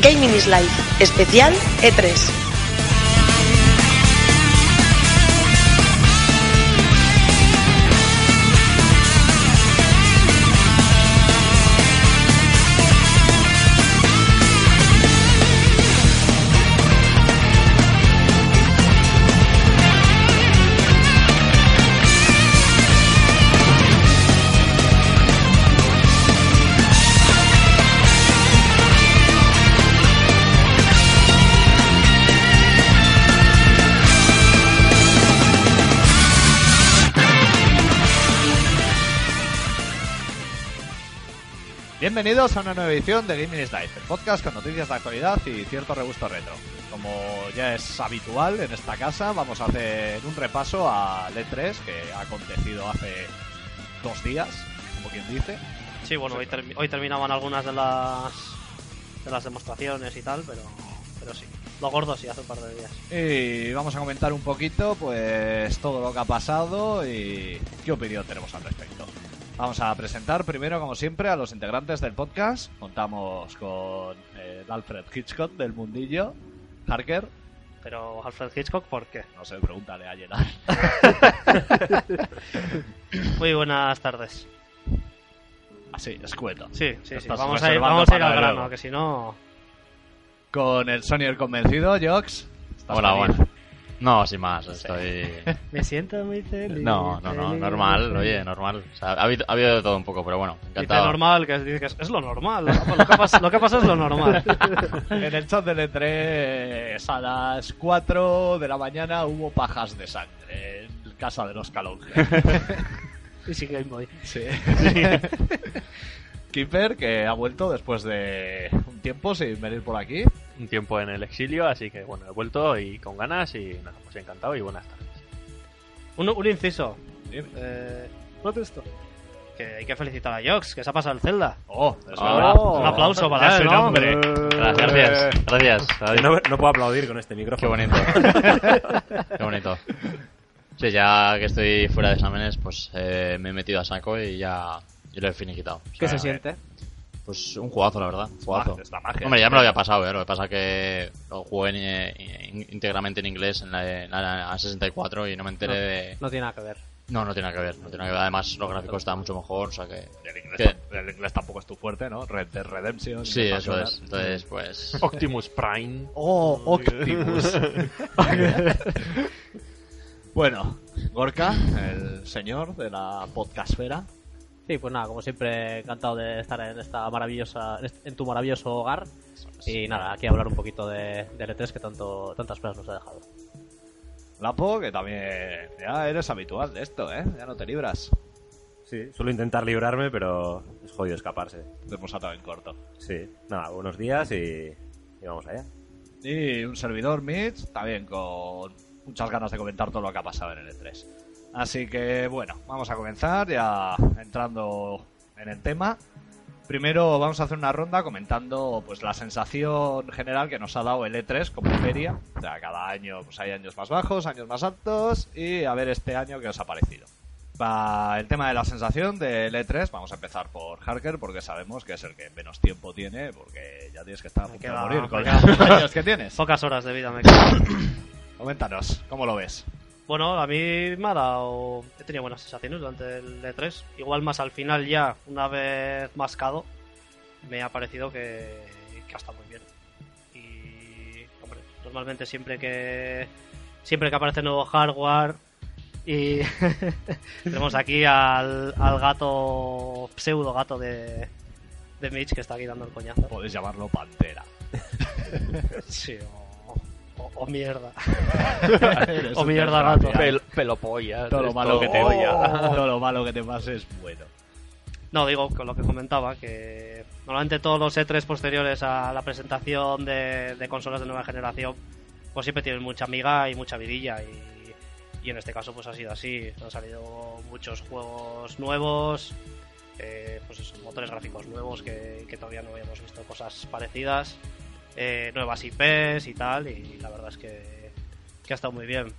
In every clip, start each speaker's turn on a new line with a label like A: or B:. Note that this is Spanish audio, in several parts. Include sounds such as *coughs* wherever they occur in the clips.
A: Gaming is Life, especial E E3.
B: Bienvenidos a una nueva edición de Gaming is Life, el podcast con noticias de actualidad y cierto regusto retro. Como ya es habitual en esta casa, vamos a hacer un repaso a E3 que ha acontecido hace dos días, como quien dice.
C: Sí, bueno, hoy, termi- hoy terminaban algunas de las de las demostraciones y tal, pero, pero sí. Lo gordo sí, hace un par de días.
B: Y vamos a comentar un poquito, pues, todo lo que ha pasado y qué opinión tenemos al respecto. Vamos a presentar primero, como siempre, a los integrantes del podcast. Contamos con eh, Alfred Hitchcock del mundillo, Harker.
C: Pero Alfred Hitchcock, ¿por qué?
B: No sé, pregúntale a Gerard.
C: Muy buenas tardes.
B: Así, escueto.
C: Sí, sí, sí.
B: Estás
C: Vamos a ir,
B: reservando
C: vamos a ir
B: para
C: al
B: luego.
C: grano, que si no.
B: Con el Sony el convencido, Jox. Estás
D: Hola,
B: feliz.
D: hola. No, sin más, estoy...
C: *laughs* Me siento muy feliz.
D: No, no, no, normal, oye, normal. O sea, ha habido, ha habido de todo un poco, pero bueno,
C: Dice
D: encantado.
C: normal, que dice que es, es lo normal. Lo que, pasa, lo que pasa es lo normal.
B: *laughs* En el chat del E3, a las 4 de la mañana hubo pajas de sangre en casa de los
D: *laughs*
B: Calonges.
C: Y sí que voy.
B: sí. *laughs* Keeper, que ha vuelto después de un tiempo sin venir por aquí.
E: un tiempo en el exilio, así que bueno, he vuelto y con ganas y nada, pues encantado y buenas tardes.
C: Un, un inciso.
B: Dime.
C: Eh, protesto. Que hay que felicitar a Jox, que se ha pasado el Zelda.
B: Oh, es
D: Hola.
B: verdad.
C: Un aplauso para
B: Ya
C: él,
B: soy
C: ¿no?
B: hombre.
D: Gracias, gracias, gracias. David.
F: Eh. No, no puedo aplaudir con este
D: Qué
F: micrófono. *laughs*
D: bonito. Qué bonito. Sí, ya que estoy fuera de exámenes, pues eh, me he metido a saco y ya y lo he finiquitado. O sea,
G: ¿Qué se siente?
D: Pues un jugazo, la verdad. Un
F: Ah,
D: jugazo.
B: Es la Ah, magia.
D: Hombre, ya me lo había pasado, ¿eh? Lo que pasa que lo jugué en- en- íntegramente en inglés en la, en la 64 y no me
F: Ah.
D: enteré de...
G: No tiene nada que ver.
D: No, no tiene nada que ver, no tiene nada que ver. Además, los gráficos estaban mucho mejor, o sea que.
B: El inglés,
D: que-
B: el inglés tampoco es tu fuerte, ¿no? Red Dead Redemption.
D: Sí,
B: y
D: eso
B: esas
D: es. Entonces, *laughs* pues.
E: Optimus Prime.
B: *laughs* Oh, Octopus. bueno, Gorka, el señor de la podcastfera.
G: Sí, pues nada, como siempre, encantado de estar en esta maravillosa, en est- en tu maravilloso hogar. Y nada, aquí hablar un poquito de, de E3 que tanto, tantas cosas nos ha dejado.
B: Lapo, que también ya eres habitual de esto, ¿eh? Ya no te libras.
F: Sí, suelo intentar librarme, pero es jodido escaparse.
B: Te hemos atado en corto.
F: Sí, nada, buenos días y, y vamos allá.
B: Y un servidor, Mitch, también con muchas ganas de comentar todo lo que ha pasado en el E3. Así que, bueno, vamos a comenzar ya entrando en el tema. Primero vamos a hacer una ronda comentando pues la sensación general que nos ha dado el E3 como feria. O sea, cada año pues hay años más bajos, años más altos y a ver este año qué os ha parecido. Para el tema de la sensación del E3, vamos a empezar por Harker porque sabemos que es el que menos tiempo tiene porque ya tienes que estar a
C: Me
B: punto de
C: queda-
B: morir
C: me
B: con
C: queda-
B: los años que tienes.
C: Pocas horas de vida me quedan.
B: Coméntanos, ¿cómo lo ves?
C: Bueno, a mí me ha dado. He tenido buenas sensaciones durante el E3. Igual más al final, ya, una vez mascado, me ha parecido que, que ha estado muy bien. Y. Hombre, normalmente siempre que. Siempre que aparece nuevo hardware. Y. *laughs* tenemos aquí al, al gato. Pseudo gato de. De Mitch que está aquí dando el coñazo.
B: Podéis llamarlo Pantera. *laughs*
C: Sí, *laughs* o. o- o mierda.
B: Eres
C: *laughs* O
B: un
C: mierda
B: desgraciado.
C: gato.
E: Pel- pelopollas.
B: Todo lo
E: esto.
B: malo que te *laughs*
E: Oh.
B: todo lo malo que te pase es bueno.
C: No, digo con lo que comentaba, que normalmente todos los E3 posteriores a la presentación de, de consolas de nueva generación, pues siempre tienen mucha amiga y mucha vidilla. Y, y en este caso, pues ha sido así. Han salido muchos juegos nuevos, eh, pues eso, motores gráficos nuevos que, que todavía no habíamos visto cosas parecidas, eh, nuevas IPs y tal. Y la verdad es que, que ha estado muy bien.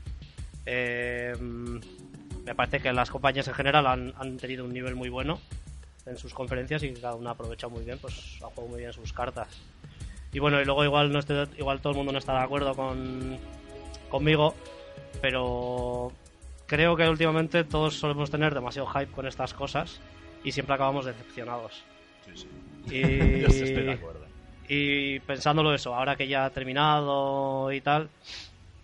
C: Eh, me parece que las compañías en general han- han tenido un nivel muy bueno en sus conferencias y cada una ha aprovechado muy bien, pues ha jugado muy bien sus cartas. Y bueno, y luego igual no esté- igual todo el mundo no está de acuerdo con conmigo, pero creo que últimamente todos solemos tener demasiado hype con estas cosas y siempre acabamos decepcionados.
B: Sí, sí.
C: Y,
B: *laughs* Yo estoy de acuerdo.
C: y pensándolo eso, ahora que ya ha terminado y tal,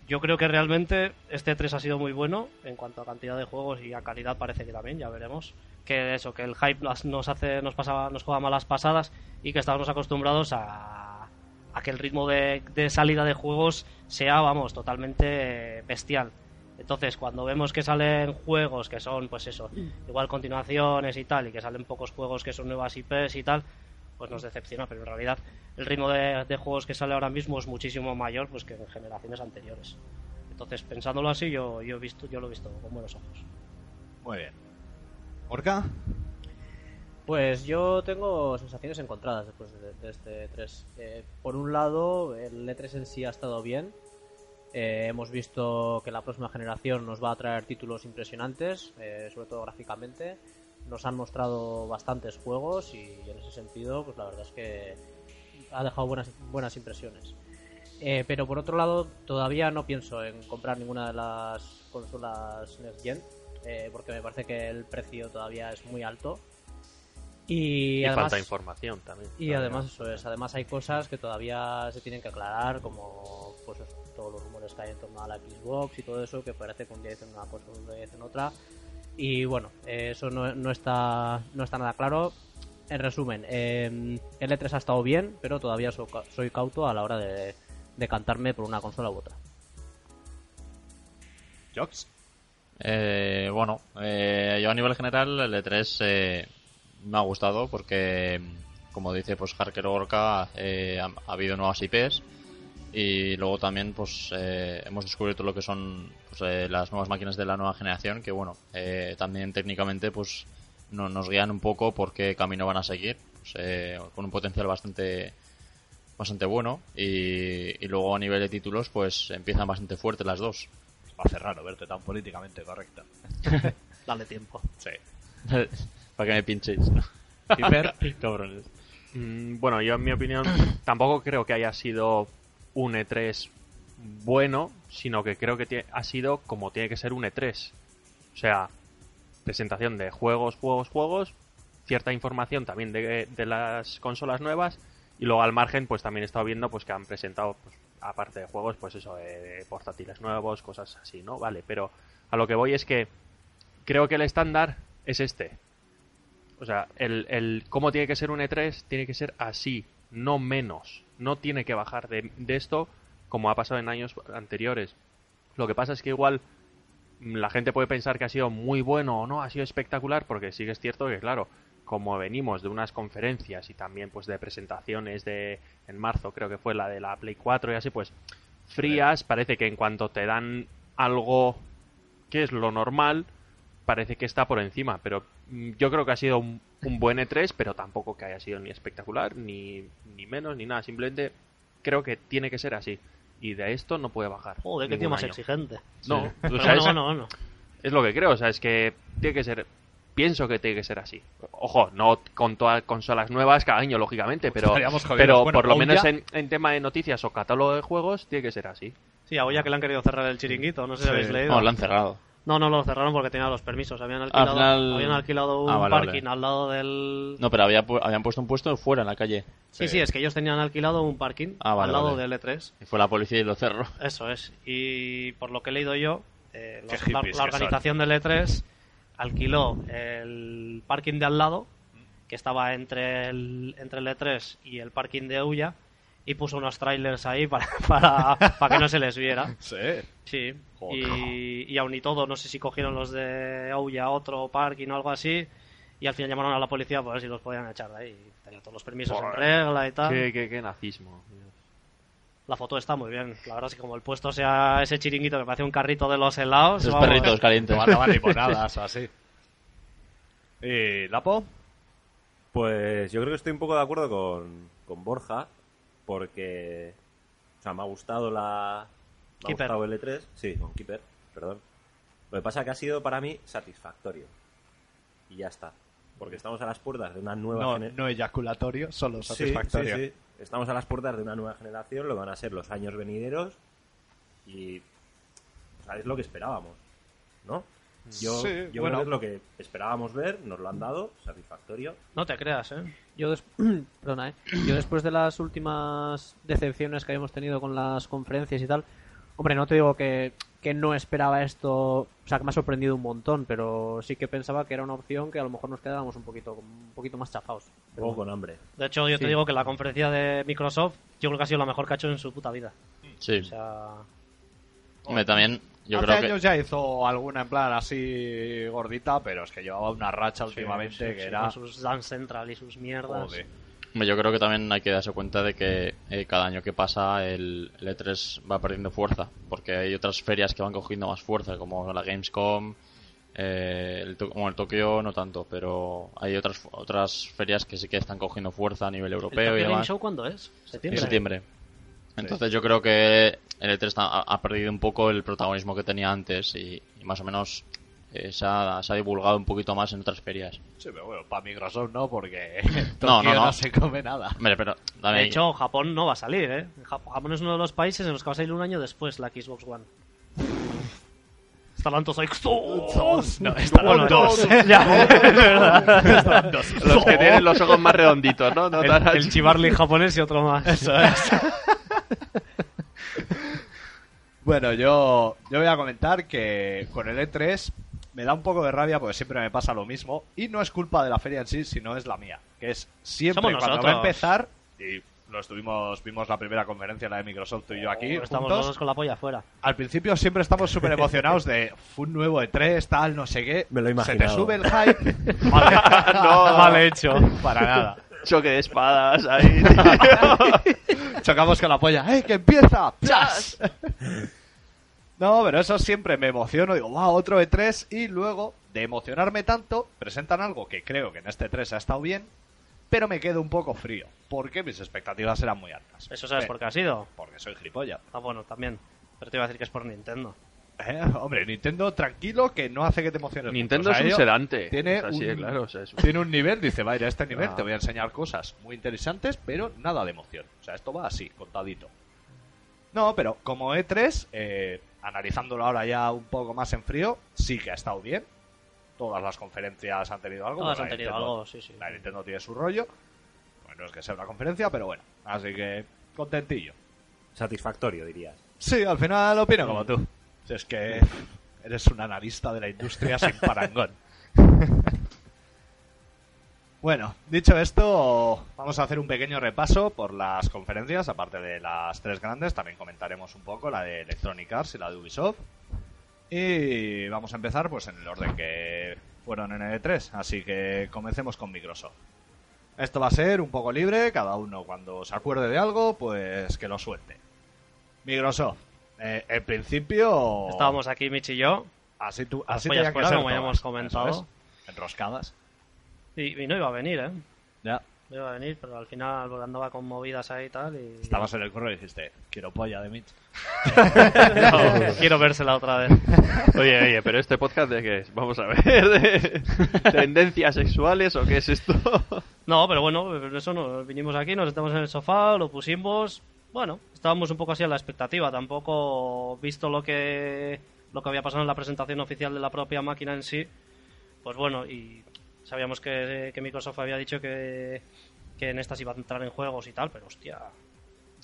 C: yo creo que realmente este 3 ha sido muy bueno en cuanto a cantidad de juegos y a calidad parece que también, ya veremos. Que eso, que el hype nos- nos hace, nos pasaba, nos juega malas pasadas y que estábamos acostumbrados a, a que el ritmo de, de salida de juegos sea, vamos, totalmente bestial. Entonces, cuando vemos que salen juegos que son, pues eso, igual continuaciones y tal, y que salen pocos juegos que son nuevas IPs y tal, pues nos decepciona, pero en realidad el ritmo de, de juegos que sale ahora mismo es muchísimo mayor pues que en generaciones anteriores. Entonces, pensándolo así, yo, yo, he visto, yo lo he visto con buenos ojos.
B: Muy bien. ¿Orca?
G: Pues yo tengo sensaciones encontradas después de, de este 3. por un lado, el E3 en sí ha estado bien. Eh, hemos visto que la próxima generación nos va a traer títulos impresionantes, eh, sobre todo gráficamente. Nos han mostrado bastantes juegos y en ese sentido, pues la verdad es que ha dejado buenas, buenas impresiones. Eh, pero por otro lado, todavía no pienso en comprar ninguna de las consolas Next Gen, eh, porque me parece que el precio todavía es muy alto. Y,
E: Y,
G: además,
E: falta información también.
G: y
E: Todavía.
G: además eso es, además hay cosas que todavía se tienen que aclarar, como pues eso, todos los rumores que hay en torno a la Xbox y todo eso, que parece que un día dicen una cosa, un día dicen otra. Y bueno, eh, eso no, no está no está nada claro. En resumen, eh, el E3 ha estado bien, pero todavía so- soy cauto a la hora de, de cantarme por una consola u otra.
B: ¿Jox?
D: Eh, bueno, eh, yo a nivel general el E3 eh, me ha gustado porque, como dice pues Harker Orca, eh, ha, ha habido nuevas IPs y luego también pues eh, hemos descubierto lo que son pues, eh, las nuevas máquinas de la nueva generación que bueno, eh, también técnicamente pues no- nos guían un poco por qué camino van a seguir, pues, eh, con un potencial bastante bastante bueno y, y luego a nivel de títulos pues empiezan bastante fuerte las dos.
B: Va a ser raro verte tan políticamente correcta.
C: Dale tiempo.
B: Sí.
D: *laughs* Para que me pinchéis.
B: Piper,
D: Cabrones.
E: Mm, bueno, yo en mi opinión *clears throat* tampoco creo que haya sido un E3 bueno, sino que creo que tie- ha sido como tiene que ser un E3. O sea, presentación de juegos, juegos, juegos, cierta información también de, de las consolas nuevas y luego al margen pues también he estado viendo pues que han presentado pues, aparte de juegos pues eso eh, portátiles nuevos cosas así no vale pero a lo que voy es que creo que el estándar es este o sea, el, el cómo tiene que ser un E3 tiene que ser así, no menos. No tiene que bajar de, de esto como ha pasado en años anteriores. Lo que pasa es que igual mm, la gente puede pensar que ha sido muy bueno o no, ha sido espectacular, porque sí que es cierto que, claro, como venimos de unas conferencias y también pues de presentaciones de en marzo, creo que fue la de la Play 4 y así, pues frías, parece que en cuanto te dan algo que es lo normal, parece que está por encima, pero mm, yo creo que ha sido un, un buen E3, pero tampoco que haya sido ni espectacular, ni, ni menos, ni nada. Simplemente creo que tiene que ser así. Y de esto no puede bajar.
C: Joder, qué
E: ningún
C: tío más
E: año.
C: exigente.
E: No, o
C: Pero
E: sea,
C: bueno,
E: es-
C: bueno, bueno.
E: es lo que creo, o sea, es que tiene que ser, pienso que tiene que ser así. Ojo, no con todas consolas nuevas cada año, lógicamente, pero,
B: Estaríamos jodidos.
E: pero
B: Bueno,
E: por lo
B: aún
E: menos
B: ya.
E: en, en tema de noticias o catálogo de juegos, tiene que ser así.
C: Sí, a Goya que le han querido cerrar el chiringuito, no sé si
B: Sí.
C: habéis leído.
D: No, lo han cerrado.
C: No, no lo cerraron porque tenían los permisos. Habían alquilado,
D: final-
C: habían alquilado un
D: Ah, vale,
C: parking
D: vale.
C: al lado del.
D: No, pero había pu- habían puesto un puesto fuera en la calle.
C: Sí, sí, es que ellos tenían alquilado un parking
D: Ah, vale,
C: al lado
D: vale.
C: del E E3.
D: Y fue la policía y lo cerró.
C: Eso es. Y por lo que he leído yo, eh, los-
B: Qué
C: la,
B: hippies
C: la
B: que
C: organización del E3 alquiló el parking de al lado, que estaba entre el, entre el E3 y el parking de Ulla, y puso unos trailers ahí *laughs* para, para, para que no se les viera.
B: sí.
C: Sí.
B: Joder.
C: Y, y aún y todo, no sé si cogieron los de Ouya otro parking o algo así. Y al final llamaron a la policía para ver si los podían echar de ahí. Tenían todos los permisos en
E: Joder.
C: regla y tal.
E: Qué, qué- qué nazismo. *laughs*
C: La foto está muy bien. La verdad es que como el puesto sea ese chiringuito que parece un carrito de los helados.
D: Esos
C: vamos.
D: perritos calientes.
B: Tomaban
D: *laughs*
B: limonadas o así. ¿Y Lapo?
F: Pues yo creo que estoy un poco de acuerdo con, con Borja, porque o sea, me ha gustado la me ha
C: Keeper.
F: gustado el E3, sí, con Keeper, perdón. Lo que pasa que ha sido para mí satisfactorio. Y ya está. porque estamos a las puertas de una nueva
B: No,
F: gener-
B: no eyaculatorio, solo
F: Sí,
B: satisfactorio.
F: sí, sí. Estamos a las puertas de una nueva generación, lo van a ser los años venideros y sabes lo que esperábamos, ¿no? Yo,
B: Sí,
F: yo
B: bueno.
F: creo que es lo que esperábamos ver, nos lo han dado, satisfactorio.
C: No te creas, ¿eh?
G: Yo, des- *clears throat* Perdona, ¿eh? Yo después de las últimas decepciones que habíamos tenido con las conferencias y tal, hombre, no te digo que, que no esperaba esto, o sea, que me ha sorprendido un montón, pero sí que pensaba que era una opción que a lo mejor nos quedábamos un poquito, un poquito más chafados.
F: Un poco con hambre.
C: De hecho, yo te
G: Sí.
C: digo que la conferencia de Microsoft yo creo que ha sido la mejor que ha hecho en su puta vida.
D: Sí.
C: O sea,
D: Hombre, también yo
B: Hace
D: creo que...
B: años ya hizo alguna en plan así gordita, pero es que llevaba una racha últimamente
C: sí, sí,
B: que
C: sí,
B: era.
C: con sus Dance Central y sus mierdas.
B: Joder.
D: Hombre, Yo creo que también hay que darse cuenta de que eh, cada año que pasa el, el E3 va perdiendo fuerza, porque hay otras ferias que van cogiendo más fuerza, como la Gamescom, eh, el, To- bueno, el Tokio no tanto, pero hay otras otras ferias que sí que están cogiendo fuerza a nivel
C: ¿El
D: europeo
C: Tokyo
D: y
C: Game
D: demás.
C: Show cuándo es?
D: En
C: ¿Septiembre?
D: septiembre. Entonces yo creo que el E3 ha, ha perdido un poco el protagonismo que tenía antes y, y más o menos eh, se, ha, se ha divulgado un poquito más en otras ferias.
B: Sí, pero bueno, para Microsoft no, porque *laughs*
D: No, no,
B: Tokio
D: no.
B: se come nada.
D: Hombre, pero
C: De
D: también-
C: hecho, Japón no va a salir, ¿eh? Jap- Japón es uno de los países en los que va a salir un año después la Xbox One. Estarán todos ahí...
B: *laughs*
C: ¡Dos! No, estarán dos. ¿eh? Ya, es verdad.
E: Los que tienen los ojos más redonditos, ¿no? No tan
C: El, el Chivarly japonés y otro más.
B: Bueno, yo, yo voy a comentar que con el E3 me da un poco de rabia porque siempre me pasa lo mismo. Y no es culpa de la feria en sí, sino es la mía. Que es siempre
C: Somos
B: cuando va a
C: nosotros.
B: empezar. Y lo estuvimos, vimos la primera conferencia, la de Microsoft, tú y yo aquí.
C: Oh, Estamos
B: juntos.
C: todos con la polla afuera.
B: Al principio siempre estamos súper emocionados de "Fue un nuevo E3, tal, no sé qué.
F: Me lo he
B: Se te
F: imaginado.
B: sube el hype. *laughs*
E: No.
B: mal hecho. Para nada.
E: choque de espadas *laughs* ahí. tío.
B: Chocamos con la polla. ¡Eh, que empieza! ¡Plas! *laughs* No, pero eso siempre me emociono. Digo, wow, otro E3. Y luego, de emocionarme tanto, presentan algo que creo que en este E3 ha estado bien, pero me quedo un poco frío. Porque mis expectativas eran muy altas.
C: Eso sabes
B: Eh,
C: por qué ha sido.
B: Porque soy gilipollas.
C: Ah, bueno, también. Pero te iba a decir que es por Nintendo.
B: Eh, hombre, Nintendo, tranquilo, que no hace que te emociones. mucho.
E: Nintendo
B: O sea,
E: es un
B: ello-
E: sedante.
B: tiene
E: O sea, sí,
B: un-
E: claro, o sea, es un-
B: Tiene un nivel, dice, va a ir a este nivel,
E: Ah.
B: te voy a enseñar cosas muy interesantes, pero nada de emoción. O sea, esto va así, contadito. No, pero como E3, eh, analizándolo ahora ya un poco más en frío, sí que ha estado bien. Todas las conferencias han tenido algo.
C: Todas
B: bueno,
C: han
B: la
C: tenido
B: Nintendo-
C: algo, sí, sí.
B: La Nintendo tiene su rollo. Bueno, no es que sea una conferencia, pero bueno. Así que, contentillo.
F: Satisfactorio, dirías.
B: Sí, al final opino como tú. Si es que eres un analista de la industria *laughs* sin parangón. Bueno, dicho esto, vamos a hacer un pequeño repaso por las conferencias, aparte de las tres grandes, también comentaremos un poco la de Electronic Arts y la de Ubisoft. Y vamos a empezar pues en el orden que fueron en el E3, así que comencemos con Microsoft. Esto va a ser un poco libre, cada uno cuando se acuerde de algo, pues que lo suelte. Microsoft, eh, en principio...
C: Estábamos aquí, Mitch y yo,
B: Así, tú, así tenían que
C: pollas fuera,
B: ser
C: como ya
B: todas,
C: hemos comentado.
B: eso es, Enroscadas.
C: y, y no iba a venir, ¿eh?
B: Ya.
C: No iba a venir, pero al final porque andaba con movidas ahí y tal. Y...
B: Estabas en el correo y dijiste, quiero polla de Mitch.
C: No, *laughs* quiero vérsela otra vez.
E: Oye, oye, pero este podcast de qué es? Vamos a ver. *laughs* ¿De ¿Tendencias sexuales o qué es esto?
C: No, pero bueno, pero eso no. Vinimos aquí, nos sentamos en el sofá, lo pusimos. Bueno, estábamos un poco así a la expectativa. Tampoco, visto lo que, lo que había pasado en la presentación oficial de la propia máquina en sí, pues bueno, y sabíamos que, que Microsoft había dicho que, que en estas iba a entrar en juegos y tal, pero hostia.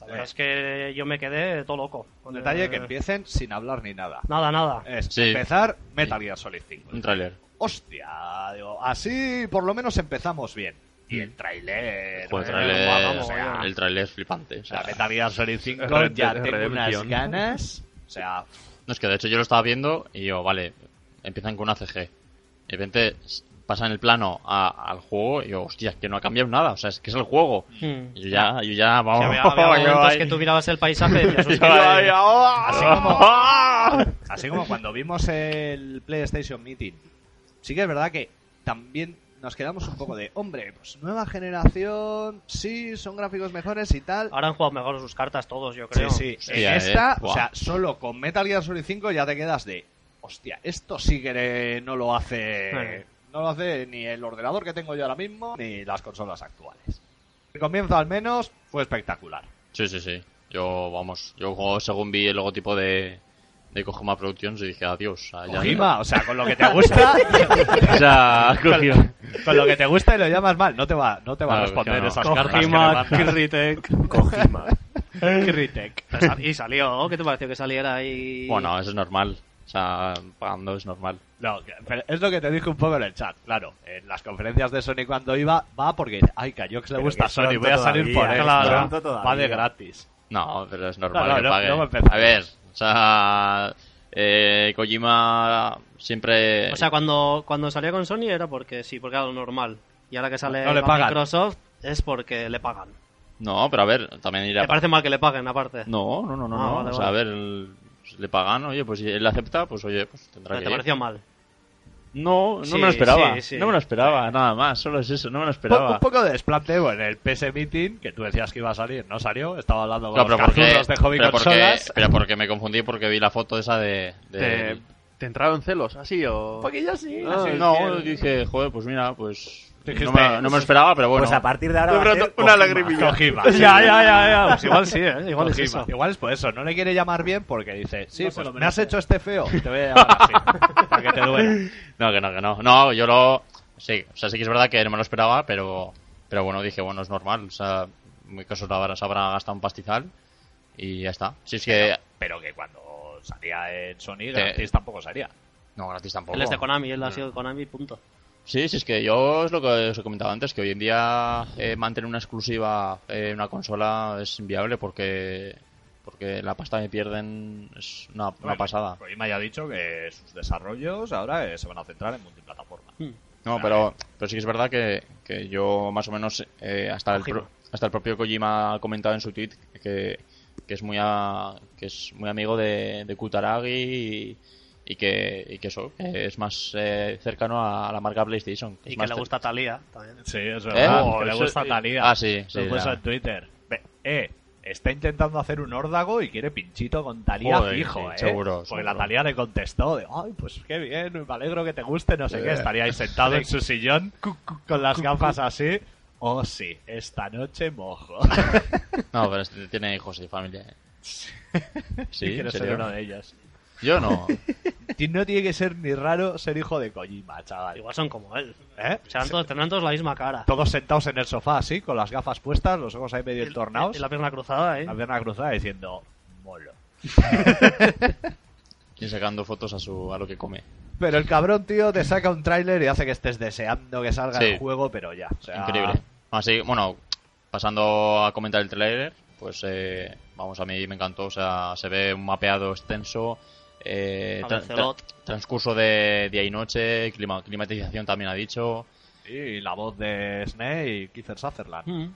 C: La verdad
B: Eh.
C: es que yo me quedé todo loco.
B: Con detalle que Eh.
C: Eh,
B: empiecen sin hablar ni nada.
C: Nada, nada.
B: Es
D: Sí.
B: empezar Metal Gear Solid 5.
D: Un tráiler.
B: Hostia, digo, así por lo menos empezamos bien. Y el trailer.
D: Joder,
C: Eh,
D: el Pues tráiler-
C: vamos,
D: o sea,
C: vamos.
D: el tráiler es flipante. o sea,
B: La Metal Gear Solid 5
E: Red
B: ya
E: Dead
B: tengo unas
E: Redemption.
B: ganas. O sea,
D: no es que de hecho yo lo estaba viendo y yo, vale, empiezan con una CG. De repente s- pasan el plano a- al juego y yo, hostia, que no ha cambiado nada, o sea, es que es el juego. *laughs*
C: Hmm.
D: Y yo ya, yo ya, vamos.
C: Que había, había
D: yo
C: momentos
D: ahí-
C: que tú mirabas el paisaje y decías,
D: *laughs* yo
C: "Hostia,
D: ahí, ¡ah!
B: Así como cuando vimos el PlayStation Meeting, sí que es verdad que también nos quedamos un poco de, hombre, pues nueva generación, sí, son gráficos mejores y tal.
C: Ahora han jugado mejor sus cartas todos, yo
B: Sí,
C: creo.
B: sí.
D: Sí,
B: En
D: eh,
B: esta, o
D: buah.
B: sea, solo con Metal Gear Solid 5 ya te quedas de, hostia, esto sí que no lo hace
C: Eh.
B: No lo hace ni el ordenador que tengo yo ahora mismo, ni las consolas actuales. El comienzo al menos fue espectacular.
D: Sí, sí, sí. Yo, vamos, yo como según vi el logotipo de, de Kojima Productions y dije, adiós. allá
B: Kojima, o sea, con lo que te gusta,
D: *laughs*
B: *laughs*
D: O sea, Kojima.
B: con lo que te gusta y lo llamas mal, no te va, no te va a
D: Claro,
B: responder
D: claro.
B: esas cartas. que le
C: Kojima,
B: mandas. *laughs*
C: Critek.
F: Kojima.
C: Critek. Y salió, ¿qué te pareció que saliera ahí?
D: Bueno, eso es normal. O sea, pagando es normal.
B: No, que- pero es lo que te dije un poco en el chat, claro. En las conferencias de Sony cuando iba, va porque dice, ay, que a Jox le
F: Pero
B: gusta
F: que
B: Sony,
F: pronto
B: voy a salir
F: todavía,
B: por él.
F: claro.
B: ¿no?
F: Pronto
B: Va de
F: todavía.
B: gratis.
D: No, pero es normal
B: No, no,
D: que
B: no,
D: pague.
B: no me empezar.
D: a ver, o sea, eh, Kojima siempre...
C: O sea, cuando, cuando salió con Sony era porque sí, porque era lo normal. Y ahora que sale
B: No le
C: con
B: pagan.
C: Microsoft es porque le pagan.
D: no, pero a ver, también irá...
C: Me parece mal que le paguen, aparte.
D: No, no, no, no.
C: Ah,
D: no.
C: vale,
D: o sea, a
C: vale.
D: ver, el- le pagan, oye, pues si él acepta, pues oye, pues tendrá
C: Pero
D: que
C: te
D: ir.
C: pareció mal.
D: No, no
C: Sí,
D: me lo esperaba.
C: sí, sí.
D: No me lo esperaba, nada más. Solo es eso, no me lo
B: Po-
D: esperaba.
B: Un poco de desplanteo en el PS Meeting, que tú decías que iba a salir, no salió. Estaba hablando con
D: No,
B: los
D: pero porque,
B: cazurros de Hobby
D: pero, porque,
B: Consolas.
D: pero porque me confundí porque vi la foto esa de... de-
E: ¿Te, te entraron celos así o...?
D: Ah, no, dije, joder, pues mira, pues...
B: Dijiste,
D: no, me, no me lo esperaba, pero bueno.
F: Pues a partir de ahora. va a ser Kojima.
B: Kojima.
C: Ya, ya, ya, ya. Pues igual sí, ¿eh? Igual es
B: Kojima.
C: eso.
B: Igual es por eso, no le quiere llamar bien porque dice, sí,
G: No se
B: pues
G: lo
B: me has
G: merece.
B: hecho este feo, *laughs* te voy a llamar así, para que te duela.
D: No, que no, que no. No, yo lo... Sí, o sea, sí que es verdad que no me lo esperaba, pero... Pero bueno, dije, bueno, es normal. O sea, muy casos ahora se habrá gastado un pastizal y ya está. Si es que...
B: Pero que cuando salía en Sony,
D: Te-
B: gratis tampoco salía.
D: No, gratis tampoco.
C: Él es de Konami, él ha
D: Mm.
C: sido de Konami, punto.
D: Sí, sí, es que yo es lo que os he comentado antes, que hoy en día eh, mantener una exclusiva eh, en una consola es inviable porque porque la pasta que pierden es una, una
B: Bueno,
D: pasada.
C: pues,
B: Kojima Pues ya ha dicho que sus desarrollos ahora eh, se van a centrar en
C: Hmm.
B: multiplataforma.
D: No,
C: eh.
D: pero, pero sí que es verdad que, que yo más o menos eh, hasta, el
C: Kojima.
D: pro- hasta el propio Kojima ha comentado en su tweet que, que es muy a- que es muy amigo de, de Kutaragi y, y que, y que eso, que es más eh, cercano a la marca PlayStation.
C: Y
D: es
C: que
D: más
C: le
D: cer-
C: gusta Talía también.
B: Sí, eso
D: ¿Eh?
B: es verdad,
D: Oh,
B: que le
D: eso-
B: gusta a Talía.
D: Ah, sí, sí,
B: Lo puso
D: ya.
B: en Twitter. Ve- Eh, está intentando hacer un órdago y quiere pinchito con Talía
D: Joder,
B: fijo,
D: sí,
B: eh.
D: seguro,
B: Porque
D: seguro.
B: la Talía le contestó de, ay, pues qué bien, me alegro que te guste, no sé
D: Eh.
B: qué. Estaría ahí sentado *laughs* en su sillón con las gafas así. Oh, sí, esta noche mojo.
D: No, pero este tiene hijos y familia.
B: *laughs*
D: ¿eh? *laughs* Sí,
B: Y quiero
D: ¿en
B: ser
D: serio?
B: uno de ellos.
D: Yo no.
B: Y No tiene que ser ni raro ser hijo de Kojima, chaval.
C: Igual son como él.
B: ¿Eh?
C: Serán todos, tendrán todos la misma cara.
B: Todos sentados en el sofá así, con las gafas puestas, los ojos ahí medio entornados.
C: Y la pierna cruzada, ¿eh?
B: la pierna cruzada diciendo, molo.
D: *laughs* Y sacando fotos a, su, a lo que come.
B: Pero el cabrón, tío, te saca un tráiler y hace que estés deseando que salga
D: Sí.
B: el juego, pero ya. o sea,
D: Increíble. Así, bueno, pasando a comentar el trailer, pues eh, vamos, a mí me encantó. O sea, se ve un mapeado extenso. Eh,
C: A
D: tra-
C: Lancelot.
D: tra- transcurso de día y noche, clima- climatización también ha dicho.
B: Y la voz de Snake y Kiefer Sutherland.
C: Mm.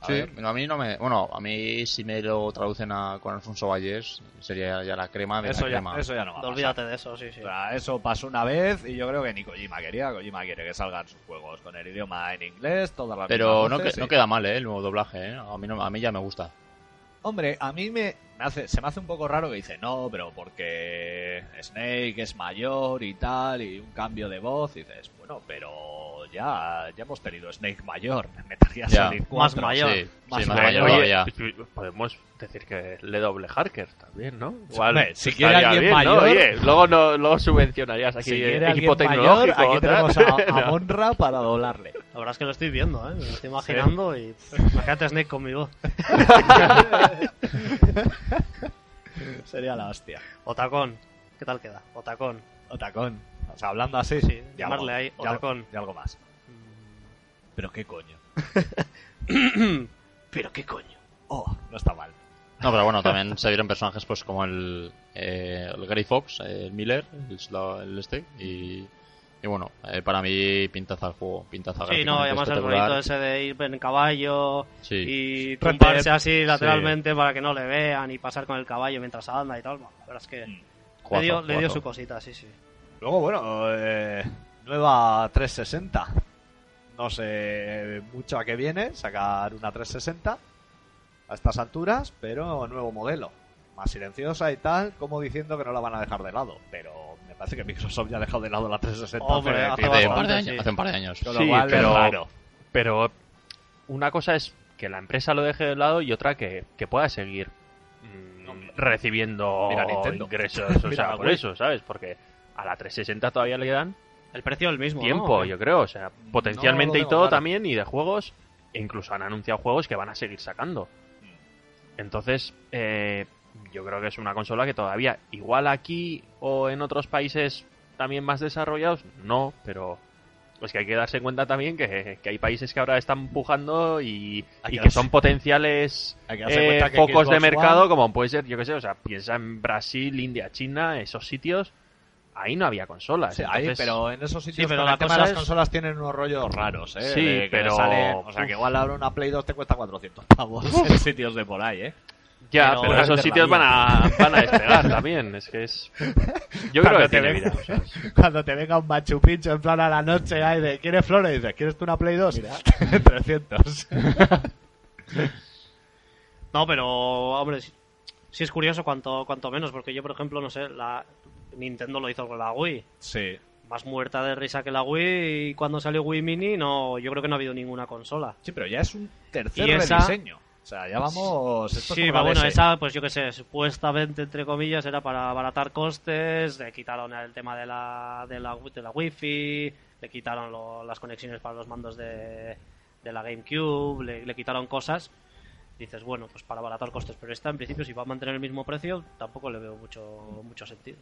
D: A,
B: Sí.
D: ver, a mí no me. Bueno, a mí si me lo traducen a, con Alfonso Valles, sería ya la crema de
B: Eso
D: la
B: ya,
D: crema.
B: eso ya no va a pasar.
C: Olvídate de eso, sí, sí.
B: O sea, eso pasó una vez y yo creo que ni Kojima quería. Kojima quiere que salgan sus juegos con el idioma en inglés, todas las
D: Pero
B: mismas
D: no,
B: voces
D: que-
B: y-
D: no queda mal, ¿eh? El nuevo doblaje, ¿eh? A mí, no, a mí ya me gusta.
B: Hombre, a mí me, me hace, se me hace un poco raro que dice no, pero porque Snake es mayor y tal, y un cambio de voz. Y dices, bueno, pero ya, ya hemos tenido Snake mayor. *laughs* Me metería a
D: Ya.
B: salir
D: Más
B: cuatro.
C: mayor.
D: Sí,
B: Más
D: sí,
B: No,
D: más
E: Oye,
B: mayor.
D: mayor
E: oye,
D: todavía.
E: podemos decir que le doble Harker también, ¿no?
B: Hombre, si quiere alguien
E: estaría ¿no?
B: mayor-
E: Oye, luego, no, luego subvencionarías aquí
B: Si
E: el
B: quiere
E: equipo
B: alguien
E: tecnológico.
B: mayor, aquí
E: tal.
B: tenemos
E: *laughs*
B: a, a
E: No.
B: Monra para doblarle. *laughs*
C: La verdad es que lo estoy viendo, ¿eh? Me lo estoy imaginando y... Imagínate a Snake con mi voz.
B: Sería la hostia.
C: Otacón. ¿Qué tal queda? Otacón.
B: Otacón. O sea, hablando así,
C: Sí,
B: y algo-
C: llamarle ahí
B: y algo-
C: Otacón.
B: Y algo más. Pero qué coño.
C: Pero qué coño.
B: Oh, no está mal.
D: No, pero bueno, también se vieron personajes pues como el, eh, el Gary Fox, eh, el Miller, el, Sla- el este, y, y bueno, eh, para mí pintaza el juego, pintaza
C: Sí, no,
D: gráficamente
C: además el
D: espectacular.
C: rollito ese de ir en caballo
D: Sí.
C: y
B: Rete-
C: tumbarse así lateralmente para que no le vean y pasar con el caballo mientras anda y tal. bueno, La verdad es que le
D: Juegazo,
C: dio, le dio
D: juegazo.
C: su cosita, sí, sí.
B: Luego, bueno, eh, nueva 360. No sé mucho a qué viene sacar una 360 a estas alturas, pero nuevo modelo. más silenciosa y tal, como diciendo que no la van a dejar de lado. Pero me parece que Microsoft ya ha dejado de lado la 360.
C: Hombre, hace
B: tiempo.
D: Hace un par
C: bastante,
D: de años.
C: sí.
D: hace un par de años.
B: Con lo ¿eh?
E: Sí,
B: cual es
E: pero-
B: raro.
E: Pero una cosa es que la empresa lo deje de lado y otra que, que pueda seguir mm, recibiendo
B: Mira Nintendo.
E: ingresos.
B: *laughs*
E: O
B: Mira la
E: sea, por
B: Wii.
E: eso, ¿sabes? Porque a la 360 todavía le dan
C: El precio es el mismo. ¿no?
E: tiempo, yo creo. O sea,
B: No
E: potencialmente
B: lo
E: y
B: veo
E: todo
B: claro.
E: también, y de juegos. E incluso han anunciado juegos que van a seguir sacando. Entonces, eh, yo creo que es una consola que todavía, igual aquí o en otros países también más desarrollados, no, pero pues que hay que darse cuenta también que, que hay países que ahora están pujando y,
B: Hay que
E: y que
B: darse-
E: son potenciales
B: hay que darse
E: eh,
B: cuenta que
E: focos de
B: Xbox
E: mercado,
B: One-
E: como puede ser, yo que sé, o sea, piensa en Brasil, India, China, esos sitios, ahí no había consolas.
B: Sí, ahí,
E: entonces-
B: pero en esos sitios
C: Sí, pero
B: con
C: la
B: el tema
C: cosa
B: de las
C: es-
B: consolas tienen unos rollos raros, ¿eh?
E: Sí,
B: De que
E: pero-
B: sale- o sea, que
E: Uf.
B: igual ahora una Play 2 te cuesta 400 pavos en sitios de por ahí, ¿eh?
E: Ya,
C: Pero
E: pero,
B: voy a meter
E: esos
B: la
E: sitios van a, van a despegar también. Es que *laughs* es. Yo creo que
B: Cuando te
E: tiene
B: ven-
E: vida. o sea, es-
B: Cuando te venga un Machu Picchu en plan a la noche, ahí de, ¿quieres flores? Y dices, ¿quieres tú una Play 2? *laughs* 300.
C: No, pero, hombre, sí, sí es curioso cuanto, cuanto menos, porque yo, por ejemplo, no sé, la Nintendo lo hizo con la Wii.
B: Sí,
C: Más muerta de risa que la Wii y cuando salió Wii Mini, no, yo creo que no ha habido ninguna consola.
B: sí, pero ya es un tercer
C: Y esa-
B: rediseño. O sea, ya vamos... Esto es
C: sí,
B: como
C: pero
B: la
C: bueno,
B: DS.
C: esa, pues yo qué sé, supuestamente, entre comillas, era para abaratar costes, le quitaron el tema de la, de la, de la Wi-Fi, le quitaron lo- las conexiones para los mandos de, de la GameCube, le, le quitaron cosas. Dices, bueno, pues para abaratar costes, pero esta en principio si va a mantener el mismo precio, tampoco le veo mucho, mucho sentido.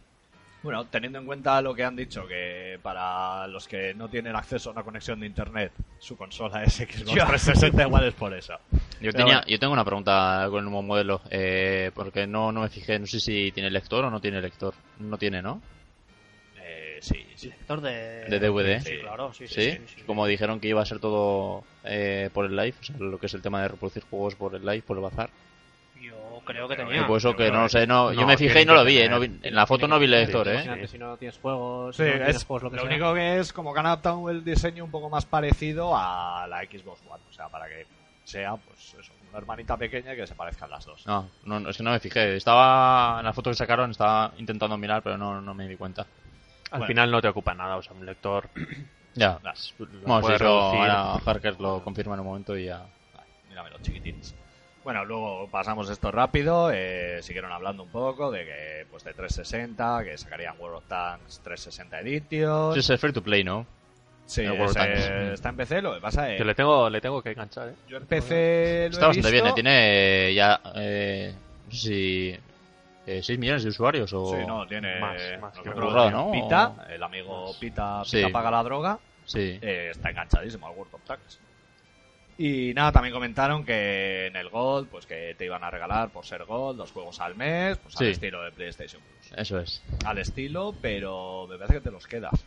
B: Bueno, teniendo en cuenta lo que han dicho, que para los que no tienen acceso a una conexión de internet, su consola *laughs* es Xbox 360 igual es por eso.
D: Yo,
B: Pero
D: tenía,
B: bueno.
D: yo tengo una pregunta con el nuevo modelo, eh, porque no, no me fijé, no sé si tiene lector o no tiene lector. No tiene, ¿no?
B: Eh, sí, sí.
C: Lector de,
D: De DVD.
C: Eh, Sí, claro, sí,
D: Sí,
C: sí. sí, sí.
D: como dijeron que iba a ser todo eh, por el live, o sea, lo que es el tema de reproducir juegos por el live, por el bazar.
C: Yo creo que
B: Pero
D: Y
C: tenía.
D: por eso
E: yo
D: que
E: creo
D: no
E: que-
D: sé, no,
E: no,
D: yo me fijé y
E: tienen
D: no
E: que
D: lo vi, eh,
E: tener-
D: no vi- en la foto no vi el lector, ¿eh?
G: Imagínate, Si no tienes juegos,
B: Sí,
G: si no tienes
B: es
G: juegos, lo que
B: lo
G: sea.
B: único que es como que han adaptado el diseño un poco más parecido a la Xbox One, o sea, para que sea pues eso, una hermanita pequeña que se parezcan las dos.
D: No, no, no, es que no me fijé, estaba en la foto que sacaron, estaba intentando mirar, pero no, no me di cuenta.
E: Al
B: Bueno.
E: final no te ocupa nada, o sea, un lector.
D: Ya,
B: Las-
E: lo
D: vamos,
E: puede
D: eso
E: reducir.
D: ahora Harker lo confirma en un momento y ya.
B: Ay, Míramelo, chiquitines. Bueno, luego pasamos esto rápido. eh, siguieron hablando un poco de que pues de 360, que sacarían World of Tanks 360 Edition.
D: Ese es el free to play, ¿no?
B: Sí,
D: el World of
B: ese
D: Tanks.
B: está en PC, lo que pasa es
E: Yo le tengo, le tengo que enganchar, ¿eh?
B: yo en PC lo
D: Está
B: he
D: bastante bien,
B: visto.
D: eh, tiene eh, ya, eh, no sé si... eh, 6 millones de usuarios o...
B: Sí, no, tiene
E: Más, más,
B: nosotros
E: creo
D: que lo
B: lo
D: ¿no?
B: tenemos Pita, el amigo Pita,
D: Sí.
B: Pita paga la droga.
D: Sí.
B: eh, está enganchadísimo al World of Tanks. Y nada, también comentaron que en el Gold, pues que te iban a regalar por ser Gold dos juegos al mes, pues al
D: Sí.
B: estilo de PlayStation Plus.
D: Eso es.
B: Al estilo, pero me parece que te los quedas.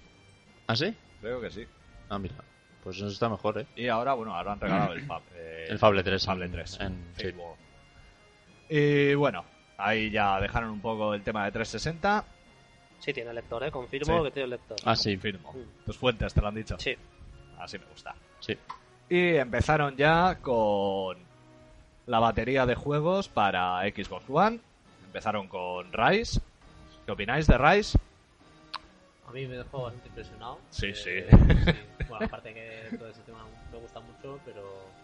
D: ¿Ah, sí?
B: Creo que sí.
D: Ah, mira. Pues eso está mejor, ¿eh?
B: Y ahora, bueno, ahora han regalado el, Fab- eh,
D: El Fable 3
B: Fable
D: en-
B: 3
D: en- sí.
B: Facebook. Y bueno, ahí ya dejaron un poco el tema de 360.
C: Sí, tiene lector, ¿eh? Confirmo
B: Sí.
C: que tiene lector.
D: Ah, sí.
B: Firmo.
C: Mm.
B: Tus fuentes te lo han dicho.
C: Sí.
B: Así me gusta.
D: Sí.
B: Y empezaron ya con la batería de juegos para Xbox One. Empezaron con Rise. ¿Qué opináis de Rise?
G: A mí me dejó bastante impresionado.
B: Sí,
G: Eh,
B: sí.
G: sí. Bueno, aparte que todo ese tema me gusta mucho, pero.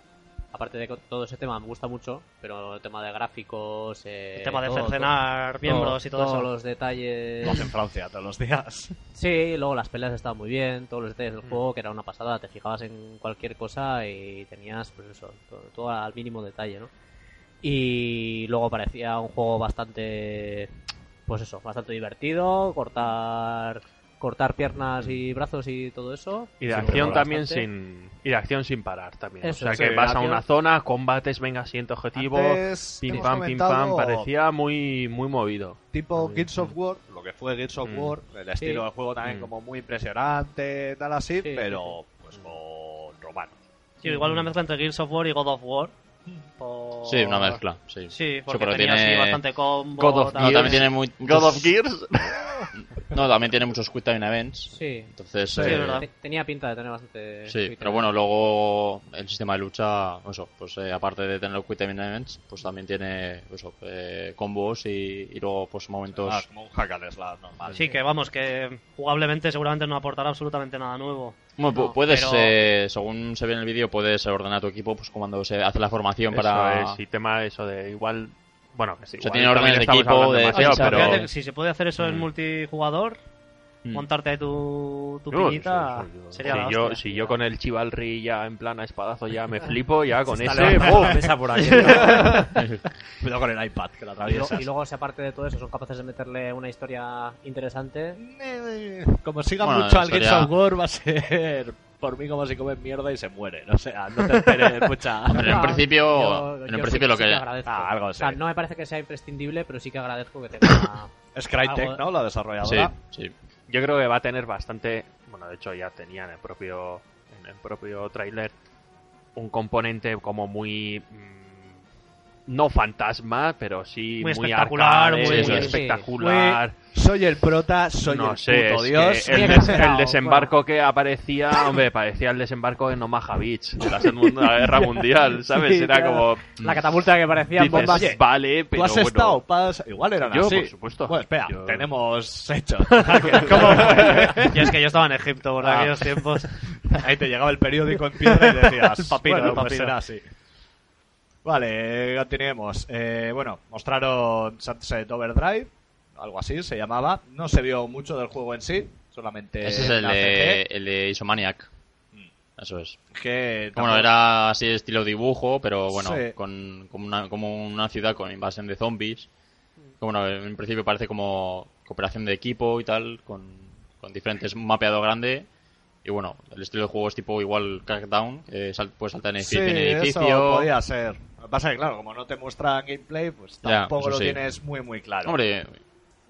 G: Aparte de que todo ese tema me gusta mucho, pero el tema de gráficos. eh,
C: El tema de
G: todo,
C: cercenar
G: todo,
C: miembros y todo
G: todos
C: eso.
G: los detalles.
B: Lo hace en Francia todos los *laughs* días.
G: Sí, y luego las peleas estaban muy bien, todos los detalles del juego, que era una pasada, te fijabas en cualquier cosa y tenías, pues eso, todo, todo al mínimo detalle, ¿no? Y luego parecía un juego bastante, pues eso, bastante divertido, cortar cortar piernas y brazos y todo eso.
E: Y de
G: Sí,
E: acción
G: mola
E: también
G: bastante.
E: sin. Y de acción sin parar también.
G: Eso,
E: o sea
G: sí,
E: que
G: de
E: vas a
G: acción.
E: una zona, combates, venga, siguiente objetivo.
B: Antes
E: pim
B: hemos
E: pam, pim
B: comentado
E: pam. Parecía muy, muy movido.
B: Tipo Gears of War, lo que fue Gears of
E: Mm.
B: War, el estilo de juego también
E: Mm.
B: como muy impresionante, tal así,
G: sí,
B: pero pues con romanos.
C: Sí, igual una mezcla entre Gears of War y God of War. Por-
D: Sí, una mezcla, sí.
C: Sí,
D: Sí,
C: porque
D: pero
C: tenía
D: tiene-
C: así bastante combo.
E: God of
D: No,
C: tal.
D: también tiene muy...
E: God of Gears.
D: *laughs* No, también tiene muchos Quick Time Events.
G: Sí.
D: Entonces,
C: Sí,
D: eh,
C: es verdad.
G: Te- Tenía pinta de tener bastante.
D: sí,
G: Twitter.
D: pero bueno, luego el sistema de lucha, eso, pues eh, aparte de tener los Quick Time Events, pues también tiene eso, eh, combos y, y luego pues momentos.
B: Ah, como un hack and slash normal.
C: Así que vamos, que jugablemente seguramente no aportará absolutamente nada nuevo.
D: Bueno, pu-
C: No,
D: puedes,
C: pero-
D: eh, según se ve en el vídeo, puedes ordenar tu equipo, pues cuando se hace la formación
E: Eso
D: para.
E: es, y tema de eso de igual. Bueno, que sí.
D: Se
E: igual
D: tiene
E: también
D: órdenes de
E: estamos
D: equipo,
E: hablando
D: de
E: demasiado,
D: defensa,
E: pero-
C: Fíjate que si se puede hacer eso en
D: Mm.
C: multijugador,
D: Mm.
C: montarte ahí tu, tu
E: Yo, eso,
C: piñita
E: eso, yo-
C: sería la
E: si yo,
C: hostia.
E: si yo con el Chivalry ya en plan a espadazo ya me flipo, ya con
G: Está
E: ese.
G: levantando
E: ¡oh!
G: la mesa por aquí.
B: Cuidado con el iPad, que la
G: Y, lo-
B: atraviesas.
G: y luego, si aparte de todo eso, son capaces de meterle una historia interesante.
B: Eh, Como siga
D: Bueno,
B: mucho
D: la
B: al Games
D: historia-
B: of War, va a ser *laughs* por mí como si comen mierda y se mueren. O sea, no te
E: *laughs*
B: esperes mucha.
D: Hombre, en
G: Ah,
D: principio,
G: yo-
D: en
G: yo
D: principio
G: sí-
D: lo
G: sí
D: que.
G: agradezco.
B: Ah, algo
G: O sea,
B: así.
G: no me parece que sea imprescindible, pero sí que agradezco que tenga.
B: Es Crytek,
G: Algo-
B: ¿no? La
D: sí,
B: desarrolladora.
D: sí.
E: Yo creo que va a tener bastante. Bueno, de hecho ya tenía en el propio, en el propio tráiler un componente como muy. mm, no fantasma, pero sí
C: Muy espectacular,
E: arcade,
D: muy-
E: muy
D: sí.
E: espectacular.
B: Soy el prota, soy
E: no
B: el
E: sé,
B: puto
E: es
B: dios.
E: que el,
G: Muy
E: des-
G: exagerado,
E: el desembarco que aparecía, hombre, parecía el desembarco en Omaha Beach de la Segunda Guerra Mundial, ¿sabes?
G: Sí,
E: Era
G: claro.
E: como.
G: La catapulta que parecía
E: dices,
G: bombas.
B: "Oye,
E: vale,
B: Tú
E: pero
B: has
E: bueno,
B: estado,
E: *laughs*
B: pas- igual eran
E: Yo,
B: así.
E: por supuesto.
B: Bueno, espera,
E: Yo-
B: tenemos
E: *laughs*
B: hecho. *laughs*
C: Y es que *laughs* yo estaba en Egipto por
B: Ah.
C: aquellos tiempos.
B: Ahí te llegaba el periódico en piedra y decías,
C: *laughs* El papiro,
B: bueno,
C: el
B: pues
C: papiro.
B: será así. Vale, continuemos. Eh, bueno, mostraron Sunset Overdrive, algo así se llamaba. No se vio mucho del juego en sí, solamente
D: Ese es el
B: la
D: de,
B: CG,
D: el de Isomaniac. Mm. Eso es.
B: que
D: Bueno,
B: tampoco-
D: era así estilo dibujo, pero bueno,
B: Sí.
D: con, como, una, como una ciudad con invasión de zombies.
B: Mm.
D: Que, bueno, en principio parece como cooperación de equipo y tal, con, con diferentes, un mapeado grande. Y bueno, el estilo de juego es tipo igual Crackdown, que sal- puedes saltar en
B: Sí,
D: edificio, en
B: eso
D: edificio.
B: podía ser. Lo que pasa es que, claro, como no te muestran gameplay, pues
D: Ya,
B: tampoco
D: eso
B: lo
D: sí.
B: tienes muy, muy claro.
D: Hombre,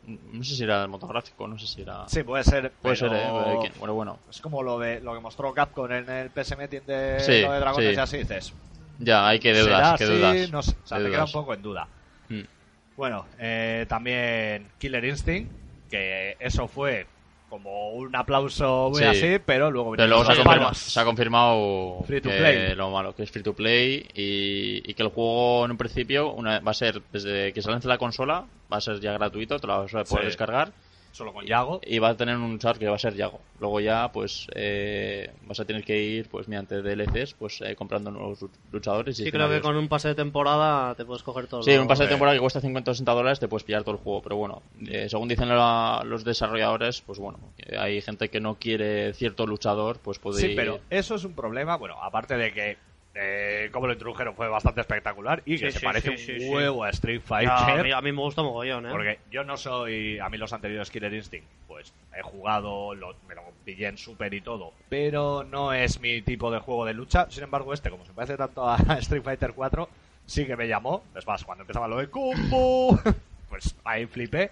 D: no sé si era motográfico, no sé si era...
B: Sí, puede ser. pero-
D: Puede ser, ¿eh? Pero- Bueno, bueno.
B: Es como lo de lo que mostró Capcom en el PS Meeting de
D: Sí,
B: lo de Dragones
D: sí.
B: y así dices.
D: Ya, hay que
B: ¿será
D: deudas, que
B: así?
D: deudas.
B: No sé, o sea,
D: qué
B: te queda un
D: dudas.
B: poco en duda.
D: Mm.
B: Bueno, eh, también Killer Instinct, que eso fue como un aplauso muy
D: Sí.
B: así, pero luego
D: Pero
B: vinieron
D: luego se ha,
B: los
D: confirma-
B: palos.
D: se ha confirmado
B: Free to
D: que
B: play.
D: lo malo que es free to play y, y que el juego en un principio una- va a ser desde que se lance la consola va a ser ya gratuito, te lo vas a poder
B: Sí.
D: descargar
B: Solo con Yago.
D: y va a tener un char que va a ser Yago. Luego ya pues eh, vas a tener que ir pues mediante DLCs pues eh, comprando nuevos lu- luchadores. Y
C: Sí, creo que
D: escenarios.
C: con un pase de temporada te puedes coger todo.
D: Sí,
C: lo-
D: un pase de temporada que cuesta 50 o 60 dólares te puedes pillar todo el juego, pero bueno, eh, según dicen la- los desarrolladores, pues bueno, eh, hay gente que no quiere cierto luchador, pues puede
B: Sí,
D: ir-
B: pero eso es un problema. Bueno, aparte de que eh, como lo introdujeron fue bastante espectacular y que
C: Sí,
B: se
C: sí,
B: parece
C: sí, sí,
B: un
C: sí.
B: huevo a Street
C: No, a,
B: Fighter.
C: mí, a mí me gusta mogollón, ¿eh?
B: Porque yo no soy. A mí los anteriores Killer Instinct, pues he jugado, lo- me lo pillé en Super y todo. Pero no es mi tipo de juego de lucha. Sin embargo, este, como se parece tanto a *laughs* Street Fighter 4, sí que me llamó. Es más, cuando empezaba lo de Kung Fu, *laughs* pues ahí flipé.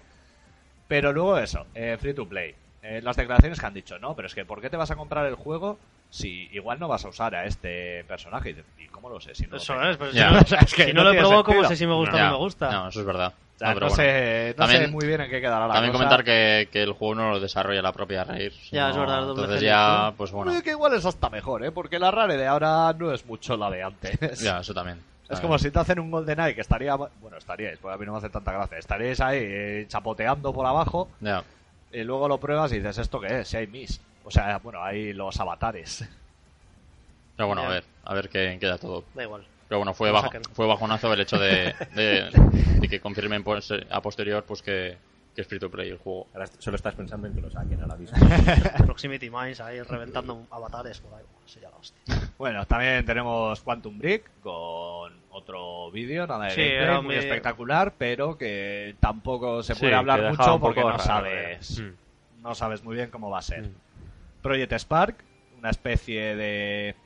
B: Pero luego eso, eh, free to play. Eh, las declaraciones que han dicho, no, pero es que ¿por qué te vas a comprar el juego si igual no vas a usar a este personaje? Y dices, ¿Y cómo lo sé? Si no lo
C: Eso
B: tengo?
C: es, pero si *laughs*
D: Ya.
B: *laughs*
C: no,
B: O sea, es que
C: si no
B: no
C: lo pues,
B: tiene
C: probo, ¿cómo
B: sentido.
C: sé si me gusta o
D: Ya,
C: no me gusta?
D: no, eso es verdad.
B: O sea,
D: No, pero
B: no,
D: bueno.
B: sé, no sé
D: También-
B: muy bien en qué quedará la
D: También
B: cosa.
D: comentar que, que el juego no lo desarrolla la propia Rare. sino-
C: es verdad, el doble
D: Entonces
C: helix,
D: ya,
C: ¿no?
D: pues bueno,
B: Oye, que igual es hasta mejor, ¿eh? Porque la rare de ahora no es mucho la de antes.
D: ya, eso también.
B: *laughs* Es como si te hacen un GoldenEye que estaría... Bueno, estaríais, porque a mí no me hace tanta gracia. Estaríais ahí eh, chapoteando por abajo
D: Ya.
B: y luego lo pruebas y dices, ¿esto qué es? Si hay mis. O sea, bueno, hay los avatares. *laughs*
D: Pero bueno, a
C: Ya.
D: ver, a ver qué queda todo.
C: Da *laughs* igual.
D: Pero bueno, fue,
C: Lo
D: bajo,
C: saquen.
D: fue bajonazo el
C: *laughs*
D: hecho de, de, de que confirmen pues, eh, a posterior pues que, que es free to play el juego.
F: Ahora est- solo estás pensando en que lo saquen ahora mismo.
C: Proximity Mines ahí reventando avatares por ahí. Sería la hostia.
B: Bueno, también tenemos Quantum Brick con otro vídeo, nada de
C: Sí,
B: gameplay,
C: era
B: muy
C: muy-
B: espectacular, pero que tampoco se
E: Sí,
B: puede
E: que
B: hablar
E: dejaba
B: mucho
E: un poco
B: porque no
E: raro,
B: sabes...
E: era. Mm.
B: no sabes muy bien cómo va a ser.
E: Mm.
B: Project Spark, una especie de...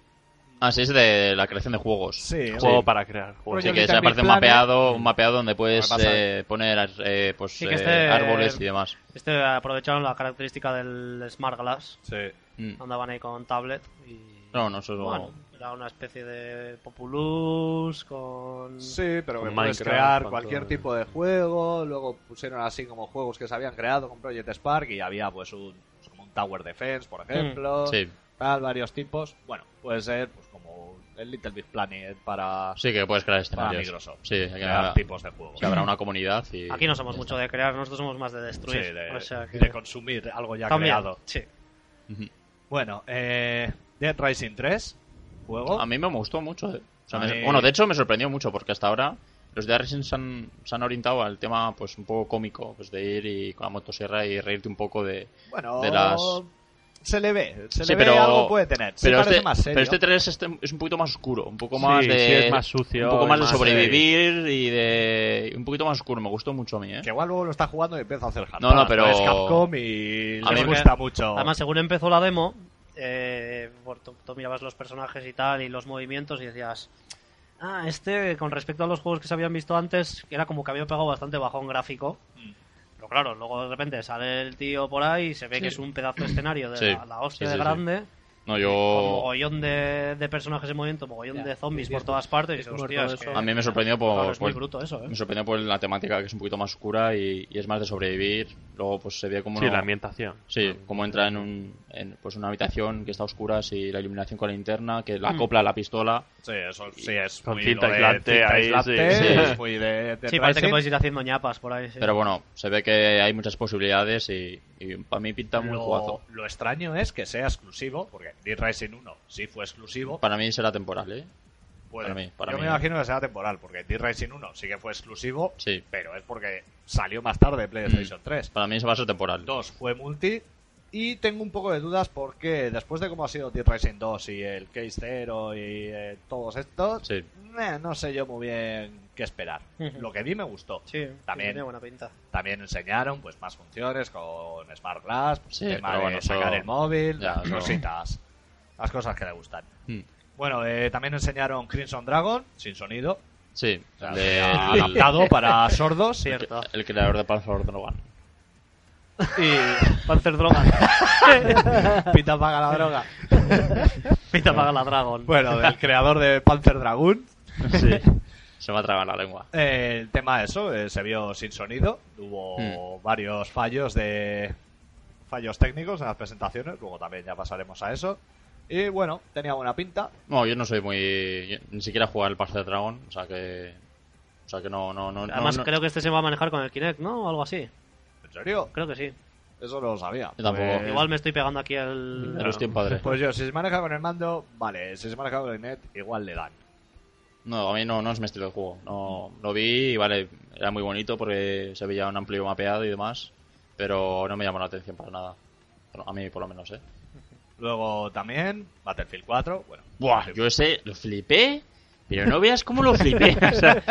D: Ah, sí, es de la creación de juegos.
B: Sí,
E: Juego
B: sí.
E: para crear. juego.
D: Sí,
B: Rollo
D: que se
B: Little Big
D: aparece un
B: Planet.
D: mapeado,
B: Mm.
D: un mapeado donde puedes
B: Va a pasar.
D: eh, poner eh, pues,
C: Sí, que
D: eh,
C: este-
D: árboles y demás.
C: Este aprovecharon la característica del Smart Glass.
B: Sí.
D: Mm.
C: Andaban ahí con tablet y...
D: No, no, eso
C: Bueno, Era una especie de Populus con...
B: Sí, pero que
E: Con
B: puedes
E: Minecraft,
B: crear
E: con
B: cualquier
E: todo.
B: tipo de juego. Luego pusieron así como juegos que se habían creado con Project Spark y había pues un, pues, como un Tower Defense,
C: Mm.
B: por ejemplo.
D: Sí.
B: Tal, varios tipos. Bueno, puede ser pues como el Little Big Planet para,
D: Sí, que puedes crear
B: para
D: escenarios.
B: Ah, Microsoft. Ah,
D: Sí, hay que-
B: crear tipos de juegos.
D: que habrá una comunidad y...
C: Aquí no somos mucho de crear, nosotros somos más de
B: Sí,
C: destruir.
B: de,
C: o sea que-
B: de consumir algo ya
C: También,
B: creado.
C: Sí.
D: Ujú.
B: Bueno, eh, Dead Rising 3, juego.
D: A mí me gustó mucho. eh. O sea,
B: Oh. A
D: me-
B: mí-
D: Bueno, de hecho me sorprendió mucho porque hasta ahora los de Racing se han, se han orientado al tema pues un poco cómico, pues de ir y con la motosierra y reírte un poco de...
B: bueno,
D: de las-
B: se le ve, se
D: Sí,
B: le ve
D: pero-
B: algo puede tener. Sí
D: pero,
B: parece
D: este,
B: más serio.
D: pero este 3 es, es un poquito más oscuro, un poco más
E: Sí,
D: de...
E: sí, es más sucio
D: Un poco
E: y
D: más,
E: más
D: de sobrevivir y de... Un poquito más oscuro, me gustó mucho a mí, ¿eh?
B: Que igual luego lo está jugando y empieza a hacer jartón.
D: No, no, pero-
B: Es Capcom y
D: A
B: les
D: mí me-
B: gusta mucho.
C: Además, según empezó la demo, eh, por- tú, tú mirabas los personajes y tal, y los movimientos, y decías, ah, este, con respecto a los juegos que se habían visto antes, era como que había pegado bastante bajón gráfico.
D: Mm.
C: Pero claro, luego de repente sale el tío por ahí y se ve que es un pedazo de escenario de
D: Sí.
C: la, la hostia
D: Sí, sí,
C: de
D: sí.
C: grande,
D: No,
C: con
D: yo...
C: mogollón de, de personajes en movimiento, mogollón
G: Ya,
C: de zombies
G: sí,
C: por
G: es-
C: todas partes, y dices,
G: como
C: hostia,
G: todo
C: es que-
G: eso. ¿eh?
D: A mí me sorprendió por...
C: claro, es muy
D: por-
C: bruto eso, ¿eh?
D: Me sorprendió por la temática que es un poquito más oscura y, y es más de sobrevivir. Luego pues se ve como
E: Sí,
D: uno-
E: la ambientación.
D: Sí, como entra en, un, en, pues una habitación que está a oscuras y la iluminación con la linterna, que
B: Mm.
D: la acopla a la pistola.
B: Sí, eso sí es
E: Con
B: muy
E: cinta
B: lo de
E: aislante
B: cinta
E: ahí, sí.
B: aislante,
D: Sí.
B: es muy de, de
C: Sí, parece que
B: Rising.
C: puedes ir haciendo ñapas por ahí. sí.
D: Pero bueno, se ve que hay muchas posibilidades y, para mí pinta muy
B: lo,
D: jugazo.
B: lo extraño es que sea exclusivo, porque Dead Rising 1 sí fue exclusivo.
D: Para mí será temporal, ¿eh?
B: Puede.
D: para mí, para
B: Yo
D: mí
B: me
D: no.
B: imagino que será temporal, porque Dead Rising 1 sí que fue exclusivo,
D: Sí. Mm.
B: pero es porque salió más tarde de PlayStation 3.
D: Para mí se va a ser temporal.
B: 2 fue multi. Y tengo un poco de dudas porque después de cómo ha sido Dead Rising 2 y el Case 0 y eh, todos estos,
D: Sí.
B: meh, no sé yo muy bien qué esperar.
C: Ujú.
B: Lo que vi me gustó.
C: Sí,
B: También.
C: tiene buena pinta.
B: También enseñaron pues más funciones con Smart Glass, pues,
D: Sí,
B: el tema
D: pero
B: de
D: bueno, eso-
B: sacar el móvil,
D: Ya,
B: las
D: eso-
B: cositas, las cosas que le gustan.
D: Mm.
B: Bueno, eh, también enseñaron Crimson Dragon, sin sonido,
D: Sí.
B: o sea,
D: de- *laughs* el-
B: adaptado para sordos.
C: Cierto.
D: el creador de Panzer Dragon.
B: Y
C: *laughs* Panzer Droga.
B: pita paga
D: *laughs*
B: la droga.
C: Pita
D: Eh,
C: paga la Dragon.
B: Bueno, del creador de Panzer Dragoon.
D: Sí. se me ha tragado la lengua.
B: Eh, el tema de eso, eh, se vio sin sonido.
D: Hmm.
B: Hubo varios fallos de fallos técnicos en las presentaciones. Luego también ya pasaremos a eso. Y bueno, tenía buena pinta.
D: No, yo no soy muy... yo ni siquiera jugar el Panzer Dragon, o sea que... O sea que no... no, no
C: Además,
D: no- no-
C: creo que este se va a manejar con el Kinect, ¿no? O algo así.
B: ¿En serio?
C: Creo que sí.
B: Eso no lo sabía.
D: Yo tampoco.
B: Pues-
C: Igual me estoy pegando aquí el.
D: Pero estoy en padre.
B: Pues yo, si se maneja con el mando, vale. Si se maneja con el net, igual le dan.
D: No, a mí no, no es mi estilo de juego. No, lo vi y vale, era muy bonito porque se veía un amplio mapeado y demás, pero no me llamó la atención para nada. Bueno, a mí por lo menos, ¿eh?
B: Luego también, Battlefield 4. Bueno,
D: Buah,
B: *laughs*
D: yo ese lo flipé, pero no veas cómo lo flipé. *laughs* O sea,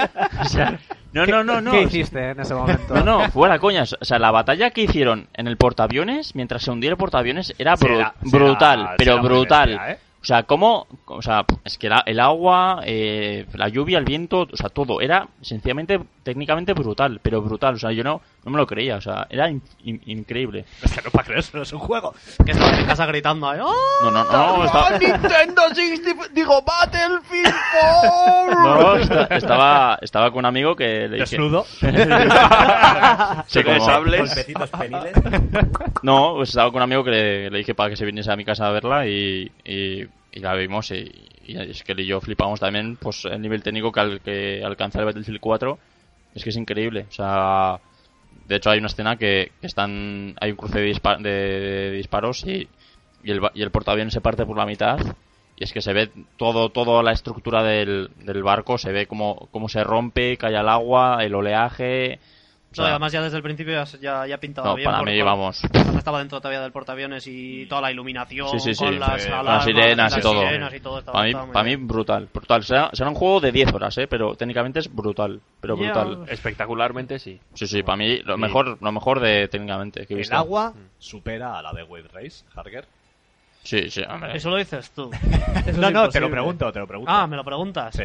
D: o sea, no, no, no, no.
G: ¿Qué hiciste en ese momento?
B: *laughs*
D: No, no, fuera coñas. O sea, la batalla que hicieron en el portaaviones, mientras se hundía el portaaviones, era
B: Sí,
D: bru-
B: era- sí,
D: brutal,
B: era- sí,
D: pero
B: era muy
D: brutal.
B: bestia, ¿eh?
D: O sea, cómo, o sea, es que la- el agua, eh, la lluvia, el viento, o sea, todo era sencillamente técnicamente brutal, pero brutal. O sea, yo no, no me lo creía, o sea, era in- in- increíble.
B: es que no para creer, *laughs* eso no es un juego.
C: Que estaba en casa gritando ahí. ¡Oh!
D: No, no, no, estaba,
B: Nintendo 60. Digo, Battlefield 4.
D: no, esta- estaba, estaba con un amigo que le dije, *laughs*
B: Desnudo.
D: Sí, como-
F: Golpecitos peniles.
D: No, pues estaba con un amigo que le, le dije para que se viniese a mi casa a verla y, y- y la vimos y, y es que él y yo flipamos también pues el nivel técnico que, al, que alcanza el Battlefield 4 es que es increíble, o sea de hecho hay una escena que, que están hay un cruce de, dispa- de- de disparos y, y el, ba- y el portaaviones se parte por la mitad y es que se ve todo toda la estructura del, del barco se ve cómo, cómo se rompe, cae al agua, el oleaje o
C: No,
D: sea,
C: y además, ya desde el principio ya, se- ya, ya pintaba
D: no,
C: bien.
D: para
C: porque
D: mí vamos
C: cuando Estaba dentro todavía del portaaviones y toda la iluminación.
D: Sí, sí, sí.
C: Con las,
D: Sí,
C: alarmas,
D: con las sirenas y
C: las
D: todo.
C: sirenas y todo, estaba-
D: Para mí,
C: estaba muy
D: para mí
C: bien.
D: brutal, brutal. Será, será un juego de 10 horas, ¿eh? pero técnicamente es brutal, pero
C: Ya.
D: brutal.
E: Espectacularmente sí.
D: Sí, sí, para mí lo mejor, lo mejor de técnicamente que he
B: El
D: visto.
B: agua supera a la de Wave Race, Harker.
D: Sí, sí, hombre.
C: Eso lo dices tú.
B: No, no, te lo pregunto, te lo pregunto.
C: Ah, me lo preguntas.
B: Sí.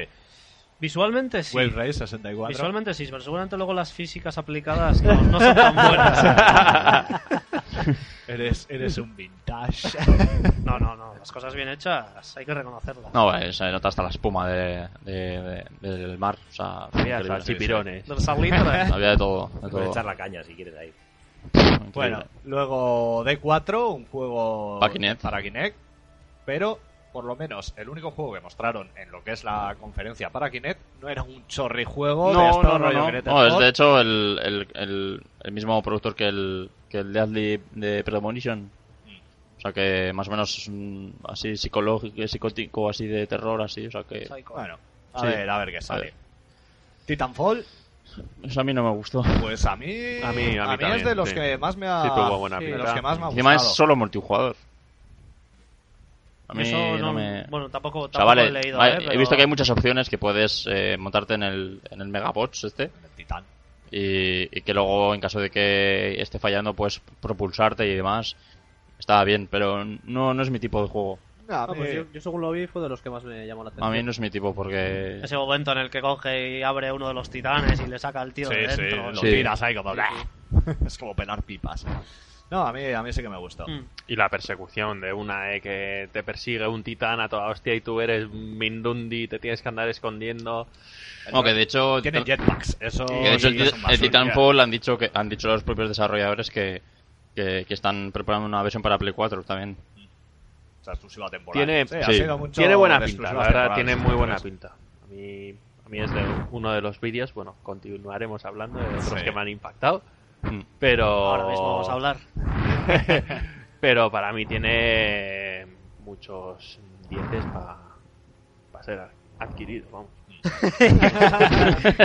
C: Visualmente sí.
B: Wave Race 64. *laughs*
C: Visualmente sí, pero seguramente luego las físicas aplicadas no, no son tan buenas.
B: Eres, eres un
C: *laughs*
B: vintage.
C: No, no, no. Las cosas bien hechas hay que reconocerlas.
D: *laughs* No, eh, se nota hasta la espuma de, de- de- del mar. O sea,
E: Había
D: increíble.
E: hasta chipirones.
C: Del salitre.
D: Había de todo. de
F: Puedes
D: todo.
F: echar la caña si quieres ahí.
D: Increíble.
B: Bueno, luego D4, un juego
D: Para Kinect.
B: para Kinect, pero por lo menos el único juego que mostraron en lo que es la conferencia para Kinect no era un chorrijuego de
E: No,
B: esto
E: no, no,
B: rollo
E: no.
B: Kinect
D: No, es
B: Sport.
D: de hecho el, el, el, el mismo productor que el, que el Deadly de Premonition. O sea que más o menos es un- así psicológico, psicótico, así de terror, así. O sea que
C: Psycho.
B: Bueno, a
D: Sí.
B: ver, a ver qué sale.
D: ver.
B: Titanfall,
D: eso a mí no me gustó.
B: pues a mí,
E: A mí- a mí
B: es de
E: también,
B: los
E: sí.
B: que más me ha,
E: Sí, tuvo buena
B: de
E: pinta.
B: los que más me ha
D: Encima
B: gustado.
D: es solo multijugador. A mí
C: Eso
D: no me...
C: Bueno, tampoco,
D: O sea,
C: tampoco
D: vale,
C: he leído.
D: vale,
C: eh,
D: he
C: pero-
D: visto que hay muchas opciones que puedes eh, montarte en el, en el Megabots este
B: El Titan.
D: y, y que luego en caso de que esté fallando puedes propulsarte y demás. Está bien, pero no, no es mi tipo de juego.
B: A
G: Ah,
B: mí-
G: pues *laughs* yo, yo según lo vi fue de los que más me llamó la
D: A
G: atención.
D: mí no es mi tipo porque...
C: Ese momento en el que coge y abre uno de los titanes y le saca el tío
B: Sí,
C: de
B: sí,
C: dentro.
B: lo
D: Sí.
B: tiras ahí como... Es como pelar pipas. No, a mí, a mí sí que me gustó.
C: Mm.
E: Y la persecución de una eh, que te persigue un titán a toda hostia y tú eres un Mindundi y te tienes que andar escondiendo.
D: No, que de hecho...
B: Tiene jetpacks, eso...
D: Que de hecho,
B: sí
D: el,
B: que es un
D: el
B: basura.
D: Titanfall han dicho que han dicho los propios desarrolladores que, que, que están preparando una versión para Play 4
B: *laughs*
D: también.
B: O sea, exclusiva temporal.
E: Tiene,
B: Sí, ha
D: sí.
B: sido mucho
E: tiene buena
B: de
E: pinta, la
B: exclusivas
E: verdad,
B: temporales,
E: tiene
B: sí,
E: muy
B: *laughs*
E: buena
B: pues.
E: pinta. A mí, a mí es de uno de los vídeos, bueno, continuaremos hablando de otros
B: Sí.
E: que me han impactado,
D: Mm.
E: pero...
C: Ahora mismo vamos a hablar.
E: pero para mí tiene muchos dientes para ser adquirido, vamos.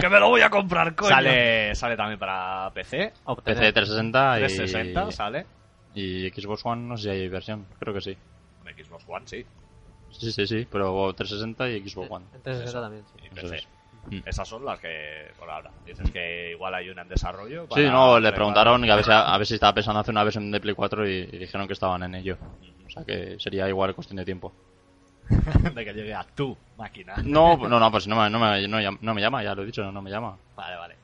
B: que me lo voy a comprar, coño. Sale, sale también para PC.
G: A obtener.
D: PC 360 y,
B: 360 sale.
D: y Xbox One, no sé si hay versión, creo que sí.
B: Con Xbox One, sí.
D: Sí, sí, sí, pero 360 y Xbox One.
G: En 360 también, sí.
B: Y
D: Eso
B: PC.
D: es. Mm.
B: Esas son las que por ahora. Dices que igual hay una en desarrollo.
D: Sí,
B: para-
D: no, le
B: para-
D: preguntaron que a ver, si, a ver si estaba pensando hacer una versión de Play 4 y, y dijeron que estaban en ello. O sea que sería igual cuestión de tiempo.
B: *laughs* de que llegue a tu máquina.
D: No, no, no, pues no, me- no, me, no, llam- no me llama, ya lo he dicho, no, no me
E: *clears throat*
D: llama.
B: Vale, vale.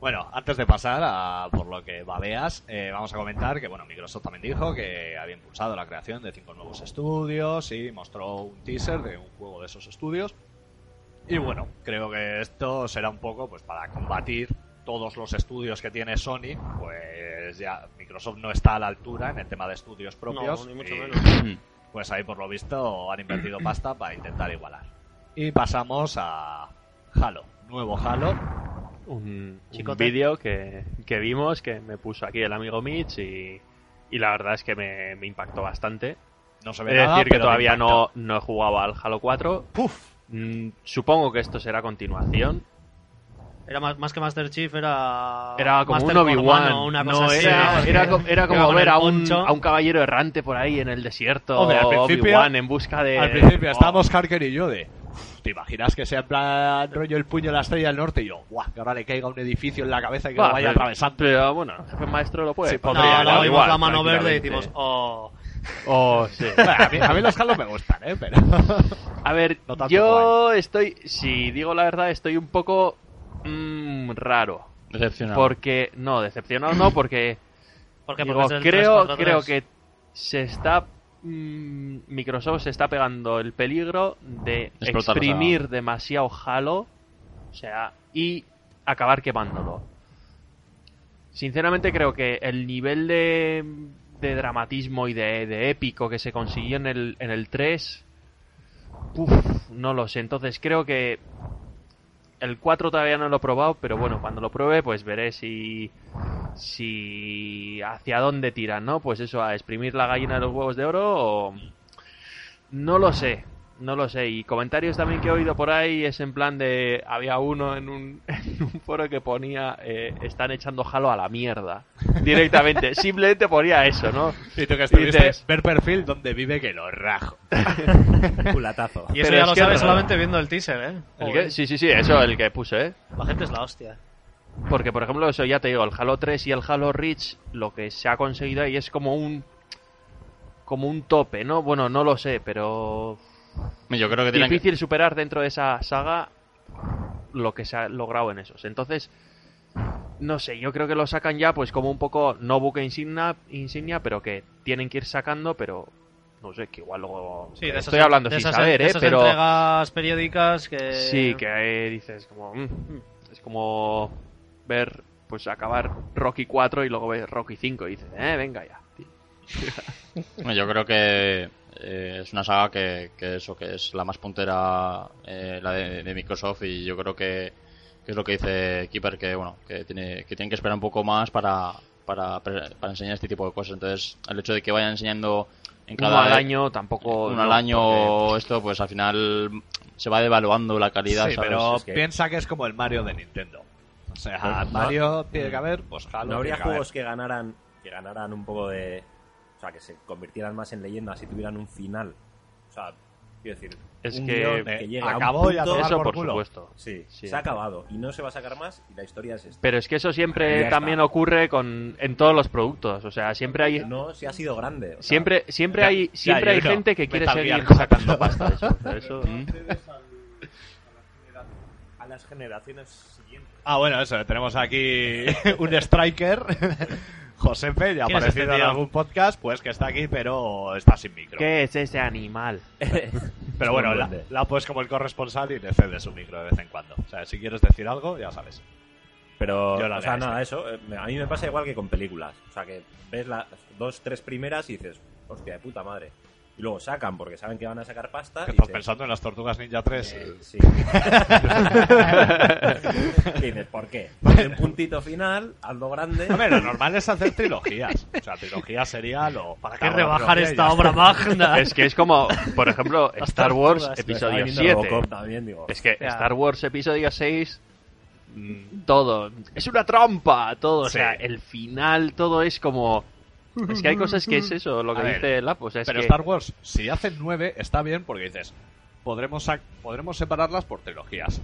B: Bueno, antes de pasar a por lo que babeas, eh, vamos a comentar que bueno, Microsoft también dijo que había impulsado la creación de cinco nuevos estudios y mostró un teaser de un juego de esos estudios. Y bueno, creo que esto será un poco pues para combatir todos los estudios que tiene Sony, pues ya Microsoft no está a la altura en el tema de estudios propios.
C: No, ni mucho
B: y-
C: menos.
D: Mm.
B: pues ahí por lo visto han
C: *clears throat*
B: invertido pasta para intentar igualar. Y pasamos a Halo, nuevo Halo.
E: un, un
C: Chicote.
E: vídeo que, que vimos que me puso aquí el amigo Mitch y, y la verdad es que me, me impactó bastante.
B: No se
E: Es
B: ve nada,
E: decir, que
B: pero
E: todavía
B: te
E: no,
B: impacta.
E: no he jugado al Halo 4. Mm, supongo que esto será continuación.
C: Era más, más que Master Chief, era.
E: Era como
C: Ah, Master
E: un Obi-Wan.
C: Cormano, una
E: No,
C: cosa así,
E: era,
C: porque-
E: era co- era como
C: con
E: ver
C: el
E: a un,
C: poncho.
E: a un caballero errante por ahí en el desierto.
B: Hombre, al principio-
E: Obi-Wan en busca de.
B: Al principio
E: Oh,
B: estábamos Harker y yo de. "Uf, ¿Te imaginas que sea en plan rollo el puño de la estrella del norte? Y yo, guau, que ahora le caiga un edificio en la cabeza y que
E: va,
B: lo vaya
E: pero-
B: atravesando.
E: Pero ah, bueno, el jefe maestro lo puede.
B: Sí,
E: pasar.
B: podría,
C: No,
B: era
C: no, vimos
E: igual,
C: la mano verde y
E: tranquilamente.
C: decimos, oh.
E: Oh, sí.
B: Bueno, a, mí, a mí los Halo me gustan, ¿eh? Pero.
E: *laughs* A ver,
B: No tanto
E: yo estoy, si digo la verdad, estoy un poco mm, raro.
D: Decepcionado.
E: Porque, no, decepcionado no, porque,
C: ¿Por qué? Porque
E: digo,
C: es del
E: creo,
C: 343.
E: creo que se está... mm, Microsoft se está pegando el peligro de
D: Explotar,
E: exprimir demasiado Halo, o sea, y acabar quemándolo. Sinceramente creo que el nivel de, de dramatismo y de, de épico que se consiguió en el, en el 3 Uf, no lo sé. Entonces creo que el 4 todavía no lo he probado, pero bueno, cuando lo pruebe, pues veré si. si. hacia dónde tiran, ¿no? Pues eso, a exprimir la gallina de los huevos de oro o. No lo sé. No lo sé. Y comentarios también que he oído por ahí es en plan de. Había uno en un, *laughs* en un foro que ponía. eh, están echando jalo a la mierda. Directamente. Simplemente ponía eso, ¿no?
B: Y tú que
E: estuviste,
B: estuviste ver perfil donde vive que lo rajo.
G: *laughs*
B: Culatazo.
C: Y eso
E: Pero
C: ya
E: es
C: lo
E: que
C: sabes
E: raro.
C: solamente viendo el teaser, eh.
E: ¿El
C: Joder,
E: que- Sí, sí, sí, eso, el que puse, ¿eh?
C: La gente es la hostia.
E: Porque, por ejemplo, eso ya te digo, el Halo 3 y el Halo Reach, lo que se ha conseguido ahí es como un. como un tope, ¿no? Bueno, no lo sé, pero.
D: Yo creo que tienen que-
E: difícil superar dentro de esa saga lo que se ha logrado en esos. Entonces, No sé, yo creo que lo sacan ya, pues como un poco, no buque insignia, insignia pero que tienen que ir sacando, pero no sé, que igual luego.
C: Sí, de esas-
E: Estoy hablando
C: de
E: sin
C: esas-
E: saber,
C: de
E: ¿eh?
C: esas
E: Pero.
C: entregas periódicas que.
E: Sí, que ahí dices, como. mm, mm. es como ver, pues acabar Rocky 4 y luego ver Rocky 5 y dices, eh, venga ya. tío.
D: Bueno, Yo creo que eh, es una saga que, que eso, que es la más puntera, eh, la de, de Microsoft, y yo creo que, que es lo que dice Keeper, que bueno, que tiene, que tienen que esperar un poco más para, para, para enseñar este tipo de cosas. Entonces, el hecho de que vayan enseñando en
E: Uno
D: cada
E: al año tampoco.
D: uno
E: no,
D: al año
E: porque-
D: esto, pues al final se va devaluando la calidad,
B: Sí,
D: ¿sabes?
B: pero
F: Es que-
B: piensa que es como el Mario de Nintendo. O sea,
D: Pero-
B: Mario tiene que haber, pues Halo.
F: No habría
B: tiene que haber.
F: juegos que ganaran, que ganaran un poco de. O sea, que se convirtieran más en leyendas y tuvieran un final. O sea, quiero decir.
E: Es
F: un
E: que-
F: guión
B: Eh,
F: llega a un
B: acabó y a
F: punto-
B: tomar
E: Eso
B: por
E: por
B: culo.
E: supuesto.
F: Sí,
E: Sí.
F: se ha acabado y no se va a sacar más y la historia es esta.
E: Pero es que eso siempre
F: Ya está.
E: también ocurre con en todos los productos, o sea, siempre hay
F: No, si ha sido grande. o sea,
E: siempre siempre hay
B: Ya,
E: siempre
B: ya,
E: hay
B: yo no.
E: gente que quiere
B: Metal
E: seguir
B: Gear.
E: sacando pasta, de eso, o sea, eso-
F: A las generaciones siguientes.
B: Ah, bueno, eso, tenemos aquí *laughs* un striker, *laughs* Josepe, ya ha
C: ¿Quién es
B: aparecido
C: este
B: en
C: tío?
B: algún podcast, pues que está aquí, pero está sin micro.
E: ¿Qué es ese animal?
B: Pero bueno, la,
F: Sorprende.
B: la pues como el corresponsal y le cede su micro de vez en cuando. O sea, si quieres decir algo, ya sabes.
F: Pero,
B: Yo la
F: o sea,
B: leo,
F: nada, eso. eh, me- A mí me pasa igual que con películas. O sea, que ves las dos, tres primeras y dices, hostia, de puta madre. Y luego sacan porque saben que van a sacar pasta.
B: ¿Qué
F: Ah, y
B: estás
F: dices,
B: pensando en las Tortugas Ninja 3?
F: eh,
C: *laughs*
F: sí. y dices, ¿por qué? Ponle un puntito final, hazlo grande.
B: Hombre, lo normal es hacer trilogías. O sea, trilogía sería lo... Para
C: que
B: cada trilogía
C: rebajar
B: y ya
C: esta
B: está.
C: obra
E: *laughs*
C: magna.
E: Es que es como, por ejemplo,
C: Las
E: Star Wars
C: tortugas.
E: episodio
F: Estaba viendo
E: 7.
F: Robocop también, digo.
E: Es que
C: Ya.
E: Star Wars episodio 6 mm, todo es una trampa, todo, o
B: Sí.
E: sea, el final todo es como es que hay cosas que es eso, lo
B: A
E: que
B: ver,
E: dice la, pues es
B: Pero
E: que
B: Star Wars, si hacen nueve, está bien porque dices, podremos, sac- podremos separarlas por trilogías.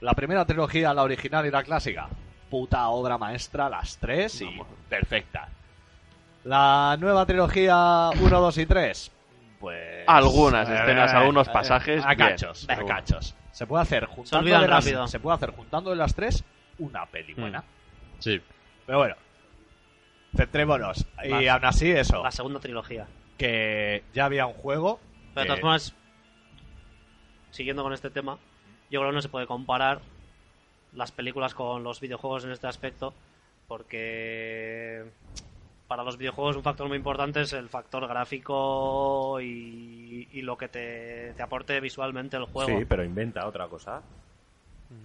B: La primera trilogía, la original y la clásica, puta obra maestra, las tres y
E: Vamos.
B: perfecta. La nueva trilogía 1, 2 y 3, pues...
E: Algunas
B: eh,
E: escenas,
B: eh,
E: algunos
B: eh,
E: pasajes,
B: A
E: bien,
B: cachos,
E: pero
B: a
E: bueno.
B: cachos. Se puede hacer juntando,
C: olvidan
B: de las,
C: rápido.
B: se puede hacer juntando de las tres una peli
E: Mm.
B: buena.
D: Sí.
B: Pero bueno, centrémonos. Y
C: La-
B: aún así eso,
C: La segunda trilogía.
B: que ya había un juego...
C: Pero de todas
B: que-
C: formas, siguiendo con este tema, yo creo que no se puede comparar las películas con los videojuegos en este aspecto, porque para los videojuegos un factor muy importante es el factor gráfico y, y lo que te, te aporte visualmente el juego.
F: Sí, pero inventa otra cosa.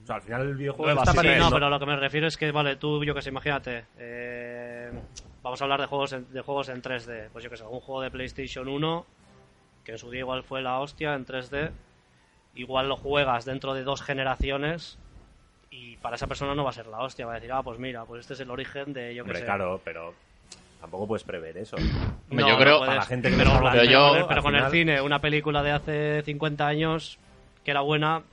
F: O sea, al final el videojuego
B: Nuevas
F: está
B: Sí,
C: Sí,
B: pero
F: perdiendo-
C: no, pero lo Mm. que me refiero es que, vale, tú, yo que sé, imagínate, eh, vamos a hablar de juegos, en, de juegos en 3D. Pues yo que sé, algún juego de PlayStation 1, que en su día igual fue la hostia en 3D, igual lo juegas dentro de dos generaciones y para esa persona no va a ser la hostia. Va a decir, ah, pues mira, pues este es el origen de, yo que
F: Hombre,
C: sé.
F: claro, pero tampoco puedes prever eso.
D: Hombre,
C: No,
D: yo
C: no
D: creo,
C: puedes.
F: Para la gente que
C: pero,
F: no
C: la-
F: sabe,
D: pero
C: pero
D: yo-
C: con el- pero
F: al
C: con el
F: final-
C: cine, una película de hace 50 años que era buena,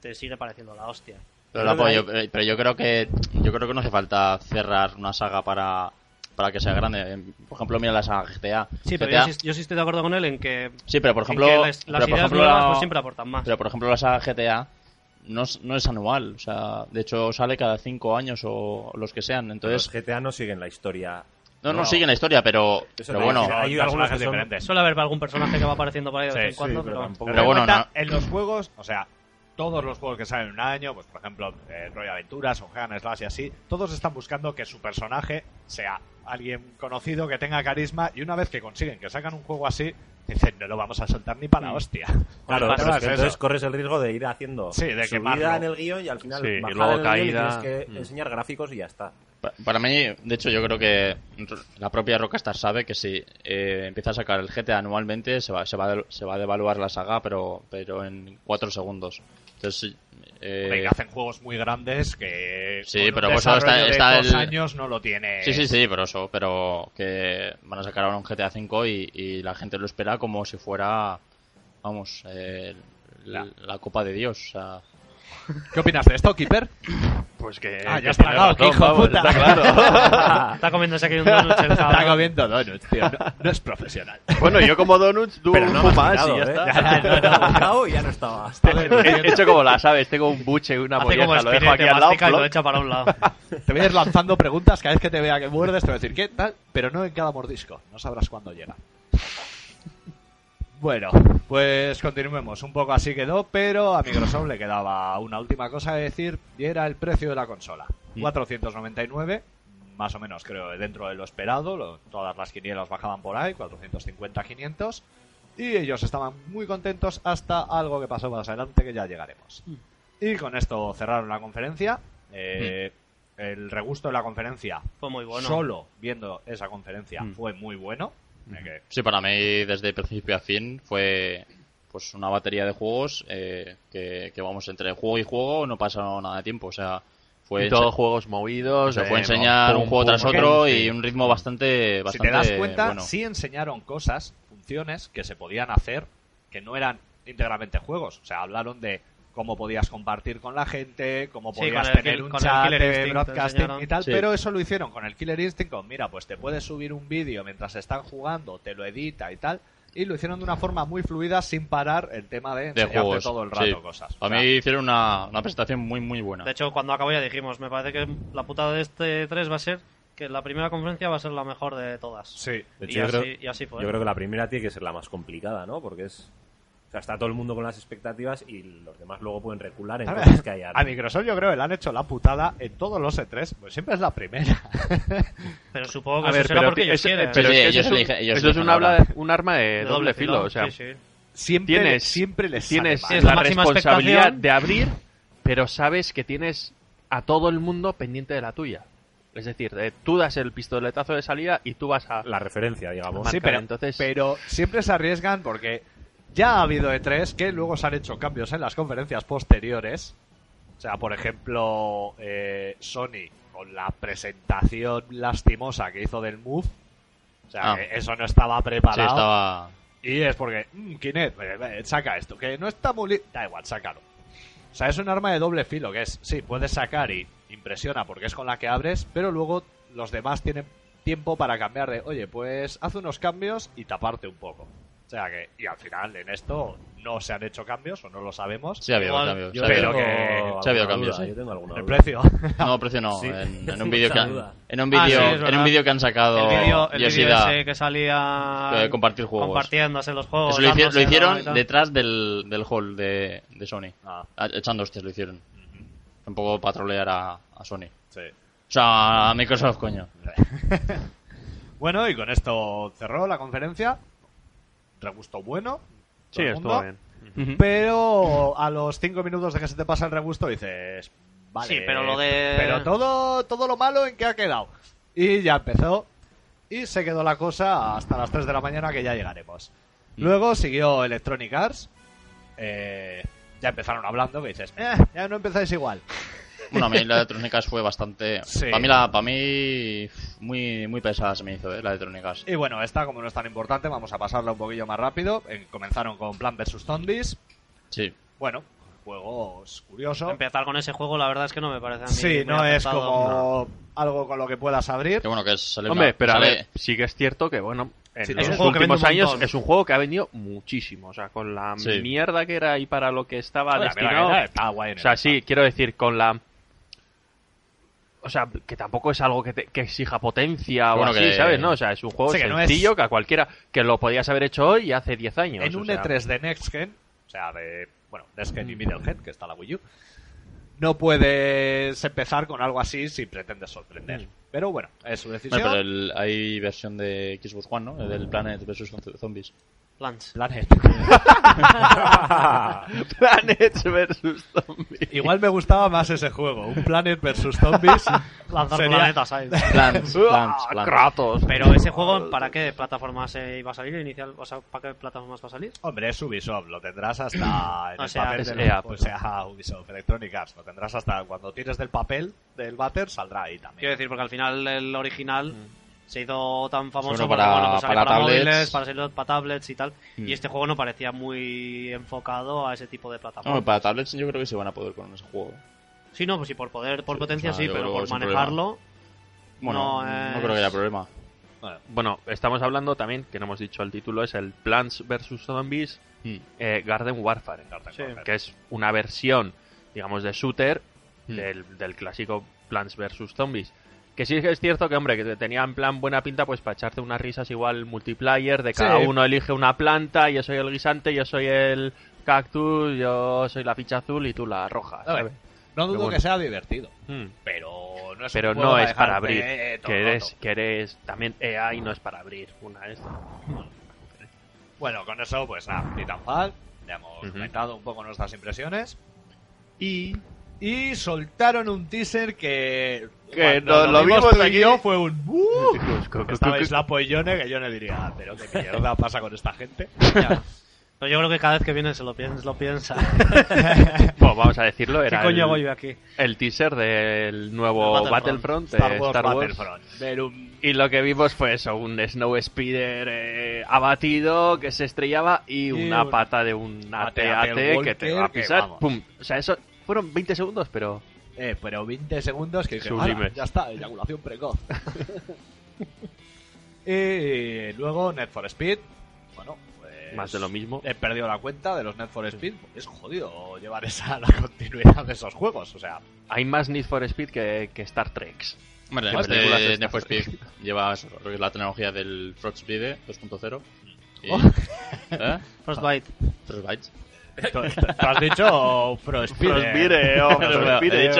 C: te sigue pareciendo la hostia.
D: Pero,
F: Yo creo
D: Lapo,
F: que
D: yo, pero yo creo que yo creo que no hace falta cerrar una saga para, para que sea grande. Em, Por ejemplo, mira la saga GTA.
C: Sí, pero
D: GTA
C: yo, sí- yo sí estoy de acuerdo con él en que
D: sí, pero por ejemplo,
C: En que las,
D: pero
C: las
D: por
C: ideas
D: ejemplo,
C: nuevas
D: la-
C: pues, siempre aportan más.
D: pero por ejemplo la saga GTA no es, no es anual, o sea, de hecho sale cada cinco años o los que sean.
F: Los
D: Entonces,
F: GTA no siguen la historia.
D: no, no,
B: no.
D: siguen la historia, pero,
F: Eso
D: pero
F: te
D: bueno,
F: digo, hay
B: personajes
F: algunos que son-
B: diferentes.
C: Suele haber algún personaje que va apareciendo por ahí de vez
B: Sí,
C: en cuando,
F: sí, pero
C: pero,
F: tampoco-
D: Pero bueno,
B: cuenta,
D: no-
B: en los juegos, o sea, todos los juegos que salen en un año, pues por ejemplo, eh, Royal Aventuras o Hagan Slash y así, todos están buscando que su personaje sea alguien conocido, que tenga carisma, y una vez que consiguen que sacan un juego así, dicen, no lo vamos a soltar ni para la hostia. *laughs*
F: Claro,
B: No
F: pero
B: hagas
F: es que
B: eso.
F: entonces corres el riesgo de ir haciendo
B: Sí, de quemarlo.
F: subida en el guión y al final
E: Sí, y
F: bajada
E: luego
F: en el guión y
E: caída.
F: tienes que
E: Mm.
F: enseñar gráficos y ya está.
D: Pa- Para mí, de hecho, yo creo que la propia Rockstar sabe que si eh, empieza a sacar el GTA anualmente, se va, se, va, a de- se va a devaluar la saga, pero, pero en cuatro segundos. Entonces, sí, eh,
B: Hombre, que hacen juegos muy grandes que
D: Sí,
B: con un
D: pero pues ahora está-
B: desarrollo de
D: está
B: dos
D: el-
B: años no lo tiene.
D: sí, sí, sí, pero eso, pero que van a sacar ahora un GTA V y, y la gente lo espera como si fuera, vamos, eh, la, la copa de Dios. o sea,
B: ¿Qué opinas de esto, Keeper?
E: Pues que.
B: Ah,
E: que
B: ya has
E: tiene
B: tragado,
E: razón,
B: hijo de
E: vamos,
B: puta.
E: está
C: *laughs*
E: claro.
C: Está comiéndose aquí un donut el
B: Está
C: cabrón.
B: comiendo donuts, tío. No, no es *laughs* profesional.
E: bueno, yo como *laughs* donuts, tú
F: Pero no me
E: fumas
F: has
E: y ya
F: mirado, ¿eh?
E: está.
F: Ya, no, no, no, no, ya no estaba. Hasta luego.
E: *laughs* He hecho como las aves, tengo un buche, una
C: Hace como
E: molleja, lo dejo aquí
C: espinete,
E: al lado.
C: mastica y lo
E: plop.
C: echa para un lado.
B: Te voy a ir lanzando preguntas cada vez que te vea que muerdes, te voy a decir qué tal, pero no en cada mordisco. No sabrás cuándo llega. Bueno, pues continuemos. Un poco así quedó, pero a Microsoft le quedaba una última cosa que decir y era el precio de la consola. 499, más o menos creo dentro de lo esperado, lo- todas las quinielas bajaban por ahí, 450, 500, y ellos estaban muy contentos hasta algo que pasó más adelante que ya llegaremos. Y con esto cerraron la conferencia. Eh, El regusto de la conferencia,
C: Fue muy bueno.
B: solo viendo esa conferencia,
E: Mm.
B: fue muy bueno.
C: Mm.
B: de que
D: Sí, para mí desde principio a fin fue pues una batería de juegos eh, que, que vamos entre juego y juego no pasa nada de tiempo, o sea, fue
E: Y todos juegos movidos.
D: se
E: eh,
D: fue enseñar
E: pum,
D: un juego
E: pum,
D: tras
E: pum,
D: otro
E: sí.
D: y un ritmo bastante
B: si
D: bastante
B: te das cuenta,
D: bueno.
B: sí enseñaron cosas, funciones que se podían hacer que no eran íntegramente juegos. O sea, hablaron de cómo podías compartir con la gente, cómo
C: Sí,
B: podías
C: con el
B: tener
C: Kill-
B: un
C: con el
B: chat
C: Killer
B: de
C: Instinct
B: broadcasting
C: enseñaron.
B: y tal,
D: Sí.
B: pero eso lo hicieron con el Killer Instinct, con mira, pues te puedes subir un vídeo mientras están jugando, te lo edita y tal. Y lo hicieron de una forma muy fluida sin parar el tema de
D: de
B: enseñarte
D: juegos.
B: todo el rato
D: sí.
B: cosas. O
D: A
B: sea,
D: mí hicieron una, una presentación muy muy buena.
C: De hecho, cuando acabó ya dijimos, me parece que la putada de este 3 va a ser que la primera conferencia va a ser la mejor de todas.
B: sí.
F: De
C: Y
F: hecho, yo,
C: así-
F: creo,
C: y así fue.
F: yo creo que la primera tiene que ser la más complicada, ¿no? Porque es. O sea, está todo el mundo con las expectativas y los demás luego pueden recular en
B: A ver,
F: cosas
D: *laughs*
F: que hayan.
B: A Microsoft yo creo que le han hecho la putada en todos los E3, pues siempre es la primera.
C: Pero supongo que
E: A
C: eso
E: ver,
C: será
E: pero
C: porque
E: ti-
C: ellos
E: eso-
C: quieren.
E: pero
D: Sí,
E: es que
D: ellos
E: eso es un-
D: eligen- ellos
E: eso es
D: eligen
E: un, habla-
D: ahora.
E: un arma de,
C: De
E: doble, filo, o
C: sí,
E: sea,
C: sí.
B: Siempre,
E: Tienes-
B: siempre les sale
E: tienes
B: mal.
C: Es
E: la
C: la máxima
E: responsabilidad
C: expectación.
E: de abrir, pero sabes que tienes a todo el mundo pendiente de la tuya. Es decir, eh, tú das el pistoletazo de salida y tú vas a...
F: La referencia, digamos.
E: Sí. marcar,
B: pero,
E: entonces-
B: pero siempre se arriesgan porque ya ha habido E3 que luego se han hecho cambios en las conferencias posteriores. O sea, por ejemplo, eh, Sony con la presentación lastimosa que hizo del Move. O sea,
D: Ah.
B: que eso no estaba
D: Sí,
B: preparado.
D: estaba
B: Y es porque, mmm, Kinect, eh, eh, saca esto, que no está muy... li- Da igual, sácalo. O sea, es un arma de doble filo, que es, sí, puedes sacar y impresiona porque es con la que abres, pero luego los demás tienen tiempo para cambiar de, oye, pues haz unos cambios y taparte un poco. O sea que, y al final en esto no se han hecho cambios o no lo sabemos.
D: sí ha habido
C: Igual,
D: cambios.
C: yo
D: ha habido
B: creo que-
F: Tengo
D: Se ha habido
F: alguna
D: cambios,
F: duda,
D: sí.
F: Yo tengo alguna
B: El
E: *laughs*
F: duda.
B: precio.
D: No, precio no.
C: *laughs*
F: Sí.
D: En, en un vídeo que
F: Mucha
D: han,
F: duda.
D: en un
C: Ah,
D: vídeo
C: sí, es
D: en
C: verdad.
D: un vídeo que han
C: El
D: sacado
C: vídeo el vídeo
D: Yoshida,
C: ese que salía
D: eh, compartir juegos.
C: compartiéndose los juegos.
D: Eso lo, hici- lo
C: dándoselo y
D: hicieron
C: tal.
D: detrás del, del hall de, de Sony. Ah, Echando hostias lo hicieron. Un poco patrolear a, a Sony.
B: Sí.
D: O sea, a Microsoft, coño.
B: Bueno, y con esto cerró la conferencia. Regusto bueno.
E: Sí,
B: todo el
E: estuvo
B: mundo.
E: bien.
B: Pero a los cinco minutos de que se te pasa el regusto dices, vale.
C: Sí, pero lo de-
B: Pero todo, todo lo malo en qué ha quedado. Y ya empezó. Y se quedó la cosa hasta las 3 de la mañana que ya llegaremos.
C: Mm.
B: Luego siguió Electronic Arts. Eh, ya empezaron hablando que dices, "Eh, ya no empezáis igual.
D: Bueno, a mí la de Electrónicas fue bastante.
B: Sí.
D: Para mí, la, para mí uf, muy, muy pesada se me hizo, eh, la de Electrónicas.
B: Y bueno, esta como no es tan importante, vamos a pasarla un poquillo más rápido. Eh, comenzaron con Plan vs. Zombies.
D: Sí.
B: Bueno, juegos curioso.
C: Empezar con ese juego, la verdad es que no me parece a mí
B: Sí,
C: muy
B: no es
C: acertado.
B: como algo con lo que puedas abrir.
D: Que bueno, que sale una-
E: Hombre, pero a
D: sale-
E: ver, sí que es cierto que, bueno, en
B: Sí, es
E: los
B: un
C: juego que vende
E: últimos
C: un
E: años
C: montón.
E: es un juego que ha vendido muchísimo. O sea, con la
D: Sí.
E: mierda que era y para lo que estaba
B: Bueno, la verdad
E: destinado...
B: que era- estaba guay en
E: O sea,
B: el-
E: sí, quiero decir, con la... O sea, que tampoco es algo que, te- que exija potencia
D: Bueno,
E: o así,
D: que-
E: ¿sabes? No, o sea, es un juego
B: Sí, que no es-
E: sencillo que a cualquiera... Que lo podías haber hecho hoy y hace 10 años.
B: En
E: o
B: un E
E: sea.
B: E3 de Next Gen, o sea, de. Bueno, Next Gen y Middle Gen, que está la Wii U, no puedes empezar con algo así si pretendes sorprender. Pero bueno, es su decisión.
D: Hombre, pero el- hay versión de Xbox One, ¿no? El Del
E: Mm.
D: Planet vs. Zombies.
C: Plants.
B: Planet. *laughs*
E: Planets vs. Zombies.
B: Igual me gustaba más ese juego, un Planet versus Zombies.
C: Lanzar
B: Sería-
C: planetas
D: *laughs*
C: ahí.
E: *laughs*
D: Plants, plants,
E: Ah,
D: plants.
E: Kratos.
C: Pero ese juego, ¿para qué plataforma se iba a salir inicial? O sea, ¿para qué plataformas va a salir?
B: Hombre, es Ubisoft, lo tendrás hasta en
C: O
B: el
C: sea,
B: papel
E: es
B: del
E: EA,
B: o sea, Ubisoft, Electronic Arts, lo tendrás hasta cuando tires del papel del váter, saldrá ahí
C: Quiero
B: también.
C: decir, porque al final el original se hizo tan famoso
D: Bueno,
C: porque,
D: Mm. para-
C: bueno, pues,
D: para tablets.
C: móviles, para celular, para tablets y tal.
D: Mm.
C: Y este juego no parecía muy enfocado a ese tipo de plataforma.
D: No, para tablets yo creo que se van a poder con ese juego.
C: Sí, no, pues sí, por poder, por
D: Sí,
C: potencia
D: o sea,
C: sí,
D: yo
C: pero
D: creo
C: por
D: que es un
C: manejarlo.
D: Bueno,
C: No,
D: no,
C: es-
D: creo que haya problema.
E: Bueno, estamos hablando también, que no hemos dicho el título, es el Plants vs. Zombies
D: Mm.
E: eh, Garden Warfare,
C: Sí. Warfare.
E: que es una versión, digamos, de shooter
B: Hmm.
D: Mm.
E: del, del clásico Plants vs. Zombies. Que sí que es cierto que, hombre, que tenía en plan buena pinta, pues para echarte unas risas igual multiplayer, de cada
B: Sí.
E: uno elige una planta, yo soy el guisante, yo soy el cactus, yo soy la ficha azul y tú la roja.
B: A ver, Hmm.
E: ¿sabes?
B: No dudo
E: Pero bueno.
B: que sea divertido,
E: Mm.
B: pero no es un
E: Pero
B: juego
E: no es
B: dejar
E: para abrir.
B: de eh, todo
E: Que
B: el
E: eres,
B: rato.
E: que eres también EA y no es para abrir una de estas.
B: Bueno, con eso, pues nada, Titanfall. Ya hemos
E: Ujú.
B: comentado un poco nuestras impresiones. Y. Y soltaron un teaser que.
D: Que
B: cuando
D: no- lo vimos
B: tú y
D: aquí.
B: yo Fue un. "Uh".
E: cu-
B: Estabais la pollone que yo le diría, "Ah, pero qué mierda pasa con esta
E: *laughs*
B: gente.
C: ya. Pero yo creo que cada vez que viene se lo piensa. Lo
D: *laughs*
C: piensa. *laughs*
E: Bueno, vamos a decirlo,
C: ¿Qué
E: era
C: coño hago
E: el,
C: yo aquí?
E: el teaser del nuevo
C: El Battlefront.
E: Battlefront, de
B: Star Wars,
E: Star Wars.
B: Battlefront. Ver un-
E: Y lo que vimos fue eso, un Snow Speeder eh, abatido que se estrellaba y, una
B: un-
E: pata de un AT-AT
B: AT-AT
E: que te va a
B: Walker que
E: pisar.
B: vamos.
E: Pum. O sea, eso fueron 20 segundos, pero
B: Eh, pero 20 segundos que dije, "Hala,
E: Sublimes.
B: ya está, eyaculación precoz. *laughs* y Eh, luego Net for Speed. Bueno, pues.
E: más de lo mismo.
B: He perdido la cuenta de los Net for Speed. Es jodido llevar esa *laughs* la continuidad de esos juegos. O sea,
E: Hay más Need for Speed que, que Star Trek.
D: Hombre,
E: Las
D: este
E: películas
D: Need
E: estas.
D: for Speed lleva eso, lo que es la tecnología del eh, Frostbite 2.0. Y-
B: Oh.
D: ¿Eh?
C: Frostbite.
D: Frostbite.
B: tú tú has dicho Pro Speed.
D: He dicho
E: eh,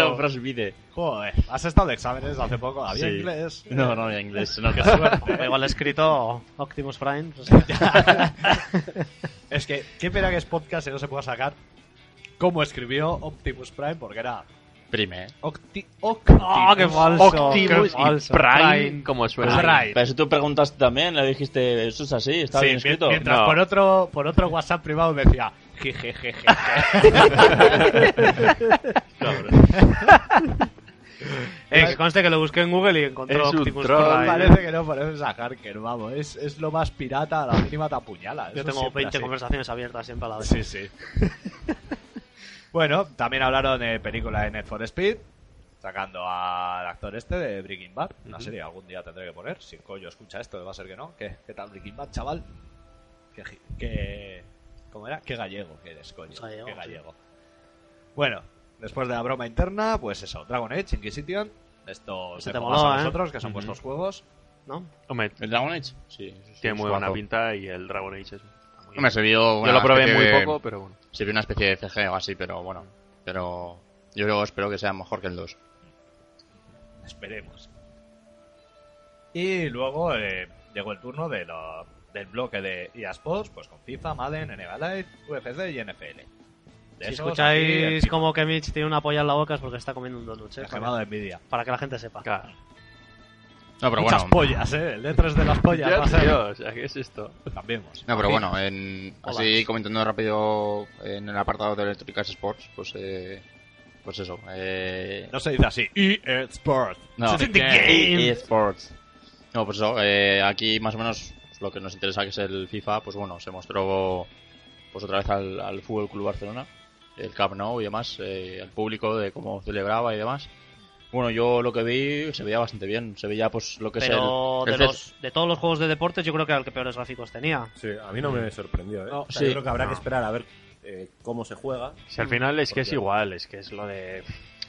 B: oh.
D: Frostbite.
B: Joder, has estado de exámenes hace poco. Había
D: Sí.
B: inglés.
D: No, no, en inglés, no, que
E: *laughs*
D: suerte.
C: O igual he escrito Optimus Prime. *laughs* pues,
B: Es que, qué pena que es podcast y no se pueda sacar cómo escribió Optimus Prime, porque era
D: Prime. eh.
B: Octi Octimus.
C: ¡Ah,
D: *laughs*
C: qué falso!
E: Optimus
C: qué
E: y
C: falso.
E: Prime, como
B: Pues
E: suena.
B: Prime.
D: Pero si tú preguntaste también, le dijiste, eso es así, está
B: Sí,
D: bien escrito.
B: mien- mientras
E: No.
B: por otro por otro WhatsApp privado me decía jejejeje. *laughs*
C: Eh, que conste que lo busqué en Google y encontré
E: Es un
C: Optimus
E: troll.
C: Prime.
B: Parece que no parece a Harker, vamos. Es, es lo más pirata, a la mínima te apuñala.
C: Yo
B: Eso
C: tengo
B: siempre
C: 20
B: así.
C: conversaciones abiertas siempre a la vez.
B: Sí, sí. *laughs* bueno, también hablaron de película de Net for Speed, sacando al actor este de Breaking Bad. Una
E: Ujú.
B: serie algún día tendré que poner. Si Coyo escucha esto, va a ser que no. ¿Qué, qué tal Breaking Bad, chaval? ¿Qué, gi- qué- ¿Cómo era? ¿Qué gallego que eres, coño?
C: Gallego,
B: ¿Qué
C: sí.
B: gallego? Bueno, después de la broma interna, pues eso, Dragon Age, Inquisition. Esto
C: Eso
B: se
C: te
B: pasa
C: moló,
B: a
C: ¿eh?
B: nosotros, que son
E: Ujú.
B: vuestros juegos.
C: ¿No?
E: Hombre,
D: ¿El Dragon Age? Sí. eso sí,
E: tiene muy
D: es
E: buena
D: guapo.
E: pinta y el Dragon Age es... está muy bien.
D: Hombre, se vio
E: Yo
D: una
E: lo probé
D: especie
E: muy
D: de-
E: poco, pero bueno.
D: Se vio una especie de CG o así, pero bueno. Pero yo creo- espero que sea mejor que el 2.
B: Esperemos. Y luego eh, llegó el turno de lo- del bloque de EA Sports, pues con FIFA, Madden, NBA Live, UFC y NFL. De
C: Si
B: esos, aquí,
C: escucháis
B: el
C: como que Mitch tiene una polla en la boca es porque está comiendo un donut, ¿eh?
B: FIFA
C: Para,
B: quemado de envidia.
C: para que la gente sepa.
E: Claro.
D: No, pero
B: Muchas
D: bueno.
B: pollas, ¿eh? El E3 de las pollas. va a
E: Ya,
B: ser.
E: tío, o sea, ¿qué es esto?
B: Cambiemos.
D: No, pero bueno, en,
C: Hola.
D: así comentando rápido en el apartado de Electrónicas Sports, pues eh, pues eso. Eh,
B: No se dice así. EA Sports.
D: no,
B: It's in the game.
D: eSports. No, pues eso, eh, aquí más o menos pues, lo que nos interesa que es el FIFA, pues bueno, se mostró pues otra vez al, al Fútbol Club Barcelona, el Camp Nou y demás, eh, al público de cómo celebraba y demás. Bueno, yo lo que vi se veía bastante bien, se veía pues lo que
C: Pero
D: es el,
C: de,
D: el
C: los, de todos los juegos de deportes yo creo que era el que peores gráficos tenía.
F: Sí, a mí no me sorprendió, ¿eh?
B: No,
F: O sea,
D: sí.
F: Yo creo que habrá que esperar a ver eh, cómo se juega.
E: Si al final es que es
F: Hostia.
E: igual, es que es lo de...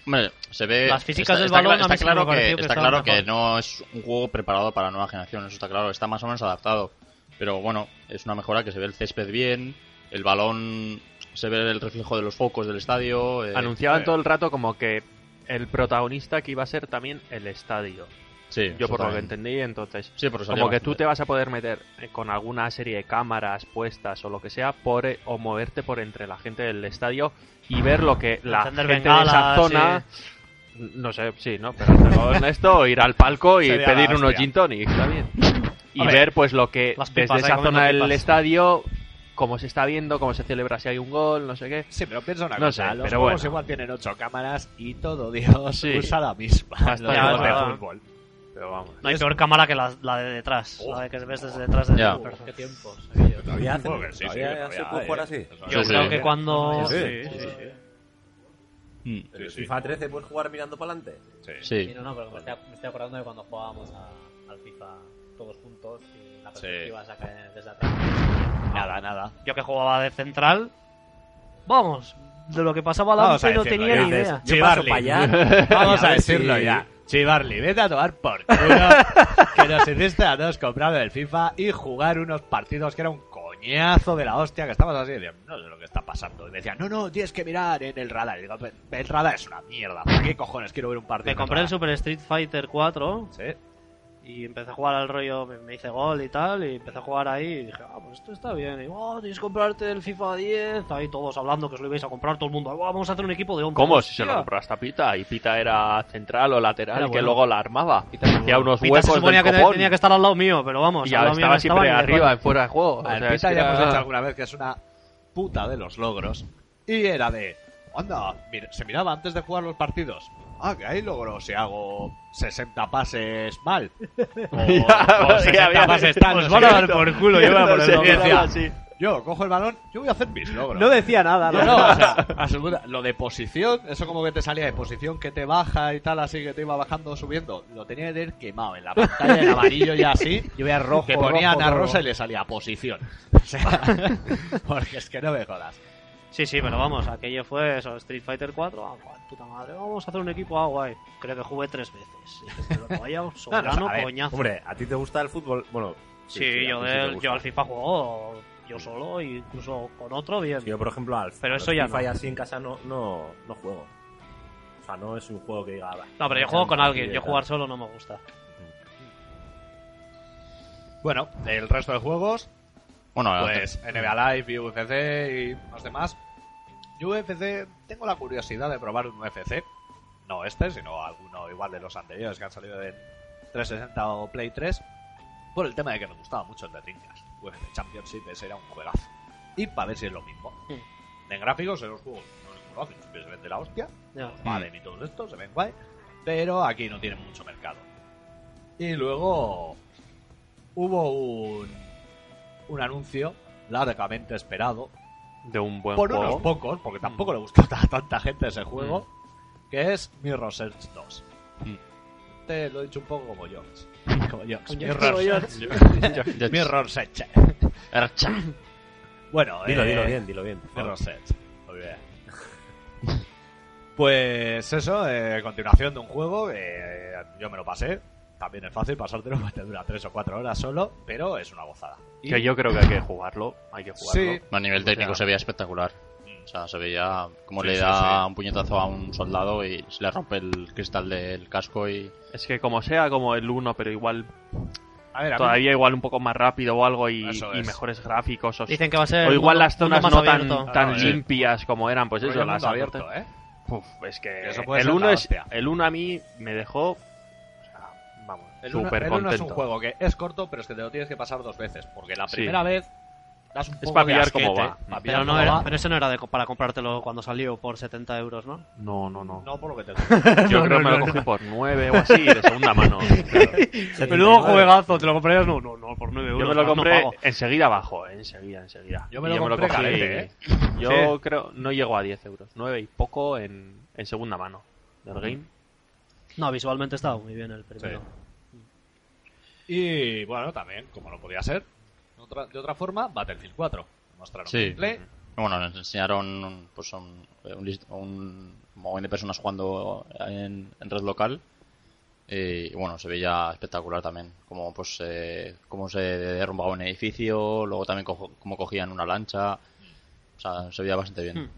D: Hombre, se ve.
C: Las físicas del
D: cla-
C: balón a
D: está
C: mí sí
D: claro
C: me pareció
D: que,
C: que
D: está
C: estaban
D: claro que
C: mejor.
D: no es un juego preparado para la nueva generación, eso está claro. Está más o menos adaptado. Pero bueno, es una mejora que se ve el césped bien, el balón, se ve el reflejo de los focos del estadio. eh,
E: Anunciaban
D: eh,
E: todo el rato como que el protagonista que iba a ser también el estadio.
D: Sí,
E: Yo por lo que
D: exactamente.
E: entendí, entonces...
D: Sí, porque salía
E: Como que tú
D: bastante.
E: te vas a poder meter eh, con alguna serie de cámaras puestas o lo que sea por, eh, o moverte por entre la gente del estadio y ver lo que la
C: Encender
E: gente de esa
C: bengalas,
E: zona... No sé, sí, ¿no?
C: *laughs*
E: Pero con esto, o ir al palco y
B: Sería la
E: pedir unos
B: hostia.
E: gin tonic, está bien. Y
B: Hombre,
E: ver pues lo que
C: las
E: desde
C: pipas, ahí
E: esa
C: comiendo
E: zona del
C: pipas.
E: estadio, cómo se está viendo, cómo se celebra si hay un gol, no sé qué.
B: Sí, pero piensa una
E: No
B: cosa.
E: sé,
B: los
E: pero
B: juegos
E: bueno.
B: igual tienen ocho cámaras y todo Dios
E: Sí.
B: usa la misma.
E: Bastante
B: Los juegos
C: verdad.
B: de fútbol.
E: Pero vamos.
C: No hay peor cámara que la, la de detrás. la de que ves desde detrás de
D: Ya.
C: la persona.
G: Qué tiempos. aquellos.
F: Todavía hacen-
B: Joder, sí, sí,
F: todavía
B: todavía,
F: se puede
B: eh.
F: jugar así.
C: Yo
D: Sí,
C: creo
D: sí.
C: que cuando.
B: Sí, sí, sí.
D: Mm,
F: Pero
B: sí.
F: FIFA 13 puedes jugar mirando para adelante.
D: Sí.
G: Sí, no, no, pero me estoy, me estoy acordando de cuando jugábamos a- al FIFA todos juntos y la
B: Sí.
G: perspectiva saca desde atrás.
B: Nada, nada.
C: Yo que jugaba de central. Vamos, de lo que pasaba
B: Vamos
C: adelante
B: a
C: no
B: decirlo,
C: tenía
B: ya
C: ni
B: dices,
C: idea.
F: Yo paso para
B: *laughs*
F: allá.
B: Vamos
F: Y a
B: a
F: ver si-
B: decirlo ya. Chivarly, vete a tomar por culo que nos hiciste a dos comprar el FIFA y jugar unos partidos que era un coñazo de la hostia, que estabas así, de, no sé lo que está pasando. Y me decían, no, no, tienes que mirar en el radar. Y digo, "Pero el radar es una mierda, ¿para qué cojones quiero ver un partido?
C: Me
B: en
C: compré el
B: radar?".
C: Super Street Fighter 4
B: Sí.
C: y empecé a jugar al rollo, me, me hice gol y tal, y empecé a jugar ahí y dije, ah, pues esto está bien. Y oh, tienes que comprarte el FIFA 10, ahí todos hablando que os lo ibais a comprar, todo el mundo, "Ah, vamos a hacer un equipo de 11.
E: ¿Cómo? Si se lo
C: Hostia.
E: compraste a Pita y Pita era central o lateral
C: Era
E: y que
C: bueno.
E: luego la armaba y te hacía unos
C: Pita se
E: huecos
C: suponía
E: del
C: que te-
E: copón
C: tenía que estar al lado mío, pero vamos,
E: y
C: al
E: ya
C: lado mío no
E: estaba siempre
C: estaba ni de
E: arriba,
C: coña.
E: en fuera de juego. O
B: A ver,
E: sea, es
B: Pita
E: que
B: ya
E: era-
B: hemos hecho
E: *laughs*
B: alguna vez que es una puta de los logros. Y era de. Anda, mir- se miraba antes de jugar los partidos. Ah, que hay logros si hago 60 pases mal. O, *laughs* o 60 pases tal.
C: Os
B: no
C: van
B: sé
C: a
B: qué.
C: dar por
E: *laughs*
C: culo, yo voy a poner
B: Sí,
C: logros.
B: decía, Yo cojo el balón, yo voy a hacer mis logros.
G: No decía nada,
B: No,
G: la
B: no,
G: verdad.
B: o sea, absoluta- Lo de posición, eso como que te salía de posición que te baja y tal, así que te iba bajando, subiendo. Lo tenía que tener quemado en la pantalla, en amarillo y así.
G: Yo veía rojo,
B: Que ponían
G: rojo,
B: a
G: rojo.
B: Rosa y le salía posición. *laughs* O sea, *laughs* porque es que no me jodas.
C: Sí, sí, pero vamos, aquello fue eso, Street Fighter 4, ah, guay, puta madre, vamos a hacer un equipo, ah, guay. Creo que jugué tres veces. *laughs* Este Y dije, pero vaya
E: *laughs*
C: un
F: No, no,
C: soberano
F: a ver,
C: coñazo.
F: Hombre, ¿a ti te gusta el fútbol? Bueno,
C: sí,
F: a
C: yo,
F: ti sí te
C: del-
F: gusta.
C: yo al FIFA juego yo solo, e incluso con otro, bien.
F: Yo, por ejemplo, al
C: Pero
F: al
C: eso ya
F: FIFA
C: no.
F: y así en casa no, no, no juego. O sea, no es un juego que diga... "Ah, "Va,
C: No, pero
F: voy a
C: yo juego
F: hacer
C: con
F: un
C: alguien,
F: partido
C: yo
F: y
C: jugar
F: tal".
C: solo no me gusta.
B: Bueno, el resto de juegos,
D: Bueno,
B: pues NBA Live, UFC y los demás. UFC, tengo la curiosidad de probar un UFC. No este, sino alguno igual de los anteriores que han salido de 360 o Play 3. Por el tema de que me gustaba mucho el de Trincas. UFC Championship ese era un juegazo. Y para ver si es lo mismo. En gráficos, en los juegos, no les conocen, siempre se vende la hostia. pues
C: Ya.
B: Madden y todo esto, se ven guay, pero aquí no tiene mucho mercado. Y luego hubo un, un anuncio largamente esperado
E: de un buen
B: por
E: juego.
B: unos pocos, porque tampoco le gustó *laughs* a tanta gente ese juego, que es Mirror's Edge 2.
D: Mm.
B: Te lo he dicho un poco como George. Como George.
G: Como
B: Mirror's,
D: George.
B: Mirror's Edge.
D: Ercha.
B: Bueno,
F: Dilo,
B: eh,
F: dilo bien, dilo bien. por favor.
B: Perro Sets. Muy bien. Pues eso, eh, continuación de un juego. eh, yo me lo pasé. También es fácil pasártelo, *laughs* porque te dura 3 o 4 horas solo, pero es una gozada. Y-
E: *laughs* Que yo creo que hay que jugarlo, hay que jugarlo.
B: Sí,
D: A nivel técnico
E: O sea,
D: se veía espectacular. O sea, se veía como
B: Sí,
D: le
B: sí,
D: da
B: sí.
D: un puñetazo a un soldado y se le rompe el cristal del casco y...
E: Es que como sea, como el 1, pero igual
B: a ver, a mí-
E: todavía igual un poco más rápido o algo y,
B: Eso
E: y
B: es.
E: mejores gráficos. O,
C: Dicen que va a ser
E: o igual
C: mundo-
E: las
C: mundo
E: zonas
C: más
E: no tan,
C: abierto.
E: tan
B: Ah, sí.
E: limpias como eran, pues
B: rollo
E: eso,
B: mundo
E: las
B: abierto, ¿eh?
E: Uf, es que
B: Eso puede
E: el
B: ser
E: 1
B: la
E: es
B: hostia.
E: el 1 a mí me dejó o sea, vamos,
B: El uno-
E: súper
B: el uno
E: contento.
B: es un juego que es corto, pero es que te lo tienes que pasar dos veces, porque la
E: Sí.
B: primera vez das un poco
E: pa'
B: de
E: pillar cómo
B: asquete,
E: va.
B: pa' pillar
C: Pero, no
B: cómo
C: era,
B: va.
C: pero ese no era de co- para comprártelo cuando salió por 70 euros, ¿no?
E: No, no, no.
B: No por lo que
E: *laughs*
B: te gusta.
C: *laughs*
E: Yo
C: No,
E: creo que
C: no, no,
E: me lo cogí
C: no.
E: por 9 o así de
C: *laughs*
E: segunda mano. Claro.
C: Menudo juegazo, ¿te lo comprarías? No, no, no, por 9 euros.
E: Yo me lo
C: no
E: compré
C: pago.
E: enseguida abajo, eh, enseguida, enseguida.
B: Yo me
E: Y
B: lo compré caliente, ¿eh?
E: Yo creo, no llego a 10 euros, 9 y poco en, en segunda mano del game.
C: No, visualmente estaba muy bien el primero.
B: Sí. Y bueno, también, como no podía ser, otra- de otra forma, Battlefield 4. Mostraron
D: Sí.
B: gameplay.
D: Bueno, nos enseñaron un- pues un, un, list- un montón de personas jugando en, en red local. Eh, Y bueno, se veía espectacular también. Como pues eh, cómo se derrumbaba un edificio, luego también co- cómo cogían una lancha. O sea, se veía bastante bien.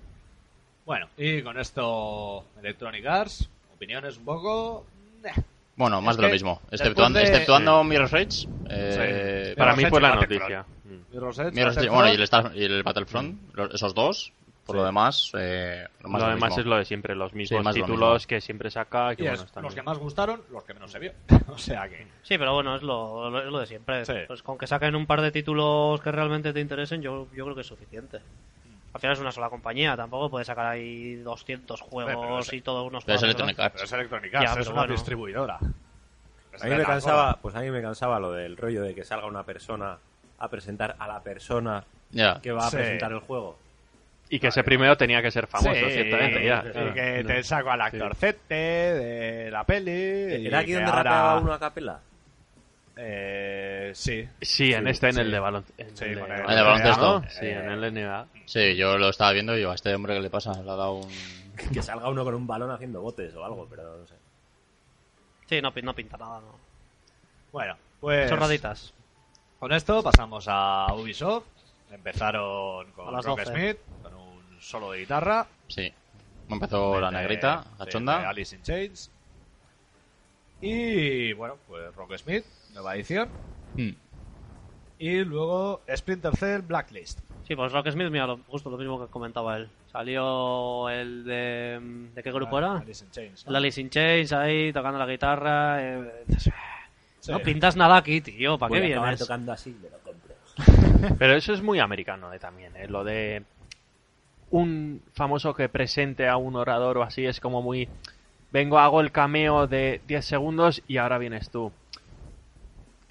B: Bueno, y con esto, Electronic Arts, opiniones un poco. eh,
D: Bueno, más
B: Es
D: de lo
B: que
D: mismo.
B: después
D: Exceptuando,
B: de-
D: exceptuando Mirror's Edge. eh,
B: Sí.
E: Para
B: Mirror's Edge
E: mí fue
B: y
E: la
B: Battlefront.
E: noticia. Mm.
B: Mirror's Edge,
D: Mirror's Edge-
B: Battlefront,
D: bueno, y el, Star- y el Battlefront, lo- esos dos. Por
F: Sí.
D: lo demás, eh, lo más
E: lo
D: de lo
E: demás
D: mismo.
E: es lo de siempre, los mismos
D: más de lo
E: títulos
D: mismo.
E: que siempre saca. Que
B: y es
E: bueno, están
B: los que
E: bien.
B: más gustaron, los que menos se vio. *laughs* o sea que.
C: Sí, pero bueno, es lo, lo- es lo de siempre.
B: Sí.
C: Pues con que saquen un par de títulos que realmente te interesen, yo, yo creo que es suficiente. Al final es una sola compañía, tampoco puedes sacar ahí 200
B: pero
C: juegos
B: ese-
C: y todos unos
D: Pero es
C: juegos, ¿no?
E: Ah,
D: Electronic Arts.
B: Pero es Electronic
C: Ya,
B: Arts, es
C: pero
B: una
C: bueno.
B: distribuidora.
F: A mí me cansaba, pues a mí me cansaba lo del rollo de que salga una persona a presentar a la persona
D: Ya.
F: que va a
B: Sí.
F: presentar el juego.
E: Y que ese primero tenía que ser famoso,
B: Sí,
E: ciertamente, ya. Ah.
B: y
E: claro.
B: que te saco al actorcete de la peli. y
F: ¿Era aquí
B: que
F: donde
B: ahora-
F: rapeaba uno a capela?
B: Eh, sí.
E: Sí, en este, en el de baloncesto.
B: Sí,
E: el de
B: con el- Eh,
D: el de baloncesto.
E: ¿no? Sí, en el de NBA.
D: Sí, yo lo estaba viendo y digo, a este hombre que le pasa, le ha dado un...
F: Que salga uno con un balón haciendo botes o algo, pero no sé.
C: Sí, no, pi- no pinta nada, no.
B: Bueno, pues
C: Son raditas.
B: con esto pasamos a Ubisoft. Empezaron
C: A
B: con
C: las
B: Rock
C: 12.
B: Smith, con un solo de guitarra.
D: Sí. Me empezó la
B: de-
D: negrita,
B: de- de
D: cachonda.
B: Alice in Chains. Y bueno, pues Rock Smith, nueva edición.
D: Mm.
B: Y luego Splinter Cell Blacklist.
C: Sí, pues Rocksmith, mira, lo- justo lo mismo que comentaba él. Salió el de. ¿De qué grupo era?
B: Alice in Chains. ¿no?
C: El Alice in Chains ahí tocando la guitarra. eh, dices,
B: Sí.
C: No pintas nada aquí, tío. ¿Para qué
F: Voy a acabar
C: vienes?
F: tocando así, me lo compro.
E: Pero eso es muy americano eh, también, ¿eh? Lo de un famoso que presente a un orador o así es como muy... Vengo, hago el cameo de 10 segundos y ahora vienes tú.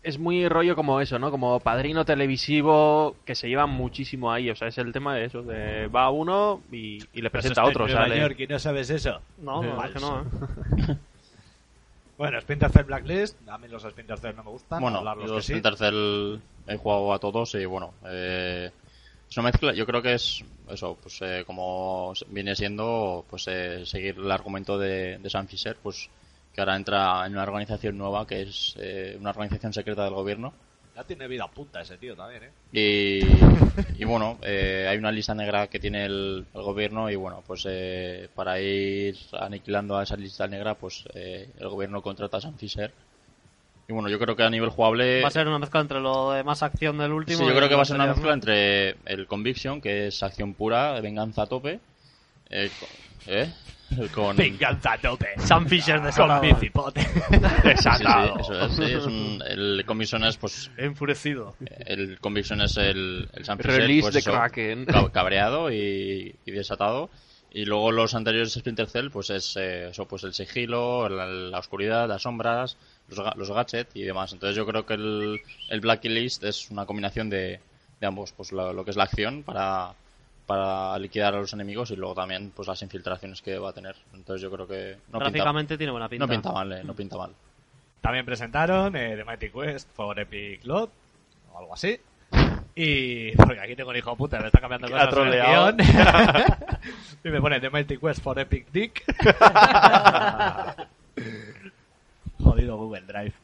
E: Es muy rollo como eso, ¿no? Como padrino televisivo que se lleva muchísimo ahí. O sea, es el tema de eso. De va uno y, y le
B: Pero eso
E: presenta
B: está
E: a otro,
B: en Nueva
E: sale.
B: York y no sabes eso.
C: No, no,
B: Sí.
C: es que no, ¿eh?
B: Bueno, Splinter Cell Blacklist, a mí los Splinter Cell no me gustan.
D: Bueno,
B: hablar los
D: yo
B: que sí.
D: Splinter Cell he jugado a todos y bueno, eh, es una mezcla, yo creo que es eso, pues eh, como s- viene siendo, pues eh, seguir el argumento de, de Sam Fisher, pues que ahora entra en una organización nueva que es eh, una organización secreta del gobierno
B: Ya tiene vida puta ese tío también, ¿eh?
D: y, y bueno, eh, hay una lista negra que tiene el, el gobierno y bueno, pues eh, para ir aniquilando a esa lista negra, pues eh, el gobierno contrata a Sam Fisher. Y bueno, yo creo que a nivel jugable...
C: Va a ser una mezcla entre lo de más acción del último.
D: Sí, yo
C: y
D: creo que
C: lo
D: va a ser una mezcla
C: anterior,
D: entre el Conviction, que es acción pura, venganza a tope, eh, co- ¿eh? *laughs* con...
B: Venganza tope.
C: ¿no? Sam Fisher de
B: Con
C: Sodoma.
B: bicipote.
D: Sí, sí, eso es, sí, es
E: *laughs*
D: un- el Conviction es, pues,
C: Enfurecido.
D: el Conviction es el, el San Fisher,
E: Release
D: pues
E: de
D: eso,
E: Kraken.
D: ca- cabreado y, y desatado. Y luego los anteriores Splinter Cell, pues es eh, eso, pues el sigilo, la, la oscuridad, las sombras, los, ga- los gadgets y demás. Entonces yo creo que el, el Blacklist es una combinación de, de ambos, pues lo, lo que es la acción para, para liquidar a los enemigos y luego también pues las infiltraciones que va a tener. Entonces yo creo que no pinta,
C: Gráficamente tiene buena pinta.
D: no pinta mal, eh, no pinta mal.
B: También presentaron eh, The Mighty Quest for Epic Lot, o algo así. Y. Porque aquí tengo el hijo de puta, me está cambiando
E: Que la
B: cosas en el
E: troleado.
B: guión. *laughs* y me pone The Mighty Quest for Epic Dick. *laughs* Jodido Google Drive.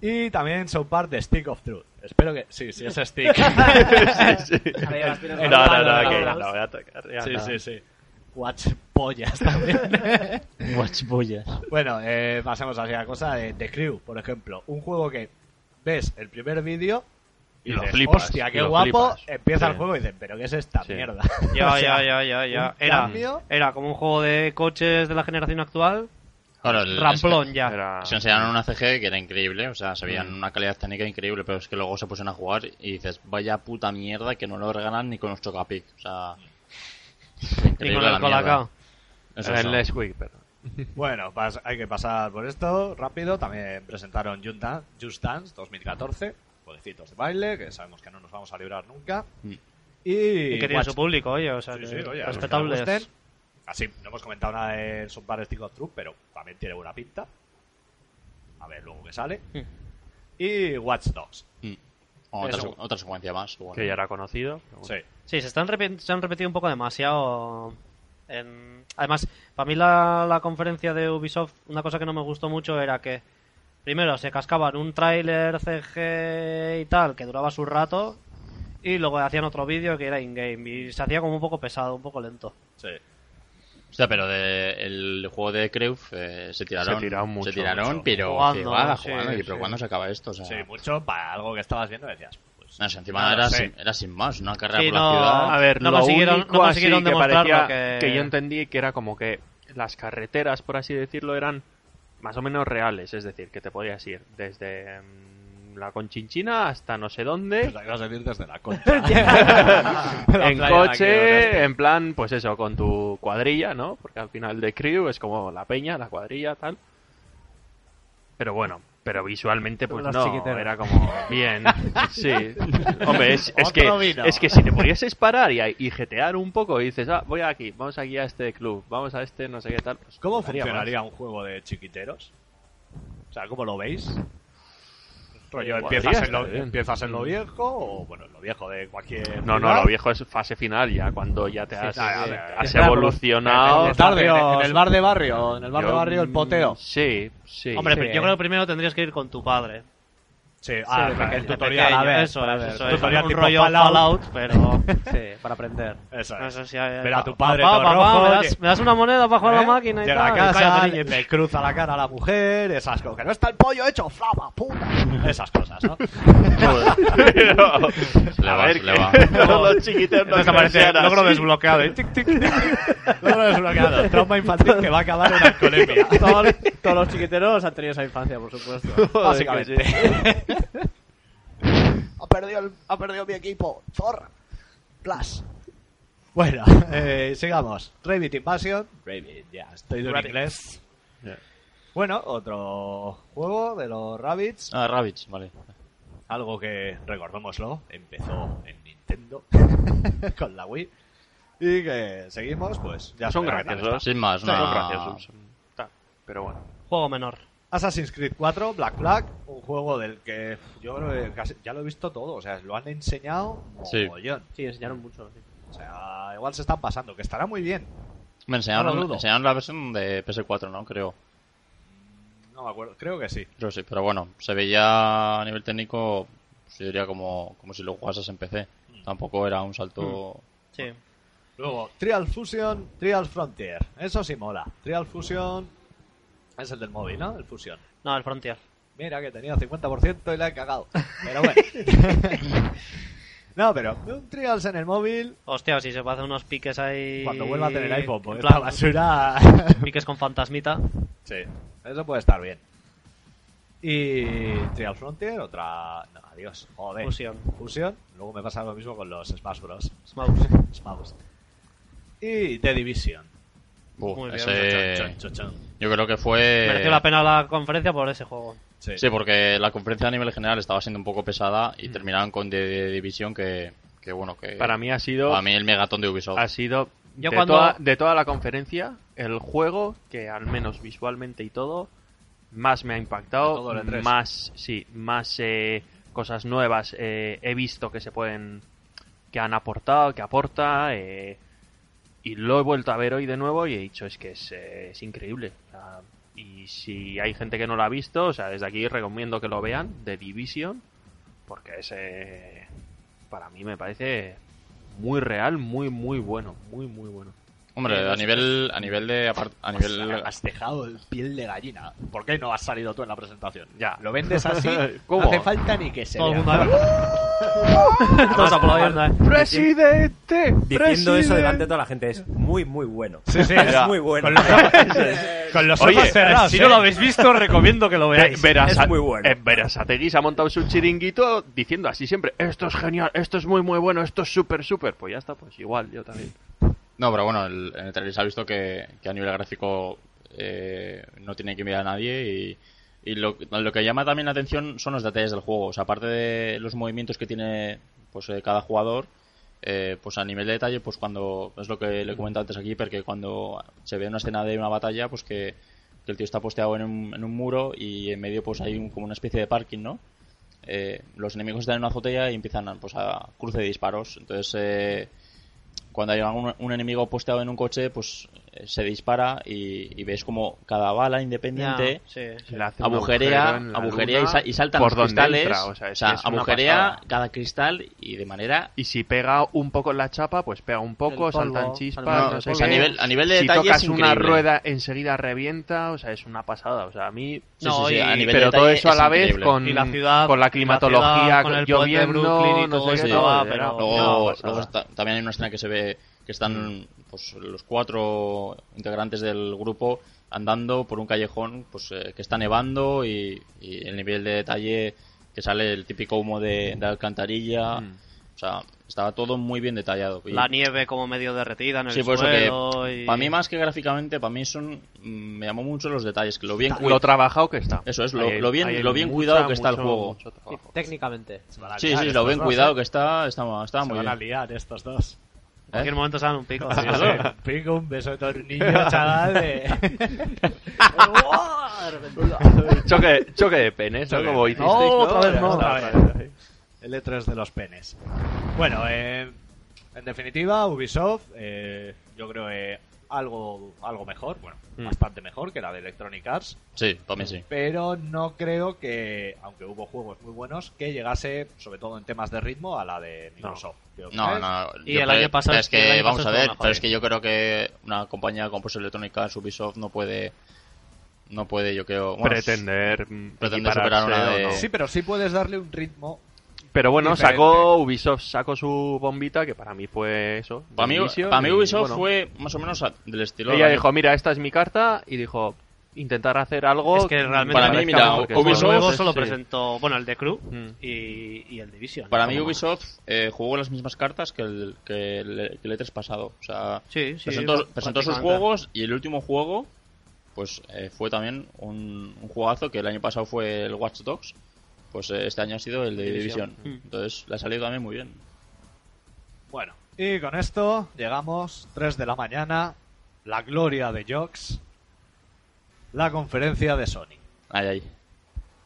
B: Y también son parte de Stick of Truth. Espero que. Sí, sí, es Stick.
G: Ahora ya las
E: *laughs*
G: tienes
E: No, no, no,
G: guardadas.
E: que ya no, ya to- ya
B: sí,
E: no.
B: sí, sí. Watch pollas también. Bueno, eh, pasemos a la cosa de The Crew, por ejemplo. Un juego que ves el primer vídeo y,
E: Y lo
B: dices,
E: flipas,
B: hostia,
E: y
B: qué
E: lo
B: guapo.
E: flipas.
B: Empieza el
E: Sí.
B: juego y dices, pero ¿qué es esta
E: Sí.
B: mierda? *laughs*
C: Ya,
B: O sea,
C: ya, ya, ya, ya.
B: un
C: Era,
B: cambio.
C: era como un juego de coches de la generación actual.
D: Ahora, el-
C: Ramplón ya.
E: Era-
D: Se enseñaron una CG que era increíble, o sea, se veían
E: Mm.
D: una calidad técnica increíble, pero es que luego se pusieron a jugar y dices, vaya puta mierda que no lo regalan ni con los Chocapic, o
E: *laughs*
D: sea...
C: Y
D: increíble
C: con
D: la
C: el
D: mierda.
C: colacao.
D: Eso,
E: Era
D: eso.
E: el Last Week, perdón.
B: Bueno, pas- hay que pasar por esto rápido. También presentaron Just Dan- Just Dance 2014, jueguecitos de baile, que sabemos que no nos vamos a librar nunca.
D: Mm.
B: Y,
C: Y que tiene
B: Watch-
C: su público, oye, o sea,
B: Sí,
C: que
B: sí, oye, a los que les
C: respetables.
B: gusten. Así, no hemos comentado nada de Super Stick of Truth, pero también tiene buena pinta. A ver luego qué sale.
C: Mm.
B: Y Watch Dogs.
D: Mm. O
B: Eso.
D: Otra, se- otra secuencia más. bueno.
E: Que ya era conocido. pero bueno.
B: Sí.
C: Sí, se, están repi- se han repetido un poco demasiado. en- Además, para mí la, la conferencia de Ubisoft, una cosa que no me gustó mucho era que primero se cascaban un tráiler CG y tal que duraba su rato y luego hacían otro vídeo que era in-game y se hacía como un poco pesado, un poco lento.
B: sí.
D: O sea, pero de- el juego de Creuf eh, se tiraron.
E: Se tiraron mucho,
D: tiraron,
E: mucho.
D: pero.
C: Jugando,
D: que va,
C: sí,
D: jugando, y,
C: sí. pues,
D: pero ¿cuándo se acaba esto? O sea,
B: Sí,
E: Ah.
B: mucho para algo que estabas viendo decías. Pues,
D: no sé, encima
B: no
D: era,
B: sé.
D: sin, era sin más, una carrera
C: Sí,
D: por la
C: no.
D: ciudad.
E: A ver,
C: No
E: lo
C: consiguieron-
E: único
C: no consiguieron
E: así que
C: demostrar
E: parecía-
C: lo que-
E: yo entendí que era como que las carreteras, por así decirlo, eran más o menos reales. Es decir, que te podías ir desde mm, la Conchinchina hasta no sé dónde,
B: Pues la ibas a decir desde la *laughs* concha. *laughs* La
E: en
B: playa
E: coche,
B: de
E: en plan, pues eso, con tu cuadrilla, ¿no? Porque al final de crew es como la peña, la cuadrilla, tal. Pero bueno, pero visualmente pues
G: Las
E: no,
G: chiquiteras.
E: era como
B: *laughs*
E: bien, sí. Hombre, es, es que,
C: Otro vino.
E: es que si te pudieses parar y, y jetear un poco y dices, ah, voy aquí, vamos aquí a este club, vamos a este, no sé qué tal. pues
B: ¿Cómo
E: molaría más.
B: funcionaría un juego de chiquiteros? O sea, ¿cómo lo veis? Rollo,
E: Eh,
B: ¿empiezas,
E: podría
B: en lo,
E: estar bien.
B: ¿empiezas en lo viejo o, bueno, en lo viejo de cualquier...
E: No, no,
B: ciudad?
E: lo viejo es fase final ya, cuando ya te has,
B: ya, ya,
E: eh,
B: ya.
E: has
B: Ya está,
E: evolucionado. mm,
B: De tarde, en el bar de barrio, en el bar de barrio, el poteo.
E: Sí, sí.
C: Hombre,
B: Sí.
C: pero yo creo que primero tendrías que ir con tu padre.
B: Sí, ah,
C: De
B: el
C: pequeño,
B: tutorial,
C: pequeño,
B: a ver.
C: Eso es, eso es.
B: Tutorial
C: un
B: tipo
C: rollo
B: Fallout.
C: Fallout, pero...
G: *laughs*
D: *laughs*
G: Sí, para aprender.
B: Eso
C: No
B: es.
C: sé si hay-
B: Pero a tu
C: Papá,
B: padre todo
C: papá,
B: rojo,
C: ¿me,
B: oye.
C: das, me das una moneda para jugar a
B: ¿Eh?
C: la máquina y
B: Llega
C: tal.
B: a casa, le, le cruza la cara a la mujer, esas cosas. Que no está el pollo hecho, flama, puta. Esas cosas,
C: *laughs*
B: ¿no?
E: *laughs* Pero-
D: Le
E: a
D: va,
E: ver,
D: le
E: que-
D: va.
E: los chiquiteros *laughs* no
C: Entonces aparece
E: crecían
C: logro
E: así.
C: desbloqueado. ¿eh? Tic, tic.
B: Logro desbloqueado. Trauma infantil que va a acabar en alcoholemia.
G: Todos,
B: *laughs*
G: todos los chiquiteros han tenido esa infancia, por supuesto.
B: Básicamente. *laughs*
A: Ha perdido, el- ha perdido mi equipo. Zorra. Plus.
B: Bueno, eh, sigamos. Revit Invasion. Revit, ya, estoy de
C: Rabbids.
B: inglés.
D: Ya.
B: Bueno, otro juego de los Rabbits.
D: Ah, Rabbids, vale.
B: Algo que, recordémoslo, empezó en Nintendo con la Wii. Y que seguimos, pues ya
E: Son
B: sabemos,
E: graciosos.
B: ¿no?
D: Sin más,
E: Sí,
D: una-
E: son graciosos. Ta, Pero bueno.
C: Juego menor.
B: Assassin's Creed 4, Black Flag, un juego del que yo creo que casi- ya lo he visto todo. O sea, lo han enseñado
D: Sí.
B: mogollón.
G: Sí, enseñaron mucho. sí.
B: O sea, igual se están pasando, que estará muy bien.
D: Me
B: No lo
D: enseñaron,
B: dudo.
D: enseñaron la versión de PS4, ¿no? Creo.
B: No me acuerdo, creo que sí.
D: Creo que sí, pero bueno, se veía a nivel técnico, pues, yo diría como, como si lo jugases en PC. Tampoco era un salto.
C: Sí.
B: Luego, Trial Fusion, Trial Frontier. Eso sí mola. Trial Fusion es el del móvil, ¿no? El Fusion.
C: No, el Frontier.
B: Mira que tenía 50% y la he cagado. Pero *laughs* bueno. no, pero un Trials en el móvil,
C: Hostia, si se va a hacer unos piques ahí...
B: cuando vuelva a tener iPhone, pues
C: en
B: esta
C: plan,
B: basura.
C: *laughs* piques con fantasmita.
B: *laughs* sí, eso puede estar bien. Y Trial Frontier, otra. No, adiós. Joder.
C: Fusión.
B: Fusion. Luego me pasa lo mismo con los Smash Bros. *laughs*
C: Smaus.
B: Smash. Y The Division.
D: Buh,
C: Muy bien.
D: uh, ese-
B: Chon, chon, chon, chon.
D: Yo creo que
B: Eh.
D: fue.
C: Mereció la pena la conferencia por ese juego.
B: Sí.
D: Sí, porque la conferencia a nivel general estaba siendo un poco pesada y terminaron con The, The Division que, que bueno, que.
E: Para mí ha sido.
D: para Eh, mí el megatón de Ubisoft.
E: ha sido
C: Yo
E: de,
C: cuando-
E: toda, de toda la conferencia el juego que al menos visualmente y todo más me ha
B: De todo
E: impactado
B: el E3.
E: más sí más eh, cosas nuevas eh, he visto que se pueden que han aportado que aporta eh, y lo he vuelto a ver hoy de nuevo y he dicho es que es, eh, es increíble O sea, y si hay gente que no lo ha visto o sea desde aquí recomiendo que lo vean de Division porque es eh, para mí me parece muy real, muy muy bueno, muy muy bueno.
D: Hombre, a nivel, a nivel de. apart- A nivel.
B: Hostia, Pues Has dejado el piel de gallina. ¿Por qué no has salido tú en la presentación?
E: Ya.
B: Lo vendes así.
E: ¿Cómo?
B: No hace falta ni que se
C: Todo el
B: vea.
C: mundo...
B: *laughs*
C: Todos aplaudiendo, ¿eh?
E: Presidente,
F: Diciendo eso delante de toda la gente es muy, muy bueno.
B: Sí, sí,
F: es
B: ya.
F: muy bueno.
B: Con los
F: *laughs*
B: ojos, con los
E: Oye,
B: ojos cerrados.
C: Si
B: ¿eh?
C: no lo habéis visto, recomiendo que lo veáis.
F: Es muy bueno.
E: eh, Verazategui se ha montado su chiringuito diciendo así siempre, esto es genial, esto es muy muy bueno, esto es súper súper. Pues ya está, pues igual, yo también.
D: No, pero bueno, el- en el trailer se ha visto que, que a nivel gráfico eh, no tiene que mirar a nadie y, y lo, lo que llama también la atención son los detalles del juego. O sea, aparte de los movimientos que tiene pues eh, cada jugador, eh, pues a nivel de detalle, pues cuando es lo que le he comentado antes aquí, porque cuando se ve una escena de una batalla, pues que, que el tío está posteado en un, en un muro y en medio pues hay un- como una especie de parking, ¿no? Eh, los enemigos están en una azotea y empiezan a, pues, a cruce de disparos. Entonces, eh, cuando hay un, un enemigo posteado en un coche, pues eh, se dispara y, y ves como cada bala independiente
C: Ya, Ah, sí.
D: agujerea, agujerea y, sa- y saltan
E: por
D: los
E: donde
D: cristales.
E: entra, o sea, es que es una
D: agujerea
E: pasada.
D: cada cristal y de manera.
E: Y si pega un poco en la chapa, pues pega un poco,
G: El polvo,
E: saltan
G: no,
E: chispas, no
D: o
E: sé
D: sea,
E: qué.
D: a nivel, a nivel de
E: si
D: detalle
E: tocas
D: es
E: una
D: increíble.
E: rueda enseguida revienta, o sea, es una pasada. O sea, a mí
D: Sí, sí,
C: No,
D: sí,
C: y-
D: a nivel de
E: pero todo
D: detalle
E: eso a
D: es
E: la vez
D: increíble.
E: con,
C: Y la ciudad-
E: con
C: la
E: la climatología,
C: ciudad, con el
E: lloviendo,
C: puente de Brooklyn y
E: no
C: todo
E: sé
C: eso,
E: qué tal,
C: pero-
E: era una
D: Luego,
E: pasada.
D: luego está- también hay una escena que se ve que están pues, los cuatro integrantes del grupo andando por un callejón pues, eh, que está nevando y, y el nivel de detalle que sale el típico humo de, de alcantarilla.
E: Mm.
D: O sea, Estaba todo muy bien detallado. Y-
C: La nieve como medio derretida en el
D: Sí,
B: pues
D: por eso
C: suelo
D: que
C: y-
D: para mí más que gráficamente, para mí son mm, me llamó mucho los detalles, que lo bien
E: Lo
D: cuidado.
E: trabajado que está.
D: Eso es, lo-
E: hay-
D: lo bien-
E: hay
D: lo bien
E: mucha,
D: cuidado que está el
E: mucho-
D: juego.
E: mucho
G: Sí,
E: trabajo.
G: técnicamente.
B: Se van a
D: Sí,
B: liar
D: sí, lo
B: estos
D: bien
B: dos,
D: cuidado
B: ¿eh?
D: que está, estaba, estaba
B: Se
D: muy
B: van a
D: bien.
B: liar estos dos.
C: En cualquier momento salen un pico.
B: ¿eh? *laughs* Sí, sí. Un Pico, un beso de tornillo, chaval. de-
E: choque, choque de penes, ¿no?
B: Choque de
E: Como
B: penes.
E: hicisteis,
B: No,
E: ¿no?
B: otra vez no.
E: Otra
B: Otra
E: vez.
B: El E3 de los penes. Bueno, eh, en definitiva, Ubisoft, eh, yo creo eh, algo, algo mejor, bueno,
E: Mm.
B: bastante mejor que la de Electronic Arts,
D: Sí, para mí sí.
B: pero no creo que, aunque hubo juegos muy buenos, que llegase, sobre todo en temas de ritmo, a la de Microsoft. Creo que
E: ¿Eh?
D: No,
B: es.
D: no.
C: Y
D: yo
C: el
D: creo-
C: año pasado-
D: pero es
C: y el
D: que
C: año
D: vamos a
C: pasado
D: ver,
C: estuvo
D: pero
C: mejor. ¿eh?
D: es que yo creo que una compañía como pues Electronic Arts, Ubisoft no puede no puede, yo creo, bueno,
E: Pretender, mm,
D: Pretender superar una
E: equipararse o
D: de-
E: no.
B: Sí, pero sí puedes darle un ritmo.
E: Pero bueno,
B: Diferente.
E: sacó Ubisoft sacó su bombita, que para mí fue eso. de
D: Para mí,
E: inicio,
D: para mí
E: y
D: Ubisoft
E: bueno.
D: fue más o menos a- del estilo
E: Ella
D: del año-
E: dijo, mira, esta es mi carta, y dijo, intentar hacer algo...
C: Es que realmente
D: Para mí,
E: parezca
D: mira,
E: mejor que
C: Porque
D: Ubisoft-
C: luego
E: Ubisoft
C: solo
E: sí.
C: presentó, bueno, el de Crew
E: Mm.
C: y, y el Division.
D: Para mí
C: Como-
D: Ubisoft eh, jugó las mismas cartas que el, que el, que el E3 pasado. O sea,
C: Sí, sí,
D: presentó,
C: va-
D: presentó sus
C: prácticamente.
D: juegos y el último juego pues eh, fue también un, un juegazo que el año pasado fue el Watch Dogs. Pues eh, este año ha sido el de Division.
E: Mm.
D: Entonces le ha salido también muy bien.
B: Bueno, y con esto llegamos 3 de la mañana, la gloria de Jox, la conferencia de Sony.
D: Ahí, ahí.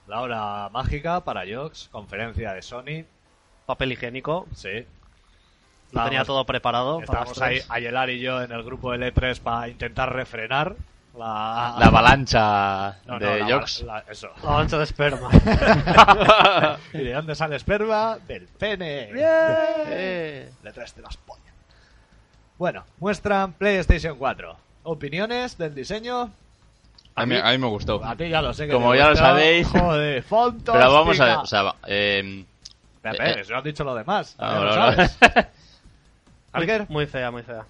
B: La hora mágica para Jox, conferencia de Sony.
C: Papel higiénico.
B: Sí.
C: Lo tenía
B: Estábamos-
C: todo preparado. para
B: Estábamos
C: los
B: ahí,
C: tres.
B: Ayelar y yo, en el grupo del E3 para intentar refrenar la...
D: La avalancha
B: No, no,
D: de
B: la-
D: Jox.
B: la- eso.
C: La mancha de esperma.
B: *laughs* ¿Y de dónde sale esperma? Del pene.
E: Eh,
B: Le traes de las pollas. Bueno, muestran PlayStation 4. Opiniones del diseño.
D: A mí, a mí me gustó.
B: A ti ya lo sé que
D: Como
B: te
D: ya lo
B: gusta.
D: sabéis.
B: Joder, fantástica.
D: Pero vamos a ver, o sea, va- eh,
B: Espera,
D: eh,
B: espera,
D: eh.
B: si no has dicho lo demás.
D: Ah,
B: ya lo
D: vale, vale.
E: *laughs*
B: sabes. Alger,
C: Muy fea, muy fea.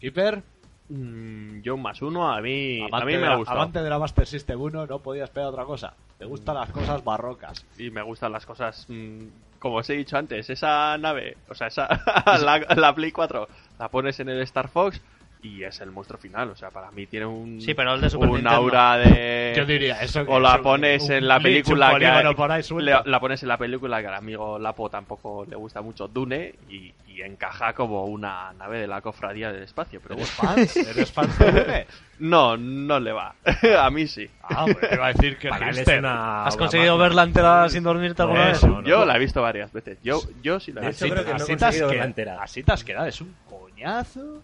B: Keeper,
E: mm, yo un más uno, a mí, a mí
B: de
E: me
B: la-
E: ha gustado.
B: amante de la Master System 1, no podía esperar otra cosa. Te gustan las cosas barrocas.
E: Y me gustan las cosas, mm, como os he dicho antes, esa nave, o sea, esa, *laughs* la, la Play 4, la pones en el Star Fox y es el monstruo final. O sea, para mí tiene un,
C: Sí, pero el de Super
E: un
C: Nintendo.
E: aura de...
B: Yo diría eso. que
E: Eh, O la
B: es un-
E: pones
B: un
E: en la
B: glitch, un
E: película que
B: polígono por ahí suelto.
E: le- la pones en la película que al amigo Lapo tampoco le gusta mucho Dune y, y encaja como una nave de la cofradía del espacio, pero
B: ¿Eres
E: bueno.
B: fans? ¿Eres fans de Dune?
E: No, no le va. *laughs* a mí sí.
B: Ah, pues iba a decir que
F: Para él
B: hipster.
F: es una
C: ¿Has
F: obra
C: conseguido
F: magna.
C: verla entera sin dormirte alguna
B: No,
C: vez?
B: no, no.
E: yo la he visto varias veces. Yo, yo sí la he
F: De
E: visto.
F: hecho, creo que no he
B: Así te has
F: conseguido verla
B: quedado-
F: entera.
B: Así te has quedado, es un coñazo.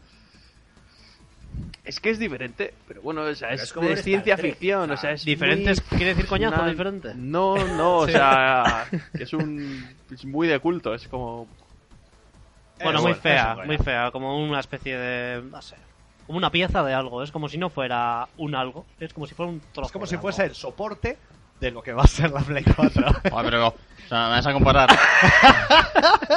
E: Es que es diferente, pero bueno, o sea,
F: Pero
E: es,
F: es como
E: de
F: un
E: ciencia
F: Star Trek,
E: ficción, o
F: claro.
E: sea, es
C: ¿Diferentes?
E: muy-
C: ¿Quiere decir coñazo
E: una-
B: Eh,
C: diferente?
E: No, no, o sea, es un es muy de culto, es como *laughs*
C: Bueno,
B: Es
C: muy
B: buena,
C: fea,
B: es buena.
C: muy fea. Como una especie de. No sé. Como una pieza de algo. Es como si no fuera un algo. Es como si fuera un trozo.
B: Es como
C: de
B: si
C: algo.
B: fuese el soporte de lo que va a ser la Play 4.
D: Ah, pero no. O sea, me vas
B: *laughs*
D: a comparar.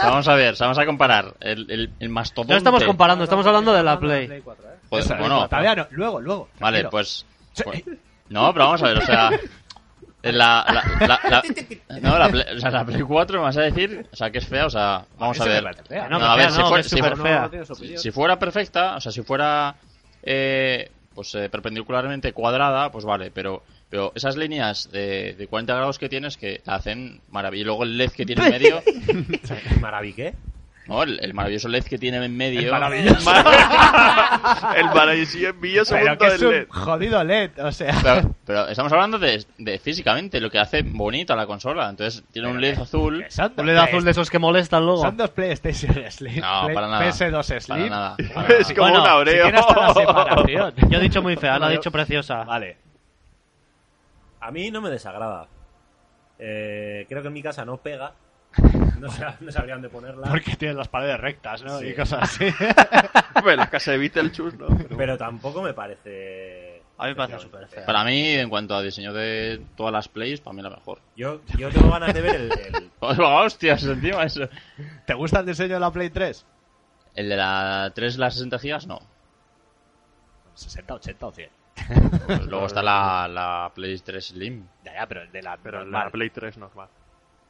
D: vamos a ver, o sea, vamos a comparar. El, el, el mastodonte.
C: No estamos comparando, estamos hablando de la Play.
G: 4, ¿eh?
B: *laughs*
E: Pues
D: Joder,
B: Esa es
D: bueno,
B: la- todavía no. Luego, luego.
D: vale,
B: tranquilo.
D: pues,
B: Sí.
D: pues- No, pero vamos a ver, o sea. La, la, la, la- no, la Play, o sea, la Play 4 me vas a decir, o sea, que es fea, o sea, vamos a
B: Ese me
D: ver.
B: parece fea.
C: No,
D: No, a
C: que
D: ver,
C: fea,
D: si
C: no,
D: fuera-
C: que es
D: si
C: súper
D: fuera-
C: fea.
G: tienes opinión.
D: Si fuera perfecta, o sea, si fuera eh, pues eh, perpendicularmente cuadrada, pues vale, pero, pero esas líneas de, de 40 grados que tienes que la hacen maravilloso. Y luego el LED que tiene en medio,
F: Maraviqué.
D: ¿no? El, el maravilloso LED que tiene en medio.
E: el maravilloso
B: Pero
E: mundo
B: que es un *laughs*
E: del E LED.
B: jodido LED, o sea.
D: Pero, pero estamos hablando de, de físicamente, lo que hace bonita la consola. Entonces tiene un LED azul.
B: que son dos
C: Un LED azul de
B: Play-
C: esos que molestan luego. *laughs*
B: Son dos PlayStation Slim.
D: No,
B: Play-
D: para nada.
B: PS2 Slim.
D: Para nada.
E: *laughs*
D: para
E: Es
D: nada.
E: como
C: Bueno,
E: un
B: Si
E: aureo.
B: quieres hasta la
E: *laughs*
B: separación.
C: Yo he dicho muy fea, la
B: Bueno,
C: he
B: yo-
C: dicho preciosa.
B: Vale.
F: A mí no me desagrada. Eh, creo que en mi casa
C: *laughs*
F: no pega. No, sab- no sabría dónde ponerla.
B: Porque tienes las paredes rectas, ¿no?
F: Sí.
B: Y cosas así.
E: Hombre, la casa de Beetlejuice, ¿no? Pero bueno.
F: Pero tampoco me parece.
C: A mí me parece
F: especialmente
C: superfea.
D: Para mí, en cuanto a diseño de todas las plays, para mí la mejor. *laughs* ¡Oh,
F: Yo, yo tengo ganas de ver el. el-
D: Hostias, encima eso.
B: ¿Te gusta el diseño de la Play 3?
D: El de la 3, las 60 gigas, no.
B: 60, 80 o 100.
D: Pues luego está la, la Play 3 Slim.
B: Ya, ya, pero el de la.
E: Pero
B: normal,
E: la Play 3 normal.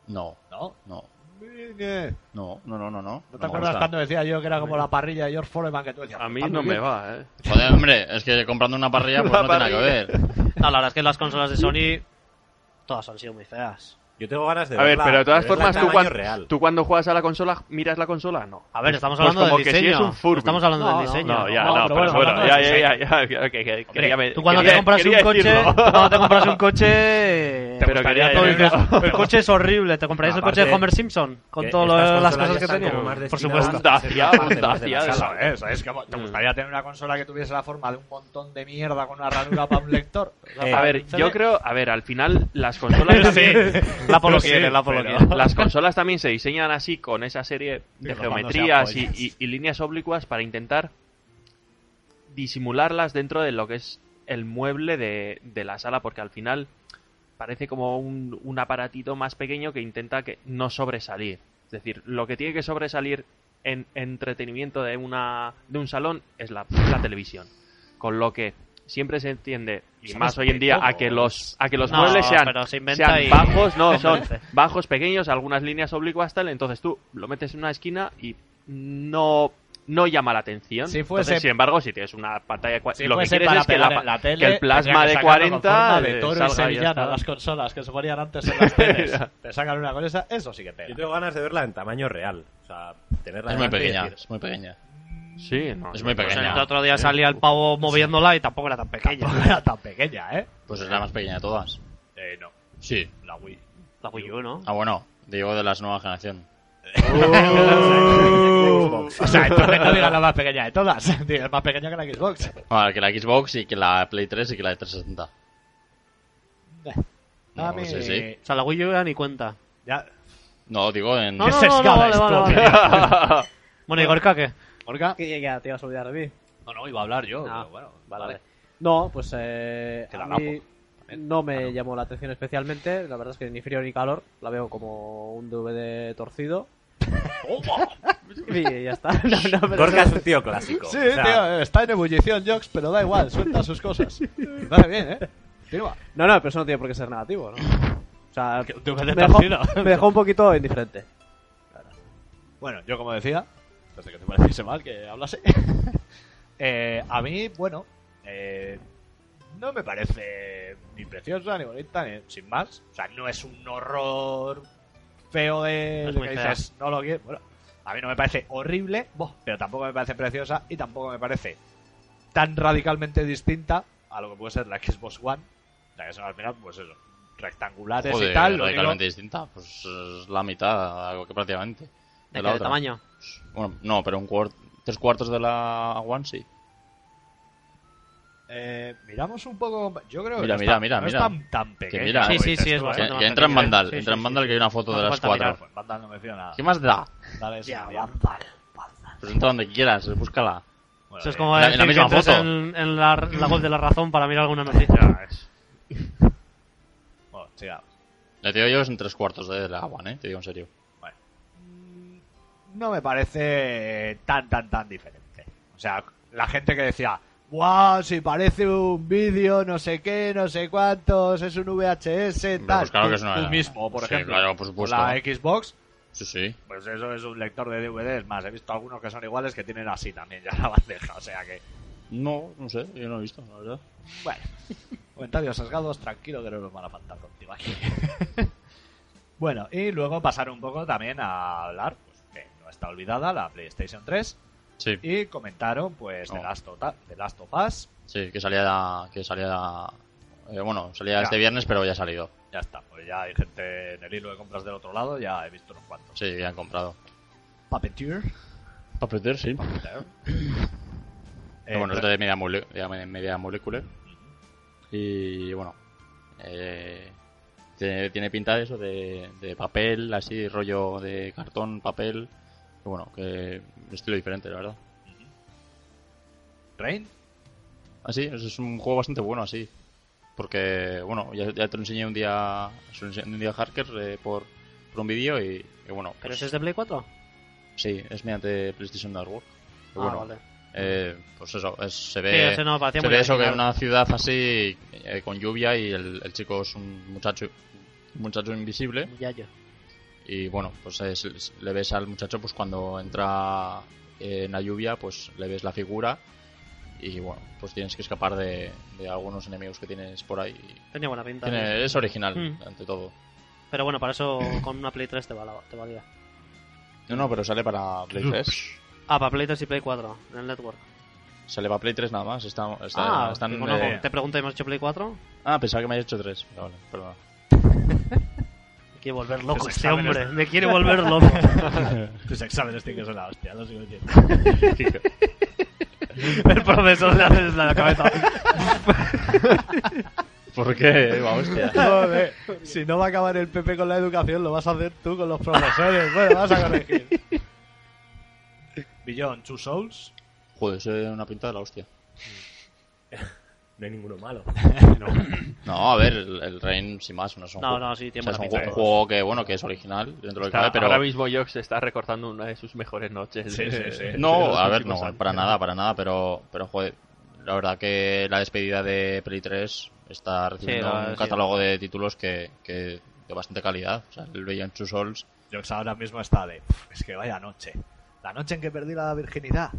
D: No,
B: ¿No?
D: no.
B: Domínguez.
H: No, no, no, no. ¿No,
B: ¿No te
H: me
B: acuerdas
H: gusta.
B: cuando decía yo que era como la parrilla de George Foreman que tú decías?
E: A mí
B: "Ah, muy
E: no me
B: bien"?
E: va, eh.
B: *laughs*
D: Joder, hombre, es que comprando una parrilla pues
A: Una
D: no tiene nada que ver.
C: No, la verdad es que las consolas de Sony todas han sido muy feas.
F: Yo tengo ganas de
E: A ver,
F: verla-
E: pero de todas
F: verla en
E: formas, tú,
F: tamaño
E: cuan-
F: real.
E: tú cuando juegas a la consola, ¿miras la consola? No.
C: A ver, estamos
E: Pues
C: hablando
E: como
C: del
E: que sí
C: diseño.
E: es un Furby.
C: Estamos hablando
G: No,
C: del
G: no,
C: diseño.
E: No, ya,
G: No,
E: no,
G: pero
E: pero,
G: bueno,
E: bueno,
G: hablando
E: ya,
G: del
E: ya, ya, ya, ok, ok,
C: Hombre,
E: quería me-
C: tú cuando
E: quería-
C: te compras un
E: quería
C: coche,
E: decirlo.
C: tú *laughs* cuando te compras un coche,
E: Pero
C: gustaría
E: quería
C: todo y
E: decirlo.
C: dices, el coche es horrible. Te comprarías el coche de
F: Aparte,
C: Homer Simpson con
F: que
C: todas
F: estas
C: las
F: consolas
C: cosas
F: ya
C: que
F: están
C: tenía.
F: como más
C: Por
F: destinadas
C: supuesto.
F: a ser la parte de los de la
E: Dacia,
F: sala.
B: Claro, ¿eh? ¿Sabes? Que ¿Te gustaría tener una consola que tuviese la forma de un montón de mierda con una ranura para un lector?
F: Eh,
E: A ver, yo creo, a ver, al final
B: *laughs*
C: *laughs*
E: las consolas también,
C: La Polo
B: Sí,
C: quiere, la Polo
B: pero-
H: *laughs*
C: quiere.
E: las consolas también se diseñan así con esa serie de
H: Pero cuando
E: geometrías
H: se
E: y,
H: apoyas.
E: y- y líneas oblicuas para intentar disimularlas dentro de lo que es el mueble de, de la sala, porque al final parece como un, un aparatito más pequeño que intenta que no sobresalir. Es decir, lo que tiene que sobresalir en entretenimiento de una de un salón es la, la televisión. Con lo que siempre se entiende, y
H: Son
E: más hoy en día, a que los, a que los
C: No,
E: muebles sean,
C: pero se inventa
E: sean
C: y-
E: bajos,
C: *laughs*
E: no, son
C: Entonces.
E: bajos, pequeños, algunas líneas oblicuas, tal, entonces tú lo metes en una esquina y no no llama la atención.
B: Si fuese-
E: Entonces, sin embargo, si tienes una pantalla... cua-
B: Si
E: lo que
B: fuese
E: quieres
B: para
E: es que,
B: pegar
E: la
B: en
E: pa-
B: la tele,
E: que el plasma
B: tendrían que
E: de
B: sacarlo con
E: 40
B: forma de
E: eh,
B: toro y
E: salga y ya
B: sevillana,
E: está.
B: las consolas que se ponían antes
E: *laughs*
B: en las teles. te sacan una con esa, eso sí que
F: Yo
B: pega.
F: tengo ganas de verla en tamaño real. O sea, tenerla
D: Es muy
F: delante y
D: pequeña,
F: decir,
D: es muy pequeña.
E: Sí, no,
B: Pues
D: Es muy
E: no sé,
D: pequeña.
C: El otro día salía el pavo moviéndola y tampoco era tan pequeña.
B: Tampoco era tan pequeña, ¿eh?
D: Pues es la más pequeña de todas.
B: Eh, no,
D: Sí.
B: *laughs* la
E: *laughs*
B: Wii.
C: La Wii U, ¿no?
D: Ah, bueno, digo de las nueva generación.
B: Oh.
E: Oh.
B: o sea, entonces no digas la más pequeña de todas. *laughs* Digas más pequeña que la Xbox.
D: Bueno, que la Xbox y que la Play 3 y que la de 360.
B: A *laughs*
D: No,
B: mí...
D: sí, sí.
C: O sea, la Wii U era ni cuenta.
B: Ya...
D: No, digo en...
C: No, no,
B: se
C: no, no,
B: escala
C: vale,
B: esto,
C: vale, vale. Bueno, ¿y Gorka qué?
B: ¿Orga?
G: Que ya te ibas a olvidar de mí.
B: No, no, iba a hablar yo.
G: Ah,
B: pero bueno, vale.
G: No, pues eh,
B: Te la
G: a mí
B: lapo,
G: no me llamó la atención especialmente. La verdad es que ni frío ni calor. La veo como un DVD torcido. *laughs* y ya está. *laughs* No, no, pero-
F: Gorka es un tío clásico.
B: *laughs* Sí,
F: O sea,
B: tío, eh. está en ebullición Jox, pero da igual, suelta sus
E: *laughs*
B: cosas. Vale, bien, ¿eh? Continúa.
G: no, no, pero eso no tiene por qué ser negativo, ¿no? O sea,
B: Que un DVD
G: me dejó, *laughs*
B: torcido.
G: me dejó un poquito indiferente.
B: Bueno, yo como decía, desde que te pareciese mal que hablase, *laughs* eh, a mí, bueno, eh, no me parece ni preciosa, ni bonita, ni, sin más. O sea, no es un horror feo de,
C: Es
B: de
C: muy
B: que
C: fea.
B: dices, no lo quiero. Bueno, a mí no me parece horrible, boh, pero tampoco me parece preciosa y tampoco me parece tan radicalmente distinta a lo que puede ser la Xbox One. O sea, que son al final, pues eso, rectangulares
D: Joder,
B: y tal. lo único-
D: radicalmente distinta. Pues es la mitad, algo que prácticamente. De
C: ¿De qué?
D: la
C: ¿De
D: otra.
C: tamaño?
D: Bueno, no, pero un cuart- tres cuartos de la One sí.
B: Eh, miramos un poco. Yo creo
D: Mira,
B: que
D: mira,
B: no,
D: mira,
B: está, no
D: mira.
B: es tan, tan pequeño.
D: mira,
B: como
D: Sí, sí,
B: dices
C: sí, es
B: tú, ¿eh?
C: bastante-
D: Que,
C: Bastante
D: que entra en
C: grande.
D: Vandal,
C: Sí,
D: entra
C: sí,
D: en Vandal
C: sí.
D: que hay una foto
C: No
D: de
C: hace
D: las
C: falta
D: cuatro.
C: mirar.
B: Pues Vandal no me fío nada.
D: ¿Qué más da?
B: Vandal es una mierda.
D: Pues entra donde quieras, búscala.
B: Bueno,
C: Eso es
B: eh,
C: como
D: en la- en la
C: decir que
D: misma
C: entres
D: foto.
C: en, en la, la web de la razón para mirar alguna noticia.
E: Ya, es-
B: bueno, siga.
D: La digo yo es en tres cuartos de la One, eh, te digo en serio.
B: No me parece tan, tan, tan diferente. O sea, la gente que decía, wow, si parece un vídeo, no sé qué, no sé cuántos, es un VHS,
D: Hombre,
B: tal.
D: pues claro que
B: Tú-
D: es una-
B: Tú mismo, por
D: Sí,
B: ejemplo.
D: claro, por supuesto.
B: La Xbox,
D: Sí, sí.
B: pues eso es un lector de DVD. Es más, he visto algunos que son iguales que tienen así también ya la bandeja. O sea que.
D: No, no sé, yo no he visto, la verdad.
B: Bueno, *laughs* comentarios sesgados, tranquilo que no nos van a faltar contigo aquí. *laughs* bueno, y luego pasar un poco también a hablar, pues que no está olvidada, la PlayStation 3.
D: Sí,
B: Y comentaron, pues, de
D: Oh.
B: Last, of, de Last of Us.
D: sí, que salía, que salía, eh, bueno, salía
B: Ya.
D: este viernes, pero ya ha salido.
B: Ya está, pues ya hay gente en el hilo de compras del otro lado, ya he visto unos cuantos.
D: Sí, ya han comprado.
B: Puppeteer.
D: Para aprender, sí.
B: Eh,
D: bueno, es
B: pero-
D: de media, mole- de me- media molécula. Y bueno, eh, tiene, tiene pinta de eso, de, de papel, así, rollo de cartón, papel. Que bueno, que un estilo diferente, la verdad.
B: Rain.
D: Así, Ah, es es un juego bastante bueno, así. Porque, bueno, ya, ya te lo enseñé un día, se lo enseñé un día a Harker eh, por, por un vídeo y, y bueno, pues
C: ¿Pero ese es de Play 4?
D: sí, es mediante PlayStation Network. Y
C: Ah,
D: bueno,
C: vale.
D: eh, pues eso, es- se
C: Sí,
D: ve...
C: ese no, parecía
D: Se
C: muy
D: ve eso que es
C: original.
D: una ciudad así eh, con lluvia y el, el chico es un muchacho un muchacho invisible
C: Un yayo.
D: Y bueno, pues es- es- le ves al muchacho pues cuando entra eh, en la lluvia, pues le ves la figura y bueno, pues tienes que escapar de, de algunos enemigos que tienes por ahí.
C: Tenía buena pinta.
D: Tiene- es original,
C: Mm.
D: ante todo.
C: Pero bueno, para eso con una Play 3 te, vala- te valía.
D: No, no, pero sale para Play 3.
C: Ah, para Play 3 y Play 4, en el network.
D: Sale para Play 3 nada más. Está, está-
C: Ah,
D: están,
C: te, conozco.
D: eh,
C: Te pregunto, ¿hemos hecho Play 4?
D: ah, pensaba que me habías hecho 3. Vale,
C: *laughs*
D: perdona.
C: Me quiere volver loco
B: Pues
C: este
B: exámenes.
C: hombre, *laughs* me quiere volver *laughs* loco.
B: Tus exámenes tienen que ser la hostia, lo sigo diciendo.
C: el profesor le hace la
D: *laughs*
C: cabeza.
D: ¿Por *laughs* qué? Vamos, hostia.
B: Joder, si no va a acabar el PP con la educación, lo vas a hacer tú con los profesores. Bueno, vas a corregir. Billón, Two Souls.
D: Joder, eso es una pinta de la hostia.
F: No hay
B: *laughs*
F: ninguno malo.
D: No, a ver, el, el Rain, sin más, no es un
C: No,
D: juego.
C: no, sí,
D: O
C: tiene
D: sea, es
C: buena
D: un
C: pinta.
D: juego, juego que, bueno, que es original, dentro de lo que
E: Está-
D: cabe, pero...
E: Ahora mismo Jox está recortando una de sus mejores noches.
B: Sí,
E: de- *laughs*
B: sí, sí.
E: de
D: No,
E: los
D: a ver,
E: últimos
D: no,
E: años.
D: para nada, para nada, pero, pero joder, la verdad que la despedida de Play 3 está recibiendo
C: Sí, la-
D: un
C: sí.
D: catálogo de títulos que, que de bastante calidad. O sea, el Beyond Two Souls,
B: Jox ahora mismo está de. "Puf, Es que vaya noche. La noche en que perdí la virginidad.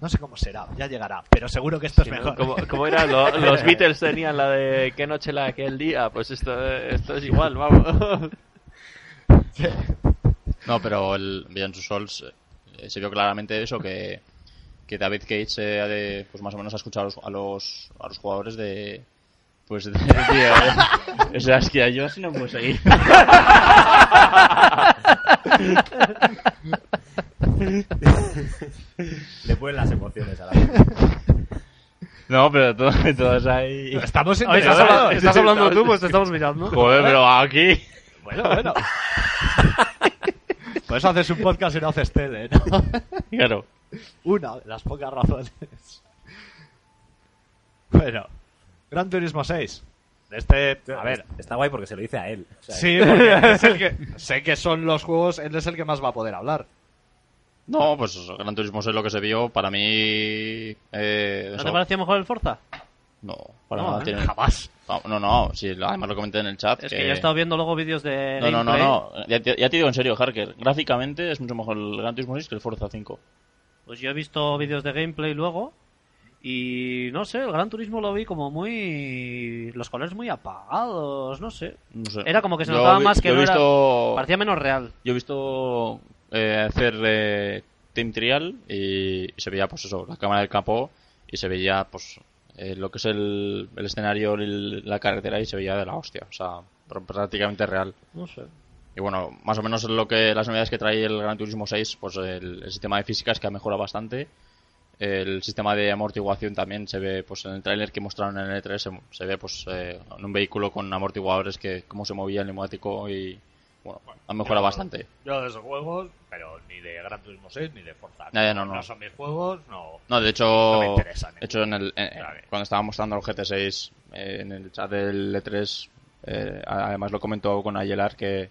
B: No sé cómo será, ya llegará. Pero seguro que esto
E: Sí,
B: es
E: ¿no?
B: mejor.
E: Como, como era, lo- los Beatles tenían la de qué noche la de aquel día, pues esto, esto es igual, vamos.
D: No, pero el Beyond Two Souls eh, se vio claramente eso que, que David Cage eh, ha de- pues más o menos ha escuchado a los, a los, a los jugadores de pues de, *laughs* de- o sea, *laughs* es que yo así no puedo seguir.
F: Le ponen las emociones a la gente.
D: No, pero to- todos ahí.
B: Estamos
C: Oye, ¿Estás, hablando,
B: interesados.
C: estás hablando tú? Pues te estamos mirando. *laughs*
D: Joder, pero aquí.
B: Bueno, *laughs* bueno. Por eso haces un podcast y no haces tele, ¿no?
D: Claro.
B: Una de las pocas razones. *laughs* Bueno, Gran Turismo 6. De Este, a ver,
F: Está guay porque se lo dice a él. O
B: *laughs*
F: sea,
B: Sí, porque es el que- sé que son los juegos, él es el que más va a poder hablar.
D: No, pues eso, Gran Turismo es lo que se vio. Para mí. Eh,
C: ¿No
D: eso-
C: te parecía mejor el Forza?
D: No, para
C: No,
D: nada
C: ¿eh?
D: tiene-
B: Jamás.
D: No, no, sí, además lo comenté en el chat. eh,
C: Es que yo he estado viendo luego vídeos de.
D: No, no, no,
C: gameplay.
D: no. Ya, te- ya te digo en serio, Harker. Gráficamente es mucho mejor el Gran Turismo 6 que el Forza 5.
C: Pues yo he visto vídeos de gameplay luego. Y no sé, el Gran Turismo lo vi como muy. Los colores muy apagados, no sé.
D: No sé.
C: Era como que se
D: Yo
C: notaba
D: vi-
C: más que
D: yo he
C: no era-
D: visto,
C: Parecía menos real.
D: Yo he visto eh, hacer eh, Team Trial y se veía, pues eso, la cámara del capó y se veía, pues, eh, lo que es el, el escenario, el- la carretera y se veía de la hostia. O sea, pr- prácticamente real.
C: No sé.
D: Y bueno, más o menos lo que las novedades que trae el Gran Turismo 6, pues el, el sistema de físicas que ha mejorado bastante. El sistema de amortiguación también se ve, pues en el tráiler que mostraron en el E3 se, se ve pues eh, en un vehículo con amortiguadores que cómo se movía el neumático y bueno, ha mejorado
B: yo-
D: bastante.
B: Yo de esos juegos, pero ni de Gran Turismo 6 ni de Forza.
D: Ya, ya, no, no.
B: son mis juegos, no.
D: No, de hecho,
B: No me interesa,
D: de
B: ni-
D: hecho en el, en-
B: Vale.
D: cuando estaba mostrando el GT6 eh, en el chat del E3, eh, a- además lo comentó con Ayelar que,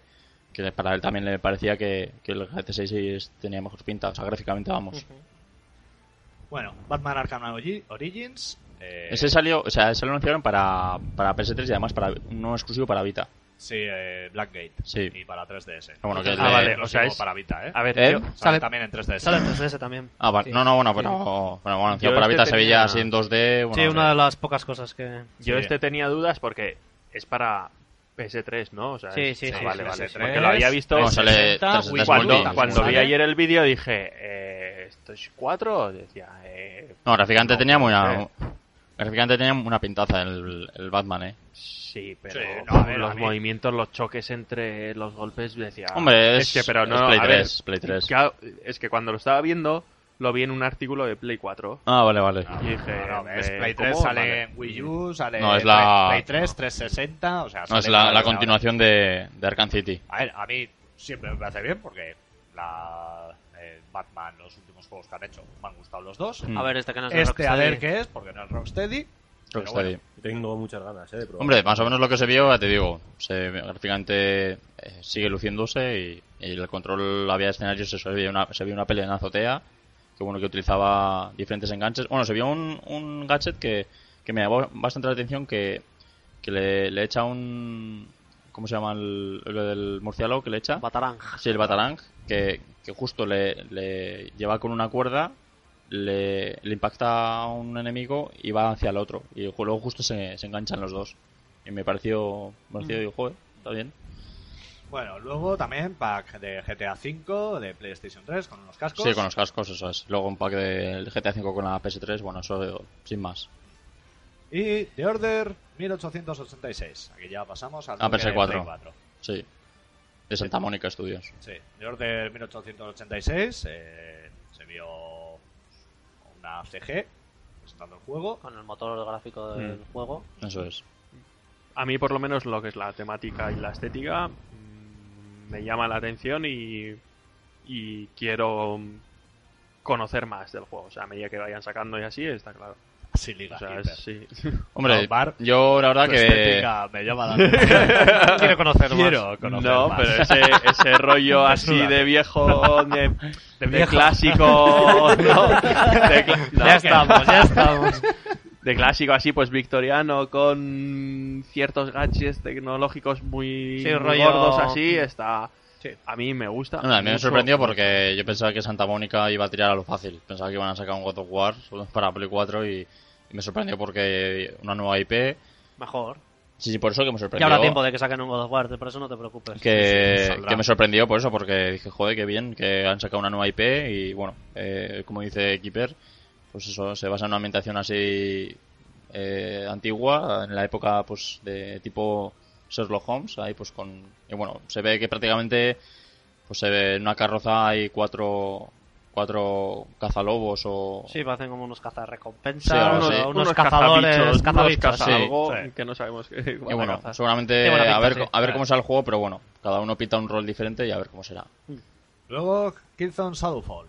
D: que para él también le parecía que, que el GT6 sí es- tenía mejor pinta, o sea, gráficamente vamos. Eh,
B: Bueno, Batman Arkham Origi- Origins. eh,
D: Ese salió, o sea, se lo anunciaron para, para PS3 y además para no exclusivo para Vita.
B: Sí, eh, Blackgate.
D: Sí.
B: Y para 3DS.
D: Pero bueno, que
B: ah,
D: el de-
B: vale,
E: o
B: o
E: sea,
B: sea,
E: es-
B: para Vita, ¿eh?
E: A ver,
D: ¿Eh?
E: yo-
B: Sale
C: Sale-
B: también en 3DS.
C: Sale en 3DS también.
D: Ah, vale. No, no, bueno, pero bueno, bueno, anunciado para
E: este
D: Vita se
E: tenía-
D: veía así en 2D. Bueno,
C: sí, una de las pocas cosas que.
E: yo
B: Sí.
E: este tenía dudas porque es para PS3, ¿no? O sea,
C: Sí,
E: es-
C: sí,
E: ah,
C: sí,
E: vale,
B: sí,
E: vale.
B: PS3.
E: Porque lo había visto "Ah,
D: No, sale
G: 360,
D: 360
G: Wii,
D: multi,
E: cuando,
G: Sale-
E: cuando vi
G: sale-
E: ayer el vídeo dije, eh, ¿esto es 4? Decía, eh,
D: No, gráficamente
E: No,
D: tenía muy
E: eh.
D: una, gráficamente tenía una pintaza el, el Batman, eh.
E: Sí, pero
B: Sí, no, a ver,
E: los
B: a mí-
E: movimientos, los choques entre los golpes, decía.
D: Hombre, es-
E: Ah, que, pero
D: es
E: no,
D: Play
E: a ver,
D: 3, Play 3.
E: claro, es que cuando lo estaba viendo, lo vi en un artículo de Play 4.
D: Ah, vale, vale.
E: Y dije,
B: No, no, es
E: eh,
B: Play
E: ¿cómo?
B: 3 sale
E: Vale.
B: en Wii U, sale
D: No, es
B: en
D: la-
B: Play 3, 360, o sea...
D: No,
B: sale
D: es la,
B: cada
D: la
B: una.
D: continuación de, de Arkham City.
B: A ver, a mí siempre me parece bien porque la eh, Batman, los últimos juegos que han hecho, me han gustado los dos.
D: Mm.
C: A ver, este que no es de
B: Este a
C: Rocksteady.
B: ver qué es, porque no es Rocksteady.
D: Creo que
B: Pero
D: está
B: bueno.
D: bien.
F: Tengo muchas ganas, ¿eh? De probar.
D: Hombre, más o menos lo que se vio, ya te digo, se, gráficamente eh, sigue luciéndose y, y el control había escenarios, se veía una, se veía una pelea en la azotea, que bueno, que utilizaba diferentes enganches. Bueno, se vio un, un gadget que, que me llamó bastante la atención, que, que le, le echa un, ¿Cómo se llama el, el del murciélago que le echa?
C: Batarang.
D: Sí, el Batalang, que, que justo le, le lleva con una cuerda, le, le impacta a un enemigo y va hacia el otro. Y ju- luego justo se, se enganchan los dos. Y me pareció. Me pareció,
B: Mm.
D: digo, joder, está bien.
B: Bueno, luego también pack de GTA V, de PlayStation 3, con unos cascos.
D: Sí, con los cascos, eso es. Luego un pack del GTA V con la PS3, bueno, eso eh, sin más.
B: Y The Order 1886. Aquí ya pasamos al
D: A
B: bloque de
D: PS4.
B: Play 4.
D: Sí. De Santa Mónica Studios.
B: Sí, The Order 1886 eh, se vio una CG presentando el juego.
G: Con el motor gráfico del juego.
D: Eso es.
E: A mí, por lo menos, lo que es la temática y la estética mm, me llama la atención y, y quiero mm, conocer más del juego. O sea, a medida que vayan sacando y así, está claro.
B: Así liga.
E: O sea,
B: Hiper.
E: es- sí.
D: Hombre,
B: Bar-
D: yo la verdad
B: Tu
D: que.
B: estética eh, me llama
D: *laughs*
B: la atención.
C: Quiero conocer más.
B: Quiero conocer
E: No,
B: más.
E: pero ese, ese rollo así
B: Desnúdate.
E: de viejo, de, de
B: viejo.
E: clásico, ¿no? De, cla- no,
C: Ya estamos, ya estamos.
E: de clásico así, pues victoriano, con ciertos gadgets tecnológicos muy,
C: Sí,
E: muy
C: rollo-
E: gordos así, está...
B: Sí.
E: A mí me gusta.
D: No, a mí me
E: mucho.
D: sorprendió porque yo pensaba que Santa Mónica iba a tirar a lo fácil. Pensaba que iban a sacar un God of War para Play 4 y, y me sorprendió porque una nueva IP.
C: Mejor.
D: Sí, sí, por eso que me
C: Ya
D: sorprendió.
C: habrá tiempo de que saquen un God of War, por eso no te preocupes.
D: que,
B: saldrá.
D: que me sorprendió por eso, porque dije, joder, qué bien, que han sacado una nueva IP y bueno, eh, como dice Keeper, pues eso, se basa en una ambientación así eh, antigua, en la época pues de tipo Sherlock Holmes, ahí pues con... Y bueno, se ve que prácticamente pues se ve en una carroza hay cuatro, cuatro cazalobos o...
C: Sí, hacen como unos
D: Sí,
C: cazarrecompensas,
D: algo
E: Ah, Unos,
D: así.
C: unos, unos
E: cazadores,
C: cazadores,
E: unos
C: cazabichos.
E: caza
D: sí.
E: algo
B: Sí.
E: que no sabemos qué van
D: Y
E: a
D: bueno,
E: cazar.
D: seguramente
C: Tiene buena
D: a
C: pinta,
D: ver,
C: sí.
D: co- a ver
B: Ah.
D: cómo sale el juego, pero bueno, cada uno pinta un rol diferente y a ver cómo será.
B: Luego, Killzone Shadowfall.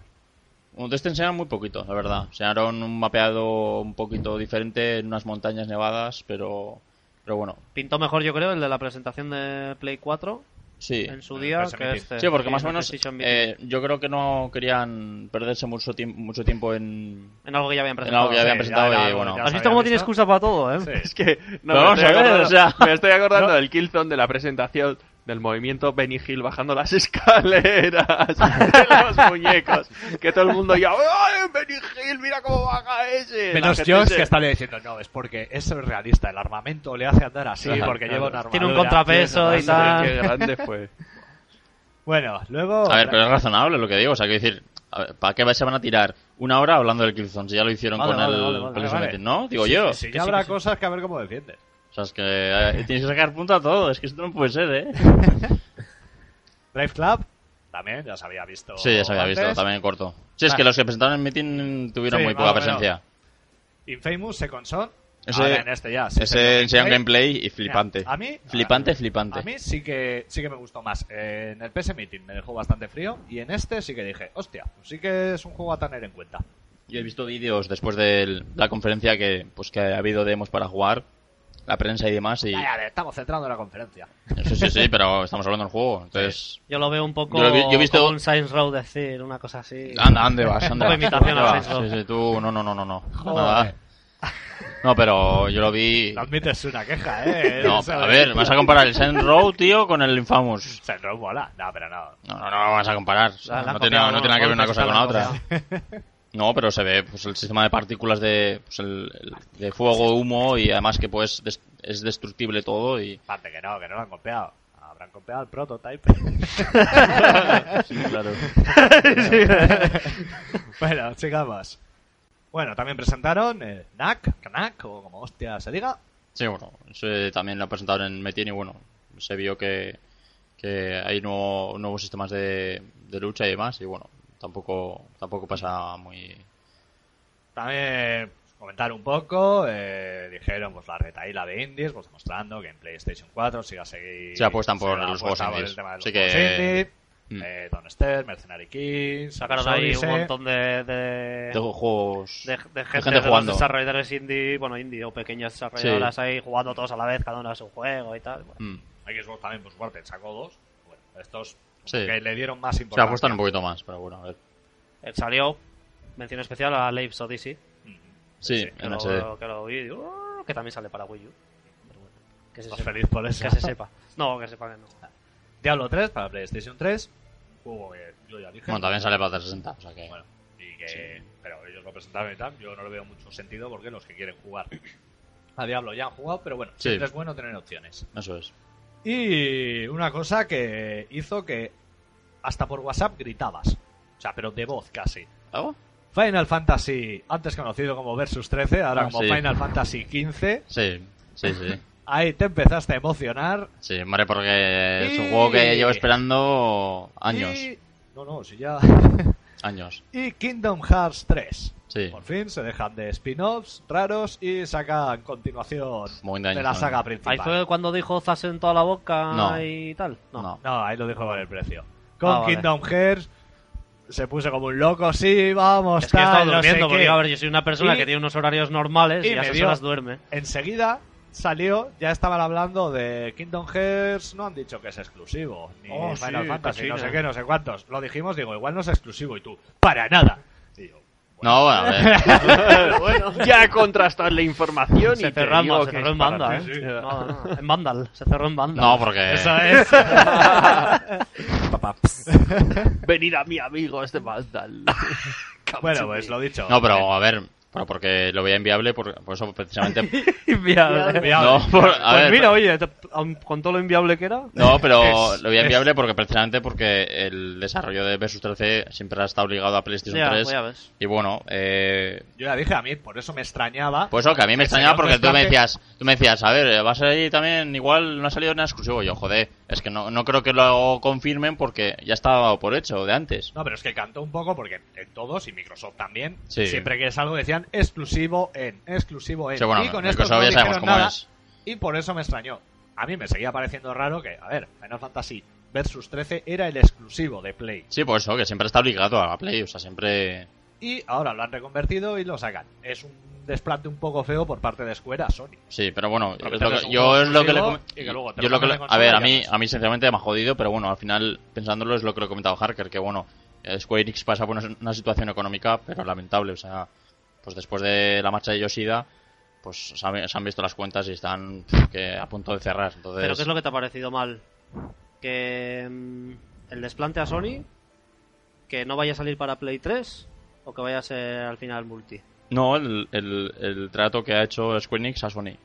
D: Bueno, de este enseñaron muy poquito, la verdad. Enseñaron un mapeado un poquito diferente en unas montañas nevadas, pero, pero bueno,
C: Pintó mejor, yo creo, el de la presentación de Play 4
D: sí.
C: en su
B: el
C: día
B: PS
C: que
B: Meeting.
C: este.
D: Sí, porque
C: Sí,
D: más o
C: en el
D: menos
C: PlayStation Meeting.
D: eh, yo creo que no querían perderse mucho, tiemp- mucho tiempo en...
C: en algo que ya habían
D: en
C: presentado.
D: algo que ya habían
B: sí,
D: presentado
B: ya era
D: y
B: algo
D: bueno.
B: que ya
C: ¿Has
B: se
C: visto
B: había
C: cómo tiene
B: visto?
C: excusa para todo, eh?
E: Es que
D: Pero
E: no, me,
D: vamos
E: estoy
D: a ver,
E: acordando,
D: o sea.
E: me estoy acordando del Killzone de la presentación del movimiento Benny Hill bajando las *laughs* escaleras de los
C: *laughs*
E: muñecos. Que todo el mundo ya, ¡ay, Benny Hill, mira cómo baja ese! La
B: Menos
E: gente
B: Josh
E: se-
B: que estaría diciendo, no, es porque es realista, el armamento le hace andar así
D: Ajá,
B: porque
D: claro.
B: lleva un armadura.
C: Tiene un contrapeso
B: tiene
C: y
B: una-
C: tal.
E: Qué grande
C: *laughs*
E: fue.
B: Bueno, luego...
D: A ver, pero es razonable lo que digo, o sea, quiero decir, a ver, ¿para qué se van a tirar una hora hablando del Killzone si ya lo hicieron
B: Vale,
D: con
B: vale,
D: el
B: vale, vale,
D: PlayStation
B: vale.
D: Meeting, ¿no? Digo
B: Sí,
D: yo.
B: sí, sí, ya habrá cosas que a ver cómo defiendes.
D: O sea, es que eh, tienes que sacar punta a todo, es que esto no puede ser, ¿eh?
B: Drive Club, también, ya se había visto
D: Sí, ya se había visto,
B: antes.
D: también en corto. Sí, es
B: Ah.
D: que los que presentaron en Meeting tuvieron
B: Sí,
D: muy
B: más
D: poca
B: o menos.
D: presencia.
B: Infamous, Second Son,
D: Ese-
B: ahora en este ya. sí,
D: Ese
B: Second Son
D: enseñaron gameplay y
B: Mira,
D: flipante.
B: A mí...
D: Flipante,
B: A
D: flipante.
B: mí sí que, sí que me gustó más. Eh, en el PS Meeting me dejó bastante frío y en este sí que dije, hostia, pues sí que es un juego a tener en cuenta.
D: Yo he visto vídeos después de la conferencia que pues que ha habido demos para jugar, la prensa y demás y
B: Ya, ya, le estamos centrando en la conferencia.
D: sí, sí, sí, pero estamos hablando del
B: *laughs*
D: juego, entonces
C: Yo lo veo un poco
D: Yo lo vi- yo he visto- Ah,
C: como un Science Row decir una cosa así.
D: anda, ande vas, anda.
C: Como
D: vas,
C: imitación
D: anda
C: a
D: vas.
C: Saints Row.
D: Sí, sí, tú no, no, no, no, no.
B: Joder.
D: Nada. No, pero yo lo vi
B: Lo admites una queja, ¿eh?
D: *laughs* No,
B: ¿Sabes?
D: a ver, me vas a comparar el Saints Row, tío, con el Infamous.
B: Se enroló, mola. No, pero no.
D: No, no, no lo vas a comparar. O sea,
C: La- la
D: no,
C: han
D: tiene,
C: copiado,
D: no tiene nada que ver una
C: golpes,
D: cosa con la
C: la
D: otra.
C: han
D: *laughs* No, pero se ve pues, el sistema de partículas de, pues, el- el- de fuego, humo y además que pues des- es destructible todo
C: *laughs*
D: y...
B: Aparte que no, que no lo han copiado. Habrán copiado el prototype.
D: claro.
C: *laughs*
B: bueno, sigamos. Bueno, también presentaron eh, NAC, KNAC, o como hostia se diga.
D: Sí, bueno, se- también lo presentaron en Metin y bueno, se vio que, que hay nuevo- nuevos sistemas de, de lucha y demás y bueno, tampoco, tampoco pasa muy...
B: También pues, comentaron un poco, eh, dijeron pues la retaíla de indies, pues demostrando que en PlayStation 4 siga seguir...
D: Se apuestan por
B: siga
D: los juegos
B: apuesta por
D: indies.
B: el tema de los
D: Sí
B: juegos
D: que-
B: indie.
D: Mm.
B: Eh, Don't Starve, Mercenary Kings,
C: Sacaron
B: Lost
C: ahí un
B: Odyssey.
C: montón de, de,
D: De juegos...
C: Eh, de- de gente,
D: gente
C: de los
D: jugando.
C: desarrolladores indie, bueno, indie o pequeñas desarrolladoras ahí jugando todos a la vez, cada uno a su juego y tal. Bueno,
D: Mm.
B: Xbox también, por suerte, sacó dos. Bueno, estos como
D: Sí.
B: que le dieron más
D: Se
B: importancia.
D: apuestan un poquito más, pero bueno, a ver.
C: eh, Salió, mención especial a Lives Odyssey,
D: Sí,
B: Sí,
C: que
D: en
C: lo,
D: HD.
C: que lo vi, y digo, "Oh", que también sale para Wii U. Pero bueno. Que se
B: Estás
C: sepa.
B: Pues feliz por eso.
C: Que se sepa. No, que sepa que
D: *laughs*
C: no.
B: Diablo 3 para PlayStation 3. Un juego que yo ya dije.
D: Bueno, también sale para 360, o sea que...
B: Bueno, y que, pero ellos lo presentaron y tal. Yo no le veo mucho sentido porque los que quieren jugar a Diablo ya han jugado, pero bueno,
D: Sí.
B: siempre es bueno tener opciones.
D: Eso es.
B: Y una cosa que hizo que hasta por WhatsApp gritabas. O sea, pero de voz casi.
D: ¿Algo?
B: Final Fantasy, antes conocido como Versus 13, ahora
D: Ah,
B: como
D: sí.
B: Final Fantasy 15.
D: Sí, sí, sí.
B: Ahí te empezaste a emocionar.
D: Sí, hombre, porque es
B: Y-
D: un juego que llevo esperando años.
B: y- No, no, si ya. *laughs*
D: Años.
B: y Kingdom Hearts 3.
D: Sí.
B: Por fin se dejan de spin-offs raros y sacan continuación
D: Muy
B: de la
D: engañoso,
B: saga
D: ¿no?
B: principal.
C: Ahí fue cuando dijo Zas en toda la boca
D: No.
C: y tal. No.
D: No.
B: No, ahí lo dijo con el precio. Con
C: Ah, vale.
B: Kingdom Hearts se puso como un loco, sí, vamos,
C: Es que he
B: tal,
C: estado
B: no sé
C: durmiendo,
B: qué.
C: porque a ver, yo soy una persona
B: Y-
C: que tiene unos horarios normales
B: y
C: y, a
B: me
C: esas
B: dio-
C: horas duerme.
B: Enseguida salió, ya estaban hablando de Kingdom Hearts, no han dicho que es exclusivo, ni
C: Oh, sí,
B: Final Fantasy, no
C: cochina.
B: sé qué, no sé cuántos. Lo dijimos, digo, igual no es exclusivo, y tú, para nada. Y yo,
D: No, bueno, a ver.
E: *laughs* Ya contrastas la información y
C: Se
E: te
C: cerró en,
E: digo
C: Vandal,
E: que
C: se cerró
E: es
C: en
E: para
C: banda,
E: ti,
C: ¿eh?
E: sí.
C: No, no, en Vandal, se cerró en Vandal.
D: No, pues, porque.
B: esa es.
E: Venid a mi amigo
C: *laughs*
E: este Vandal.
B: *laughs* bueno, pues lo dicho.
D: No, pero a ver. Pero porque lo veía inviable, por, por eso precisamente.
C: *laughs* Inviable.
B: Cuidado. eh.
D: no, por- a
C: Pues
D: ver,
C: mira, oye, te- aun con todo lo inviable que era.
D: No, pero
B: Es-
D: lo veía
B: es-
D: inviable porque precisamente porque el desarrollo de Versus 13 siempre ha estado ligado a PlayStation
C: Ya,
D: 3.
C: ya ves.
D: Y bueno, eh,
B: Yo ya dije a mí, por eso me extrañaba.
D: pues eso, que a mí me
B: Que
D: extrañaba
B: salió un
D: porque tú me
B: descarte.
D: decías, tú me decías, a ver, eh, va a salir también, igual no ha salido nada exclusivo. Yo, joder, es que no, no creo que lo confirmen porque ya estaba por hecho de antes.
B: No, pero es que cantó un poco porque en todos y Microsoft también,
D: Sí.
B: siempre que es algo decían exclusivo en, exclusivo en.
D: Sí, bueno,
B: y con
D: Microsoft
B: esto no
D: ya sabemos
B: dijeron
D: cómo
B: nada
D: es.
B: y por eso me extrañó. A mí me seguía pareciendo raro que, a ver, Final Fantasy Versus 13 era el exclusivo de Play.
D: Sí, por eso, que siempre está obligado a la Play, o sea, siempre...
B: Y ahora lo han reconvertido y lo sacan. Es un desplante un poco feo por parte de Square a Sony.
D: Sí, pero bueno,
B: Pero
D: es
B: que
D: lo
B: te
D: que-
B: des un
D: yo
B: juego
D: es lo que le...
B: exclusivo
D: com-
B: y que luego te
D: yo
B: lo
D: es lo que
B: cambian
D: le-
B: de
D: A ver,
B: consola
D: a
B: y ya
D: mí,
B: está.
D: a mí sinceramente me ha jodido, pero bueno, al final, pensándolo, es lo que lo he comentado Harker, que bueno, eh, Square Enix pasa por una, una situación económica, pero lamentable, o sea, pues después de la marcha de Yoshida, pues se han, se han visto las cuentas y están pf, que a punto de cerrar, entonces...
C: Pero ¿qué es lo que te ha parecido mal? Que mm, el desplante a Sony, que no vaya a salir para Play 3 o que vaya a ser al final multi.
D: No, el, el- el trato que ha hecho Square Enix a Sony.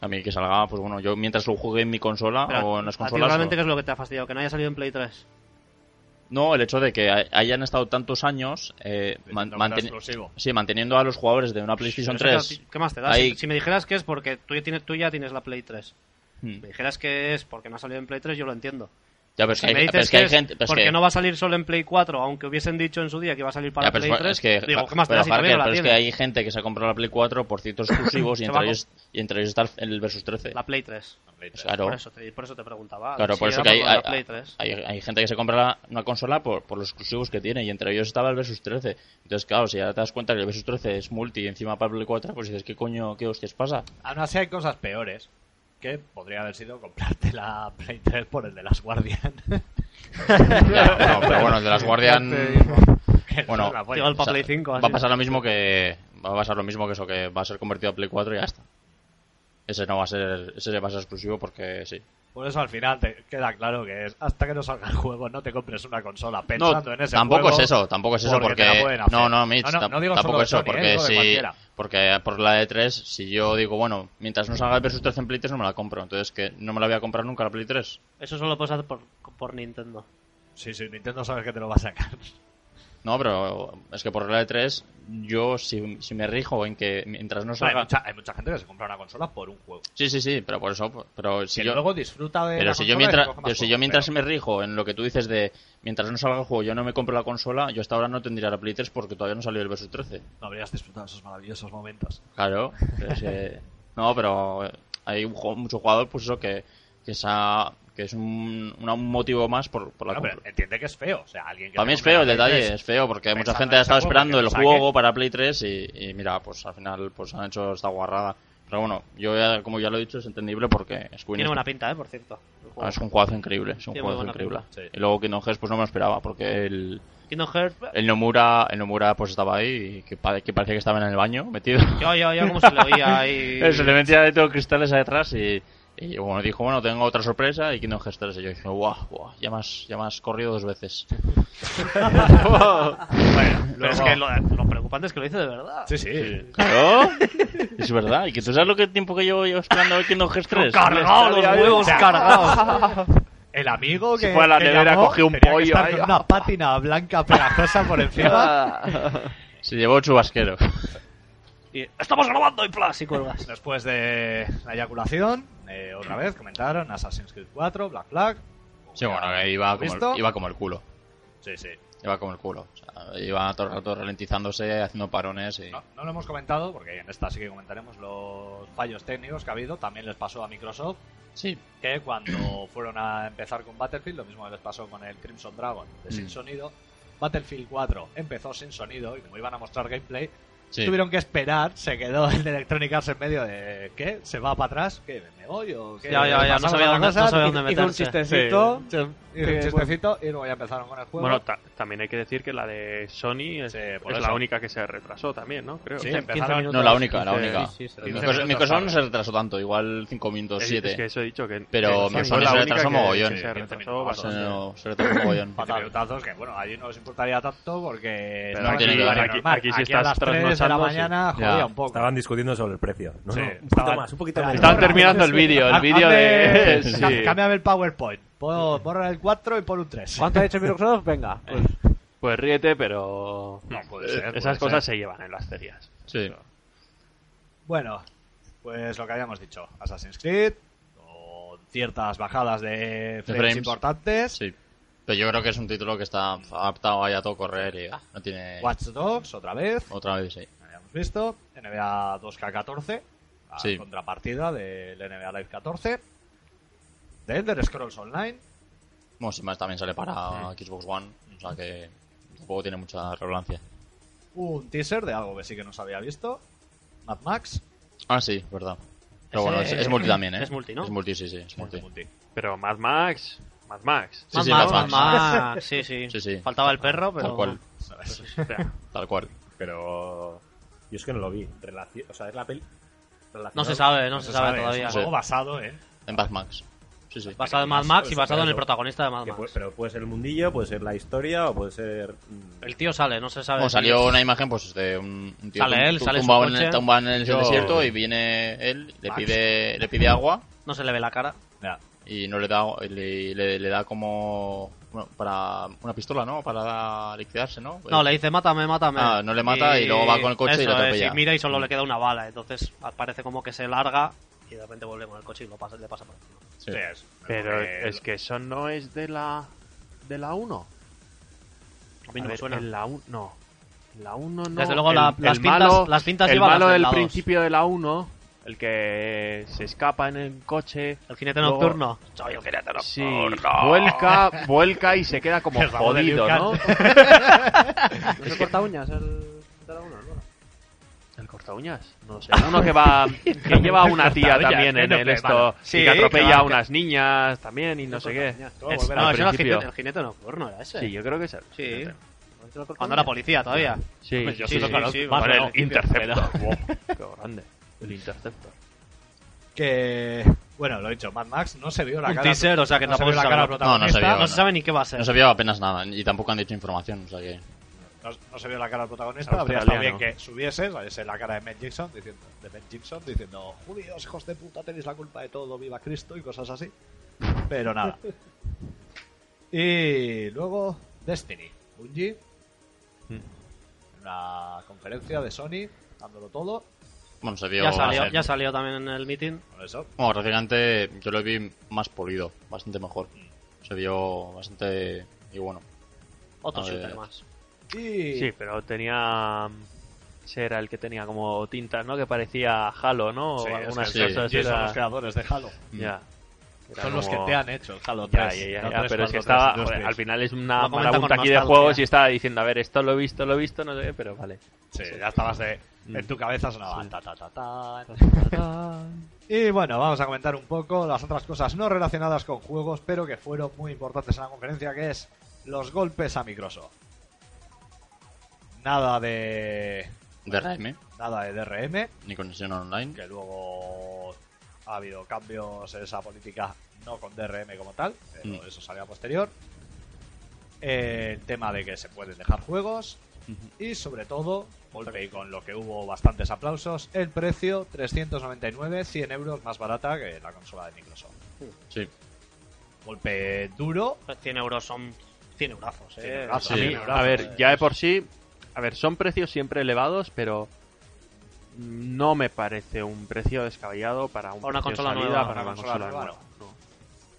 D: A mí que salga, pues bueno, yo mientras lo jugué en mi consola
C: Pero
D: o en las
C: a ti
D: consolas...
C: realmente
D: lo-
C: qué es lo que te ha fastidiado? Que no haya salido en Play 3.
D: No, el hecho de que hay- hayan estado tantos años eh, man-
B: Intentando
D: manten-
B: ser exclusivo.
D: sí, manteniendo a los jugadores de una PlayStation
C: Pero eso,
D: 3.
C: ¿qué- ¿Qué más te da?
D: Ahí-
C: Si, si me dijeras que es porque tú ya, tienes, tú ya tienes la Play 3.
D: Hmm.
C: Me dijeras que es porque no ha salido en Play 3, yo lo entiendo.
D: Ya, pero es
C: Si
D: que hay,
C: me
D: pero
C: dices
D: es que hay
C: es
D: gente. pero es
C: porque
D: que-
C: no va a salir solo en Play 4, aunque hubiesen dicho en su día que iba a salir para
D: ya, pero
C: Play
D: es-
C: 3.
D: es que,
C: digo, ¿qué más te
D: pero
C: da si también
D: Harker,
C: la
D: pero es que
C: tienes?
D: hay gente que se ha comprado la Play 4
C: *laughs*
D: por ciertos exclusivos y,
C: Se
D: entre
C: va a
D: ellos, y entre ellos está el- el Versus 13.
C: La Play 3.
D: Pues claro,
C: Por, eso te, por eso te preguntaba.
D: claro,
C: si
D: por eso
C: era
D: que hay,
C: por la Play
D: hay,
C: 3.
D: hay- hay gente que se compra la- una consola por, por los exclusivos que tiene y entre ellos estaba el Versus 13. Entonces, claro, si ya te das cuenta que el Versus 13 es multi y encima para Play 4, pues dices, ¿qué coño, qué hostias pasa?
B: Aún así hay cosas peores que podría haber sido comprarte la Play 3 por el de las Guardian. *laughs*
D: Ya, no, pero bueno, el de las Guardian.
B: Que *laughs* eso
D: Bueno,
B: es la polla.
C: Llega el pa'
D: pues, o sea,
C: Play 5,
D: va
C: así.
D: a pasar lo mismo que va a pasar lo mismo que eso que va a ser convertido a Play 4 y ya está. Ese no va a ser ese va a ser exclusivo porque sí.
B: Por eso al final te queda claro que es hasta que no salga el juego no te compres una consola pensando
D: no,
B: en ese
D: tampoco
B: juego,
D: es eso, tampoco es eso
B: porque te
D: porque,
B: la pueden hacer.
D: no, no, Mitch,
B: No, no,
D: tam-
B: no digo
D: tampoco
B: solo de Sony,
D: eso porque
B: eh, digo de
D: si
B: cualquiera.
D: porque por la de 3 si yo digo, bueno, mientras no salga el Versus 13 en Play 3 no me la compro, entonces que no me la voy a comprar nunca la Play 3.
C: Eso solo puedes hacer por, por Nintendo.
B: Sí, sí, Nintendo sabes que te lo va a sacar. *laughs*
D: No, pero es que por la de 3 yo si, si me rijo en que mientras no
B: hay,
D: salga
B: mucha, hay mucha gente que se compra una consola por un juego.
D: Sí, sí, sí, pero por eso, pero si
B: que
D: yo
B: luego disfruta de
D: Pero
B: la
D: si
B: consola
D: yo
B: y
D: mientras,
B: coge más
D: pero si
B: juegos,
D: yo mientras
B: pero-
D: me rijo en lo que tú dices de mientras no salga el juego yo no me compro la consola, yo hasta ahora no tendría la Play 3 porque todavía no salió el Versus 13.
B: No habrías disfrutado esos maravillosos momentos.
D: Claro. pero
B: *laughs*
D: es que- no, pero eh, hay un juego- mucho jugador pues eso que que, esa- que es un, una- un motivo más por, por la
B: No, pero
D: compra.
B: entiende que es feo. O sea, alguien que
D: Para
B: te
D: mí es
B: compre
D: feo
B: la
D: el
B: Play
D: detalle,
B: 3,
D: es feo porque mucha
B: pensando
D: gente
B: en
D: ha
B: ese
D: estado
B: juego,
D: esperando
B: que
D: el
B: lo saque.
D: juego para Play 3 y, y mira, pues al final pues han hecho esta guarrada. Pero bueno, yo ya, como ya lo he dicho, es entendible porque es
C: Tiene buena pinta, ¿eh? Por cierto. el juego.
D: Ah, es un juegazo increíble, es un
C: Tiene muy
D: juegazo
C: buena
D: increíble.
B: pinta. Sí.
D: Y luego Kingdom Hearts pues no me lo esperaba porque el,
C: Kingdom Hearts...
D: el Nomura, el Nomura pues estaba ahí y que, pa- que parecía
C: *laughs*
D: que *laughs* estaba en el baño metido. *laughs*
C: Yo, yo, yo, como se le oía ahí...
D: Se le metía de todo cristales ahí atrás y, Y bueno, dijo, bueno, tengo otra sorpresa y Kingdom Hearts 3. Y yo dije, guau, guau, ya me has, ya me has corrido dos veces.
C: Bueno, pero es que lo, lo preocupante es que lo hice de verdad.
B: Sí, sí.
D: Claro, es verdad. Y que tú sabes lo que tiempo que llevo yo esperando el Kingdom Hearts 3.
C: Cargado, los huevos cargados.
B: *laughs* El amigo que.
E: Se fue a la
B: que
E: nevera,
B: llamó
E: cogió un
B: tenía que
E: pollo
B: estar
E: ahí.
B: con una pátina blanca pegajosa por
E: *laughs*
B: encima.
D: Se llevó chubasquero.
C: Y, Estamos grabando y plas y cuelgas.
B: Después de la eyaculación, eh, otra vez comentaron Assassin's Creed 4, Black Flag.
D: Sí, bueno, que iba como,
B: ¿Listo?
D: el, iba como el culo.
B: Sí, sí.
D: Iba como el culo. O sea, iba todo el rato ralentizándose, haciendo parones y...
B: No, no lo hemos comentado, porque en esta sí que comentaremos los fallos técnicos que ha habido. También les pasó a Microsoft
D: Sí,
B: que cuando fueron a empezar con Battlefield, lo mismo que les pasó con el Crimson Dragon de sin
D: Mm.
B: sonido, Battlefield 4 empezó sin sonido y como iban a mostrar gameplay,
D: sí.
B: tuvieron que esperar, se quedó el de Electronic Arts en medio de ¿qué? ¿Se va para atrás? ¿Qué? ¿Me voy? ¿O qué?
C: Ya, ya, ya, no
B: ¿Pasamos
C: sabía
B: a
C: dónde-
B: cosa?
C: no sabía
B: Y-
C: dónde
G: Hizo un
C: meterse.
G: chistecito.
B: y un chistecito y luego ya empezaron con el juego.
E: Bueno, ta- también hay que decir que la de Sony es,
B: Sí, por
E: es
B: eso.
E: la única que se retrasó también, ¿no? Creo.
B: sí,
E: 15
B: empezaron
D: No, la única, la única.
G: Sí, sí, se
D: Mi
G: retrasó.
D: cosa- mi
B: minutos
D: cosa no
B: tarde.
D: se retrasó tanto, igual 5 minutos,
E: Es,
D: 7.
E: es que eso he dicho que.
D: Pero
E: que
D: mi
E: fue
D: Sony
E: la
D: se
E: única
D: retrasó
E: que-
D: mogollón.
E: que se
D: Sí,
E: retrasó
D: O sea,
E: bastante.
D: no- se retrasó mogollón.
B: Fatal. minutazos que, bueno, allí no les importaría tanto porque...
E: Pero
B: estaba
D: aquí-
B: horario
E: aquí-
B: normal.
E: aquí sí
B: a
E: estás
B: las 3 de la
E: trasnochando,
B: mañana
D: sí.
B: jodía
D: Ya.
B: un poco.
F: Estaban discutiendo sobre el precio. No,
B: Sí,
F: no, un
B: estaban-
F: poquito más, un poquito más.
E: Estaban terminando el vídeo, el
B: Hazme- *laughs*
E: vídeo de... Sí.
B: Cámbiame el PowerPoint. Pon- Borra el 4 y pon un 3.
G: ¿Cuánto ha hecho Microsoft? Venga. pues,
E: Pues ríete, pero...
B: No, puede ser,
E: Eh,
B: puede
E: Esas cosas
B: ser.
E: se llevan en las ferias.
D: Sí.
B: Bueno, pues lo que habíamos dicho. Assassin's Creed, con ciertas bajadas de frames,
D: frames.
B: importantes.
D: Sí. Pero yo creo que es un título que está adaptado ahí a todo correr y ah, no tiene
B: Watch Dogs, otra vez.
D: otra vez, sí.
B: Habíamos visto. NBA 2K14. La
D: Sí.
B: contrapartida del NBA Live 14. The Elder Scrolls Online.
D: Bueno, sin más, también sale para Xbox One, o sea que tampoco tiene mucha relevancia.
B: Un teaser de algo que sí que no se había visto. Mad Max.
D: Ah, sí, verdad. Pero
C: Ese-
D: bueno, es, es multi también, ¿eh?
C: es multi, ¿no?
D: Es multi, sí, sí, es multi.
B: Multi.
E: Pero Mad Max... Mad Max.
D: Sí, sí,
C: Mad
D: Mad Max.
C: Mad Max, Ah, sí, sí.
D: Sí, sí.
C: Faltaba el perro, pero.
D: Tal cual,
B: ¿sabes?
C: Pues,
B: *laughs*
E: O sea,
D: tal cual.
F: Pero yo es que no lo vi. Relaci- O sea, es la peli...
C: No se
F: relacionada-
C: sabe, no, se, sabe,
B: es
C: todavía.
B: Un juego basado en.
D: En Mad Max. Sí, sí.
C: Basado en Mad Max y basado en el
F: Eso.
C: protagonista de Mad
F: que
E: pues-
F: puede-
C: Max.
F: pero puede ser el mundillo, puede ser la historia o puede ser... mm,
C: El tío sale, no se sabe.
D: Bueno,
C: si-
D: salió una imagen pues de un, un tío
C: Sale
D: tum-
C: él,
D: tum-
C: sale su
D: tumbado, en
C: coche.
D: el, tumbado en el
B: Yo-
D: desierto y viene él, le
B: Max.
D: pide, le pide agua
C: No se le ve la cara.
D: Pues-
B: Ya.
D: y no le da le, le- le da como bueno, para una pistola, ¿no? Para liquidarse, ¿no? Eh,
C: No, le dice mátame, mátame.
D: Ah, no le mata y luego va con el coche y
C: eso
D: lo
C: es,
D: atropella.
C: y mira y solo le queda una bala. Entonces parece como que se larga y de repente vuelve con el coche y lo pasa, le pasa por encima.
D: Sí.
B: Sí, es-
E: Pero
B: porque
E: es que eso no es de la... De la 1.
C: A mí no
E: A
C: me
E: ver,
C: suena.
E: En la 1, no. En la 1 no.
C: Desde luego
E: El-
C: la-
E: el
C: las pintas-
E: malo-
C: las pintas
E: El
C: llevan
E: malo
C: las
E: del
C: del lado.
E: principio de la 1, el que se escapa en el coche.
C: El jinete
E: Luego-
C: nocturno. Soy un jinete nocturno.
E: Sí, *laughs* vuelca, vuelca y se queda como
B: El rabo de
E: jodido,
B: Liu
E: ¿no? *laughs*
G: ¿No se corta uñas el... de la uno, no?
E: El corta uñas, no sé. Uno que va, *laughs* que lleva a una tía
B: Cortaúñas,
E: también
B: que
E: en
B: no
E: el
B: te
E: esto,
B: vale.
E: y
B: Sí,
E: que atropella
B: claro.
E: a unas niñas también y no sé qué.
G: Uñas.
B: Todo volver
C: no,
E: al
C: ese era el
E: principio.
C: jinete, el jinete nocturno, era ese.
E: Sí, yo creo que es el-
C: Sí.
G: ¿No se lo corta
C: Cuando era
G: uñas?
C: policía todavía.
E: Sí,
C: Hombre, yo
E: sí,
C: sí lo
E: sí,
C: conozco,
E: sí,
C: más
E: con
C: o
E: el
C: menos.
E: Interceptor. Wow, qué grande. El Interceptor.
B: que bueno lo he dicho Mad Max no se vio la
C: Un
B: cara
C: teaser, o sea que
B: no se
C: tampoco
B: vio la
C: se
B: cara
C: sabe.
B: protagonista
D: No, no se vio.
C: No se sabe ni qué va a ser.
D: No se vio apenas nada y tampoco han dicho información, o sea que
B: no, no se vio la cara del protagonista
E: Es
B: habría estado bien
E: australiano.
B: que subiese saliese la cara de Ben Gibson diciendo de Ben Gibson diciendo judíos hijos de puta tenéis la culpa de todo viva Cristo y cosas así pero
E: *laughs*
B: nada y luego Destiny Bungie en una conferencia de Sony dándolo todo
D: bueno, se vio
C: Ya salió,
D: hacer-
C: ya salió también en el meeting.
B: por eso
D: Bueno, gráficamente yo lo vi más pulido, bastante mejor. Se vio bastante y bueno.
C: Otro
D: A ver.
C: shooter más.
B: y
E: Sí, pero tenía. mm, Ese era el que tenía como tintas, ¿no? Que parecía Halo, ¿no? O
B: Sí, es
E: algunas
D: que sí.
E: cosas.
B: Bungie son
E: era-
B: los creadores de Halo
E: Ya. Era
B: son los que
E: como-
B: te han hecho el Halo 3
E: Ya, ya, ya,
B: no
E: ya,
B: 3,
E: pero es que
B: 4,
E: estaba.
B: 3,
E: joder,
B: 3.
E: al final es una
C: Lo comenta con
E: marabunta aquí de
C: nostalgia.
E: juegos y estaba diciendo, a ver, esto lo he visto, lo he visto, no sé, pero vale.
B: Sí, ya estabas de,
E: Mm.
B: en tu cabeza sonaba.
E: Sí.
B: ta, ta, ta, ta, ta, ta. Y bueno, vamos a comentar un poco las otras cosas no relacionadas con juegos, pero que fueron muy importantes en la conferencia, que es los golpes a Microsoft. Nada de
D: DRM,
B: nada de DRM,
D: ni conexión online.
B: que luego Ha habido cambios en esa política, no con DRM como tal, pero
D: Mm.
B: eso salió a posterior. Eh, el tema de que se pueden dejar juegos. Y sobre todo, porque con lo que hubo bastantes aplausos, el precio 399, 100 euros más barata que la consola de Microsoft.
D: Sí.
B: Golpe duro.
C: Pues 100 euros son 100 eurazos, eh.
B: 100 eurazos,
E: A mí-
B: 100 eurazos,
E: a
B: eh.
E: ver, ya de por sí, a ver, son precios siempre elevados, pero no me parece un precio descabellado para un
C: Para una
E: precio de
C: consola
E: salida,
C: nueva,
B: una
E: para una
B: consola
E: consola,
B: nueva,
E: nueva. no.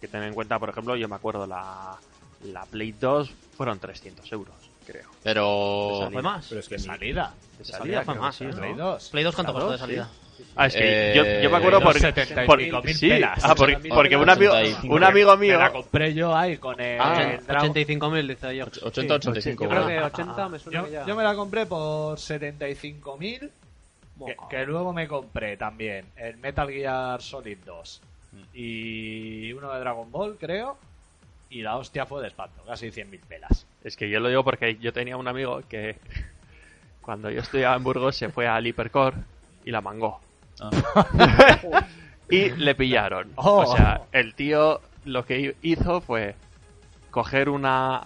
E: Que tener en cuenta, por ejemplo, yo me acuerdo la, la Play 2 fueron 300 euros, creo.
D: Pero.
C: ¿Fue más?
F: Pero es que
B: De
F: mi-
B: salida.
E: De
C: salida fue
E: creo
C: más,
E: que
C: ¿eh?
E: sí, ¿no?
B: Play 2.
C: ¿Play 2 cuánto
E: La
C: costó de
E: dos,
C: salida?
E: Ah, es que
D: Eh,
E: yo, yo me acuerdo
B: Play dos,
E: por,
B: 75.000
E: por- sí,
B: pelas.
E: ah, por- porque un amigo,
D: 85.
E: un amigo mío,
B: Me la compré yo ahí con el,
D: Ah.
B: el Dragon
C: 85.000, decía yo.
D: 80-85.
G: Yo creo que 80 me suena
B: Yo,
G: que ya.
B: yo me la compré por 75.000, que,
C: Moco.
B: que luego me compré también el Metal Gear Solid 2
E: Mm.
B: y uno de Dragon Ball, creo, y la hostia fue de espanto, casi 100.000 pelas.
E: Es que yo lo digo porque yo tenía un amigo que *laughs* cuando yo estudiaba en Burgos se fue al Hipercore y la mangó.
D: Ah.
E: y le pillaron.
B: Oh.
E: O sea, el tío lo que hizo fue coger una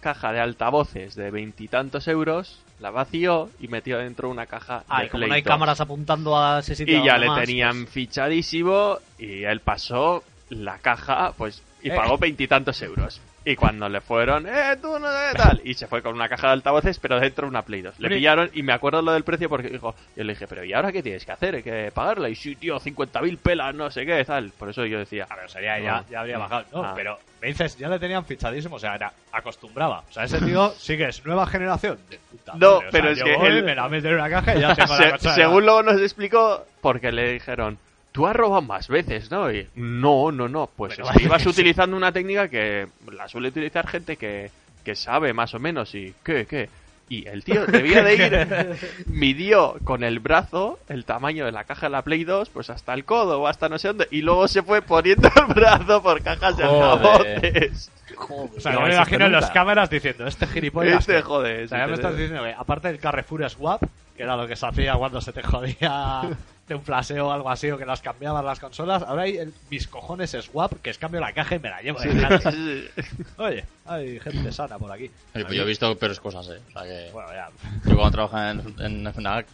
E: caja de altavoces de veintitantos euros, la vació y metió dentro una caja de
C: Ah, y como
E: Play
C: no hay
E: 2.
C: cámaras apuntando a ese sitio.
E: Y ya
C: donde
E: le
C: más,
E: tenían fichadísimo y él pasó la caja, pues, y
B: Eh.
E: pagó veintitantos euros. Y cuando le fueron, eh, tú no eh, tal, y se fue con una caja de altavoces, pero dentro una Play 2. Le
B: Pero-
E: pillaron y me acuerdo lo del precio porque dijo, yo le dije, pero ¿y ahora qué tienes que hacer? ¿Hay que pagarla? Y sí, tío, 50.000 pelas, no sé qué, tal. Por eso yo decía,
B: A ver, sería ya, ya habría bajado, ¿no?
E: Ah.
B: Pero me dices, ya le tenían fichadísimo, o sea, era, acostumbraba. O sea, ese tío sí que es nueva generación. de puta
E: No,
B: o
E: pero
B: sea,
E: es
B: yo
E: que
B: voy,
E: él-
B: me la meto en una caja y *laughs* ya tengo la
E: Se-
B: consola.
E: según luego nos explicó, porque le dijeron, tú has robado más veces, ¿no? Y, no, no, no. Pues
B: Bueno,
E: es
B: *laughs*
E: que ibas utilizando una técnica que la suele utilizar gente que, que sabe más o menos y qué, qué. Y el tío debía
B: *laughs*
E: de ir, midió con el brazo el tamaño de la caja de la Play 2, pues hasta el codo o hasta no sé dónde, y luego se fue poniendo el brazo por cajas de
D: Joder.
E: altavoces.
B: O sea,
D: No,
B: yo me
D: eso
B: imagino en
D: nunca.
B: las cámaras diciendo, este gilipollas.
E: Este,
B: que-
E: joder.
B: O sea, ya me estás
E: sinceramente.
B: diciendo que, aparte del Carrefour Swap, que era lo que se hacía cuando se te jodía de un flaseo o algo así, o que las cambiaban las consolas, ahora hay el mis cojones Swap, que es cambio la caja y me la llevo. de gratis.
E: *laughs* Sí, sí, sí.
B: Oye, hay gente sana por aquí.
D: Oye, pues yo he visto peores cosas, eh. O sea que.
B: Bueno, ya.
D: Yo cuando trabajaba en, en FNAC,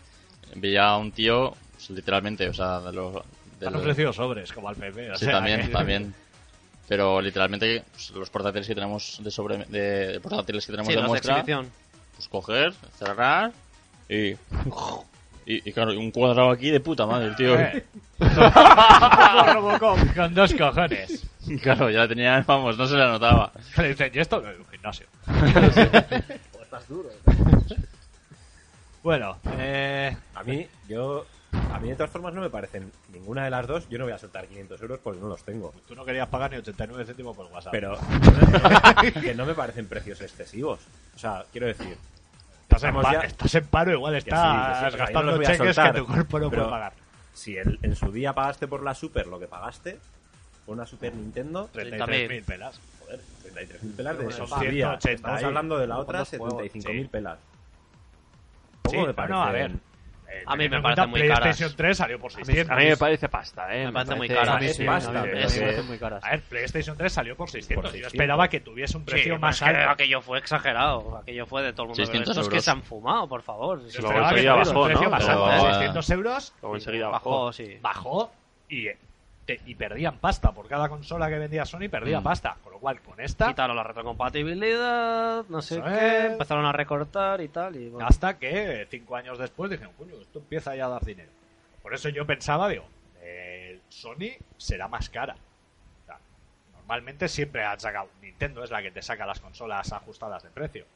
D: vi a un tío, pues, literalmente, o sea, de los... de
B: Han
D: los-
B: ofrecido sobres, como al PP. o
D: sí,
B: sea,
D: también,
B: que-
D: también. Pero literalmente, pues, los portátiles que tenemos de sobre... De, de portátiles que
C: Sí,
D: tenemos de
C: los de
D: muestra,
C: exhibición.
D: pues coger, cerrar y... Y, y claro, un cuadrado aquí de puta madre, tío.
B: Eh. Como *laughs* Robocop, con dos cojones.
D: Y claro, ya tenía, vamos, no se le notaba.
B: Le dicen, ¿y esto? Un
D: *laughs*
B: gimnasio.
G: Estás duro.
B: *laughs* Bueno, eh,
F: A mí, yo. A mí, de todas formas, no me parecen ninguna de las dos. Yo no voy a soltar 500 euros porque no los tengo.
B: tú no querías pagar ni 89 céntimos por WhatsApp.
F: Pero. *laughs* que no me parecen precios excesivos. O sea, quiero decir.
B: Estás en,
F: Estamos
B: pa-
F: ya-
B: estás en paro, igual
F: sí, que sí,
B: estás
F: o sea, yo
B: gastando
F: los voy a
B: cheques
F: soltar,
B: que tu cuerpo no
F: pero-
B: puede pagar.
F: Si el- en su día pagaste por la Super lo que pagaste, por una Super Nintendo,
B: 33.000 pelas.
F: joder, 33.000 pelas de
B: Bueno,
F: eso.
B: son 180
F: Estamos
B: ahí.
F: hablando de la
B: Son
F: otra,
B: dos juegos,
F: 75.000
B: sí.
F: pelas.
B: Sí,
F: Poco me
B: no,
F: parece.
B: no, a ver. Eh,
C: A mí me
B: Teniendo en cuenta,
C: parecen muy
B: PlayStation
C: caras.
B: 3 salió por 600.
E: A mí me parece pasta, eh.
C: Me parece muy
F: O sea,
C: cara,
F: es
C: sí,
F: pasta.
C: a mí
F: pero
C: me
F: es que-
G: parecen muy caras.
B: A ver, PlayStation 3 salió por 600.
F: Por
B: Yo
F: 600.
B: esperaba que tuviese un precio
C: Sí,
B: más
C: pero es que
B: alto.
C: Aquello fue exagerado. Aquello fue de todo el mundo.
D: 600
C: Esos que
D: euros.
C: se han fumado, por favor.
B: Yo
E: luego
B: esperaba que
E: enseguida
B: tuviese un
E: bajó,
B: precio
E: ¿no?
B: más
D: Pero,
B: alto.
D: eh,
B: 600 euros,
E: Luego enseguida
C: Bajó, sí.
B: bajó y, eh, te- y perdían pasta. Por cada consola que vendía Sony perdía
D: Mm.
B: pasta. Con lo cual, con esta,
C: Quitaron la retrocompatibilidad, no sé
B: Eso
C: qué,
B: es.
C: empezaron a recortar y tal. Y bueno.
B: hasta que eh, cinco años después dijeron, coño, esto empieza ya a dar dinero. Por eso yo pensaba, digo, eh, Sony será más cara. O sea, Normalmente siempre han sacado. Nintendo es la que te saca las consolas ajustadas de precio.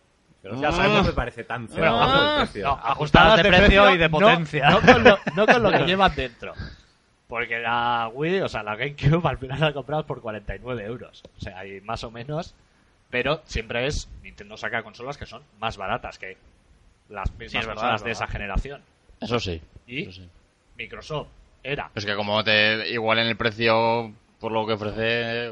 F: Pero
B: Ya
F: ya
B: sabemos-
F: sabemos me parece tan feo
B: Bueno,
F: el precio.
B: No,
C: ajustadas de precio y de
B: no-
C: potencia.
B: No, con lo, no con lo
C: *laughs*
B: que llevas dentro. Porque la Wii, o sea, la GameCube al final la comprabas por 49 euros. O sea, y más o menos. Pero siempre es. Nintendo saca consolas que son más baratas que las
C: Sí, es
B: mismas
C: verdad,
B: consolas
C: es
B: de
C: verdad.
B: esa generación.
D: Eso sí.
B: ¿Y?
D: Eso sí.
B: Microsoft era
D: Es que como te igualen el precio por lo que ofrece...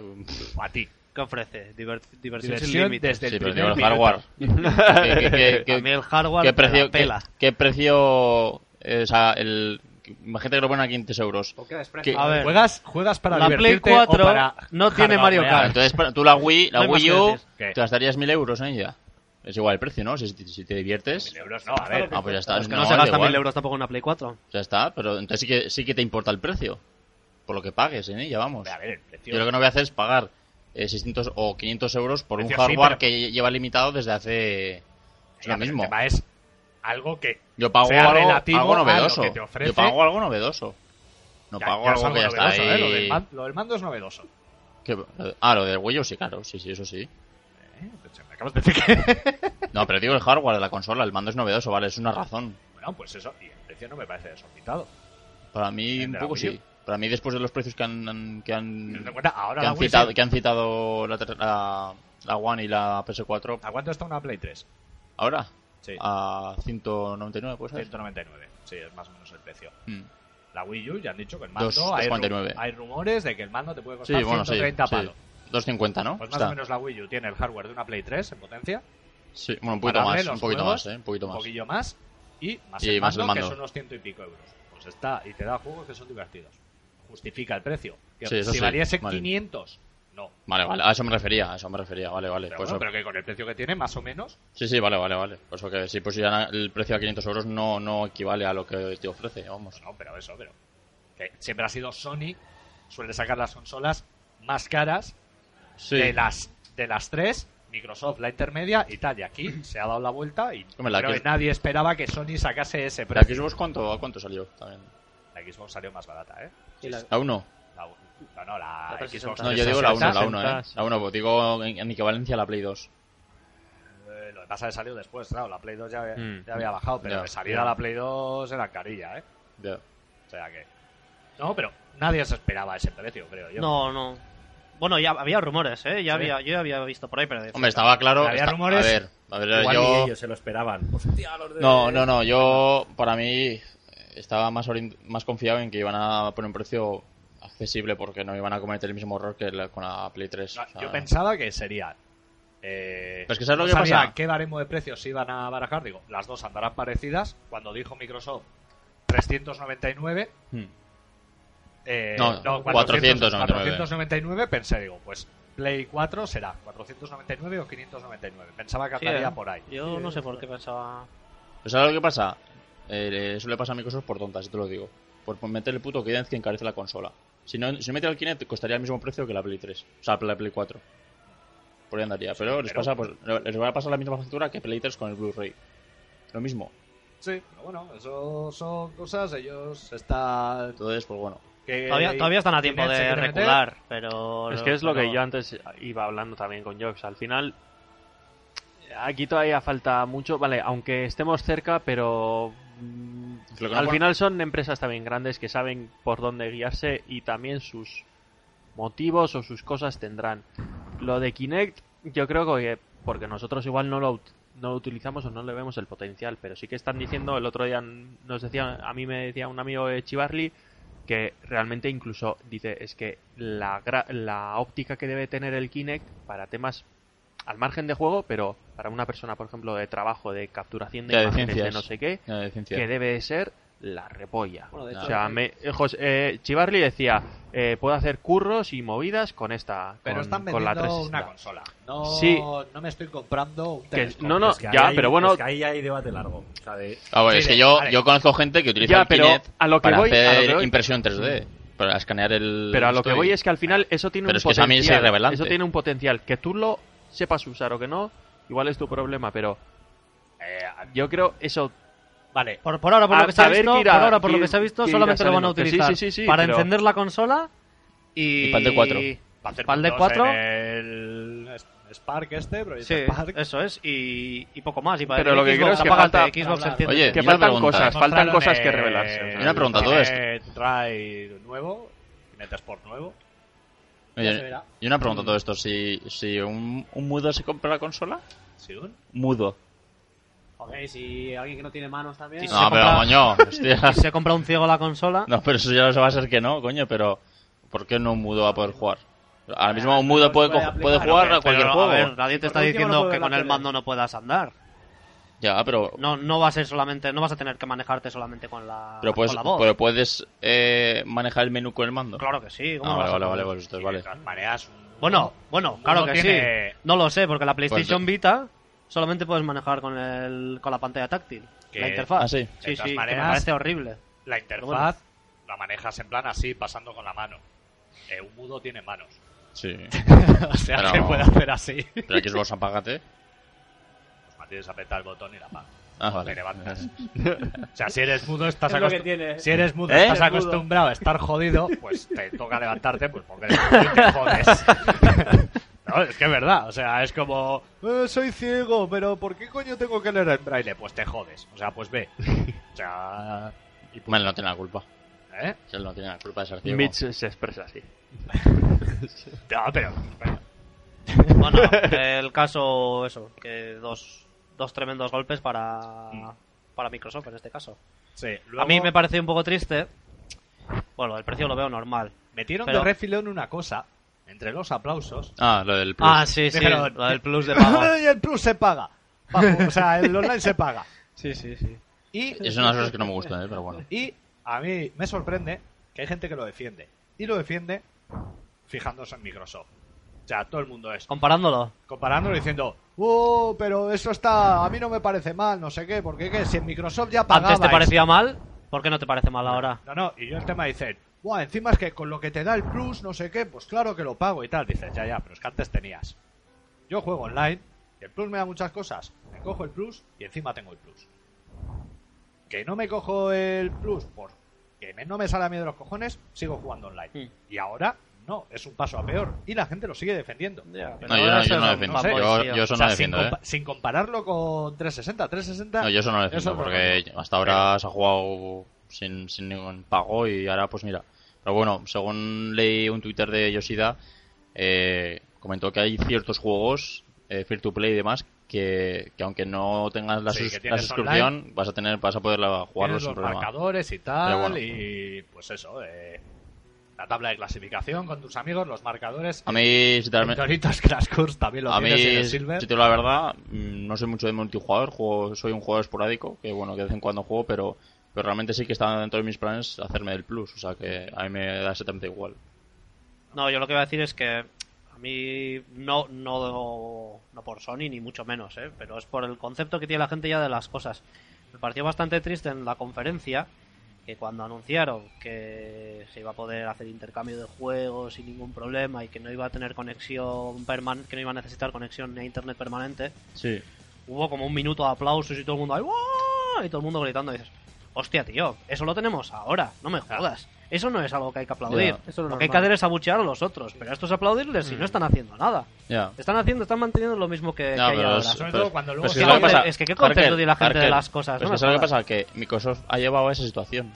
B: a ti.
C: ¿Qué ofrece? Diver- diversión sin
B: Diversión
C: límites.
B: desde el
D: sí, pero digo,
B: primer
D: el
B: minuto.
D: hardware.
C: *laughs*
D: ¿Qué- qué- qué-
C: A mí el hardware
D: ¿Qué
C: me la
D: precio, qué,
C: pela.
D: qué precio eh, o sea, el, Imagínate que lo ponen a 500 euros. Que-
C: A ver,
B: Juegas, juegas para
C: la Play
B: divertirte o
C: 4
B: para *laughs*
C: no tiene Mario
B: jalonear.
C: Kart.
D: Ah, entonces, para- tú la Wii, la
C: No hay más
D: Wii
C: que
D: U,
C: decir.
B: ¿Qué?
D: te gastarías 1000 euros en ella. Es igual el precio, ¿no? Si, si te diviertes.
B: Mil euros, no, a ver.
D: Ah, pues ya está.
C: Es que no,
D: no,
C: se
D: da
C: gasta
D: igual.
C: mil euros tampoco en una Play 4.
D: Ya está, pero entonces sí que, sí que te importa el precio. Por lo que pagues en ella, vamos.
B: A ver, el
D: Yo lo
B: precio.
D: que no voy a hacer es pagar eh, 600 o 500 euros por un
B: Precio sí,
D: hardware
B: pero-
D: que lleva limitado desde hace.
B: Ya,
D: Es lo
B: pero el
D: mismo.
B: tema es algo que
D: Yo pago
B: sea
D: algo,
B: relativo
D: algo
B: a lo
D: novedoso.
B: que te ofrece.
D: Yo pago algo novedoso. No
B: Ya-
D: pago
B: ya es
D: algo que ya está
B: novedoso, ¿eh? Lo,
D: ahí.
B: del man- lo del mando es novedoso.
D: Que- lo de- Ah, lo del Wii U sí, claro. Sí, sí, eso sí.
B: ¿eh? De hecho, Me acabas de decir que... *laughs*
D: No, pero digo el hardware de la consola. El mando es novedoso, vale. Es una razón.
B: bueno, pues eso. Y el precio no me parece desorbitado.
D: Para mí,
B: ¿El
D: un
B: de la
D: poco
B: Wii U?
D: sí. Para mí, después de los precios que han, han- que han,
B: Teniendo en cuenta, ahora
D: Mm. que
B: la
D: han,
B: Wii
D: citado,
B: se-
D: que han citado la, ter- la, la One y la PS4,
B: ¿A cuánto está una Play 3?
D: ahora
B: Ah, Sí.
D: a 199, pues.
B: 199. Sí, es más o menos el precio.
D: Mm.
B: La Wii U ya han dicho que el mando...
D: Dos-
B: hay, ru-
D: 2,49.
B: hay rumores de que el mando te puede costar
D: Sí, bueno, sí.
B: 130
D: sí.
B: palos.
D: 250, ¿no?
B: Pues más
D: Está.
B: o menos la Wii U tiene el hardware de una Play 3 en potencia.
D: Sí, bueno, un poquito
B: Para
D: más,
B: darle
D: un
B: los
D: poquito
B: juegos,
D: más, ¿eh? Un poquito
B: un
D: más.
B: poquillo más y más,
D: Y
B: el,
D: más el
B: mando, que
D: mando.
B: son unos ciento y pico euros. Pues está, y te da juegos que son divertidos. Justifica el precio. Que
D: Sí, eso
B: si
D: sí,
B: valiese
D: vale.
B: 500, no.
D: Vale, vale, a eso me refería, a eso me refería, vale, vale.
B: Pero,
D: pues
B: bueno, pero
D: eso-
B: que con el precio que tiene, más o menos,
D: Sí, sí, vale, vale, vale. Por eso que si pusieran el precio a 500 euros no, no equivale a lo que te ofrece, vamos.
B: no, pero eso, pero. Que siempre ha sido Sony, suele sacar las consolas más caras
D: Sí,
B: de las de las tres, Microsoft la intermedia y tal. Y aquí se ha dado la vuelta y
D: Hombre, la
B: creo
D: que-
B: que nadie esperaba que Sony sacase ese
D: ¿La
B: precio.
D: Xbox cuánto, a cuánto salió también?
B: La Xbox salió más barata, ¿eh?
G: Y la-
D: La 1.
B: La, no, no, la,
C: La
B: Xbox.
C: 360.
D: No, yo digo la 1,
B: 360,
D: la 1, ¿eh? La 1, pues digo en, en equivalencia a la Play 2.
B: Eh, lo que pasa es que salió después, claro, la Play 2 ya, había-
E: Mm.
B: ya había bajado, pero
D: Hmm. Ya,
B: de salida
D: ya.
B: la Play 2 era carilla, ¿eh?
D: Ya.
B: O sea que... No, pero nadie se esperaba ese precio, creo yo.
C: No, no. Bueno, ya había rumores, ¿eh? Ya
B: Sí.
C: había, yo ya había visto por ahí, pero...
D: Hombre, estaba claro.
B: Había
D: está-
B: rumores.
D: A ver, a ver,
F: Igual
D: yo.
F: ni ellos se lo esperaban. Hostia, los de-
D: No, no, no, yo para mí estaba más, orient- más confiado en que iban a poner un precio accesible porque no iban a cometer el mismo error que la- con la Play 3.
B: No,
D: o sea,
B: Ah, yo pensaba que sería... Eh,
D: Pero es que ¿sabes lo
B: no
D: que
B: sabía
D: pasa?
B: qué baremo de precios se iban a barajar? Digo, las dos andarán parecidas. Cuando dijo Microsoft 399,
D: Hmm.
B: eh,
D: No, 499.
B: 499, pensé, digo, pues Play 4 será 499 o 599. Pensaba que
C: Sí,
B: andaría
C: ¿eh?
B: por ahí.
C: Yo no sé por qué pensaba...
D: Pero ¿Sabes lo que pasa? Eh, eso le pasa a Microsoft por tontas, te lo digo. Por meter el puto Kinect que encarece la consola. Si no, si no metiera el Kinect, costaría el mismo precio que la Play 3. O sea, la Play 4. Por ahí andaría. Pero, les,
B: pero-
D: pasa, pues, les va a pasar la misma factura que Play 3 con el Blu-ray. Lo mismo.
B: Sí, pero bueno, eso son cosas, ellos están...
D: Entonces, pues bueno.
B: que-
C: Todavía, todavía están a tiempo
B: Kinect se
C: de
B: quiere meter.
C: recular, pero...
E: Es que es lo
C: pero-
E: que yo antes iba hablando también con Jobs. Al final, aquí todavía falta mucho. Vale, aunque estemos cerca, pero. mm,
D: Lo que no
E: al
D: puedo-
E: final son empresas también grandes que saben por dónde guiarse y también sus motivos o sus cosas tendrán. Lo de Kinect, yo creo que porque nosotros igual no lo, ut- no lo utilizamos o no le vemos el potencial, pero sí que están diciendo, el otro día nos decía, a mí me decía un amigo de Chivarly que realmente incluso dice es que la, gra- la óptica que debe tener el Kinect para temas al margen de juego, pero para una persona, por ejemplo, de trabajo, de capturación de
D: Ya, de
E: imágenes, de
D: ciencias.
E: no sé qué,
D: Ya, de ciencia.
E: que debe de ser la repolla.
G: Bueno, de
D: No.
G: hecho,
E: O sea, me, eh, José- eh, Chivarly decía, eh, puedo hacer curros y movidas con esta,
B: Pero
E: con,
B: están
E: con la
B: vendiendo
E: 360.
B: una consola. No,
E: Sí.
B: no me estoy comprando un
E: Que-
B: telescopio.
E: no, no,
B: Es que
E: ya,
B: ahí
F: hay-
E: pero bueno-
F: es que ahí hay debate largo. O sea, de-
D: Ah, bueno, es
B: Mire,
D: que yo,
B: vale.
D: yo conozco gente que utiliza
E: Ya,
D: el
E: pero
D: Kinect
E: a lo que
D: para
E: voy- a lo
D: hacer
E: que voy-
D: impresión 3D, para escanear el...
E: Pero a lo que
D: esto y-
E: voy es que al final eso tiene
D: Pero
E: un
D: es que eso a
E: potencial.
D: mí es irrelevante.
E: eso tiene un potencial. Que tú lo sepas usar o que no, igual es tu problema, pero
B: Eh,
E: yo creo eso
B: vale,
C: Por, por ahora, por
E: A-
C: lo que se
E: a
C: ha
E: ver
C: visto,
E: qué irá-
C: por ahora, por
E: qué-
C: lo que se ha visto,
E: qué irá
C: solamente lo van a
E: saliendo. Que sí,
C: utilizar
E: sí, sí, sí,
C: para
E: pero-
C: encender la consola y...
D: Y para el de cuatro.
B: para hacer
C: Para el de
B: puntos
C: 4.
B: en el Spark este, Proyecto
C: Sí,
B: Spark.
C: eso es, y, y poco más. Y para
E: Pero lo que
C: Xbox,
E: creo es que
C: apágate,
E: falta-
C: Xbox enciende.
D: Oye,
E: que
D: y una
E: faltan
D: pregunta.
E: cosas, faltan
B: Mostraron,
E: cosas
B: eh,
E: que revelarse. o sea,
D: Y una pregunta, ¿todo esto?
B: Kinect Trae nuevo, Kinect Sport nuevo.
D: Oye,
B: Ya se verá.
D: y una pregunta a todo esto, si, si un, un mudo se compra la consola,
B: Sí, un-
D: mudo.
G: ok, si alguien que no tiene manos también.
C: Sí,
D: No, pero
C: compra-
D: coño, hostia.
C: Si se compra un ciego la consola,
D: No, pero eso ya lo va a ser que no, coño, pero ¿por qué no un mudo va a poder jugar? Ahora mismo un mudo puede, co- puede
G: aplicar.
D: jugar
C: Pero-
D: a cualquier
C: pero,
D: juego.
C: A ver, nadie te
G: Por
C: está
G: último, no
C: diciendo
G: puedo
C: que con
G: hablar
C: el
G: de-
C: mando no puedas andar.
D: Ya, pero,
C: No, no va a ser solamente, no vas a tener que manejarte solamente con la,
D: pero, puedes,
C: con la voz.
D: pero puedes eh, manejar el menú con el mando.
C: Claro que sí. ¿cómo
D: Ah,
C: no
D: vale,
C: vas a
D: vale, vale,
C: poder?
D: pues entonces, vale.
B: De todas maneras,
C: Bueno, bueno, claro que
B: tiene-
C: sí. No lo sé, porque la PlayStation
D: Pues-
C: Vita solamente puedes manejar con el con la pantalla táctil,
B: ¿Qué?
C: la interfaz.
D: Ah, sí.
B: De
C: Sí,
B: todas
C: sí, que me
B: maneras-
C: parece horrible.
B: la interfaz la manejas en plan así, pasando con la mano. Eh, un mudo tiene manos. *laughs*
D: Sí.
B: O sea,
D: Pero-
B: que puede hacer
C: *laughs*
B: así.
D: Pero aquí es los apágate.
B: Pues mantienes apretar el botón y la apagas.
D: Ah,
B: Te
D: vale.
B: levantas. o sea, si eres mudo, estás
G: Es lo que
B: acostu-
G: tiene.
B: Si eres mudo,
D: ¿Eh?
B: estás
G: Eres mudo.
B: acostumbrado a estar jodido, pues te toca levantarte, pues porque eres mudo y te
C: *laughs*
B: jodes. No, es que es verdad, o sea, es como, "Eh, soy ciego, pero ¿por qué coño tengo que leer en braille? Pues te jodes, o sea, pues ve. O sea,
D: *laughs* Bueno, no tiene la culpa.
B: ¿eh?
D: Si Él no tiene la culpa de ser ciego.
B: se expresa así. No, pero, pero
C: Bueno, el caso, eso, que dos, dos tremendos golpes
G: Mm.
C: para, para Microsoft en este caso.
B: sí,
C: A mí me parece un poco triste. Bueno, el precio lo veo normal.
B: metieron
C: pero-
B: de refilón una cosa entre los aplausos.
D: Ah, lo del plus.
C: Ah, sí, sí,
B: Dijeron,
C: lo del plus de pago.
B: *laughs* y el plus se paga. Vamos, o sea, el online se paga.
C: Sí, sí, sí.
B: Y
D: Es una de las cosas que no me gusta, eh, pero bueno.
B: Y a mí me sorprende que hay gente que lo defiende. Y lo defiende fijándose en Microsoft. O sea, todo el mundo es
C: Comparándolo.
B: comparándolo y diciendo, ¡Uh! Pero eso está. A mí no me parece mal, no sé qué, porque ¿qué? si en Microsoft ya pagaba.
C: Antes te
B: esto".
C: parecía mal, ¿por qué no te parece mal ahora?
B: No, no, y yo el tema dicen, Buah, encima es que con lo que te da el plus, no sé qué, pues claro que lo pago y tal. Dices, ya, ya, pero es que antes tenías. Yo juego online y el plus me da muchas cosas. Me cojo el plus y encima tengo el plus. Que no me cojo el plus porque me- no me sale a mí de los cojones, sigo jugando online. Y ahora, no, es un paso a peor. Y la gente lo sigue defendiendo.
F: Ya.
D: No, yo no,
C: eso
D: yo no
C: es
D: defiendo. ¿eh?
C: un fanboy,
D: Yo,
C: tío.
D: yo eso
B: O sea,
D: no
B: sin,
D: defiendo, eh.
B: compa- sin compararlo con 360, 360.
D: No, yo eso no lo
B: Eso
D: defiendo,
B: no lo
D: porque hasta ahora se ha jugado sin, sin ningún pago y ahora pues mira. Pero bueno, según leí un Twitter de Yoshida, eh, comentó que hay ciertos juegos, eh, free to play y demás, que, que aunque no tengas la,
B: Sí,
D: sus-
B: que
D: la
B: tienes
D: suscripción, vas a tener vas a poder jugarlo
B: Tienes
D: sin
B: los
D: problema.
B: marcadores y tal,
D: Pero bueno.
B: y pues eso, eh, la tabla de clasificación con tus amigos, los marcadores.
D: A mí, sinceramente,
B: Doritos *laughs* Crash Course también lo
D: a mí
B: tienes en el
D: si
B: Silver.
D: te digo la verdad, mm, no soy mucho de multijugador, juego, soy un jugador esporádico, que bueno, que de vez en cuando juego, pero, pero realmente sí que está dentro de mis planes hacerme del plus, o sea que a mí me da exactamente igual.
C: No, yo lo que voy a decir es que a mí no, no, no por Sony ni mucho menos, ¿eh? pero es por el concepto que tiene la gente ya de las cosas. Me pareció bastante triste en la conferencia que cuando anunciaron que se iba a poder hacer intercambio de juegos sin ningún problema y que no iba a tener conexión permanente, que no iba a necesitar conexión a internet permanente,
D: Sí.
C: hubo como un minuto de aplausos y todo el mundo ahí, "¡Uah!", y todo el mundo gritando y dices, hostia tío, eso lo tenemos ahora, no me jodas. Eso no es algo que hay que aplaudir.
D: Ya,
G: eso es lo
C: lo que hay que
G: normal.
C: hacer es abuchear a los otros, pero esto es aplaudirles y no están haciendo nada.
D: Ya.
C: Están haciendo, están manteniendo lo mismo que,
D: No,
C: que hay
D: pero
C: ahora.
D: es-
B: Sobre
D: pero-
B: todo cuando luego
D: pero
B: se
D: es que
C: habla-
D: ¿sabes lo que
C: es que qué
D: pasa?
C: concepto tiene la gente de
D: Harker,
C: las cosas,
D: pero
C: no
D: es que
C: me
D: ¿sabes lo que
C: jodas.
D: pasa? Que Microsoft ha llevado a esa situación.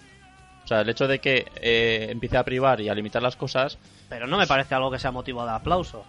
D: O sea, el hecho de que eh, empiece a privar y a limitar las cosas,
C: Pero no me parece algo que sea motivo de aplauso.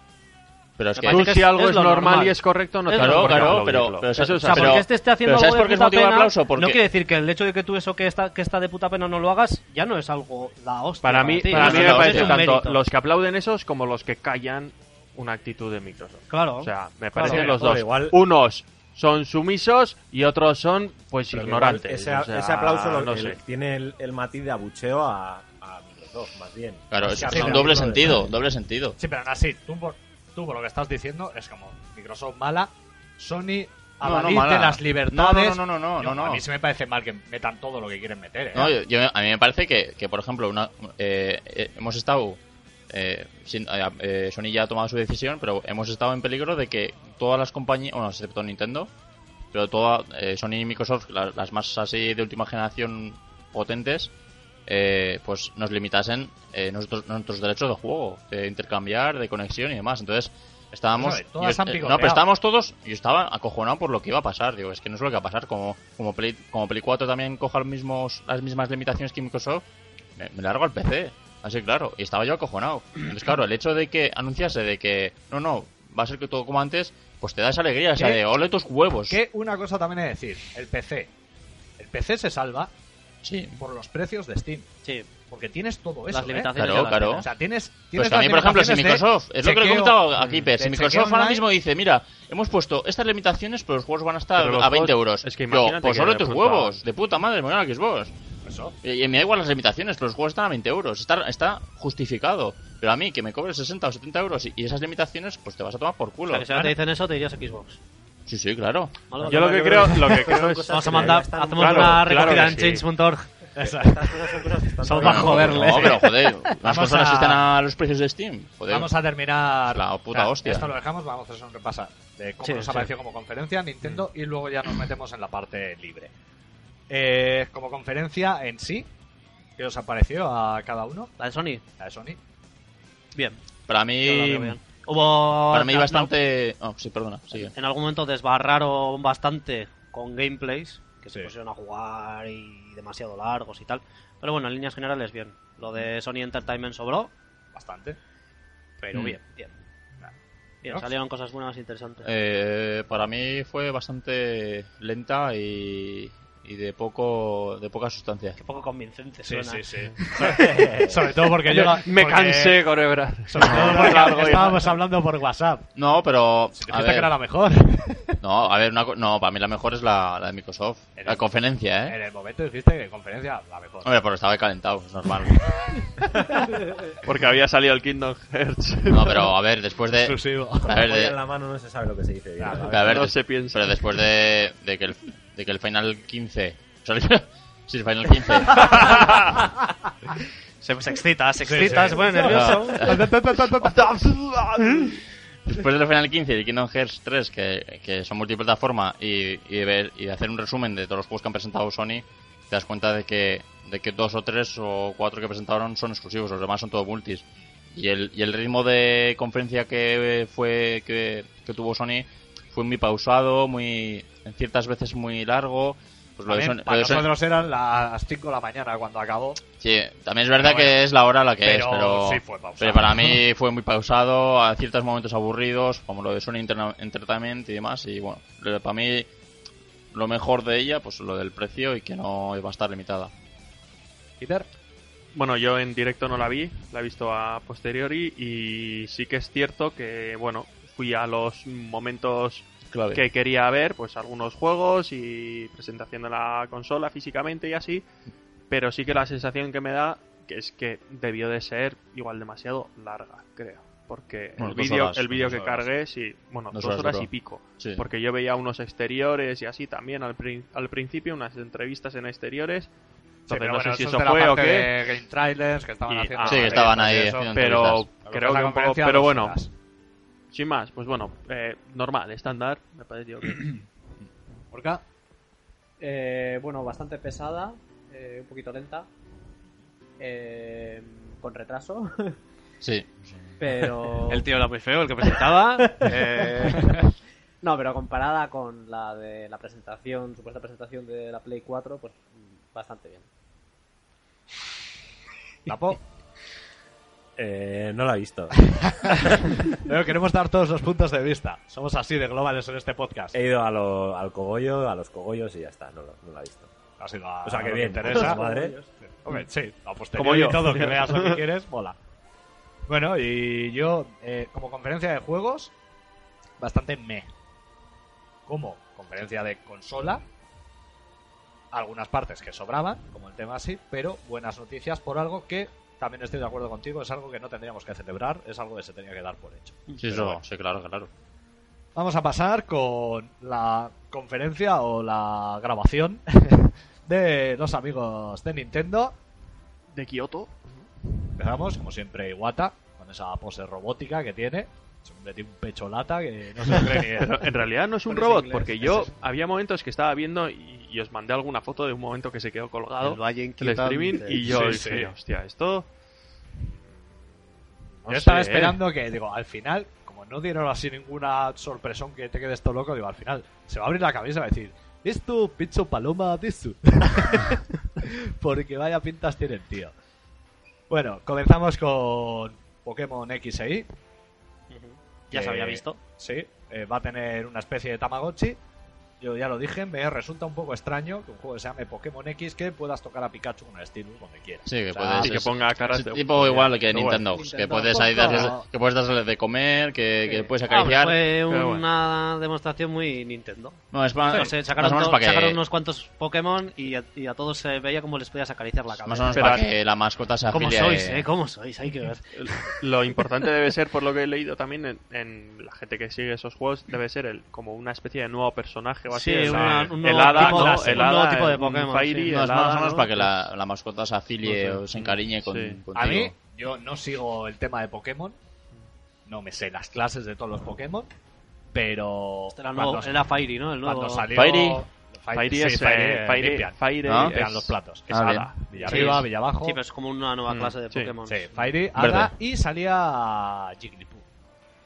D: pero es
C: Me
D: que...
C: parece
B: Tú,
C: que
B: si algo es,
C: lo
B: normal, y es correcto, no
C: Es
B: te
C: lo
D: Claro,
B: por qué
D: claro,
B: aplaudirlo.
D: pero, pero
B: Eso
C: O
B: es
C: sea,
B: así.
D: pero-
C: porque este esté esté haciendo
D: pero
C: algo
D: ¿sabes
C: de
D: por qué es
C: puta
D: motivo de
C: pena,
D: aplauso? Porque-
C: No quiere decir que el hecho de que tú eso que está, que está de puta pena no lo hagas, ya no es algo la hostia.
B: Para mí-
C: ti,
B: para
C: eso
B: mí
C: es
B: me
C: un
B: parece
C: mérito.
B: tanto
E: los que aplauden esos como los que callan una actitud de Microsoft.
C: Claro.
E: O sea, me
C: Claro.
E: parecen los
F: Pero
E: dos.
F: igual-
E: Unos son sumisos y otros son pues
F: Pero que
E: ignorantes.
F: igual Ese,
E: O sea,
F: ese aplauso lo-
E: no
F: el-
E: sé.
F: tiene el, el matiz de abucheo a, a Microsoft, más bien.
D: Claro,
F: Más
D: es
F: que a
D: es un
F: Sony.
D: doble sentido, doble sentido.
B: Sí, pero aún así, tú por, tú por lo que estás diciendo es como Microsoft mala, Sony a
D: No, no,
B: la lid
D: mala.
B: de las libertades.
D: No, no, no, no,
B: Yo,
D: no, no.
B: A mí se me parece mal que metan todo lo que quieren meter. ¿eh?
D: No, yo- yo- a mí me parece que, que, por ejemplo, una, eh, eh, hemos estado. Eh, sin- eh, eh, Sony ya ha tomado su decisión, pero hemos estado en peligro de que todas las compañías, bueno, excepto Nintendo, pero toda, eh, Sony y Microsoft, la- las más así de última generación potentes, eh, pues nos limitasen eh, nosotros, nuestros derechos de juego, de intercambiar, de conexión y demás. Entonces, estábamos.
B: Pues, todas
D: yo-
B: han
D: eh, no,
B: picoteado.
D: pero estábamos todos. Yo estaba acojonado por lo que iba a pasar. Digo, es que no es lo que va a pasar. Como, como, Play, como Play 4 también coja los mismos, las mismas limitaciones que Microsoft, me, me largo al PC. Así claro, y estaba yo acojonado. Entonces, claro, el hecho de que anunciase de que no, no, va a ser que todo como antes, pues te da esa alegría, o sea,
B: ¿Qué?
D: de ole tus huevos.
B: Que una cosa también es decir, el PC. El PC se salva
D: Sí,
B: por los precios de Steam.
C: Sí.
B: Porque tienes todo eso.
C: Las
B: ¿eh?
C: limitaciones
D: Claro,
C: ya las
D: claro.
C: tienes.
B: O sea, tienes. tienes
D: Pues a mí,
B: las
D: por ejemplo, si
B: limitaciones de
D: Microsoft, es lo que le he
B: chequeo-
D: comentado aquí, Pep,
B: de
D: si
B: chequeo
D: Microsoft ahora
B: online,
D: mismo dice, mira, hemos puesto estas limitaciones, pero los juegos van a estar
E: Pero los
D: a 20
E: juegos-
D: euros.
E: es que
D: Yo,
E: imagínate
D: pues
E: que
D: solo
E: de
D: tus
E: pronto-
D: huevos, de puta madre, me voy a la Xbox.
B: eso.
D: Y, y me da igual las limitaciones, pero los juegos están a 20 euros, está, está justificado. Pero a mí, que me cobre 60 o 70 euros y, y esas limitaciones, pues te vas a tomar por
C: O
D: culo.
C: sea, que si ahora te dicen eso, te dirías Xbox.
D: Sí, sí, claro.
C: Malo.
E: Yo lo que creo, lo que creo
F: *laughs*
E: es.
C: Vamos a mandar,
F: Pues Están-
C: hacemos
E: claro,
C: una
E: claro
C: recogida
E: que
C: en
E: sí.
C: change.org.
F: Estas cosas son cosas que están
B: Son
F: todavía-
B: bajo- joderle.
D: No, pero joder, las
B: Vamos
D: consolas
B: a-
D: están a los precios de Steam. Joder.
B: Vamos a terminar.
D: La puta hostia.
B: Esto lo dejamos, vamos a hacer un repaso de cómo
C: Sí,
B: nos
C: sí.
B: apareció como conferencia Nintendo y luego ya nos metemos en la parte libre. Eh, como conferencia en sí, ¿qué os apareció a cada uno?
C: La de Sony,
B: La de Sony.
C: bien.
D: Para
C: yo la
D: mí,
C: veo bien. Hubo.
D: para mí
C: la-
D: bastante... Oh, sí, perdona, sigue.
C: En algún momento desbarraron bastante con gameplays que se
B: Sí.
C: pusieron a jugar y demasiado largos y tal. Pero bueno, en líneas generales, bien. Lo de Sony Entertainment sobró,
B: Bastante.
C: pero
D: Mm.
C: bien, bien. Bien,
B: ¿No?
C: salieron cosas buenas e interesantes.
D: Eh, para mí fue bastante lenta y, y de poco de poca sustancia.
C: Qué poco convincente
B: Sí,
C: suena.
B: sí, sí. Sobre- *laughs* Sobre todo porque yo. la-
E: Me
B: porque-
E: cansé, Corebra.
B: Sobre
E: *laughs*
B: todo *laughs* porque estábamos hablando por WhatsApp.
D: No, pero a
B: Dijiste que
D: ver,
B: era la mejor.
D: no, a ver, una co- no, para mí la mejor es la, la de Microsoft,
B: Eres-
D: la conferencia, ¿eh?
B: En el momento dijiste que conferencia la mejor.
D: Hombre, porque estaba calentado,
B: *laughs*
D: es normal.
E: Porque había salido el Kingdom Hearts.
D: No, pero a ver, después de
B: Exclusivo.
D: a
F: Con
D: ver,
F: la polla en
D: de-
F: la mano no se sabe lo que se dice. bien.
B: Claro.
D: a ver,
E: no
D: des-
E: se piensa.
D: pero después de, de que el de que el Final *laughs* 15, sorry, sí, el
B: *laughs*
D: Final 15.
C: Se, se excita, se excita, se pone nervioso.
D: no, Después del Final 15 y el Kingdom Hearts 3, que, que son multiplataforma, y, y, de ver- y de hacer un resumen de todos los juegos que han presentado Sony, te das cuenta de que, de que dos o tres o cuatro que presentaron son exclusivos, los demás son todos multis. Y el, y el ritmo de conferencia que eh, fue que, que tuvo Sony fue muy pausado, muy en ciertas veces muy largo. Pues lo de Sony-
B: También,
D: lo
B: para
D: de Sony-
B: nosotros eran las 5 de la mañana cuando acabó.
D: Sí, también es verdad
B: Pero bueno.
D: que es la hora la que
B: Pero
D: es, pero,
B: sí fue pausado.
D: pero para mí fue muy pausado, a ciertos momentos aburridos, como lo de Sony Interna- Entertainment y demás, y bueno, lo- para mí lo mejor de ella, pues lo del precio y que no iba a estar limitada.
B: Peter.
E: Bueno, yo en directo no la vi, la he visto a posteriori y sí que es cierto que, bueno, fui a los momentos
D: Clave.
E: que quería ver, pues algunos juegos y presentación de la consola físicamente y así, pero sí que la sensación que me da que es que debió de ser igual demasiado larga, creo, porque
D: Bueno,
E: el
D: dos
E: vídeo
D: horas,
E: el vídeo
D: dos
E: que
D: horas.
E: cargué sí, bueno,
D: Dos
E: dos,
D: horas
E: horas,
D: duró.
E: y pico,
D: Sí.
E: porque yo veía unos exteriores y así también al, prin- al principio unas entrevistas en exteriores, entonces no sé si eso fue o qué.
B: Game Trailers que estaban
E: Y-
B: haciendo.
E: ah,
D: Sí, que estaban ahí
B: eso.
D: haciendo
E: pero
D: entrevistas.
B: Lo que
E: creo
B: es la
E: que un poco,
B: conferencia,
E: pero
B: dos
E: bueno,
B: horas.
E: sin más, pues bueno, eh, normal, estándar, me pareció que-
B: Orca,
G: Eh, bueno, bastante pesada, eh, un poquito lenta, eh, con retraso, *laughs*
D: Sí.
B: *laughs*
G: pero...
C: El tío era muy feo, el que presentaba. Ah,
G: No, pero comparada con la de la presentación, supuesta presentación de la Play 4, pues mm, bastante bien.
E: *laughs*
B: Tapo.
F: Eh, no la he visto.
B: Pero queremos dar todos los puntos de vista. Somos así de globales en este podcast.
F: He ido a lo- al cogollo, a los cogollos y ya está, no, lo- no la he visto.
B: Ha sido a-
F: O sea, que
B: a lo
F: bien,
B: Ah, interesa.
F: madre.
B: Hombre, sí, a
E: Como
B: posteriori
E: yo.
B: todo, que veas lo que quieres, mola. Bueno, y yo, eh, como conferencia de juegos, bastante me. Como conferencia de consola, algunas partes que sobraban, como el tema así, pero buenas noticias por algo que también estoy de acuerdo contigo, es algo que no tendríamos que celebrar, es algo que se tenía que dar por hecho.
D: Sí, eso, sí, claro, claro.
B: Vamos a pasar con la conferencia o la grabación *laughs* de los amigos de Nintendo.
E: de Kioto.
B: Empezamos, como siempre, Iwata, con esa pose robótica que tiene. Se hombre tiene un pecho lata que no se lo cree ni él.
E: En realidad no es un
G: Parece
E: robot,
G: inglés.
E: porque yo había momentos que estaba viendo y, y os mandé alguna foto de un momento que se quedó colgado
A: El Valle
E: el
A: Inquietante.
E: streaming y yo
B: Sí,
E: dije,
B: sí.
E: hostia, esto... no
B: Yo estaba
E: sé,
B: esperando que, digo, al final, como no dieron así ninguna sorpresón que te quede esto loco, digo, al final se va a abrir la cabeza y va a decir, esto, pincho paloma de su. *laughs* Porque vaya pintas tiene el tío. Bueno, comenzamos con Pokémon XI.
C: ya se había
B: que-
C: visto.
B: Sí, eh, va a tener una especie de Tamagotchi Yo ya lo dije, me resulta un poco extraño que un juego que se llame Pokémon X que puedas tocar a Pikachu con el Steelbook donde quieras.
D: Ah, Sí, que
B: O sea,
D: puedes.
E: Y que
D: es-
E: ponga caras
D: es
E: de...
D: tipo igual que
E: Pero
D: Nintendo,
G: bueno.
D: que puedes ahí
G: Nintendo,
D: darles,
G: poco.
D: que puedes darles de comer, que, que puedes
C: Ah, pero
D: acariciar.
C: fue una
E: pero
C: demostración muy Nintendo.
D: No, es más,
C: No sé, sacaron,
D: más o menos
C: to-
D: para que,
C: sacaron unos cuantos Pokémon y a, y a todos se veía como les podías acariciar la
D: más o
C: cabeza.
D: menos
E: Pero
D: para
E: aquí-
D: que la mascota se
C: ¿Cómo
D: afilie.
C: sois, eh? ¿Cómo sois? Hay que ver.
E: Lo importante debe ser, por lo que he leído también en, en la gente que sigue esos juegos, debe ser el, como una especie de nuevo personaje o así.
C: Sí,
E: el-
C: una-
E: el,
C: un
E: el
C: nuevo
E: hada,
C: tipo-
E: ¿no?
C: un
E: El
C: nuevo
E: hada,
C: tipo de
E: el
C: Pokémon,
E: Fairy,
C: sí.
E: el
D: No, es más
E: hada,
D: o menos
E: ¿no?
D: para que la, la mascota se afilie
E: No sé.
D: o se encariñe con,
E: Sí.
D: contigo.
B: A mí, yo no sigo el tema de Pokémon. No me sé las clases de todos los Pokémon. Pero.
C: Este era, el nuevo-
B: cuando-
C: era Fairy, ¿no? El nuevo...
B: Cuando salió.
D: Fairy.
E: Fairy
B: sí,
E: es,
B: Fairy,
E: eh,
B: eh,
E: Fairy-
B: limpian.
E: Fairy
D: ¿No?
E: es-
B: Limpian los platos. Es
D: Ah, bien.
B: Hada. Villa arriba,
C: Sí.
B: Villa abajo.
C: Sí, pero es como una nueva
E: Mm,
C: clase de
E: sí,
C: Pokémon.
B: Sí, Fairy, Hada
D: Verde.
B: y salía Jigglypuff.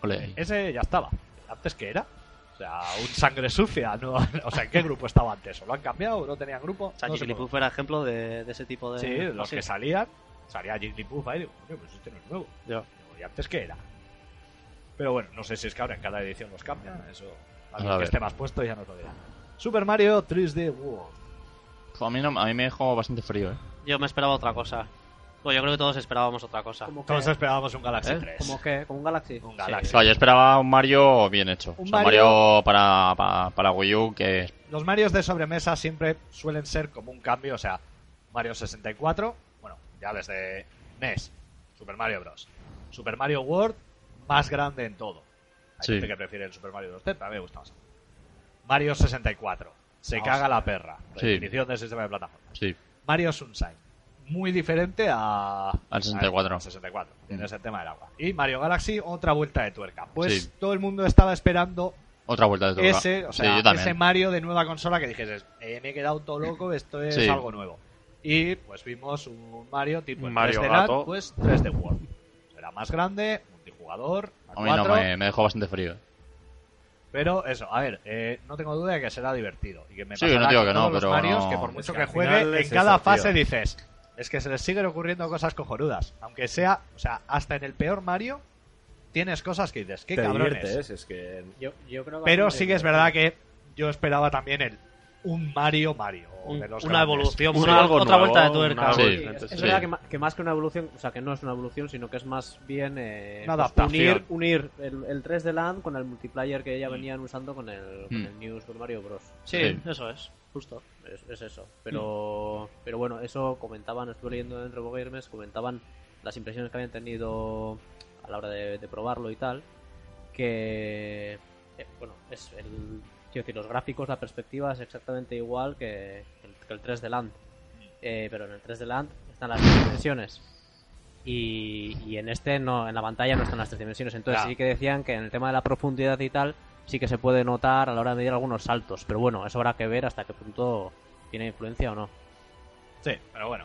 D: Ole.
B: Ese ya estaba. ¿Antes qué era? O sea, un sangre sucia. ¿no? *laughs* O sea, ¿en qué grupo estaba antes? ¿O lo han cambiado? ¿O no tenían grupo?
C: O sea,
B: No sé
C: Jigglypuff era ejemplo de, de ese tipo de...
B: cómo.
D: *laughs*
B: Sí, los
C: Sí.
B: que salían, salía Jigglypuff ahí. Digo, coño, pues este no es nuevo.
E: Ya.
B: Digo, ¿Y antes qué era? Pero bueno, no sé si es que ahora en cada edición los cambian. Eso, alguien
D: A
B: que
D: ver.
B: esté más puesto ya nos lo dirá. Super Mario 3D World.
D: Pf, A mí, no, a mí me dejó bastante frío, ¿eh?
C: Yo me esperaba otra cosa. Bueno, yo creo que todos esperábamos otra cosa.
G: Como que,
B: Todos esperábamos un Galaxy
D: ¿Eh?
B: 3.
G: como que, como un Galaxy.
B: Un Galaxy.
D: Claro, yo esperaba un Mario bien hecho.
B: Un
D: O sea, un
B: Mario-
D: Mario, para, para, para Wii U que...
B: Los Marios de sobremesa siempre suelen ser como un cambio, o sea, Mario 64, bueno, ya desde NES, E Super Mario Bros. Super Mario World, más grande en todo. Hay
D: Sí.
B: gente que prefiere el Super Mario Bros. Z, a mí me gusta más. Mario 64, se caga la perra.
D: Ah, Sí.
B: Definición del sistema de plataformas.
D: Sí.
B: Mario Sunshine, muy diferente a...
D: Al 64.
B: al 64, tienes el tema del agua. Y Mario Galaxy, otra vuelta de tuerca. Pues
D: Sí.
B: todo el mundo estaba esperando
D: Otra vuelta de tuerca.
B: ese, o
D: sí,
B: sea,
D: yo también.
B: ese Mario de nueva consola que dijeses, eh, me he quedado todo loco, esto es
D: Sí.
B: algo nuevo. Y pues vimos un Mario tipo
E: Un
B: en
E: Mario
B: 3D
E: gato.
B: Land, pues 3D World. Será más grande, multijugador, a
D: A mí no,
B: cuatro,
D: me, me dejó bastante frío. ¿eh?
B: pero eso, a ver, eh, no tengo duda de que será divertido. Y que me
D: Sí, yo no
B: pasará
D: digo
B: con
D: que no,
B: todos los
D: pero
B: Marios,
D: no-
B: que por
D: Es
B: mucho
F: que
B: que
F: al
B: juegue,
F: final
B: en
F: es
B: cada
F: eso,
B: fase
F: tío.
B: dices, es que se les siguen ocurriendo cosas cojonudas. Aunque sea, o sea, hasta en el peor Mario tienes cosas que dices, qué
F: te
B: cabrones.
F: diviertes, es que...
G: Yo, yo creo que
B: Pero
G: bastante
B: sí que es
G: bien.
B: verdad que yo esperaba también el un Mario Mario.
C: Un-
B: de los
C: una
B: grandes.
C: evolución,
E: Un
C: una-
E: algo
C: otra
E: nuevo,
C: vuelta de
E: un
C: tuerca.
E: algo
D: Sí.
G: Sí, es-
E: diferente,
G: es
D: sí.
G: verdad que ma- que, más que una evolución, o sea, que no es una evolución, sino que es más bien eh,
B: Una
G: pues,
B: adaptación. Mm.
G: unir, unir el, el 3D Land con el multiplayer que ya venían usando con el, con
D: Mm.
G: el New Super Mario Bros.
C: Sí,
D: Sí.
C: eso es. Justo.
G: Es, es eso.
B: Mm.
G: Pero, pero bueno, eso comentaban, estuve leyendo en Revo Games, comentaban las impresiones que habían tenido a la hora de, de probarlo y tal. Que, eh, bueno, es el, quiero decir, los gráficos, la perspectiva es exactamente igual que el, que el 3D Land. Eh, pero en el 3D Land están las tres dimensiones. Y, y en este, no en la pantalla no están las tres dimensiones. Entonces
B: Claro.
G: sí que decían que en el tema de la profundidad y tal, sí que se puede notar a la hora de medir algunos saltos. Pero bueno, eso habrá que ver hasta qué punto tiene influencia o no.
B: Sí, pero bueno.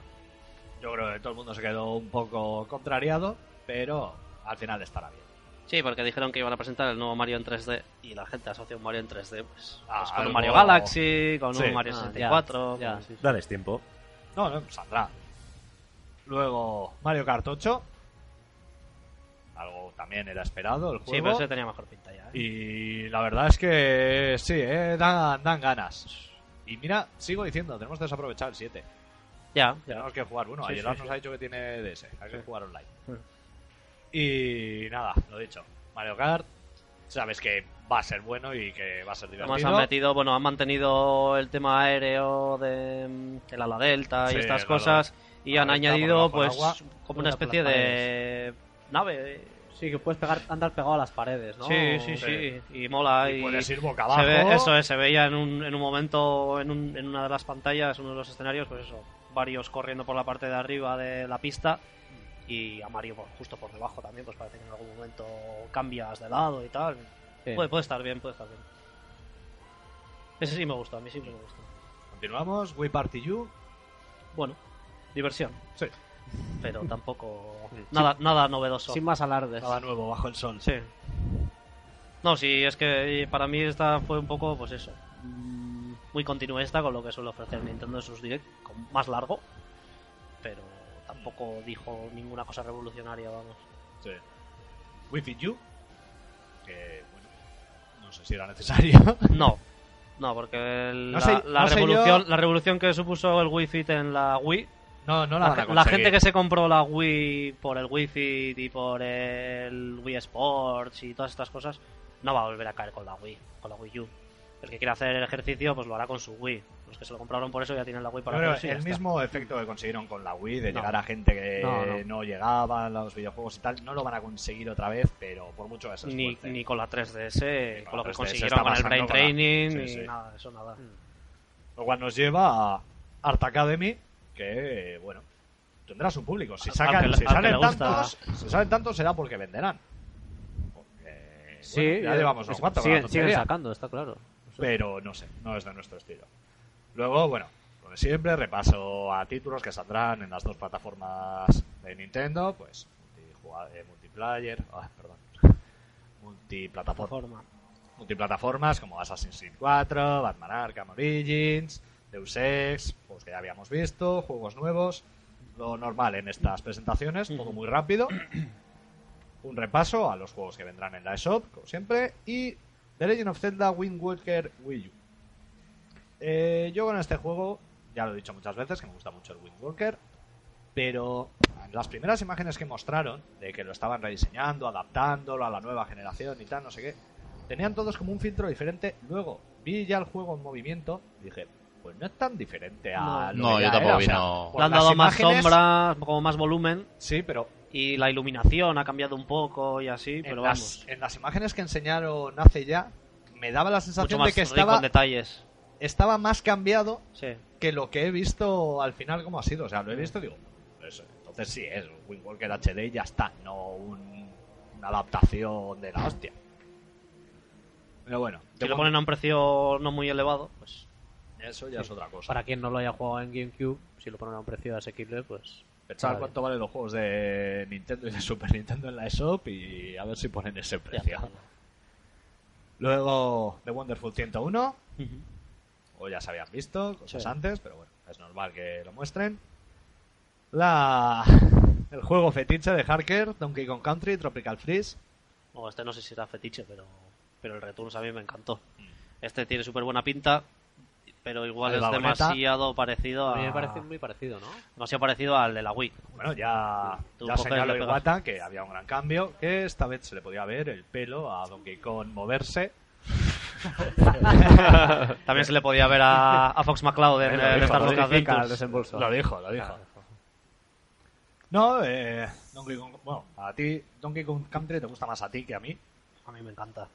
B: Yo creo que todo el mundo se quedó un poco contrariado, pero al final estará bien.
C: Sí, porque dijeron que iban a presentar el nuevo Mario en 3D y la gente asocia un Mario en 3D pues,
B: Ah,
C: pues con
B: algo-
C: un Mario Galaxy, con
B: Sí.
C: un Mario
G: Ah, ya,
C: 64.
G: ya.
C: con- sí, sí.
F: Dales tiempo.
B: No, no, saldrá. Luego, Mario Kart 8. Algo también era esperado el
C: Sí, pero
B: juego.
C: ese tenía mejor pinta ya. ¿eh?
B: Y la verdad es que sí, eh, dan, dan ganas. Y mira, sigo diciendo, tenemos que desaprovechar el 7.
C: Ya, ya.
B: Tenemos que jugar. Bueno,
C: Sí,
B: ayer
C: sí,
B: nos
C: sí.
B: ha dicho que tiene DS. Hay que jugar online. Y nada, lo dicho. Mario Kart, sabes que va a ser bueno y que va a ser
C: Además
B: divertido.
C: han metido, bueno, han mantenido el tema aéreo de mm, el ala delta
B: Sí,
C: y estas
B: el ala-
C: cosas y
B: ala
C: han
B: delta,
C: añadido
B: por
C: pues
B: debajo del
C: como una especie de nave.
G: Sí, que puedes pegar, andar pegado a las paredes, ¿no?
C: Sí, sí, sí, y mola
B: Y
C: y,
B: puedes ir boca abajo.
C: se ve, eso es, se veía en un, en un momento en, un- en una de las pantallas, uno de los escenarios, pues eso, varios corriendo por la parte de arriba de la pista y a Mario por- justo por debajo también, pues parece que en algún momento cambias de lado y tal.
G: Sí.
C: Puede, puede estar bien, puede estar bien. Ese sí me gustó, a mí sí me gustó.
B: Continuamos, We Party You.
C: Bueno, diversión,
B: Sí,
C: pero tampoco nada, nada novedoso.
G: Sin más alardes.
B: nada nuevo bajo el sol.
C: Sí. No, sí, es que para mí esta fue un poco, pues eso, mm, muy continuista con lo que suele ofrecer Nintendo en sus direct, con- más largo, pero tampoco dijo ninguna cosa revolucionaria, vamos.
B: Sí. We Fit You. Que, bueno, no sé si era necesario. *laughs*
C: No, No, porque el-
B: No
C: la,
B: sé-
C: la
B: no sé
C: revolución,
B: yo-
C: la revolución que supuso el Wii Fit en la Wii,
B: No, no la,
C: la,
B: van a
C: ge- la
B: conseguir.
C: gente que se compró la Wii por el Wii Fit y por el Wii Sports y todas estas cosas, no va a volver a caer con la Wii, con la Wii U. El que quiera hacer el ejercicio, pues lo hará con su Wii. Los que se lo compraron por eso ya tienen la Wii para
B: Yo creo
C: hacerlo y
B: el
C: ya está.
B: mismo efecto que consiguieron con la Wii de
C: No.
B: llegar a gente que
C: No,
B: no,
C: no.
B: llegaba a los videojuegos y tal, no lo van a conseguir otra vez, pero por mucho que se
C: Ni,
B: esfuercen.
C: ni con la 3DS,
B: Ni
C: con,
B: con la
C: lo que
B: 3DS,
C: consiguieron
B: está
C: con el
B: pasando
C: Brain
B: con la-
C: Training,
B: Sí,
C: ni
B: sí. Mm.
C: nada, eso nada.
B: Lo cual nos lleva a Art Academy, que, bueno, tendrá su público. Si,
C: Al-
B: sacan,
C: al que le-
B: si
C: al que le
B: salen
C: gusta.
B: tantos, si salen tantos será porque venderán. Porque,
G: Sí,
B: bueno,
C: eh,
B: ya llevamos unos
G: es-
B: cuantos con la
G: siguen, siguen
B: tontería.
G: sacando, está claro.
B: pero no sé, no es de nuestro estilo. Luego, bueno, como siempre, repaso a títulos que saldrán en las dos plataformas de Nintendo, pues multijua- eh, multiplayer, ah, perdón, *laughs* multiplataforma,
C: Forma.
B: multiplataformas como Assassin's Creed 4, Batman Arkham Origins, Deus Ex, juegos que ya habíamos visto, juegos nuevos, lo normal en estas presentaciones, todo muy rápido. Un repaso a los juegos que vendrán en la eShop, como siempre, y The Legend of Zelda Wind Waker Wii U. Eh, yo con este juego, ya lo he dicho muchas veces, que me gusta mucho el Wind Waker, pero las primeras imágenes que mostraron, de que lo estaban rediseñando, adaptándolo a la nueva generación y tal, no sé qué, tenían todos como un filtro diferente. Luego vi ya el juego en movimiento y dije, pues no es tan diferente a...
D: No,
B: que
D: yo
B: ya
D: tampoco
B: era,
D: vi,
B: o sea,
D: no.
B: por
C: Le han
B: las
C: dado más
B: imágenes-
C: sombra, como más volumen,
B: Sí, pero
C: y la iluminación ha cambiado un poco y así, pero
B: en,
C: vamos.
B: las, en las imágenes que enseñaron hace ya, me daba la
C: Mucho
B: sensación
C: más
B: de que
C: rico en
B: estaba,
C: detalles.
B: estaba más cambiado
C: Sí.
B: que lo que he visto al final como ha sido. O sea, lo he visto y digo, pues, entonces sí, es un Wind Walker HD y ya está, no un- una adaptación de la hostia. Pero bueno,
C: Si
B: de momento-
C: lo ponen a un precio no muy elevado, pues.
B: eso ya es otra cosa.
G: Para quien no lo haya jugado en GameCube, si lo ponen a un precio asequible, pues.
B: Pensar
G: Vale.
B: cuánto valen los juegos de Nintendo y de Super Nintendo en la E eShop y a ver si ponen ese precio. Luego, The Wonderful 101, o ya se habían visto cosas
G: Sí.
B: antes, pero bueno, es normal que lo muestren. La el juego fetiche de Harker, Donkey Kong Country, Tropical Freeze.
C: O este no sé si era fetiche, pero, pero el Returns a mí me encantó. Este tiene súper buena pinta, pero igual
B: Mm. El
C: es
B: vagoneta.
C: demasiado parecido
G: A
C: a,
G: mí me parece muy parecido, ¿no?
C: demasiado parecido al de
B: *laughs*
C: la Wii.
B: Bueno, ya,
C: Tú
B: ya
C: coges,
B: señaló
C: le pegas.
B: Iwata que había un gran cambio, que esta vez se le podía ver el pelo a Donkey Kong moverse.
C: También se le podía ver a, a Fox McCloud en,
B: Bueno,
C: en
B: dijo,
C: Star Wars
B: lo
C: Adventures.
G: Al desembolso.
B: Lo dijo, lo dijo. No, eh, Donkey Kong, bueno, a ti Donkey Kong Country te gusta más a ti que a mí.
C: A mí me encanta.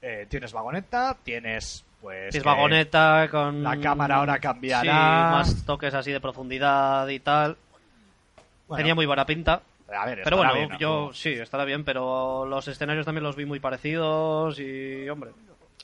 B: Eh, tienes vagoneta, tienes pues...
C: Tienes
B: que-
C: vagoneta con...
B: la cámara ahora cambiará.
C: Sí, más toques así de profundidad y tal.
B: Bueno,
C: Tenía muy buena pinta.
B: A ver, estará
C: Pero bueno,
B: bien,
C: yo
B: ¿no?
C: sí, estará bien, pero los escenarios también los vi muy parecidos y, hombre,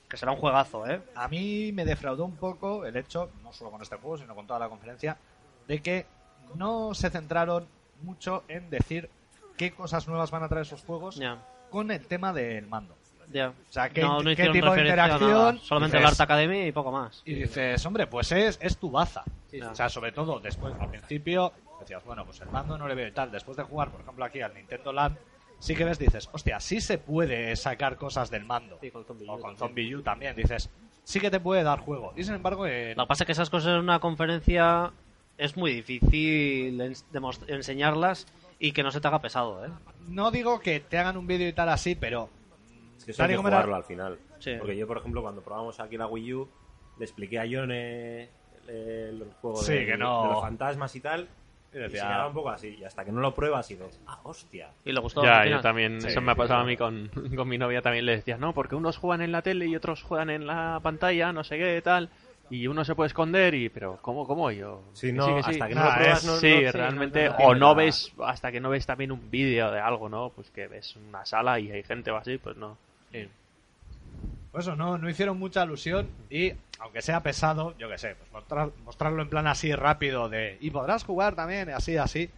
C: que será un juegazo, ¿eh?
B: A mí me defraudó un poco el hecho, no solo con este juego, sino con toda la conferencia, de que no se centraron mucho en decir qué cosas nuevas van a traer esos juegos
C: Ya,
B: con el tema del mando.
C: ya.
B: O sea, qué,
C: No, no
B: qué
C: hicieron
B: tipo de
C: referencia a nada,
B: interacción.
C: Solamente el
B: dices-
C: Art Academy y poco más.
B: Y dices, hombre, pues es, es tu baza.
C: sí.
B: O sea, sobre todo después, al principio, decías, bueno, pues el mando no le veo y tal. Después de jugar, por ejemplo, aquí al Nintendo Land, sí que ves, dices, hostia, sí se puede sacar cosas del mando.
G: Sí, con Zombie
B: o
G: U
B: con
G: también.
B: Zombie U también, dices, sí que te puede dar juego. Y sin embargo, eh, en-
C: Lo que pasa es que esas cosas en una conferencia es muy difícil ens- demos- enseñarlas y que no se te haga pesado, ¿eh?
B: no digo que te hagan un vídeo y tal así, pero...
F: Es que eso
B: tal y
F: hay que
B: como era-
F: jugarlo al final.
C: Sí.
F: Porque yo, por ejemplo, cuando probamos aquí la Wii U, le expliqué a John eh, el, el juego
B: Sí,
F: del-
B: que no.
F: de los fantasmas y tal. Y
B: decía-
F: se quedaba un poco así. Y hasta que no lo pruebas y ves, ah, hostia.
C: Y le gustó. al
E: Ya,
C: final.
E: yo también,
F: Sí,
E: eso me ha
F: sí,
E: pasado
F: sí.
E: a mí con, con mi novia también, le decía, no, porque unos juegan en la tele y otros juegan en la pantalla, no sé qué, tal, y uno se puede esconder y, pero, ¿cómo, cómo yo?
F: Sí, eh,
E: Que
F: no,
E: que
F: hasta que no
E: Nada,
F: lo pruebas,
E: es-
F: no- no-
E: sí,
F: sí, no-
E: realmente,
F: no- no
E: o no
F: nada.
E: ves, hasta que no ves también un vídeo de algo, ¿no? Pues que ves una sala y hay gente o así, pues no.
B: Pues eso, no, no hicieron mucha alusión y, aunque sea pesado, yo qué sé, pues mostrar- mostrarlo en plan así rápido de... Y podrás jugar también, así, así,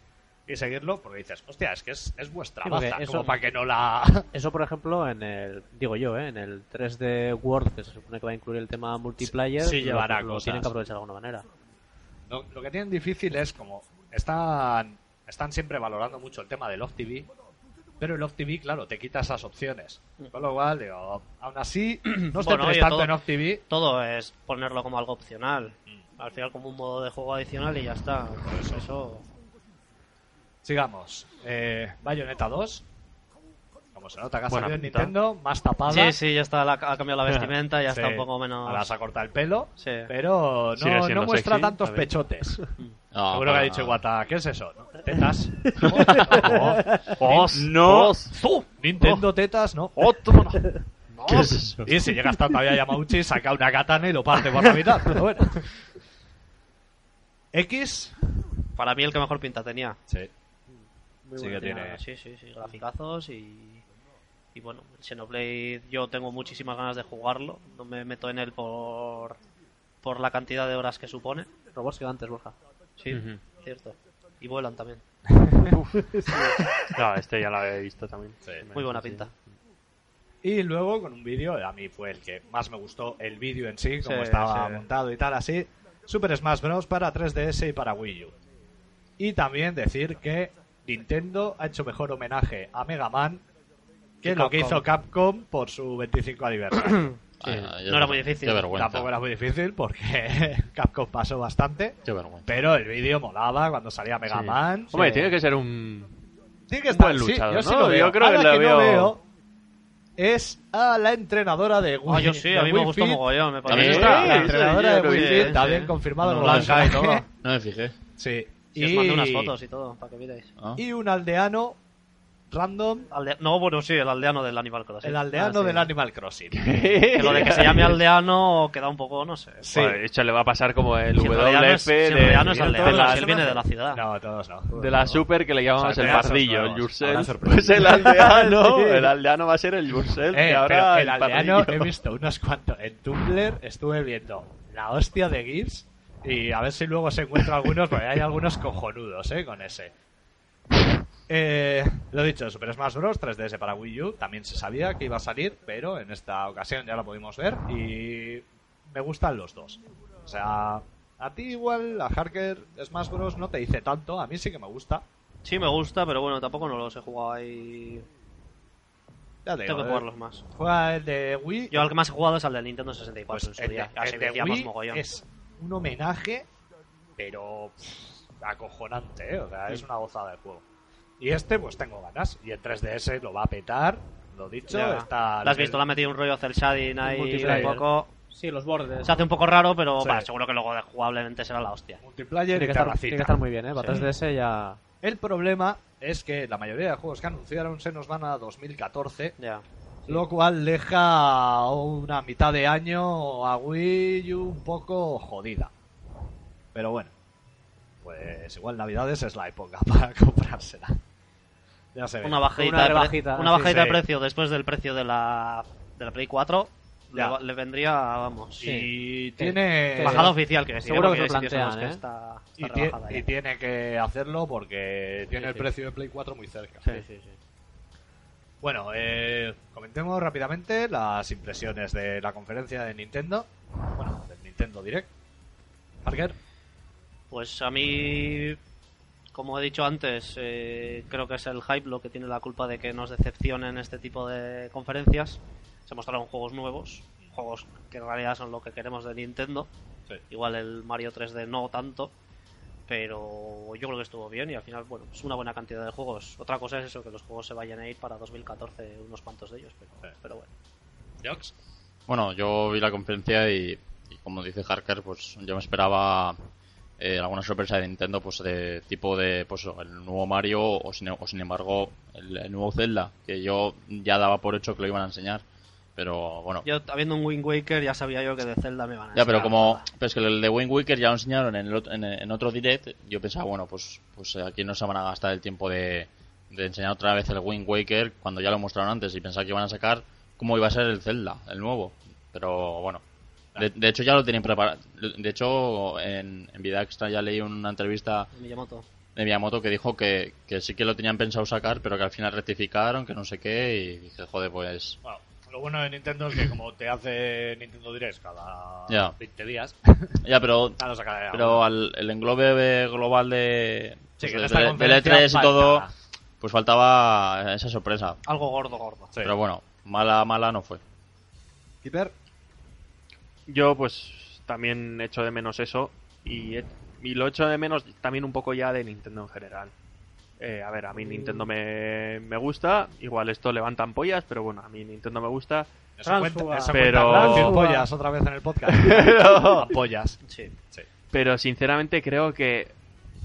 B: y seguirlo, porque dices, hostia, es que es, es vuestra
G: Sí, porque
B: baza,
G: eso-
B: como para que no
G: *laughs*
B: la...
G: Eso, por ejemplo, en el, digo yo, ¿eh? en el 3D World, que se supone que va a incluir el tema
B: *laughs*
G: multiplayer,
B: Sí,
G: lo-
B: llevará
G: lo,
B: cosas.
G: tienen que aprovechar de alguna manera.
B: Lo, lo que tienen difícil es como están, están siempre valorando mucho el tema del off TV. Pero el OpTV, claro, te quita esas opciones.
G: Mm.
B: Con lo cual, digo, aún así, *clears throat* no os
C: Bueno,
B: centréis
C: oye,
B: tanto
C: todo-
B: en OpTV.
C: Todo es ponerlo como algo opcional. Al final como un modo de juego adicional y ya está. Pues eso.
B: Sigamos. Eh, Bayonetta 2. Como se nota que ha
E: Buena
B: salido en
E: pinta.
B: Nintendo, más tapada.
C: Sí, sí, ya está, la- ha cambiado *laughs* la vestimenta, ya
B: Sí.
C: está un poco menos...
B: Ahora se ha cortado el pelo.
C: Sí.
B: Pero
E: Sigue
B: no,
E: siendo
B: no muestra
E: sexy,
B: tantos
E: a ver.
B: pechotes.
D: No,
B: Seguro que ha
D: para
B: dicho
D: nada.
B: Iwata, ¿qué es eso? ¿No?
E: *laughs*
B: Tetas.
E: ¡No!
B: Nintendo tetas, ¿no?
E: ¡Otro! *laughs*
D: ¿Qué es eso?
B: Y si llega hasta todavía Yamauchi, saca una katana y lo parte por la mitad. Pero
E: *laughs*
B: bueno. X.
C: Para mí el que mejor pinta tenía.
B: Sí. Sí que
C: Tenía-
B: tiene.
C: Sí, sí, sí, graficazos y... Y bueno, el Xenoblade yo tengo muchísimas ganas de jugarlo. No me meto en él por... Por la cantidad de horas que supone.
G: Robots gigantes, Borja.
C: Sí, cierto. Y vuelan también.
E: Claro, este ya lo había visto también.
C: Muy buena
B: pues
C: pinta.
B: Y luego con un vídeo, a mí fue el que más me gustó el vídeo en sí, como
C: Sí,
B: estaba
C: sí.
B: montado y tal, así. Super Smash Bros. para 3DS y para Wii U. Y también decir que Nintendo ha hecho mejor homenaje a Mega Man que
C: Que
B: lo que
C: Capcom.
B: hizo Capcom por su 25
C: *coughs*
B: aniversario.
D: Ah,
C: Sí,
D: ya
C: no
D: qué
C: era muy
D: ver-
C: difícil.
D: Qué vergüenza.
B: Tampoco era muy difícil porque *laughs* Capcom pasó bastante.
D: Qué vergüenza.
B: Pero el vídeo molaba cuando salía Mega
E: Sí.
B: Man.
E: Hombre,
B: Sí.
E: tiene que ser un.
B: Tiene que
E: un
B: estar,
E: buen
B: sí,
E: luchador,
B: yo sí
E: ¿no?
B: lo veo.
E: Yo creo
B: A la
E: que lo
B: no
E: veo-
B: veo es a la entrenadora de Wii
C: Ah, yo sí,
B: de
C: a mí me
B: Wii
C: gustó
B: Fit.
C: mogollón. Me
B: También
C: parece.
E: Sí,
B: está la
E: sí,
B: entrenadora
E: sí,
B: de
E: lo
B: Wii
E: vi,
B: Fit,
C: sí,
B: también
C: sí.
B: confirmado con
D: Blanca
B: Blanca
D: y todo. No me fijé.
B: Sí.
C: Sí, os mandé unas fotos y todo, para que miréis.
D: ¿no?
B: y un aldeano random,
C: Aldea- No, bueno, sí, el aldeano del Animal Crossing.
B: el aldeano
C: Ah, sí.
B: del Animal Crossing.
C: Que lo de
E: *laughs*
C: que se llame aldeano queda un poco, no sé.
B: Sí.
E: Joder, esto le va a pasar como el
C: Si en realidad no es, si
E: WF
C: en realidad no es
E: de,
C: aldeano,
E: la,
C: si él viene de la ciudad.
B: No, todos no.
E: de la Super que le
B: O
E: llamamos
B: sea,
E: el
B: te das
E: pardillo,
B: los
E: el
F: Ahora
E: Yursel.
F: sorprende.
E: Pues el
B: *laughs*
E: aldeano,
B: Sí.
E: el aldeano va a ser el Yursel
B: Eh,
E: y
B: pero
E: ahora
B: el aldeano
E: pardillo.
B: he visto unos cuantos. En Tumblr estuve viendo la hostia de Gears y a ver si luego se encuentra algunos, porque hay algunos cojonudos, eh, con ese. Eh, lo dicho, Super Smash Bros. 3DS para Wii U también se sabía que iba a salir, pero en esta ocasión ya lo pudimos ver y me gustan los dos. O sea, a ti igual, a Harker Smash Bros. no te dice tanto, a mí sí que me gusta.
C: Sí, me gusta, pero bueno, tampoco no los he jugado ahí.
B: Ya te digo,
C: Tengo que
B: eh,
C: jugarlos más.
B: Juega el de Wii
C: Yo al que más he jugado es al del Nintendo 64
B: Pues
C: en su
B: el
C: día.
B: de-
C: Así
B: el de
C: decíamos
B: Wii
C: mogollón.
B: es un homenaje, pero pff, acojonante, ¿eh? o sea, es una gozada de juego. Y este, pues tengo ganas. Y el 3DS lo va a petar, lo dicho.
C: Ya.
B: Está
C: ¿La has visto? Le ha metido un rollo cel shading ahí un
B: multiplayer.
C: poco.
G: Sí, los bordes.
C: Se hace un poco raro, pero
B: Sí.
C: va, seguro que luego de jugablemente será la hostia.
B: multiplayer
G: Tiene
B: y
G: que, estar,
B: terracita.
G: tiene que estar muy bien, ¿eh? Para 3DS ya...
B: El problema es que la mayoría de juegos que anunciaron se nos van a 2014,
C: Ya.
B: lo cual deja una mitad de año a Wii U un poco jodida. Pero bueno, pues igual Navidades es la época *laughs* para comprársela. Ya se ve.
C: Una bajadita,
G: Una
C: de pre-
G: rebajita,
C: una
G: sí,
C: bajadita
B: sí.
C: de precio después del precio de la, de la Play 4 le,
B: Ya.
C: va- le vendría, vamos.
B: Y
G: Que-
B: tiene.
G: que-
C: Bajada oficial, que sí,
G: seguro
C: no
G: que se lo
C: quiere decir
G: plantean,
C: que
G: ¿eh?
C: está,
B: y,
C: está
B: tie-
C: rebajada
B: y
C: ya.
B: tiene que hacerlo porque tiene el precio de Play 4 muy cerca.
G: sí, sí.
B: Bueno, eh, comentemos rápidamente las impresiones de la conferencia de Nintendo. Bueno, del Nintendo Direct. Parker.
C: Pues a mí, como he dicho antes, eh, creo que es el hype lo que tiene la culpa de que nos decepcionen este tipo de conferencias. Se mostraron juegos nuevos, juegos que en realidad son lo que queremos de Nintendo.
B: Sí.
C: Igual el Mario 3D no tanto, pero yo creo que estuvo bien y al final, bueno, es una buena cantidad de juegos. Otra cosa es eso, que los juegos se vayan a ir para 2014, unos cuantos de ellos, pero,
B: Sí.
C: pero bueno.
B: Jox.
D: Bueno, yo vi la conferencia y, y como dice Harker, pues yo me esperaba eh, alguna sorpresa de Nintendo, pues de tipo de pues el nuevo Mario o sin, o sin embargo el, el nuevo Zelda, que yo ya daba por hecho que lo iban a enseñar, pero bueno.
C: Yo, habiendo un Wind Waker, ya sabía yo que de Zelda me van a
D: Ya, pero
C: enseñar
D: como
C: nada.
D: pero es que el de Wind Waker ya lo enseñaron en, el ot- en, en otro direct, yo pensaba, bueno, pues pues aquí no se van a gastar el tiempo de, de enseñar otra vez el Wind Waker cuando ya lo mostraron antes y pensaba que iban a sacar cómo iba a ser el Zelda, el nuevo. Pero bueno, de, de hecho ya lo tienen preparado. De hecho, en, en Vida Extra ya leí una entrevista
C: Miyamoto.
D: de Miyamoto que dijo que, que sí que lo tenían pensado sacar, pero que al final rectificaron, que no sé qué, y dije, joder, pues...
B: Bueno, lo bueno de Nintendo es que como te hace Nintendo Direct cada
D: Ya.
B: 20
E: *laughs*
B: días,
D: Ya, pero
B: ya lo sacaré.
D: Pero al, el englobe de- global de,
B: Sí,
D: pues
B: que
D: de-
B: en esta
D: de- del
B: conferencia
D: E3 y
B: falta.
D: todo, pues faltaba esa sorpresa.
C: Algo gordo, gordo.
D: Pero bueno, mala, mala no fue.
B: Keeper,
E: *laughs* Yo pues también echo de menos eso y, he- y lo echo de menos también un poco ya de Nintendo en general. Eh, a ver, a mí Nintendo me, me gusta, igual esto levantan pollas, pero bueno, a mí Nintendo me gusta.
B: eso cuenta, eso cuenta,
E: Pero-
B: ¿no?
E: Transfuga.
B: Decir pollas otra vez en el
E: *laughs*
B: podcast. Ampollas.
C: Sí.
E: Pero sinceramente creo que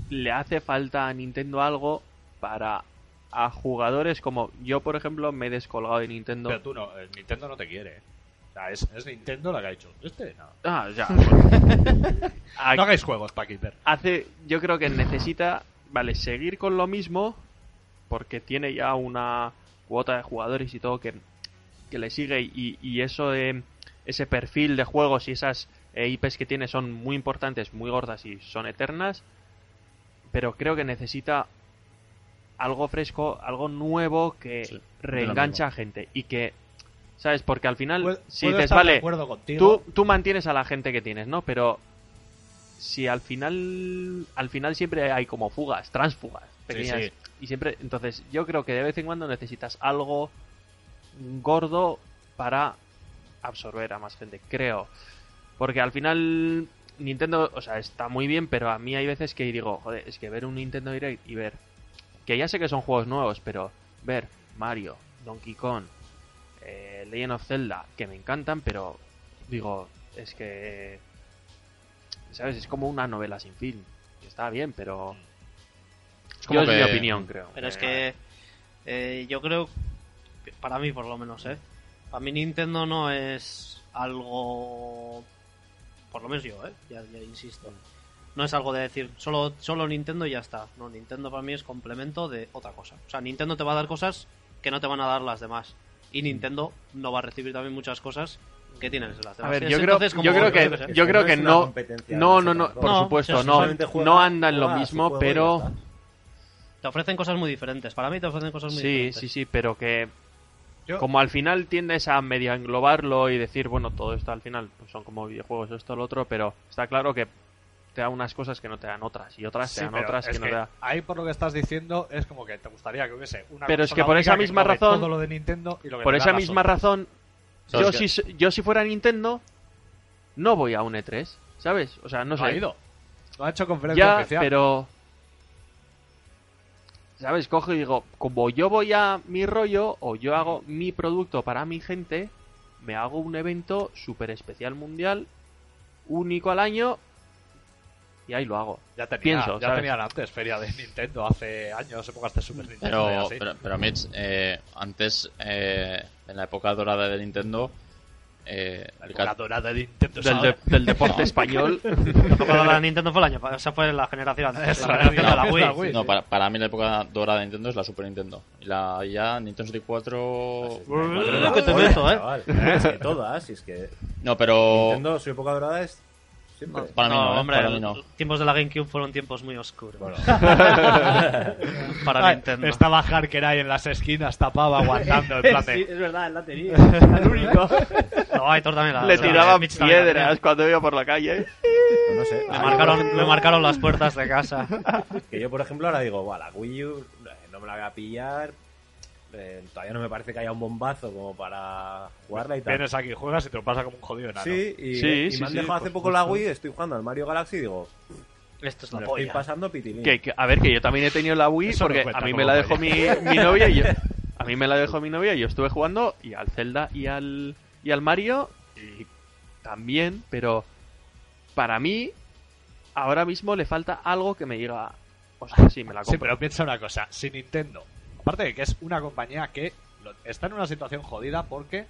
E: le hace falta a Nintendo algo para a jugadores como yo, por ejemplo, me he descolgado de Nintendo.
B: Pero tú no, eh, Nintendo no te quiere. eh. O sea, es, es Nintendo la que ha dicho. Este no.
E: Ah,
B: *laughs*
E: ya.
B: No hagáis juegos para Keeper.
E: hace yo creo que necesita vale seguir con lo mismo porque tiene ya una cuota de jugadores y todo que, que le sigue y, y eso de ese perfil de juegos y esas eh, IPs que tiene son muy importantes muy gordas y son eternas pero creo que necesita algo fresco algo nuevo que
D: Sí, de lo
E: reengancha a gente y que sabes porque al final
B: Puedo-
E: si
B: puedo
E: dices
B: estar de
E: vale
B: acuerdo contigo.
E: tú, tú mantienes a la gente que tienes, ¿no? Pero si al final al final siempre hay como fugas, transfugas, pequeñas
B: sí.
E: y siempre entonces yo creo que de vez en cuando necesitas algo gordo para absorber a más gente, creo. Porque al final Nintendo, o sea, está muy bien, pero a mí hay veces que digo, joder, es que ver un Nintendo Direct y ver que ya sé que son juegos nuevos, pero ver Mario, Donkey Kong, eh, Legend of Zelda, que me encantan, pero digo, es que. ¿Sabes? Es como una novela sin fin. Que está bien, pero.
D: Es como
E: Yo
D: que-
E: es mi opinión, creo.
C: Pero es
E: Eh,
C: que eh, yo creo, que para mí por lo menos, ¿eh? Para mí Nintendo no es algo, por lo menos yo, ¿eh? Ya, ya insisto. No es algo de decir solo, solo Nintendo y ya está. No, Nintendo para mí es complemento de otra cosa. O sea, Nintendo te va a dar cosas que no te van a dar las demás. Y
E: Mm.
C: Nintendo no va a recibir también muchas cosas que tienen las demás.
E: A ver,
C: Es
E: yo creo-
C: entonces como-
E: yo creo que-
C: qué sé.
E: yo creo que
F: es una
E: no-
F: competencia
E: No,
F: de
E: no, no,
F: nosotros
E: por
F: dos.
C: No,
E: supuesto,
C: sí,
E: no,
F: Solamente juega-
E: no anda en lo
F: juega a su
E: mismo,
F: juego y ya
E: pero
F: está.
C: Te ofrecen cosas muy diferentes. Para mí te ofrecen cosas muy
E: sí,
C: diferentes.
E: sí, sí, pero que
B: Yo-
E: como al final tiendes a medio englobarlo y decir, bueno, todo esto al final pues son como videojuegos, esto, lo otro, pero está claro que te da unas cosas que no te dan otras y otras
B: Sí,
E: te dan
B: pero
E: otras
B: es
E: que, no te dan.
B: Ahí por lo que estás diciendo es como que te gustaría que hubiese una
E: Pero es
B: consola
E: que por
B: única
E: esa misma
B: coge
E: razón-
B: todo lo de Nintendo y lo que
E: Por
B: te da
E: esa
B: la
E: misma
B: Sony.
E: razón,
D: Claro,
E: yo
D: es que-
E: si, so- yo si fuera Nintendo, no voy a un E3, ¿sabes? O sea, no,
B: No
E: sé.
B: ha ido. No ha hecho conferencia
E: Ya,
B: oficial.
E: pero... ¿Sabes? Cojo y digo, como yo voy a mi rollo o yo hago mi producto para mi gente, me hago un evento súper especial mundial, único al año, y ahí lo hago.
B: Ya tenía,
E: pienso,
B: ya
E: ¿sabes?
B: tenían antes feria de Nintendo hace años, épocas de Super Nintendo y
D: Pero,
B: así.
D: pero, pero Mitch, eh, antes, eh, en la época dorada de Nintendo, eh,
B: La
D: el
B: época
D: cat-
B: dorada de Nintendo.
E: Del,
B: ¿sabes?
E: de- del
B: *laughs*
E: deporte español.
C: La época dorada de Nintendo fue el año, esa fue la generación antes, la generación de la Wii.
B: Wii,
D: no,
B: sí.
D: para, para mí la época dorada de Nintendo es la Super Nintendo. Y la ya Nintendo 64...
C: Brrr, que te
F: Oye,
C: meto, eh.
F: chaval, *laughs* Es que todas, si es que
D: No, pero...
F: Nintendo, su época dorada es siempre.
D: Para mí
C: no,
D: no, eh,
C: hombre,
D: para mí no.
C: los tiempos de la GameCube fueron tiempos muy oscuros.
F: *laughs* Bueno.
C: para
D: Ah,
B: Ay,
C: Nintendo.
B: Estaba Harker ahí en las esquinas, tapaba, aguantando el plate.
G: Sí, es verdad, la tenía.
C: *laughs*
G: El único.
C: No, Aitor también la-
E: Le
C: la-
E: tiraban
C: Mitch también la
E: piedras
C: tenía.
E: cuando iba por la calle.
F: No sé.
C: Me
F: Ah,
C: marcaron, me marcaron las puertas de casa.
F: Que yo, por ejemplo, ahora digo, "Buah, la Wii U eh, no me la voy a pillar. eh, todavía no me parece que haya un bombazo como para jugarla y tal.
B: Vienes aquí, juegas y te lo pasa como un jodido enano.
F: Sí, y,
E: Sí,
F: y
E: sí,
F: me han
E: sí,
F: dejado hace
E: por
F: poco la Wii, estoy jugando al Mario Galaxy y digo,
C: Esto es
F: me
C: la
F: lo estoy
C: polla.
F: pasando pitilín.
E: Que, que- a ver, que yo también he tenido la Wii
B: Eso no
E: porque
B: cuenta
E: a mí
B: como
E: me la dejó mi,
B: joya.
E: mi
B: *laughs*
E: novia y yo... A mí me la dejó mi novia y yo estuve jugando y al Zelda y al, y al Mario y también, pero para mí ahora mismo le falta algo que me diga, o sea, sí, me la
B: Sí,
E: compro.
B: pero piensa una cosa, si Nintendo, aparte de que es una compañía que lo- está en una situación jodida porque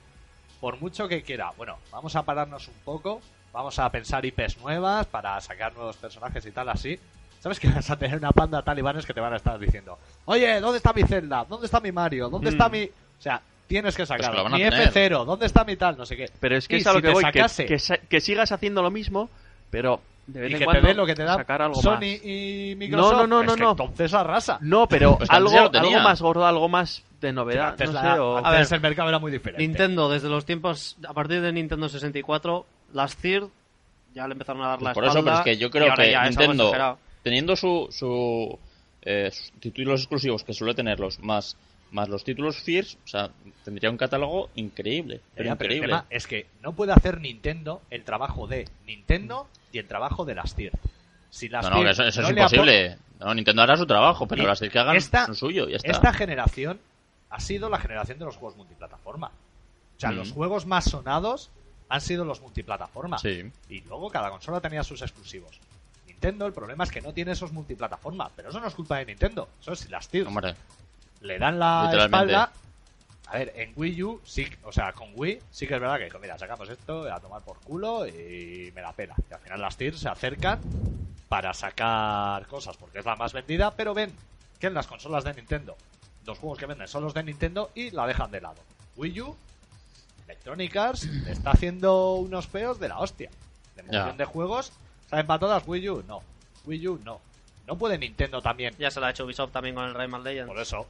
B: por mucho que quiera, bueno, vamos a pararnos un poco, vamos a pensar IPs nuevas para sacar nuevos personajes y tal así. ¿Sabes que vas a tener una panda de talibanes que te van a estar diciendo, "Oye, ¿dónde está mi Zelda? ¿Dónde está mi Mario? ¿Dónde está
E: Mm.
B: mi?" O sea, tienes
E: Pues
B: que
D: que lo
B: sacarlo.
D: van a
B: mi
D: tener.
B: F0, ¿dónde está mi tal? No sé qué.
E: Pero es que
B: Y
E: es a lo
B: si
E: que
B: te
E: voy, que-
B: sacase-
E: que, sa- que sigas haciendo lo mismo, pero de vez
B: y
E: en
B: que te
E: cuando
B: dé lo que te da
E: sacar algo
B: Sony
E: más.
B: y Microsoft.
E: No, no, no,
B: es
E: no,
B: que
E: no.
B: Entonces arrasa.
E: No, pero
D: Pues antes ya lo
E: algo, algo
D: tenía.
E: más gordo, algo más de novedad,
B: Antes
E: no
B: la-
E: sé, o-
B: antes
C: A ver,
B: el mercado era muy diferente.
C: Nintendo, desde los tiempos, a partir de Nintendo 64, las CIR ya le empezaron a dar
D: Pues
C: la
D: por
C: espalda.
D: eso, pero es que yo
C: y
D: creo
C: ahora
D: que
C: ya es algo
D: Nintendo,
C: exagerado.
D: teniendo su, su eh, sus títulos exclusivos que suele tenerlos, más, más los títulos Fierce, o sea, tendría un catálogo increíble. Pero
B: Ya, pero el
D: increíble.
B: tema es que no puede hacer Nintendo el trabajo de Nintendo y el trabajo de las TIR. Si las
D: no, no,
B: TIR
D: que eso, eso
B: no
D: es
B: le aporta-
D: imposible. No, Nintendo hará su trabajo, pero
B: Ni-
D: las que hagan
B: esta-
D: lo suyo, ya está.
B: Esta generación ha sido la generación de los juegos multiplataforma. O sea,
D: Mm.
B: los juegos más sonados han sido los multiplataforma.
D: Sí.
B: Y luego cada consola tenía sus exclusivos. Nintendo, el problema es que no tiene esos multiplataforma. Pero eso no es culpa de Nintendo. Eso es las TIR.
D: Hombre,
B: Le dan la
D: Literalmente.
B: espalda. A ver, en Wii U, sí, o sea, con Wii sí que es verdad que, dijo, mira, sacamos esto a tomar por culo y me la pela. Y al final las TIR se acercan para sacar cosas porque es la más vendida, pero ven que en las consolas de Nintendo los juegos que venden son los de Nintendo y la dejan de lado. Wii U, Electronic Arts le está haciendo unos feos de la hostia. De
D: Ya.
B: montón de juegos, ¿saben para todas? Wii U, no. Wii U, no. No puede Nintendo también
C: Ya se la ha hecho Ubisoft también con el Rayman Legends.
B: por eso.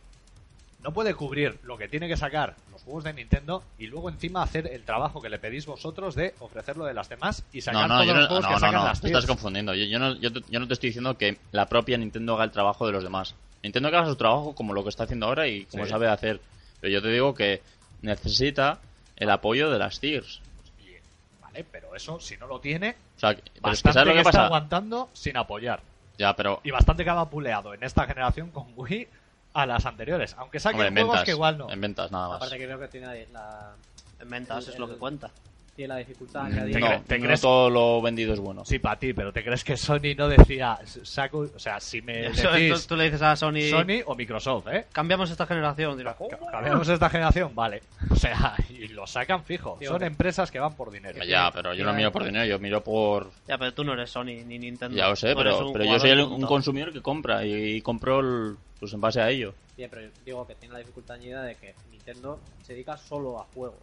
B: No puede cubrir lo que tiene que sacar los juegos de Nintendo y luego encima hacer el trabajo que le pedís vosotros de ofrecerlo de las demás y
D: no,
B: sacar
D: no,
B: todos
D: yo
B: los
D: no,
B: juegos que
D: no, no,
B: sacan
D: no,
B: las
D: te estás
B: TIRs.
D: confundiendo. Yo, yo no, yo, te- yo no te estoy diciendo que la propia Nintendo haga el trabajo de los demás. Nintendo que haga su trabajo como lo que está haciendo ahora y como
B: Sí.
D: sabe hacer. Pero yo te digo que necesita el apoyo de las tiers.
B: Y- Vale, pero eso, si no lo tiene,
D: O sea, que- pero es que
B: bastante
D: ¿sabes lo
B: que
D: que
B: está
D: pasa?
B: aguantando sin apoyar.
D: Ya, pero
B: Y bastante que ha vapuleado en esta generación con Wii a las anteriores. Aunque saquen
D: hombre, en
B: juegos
D: ventas,
B: que igual no.
D: en ventas nada más.
G: Aparte que veo que tiene la, la-
C: En ventas
G: El-
C: es lo que
B: *laughs*
G: el-
C: cuenta.
G: tiene la dificultad añadida.
D: No,
B: te
D: no
B: crees-
D: todo lo vendido es bueno.
B: Sí, para ti, pero ¿te crees que Sony no decía, saco, o sea, si
D: *laughs*
B: me
C: Eso,
B: Eh, decís
C: tú, tú le dices a Sony,
B: Sony o Microsoft, eh?
C: cambiamos esta generación. Dirá, "Oh,
B: Ca- Cambiamos esta generación, vale. O sea, y lo sacan fijo.
G: Tío,
B: Son
G: que-
B: empresas que van por dinero.
D: Ya, pero yo no miro por dinero, yo miro por...
C: Ya, pero tú no eres Sony ni Nintendo.
D: Ya lo sé,
C: Tú eres
D: pero,
C: un
D: pero yo
C: jugador
D: soy el-
C: y
D: un
C: punto.
D: consumidor que compra y, y compro el- pues en base a ello.
G: Bien, pero digo que tiene la dificultad añadida de que Nintendo se dedica solo a juegos.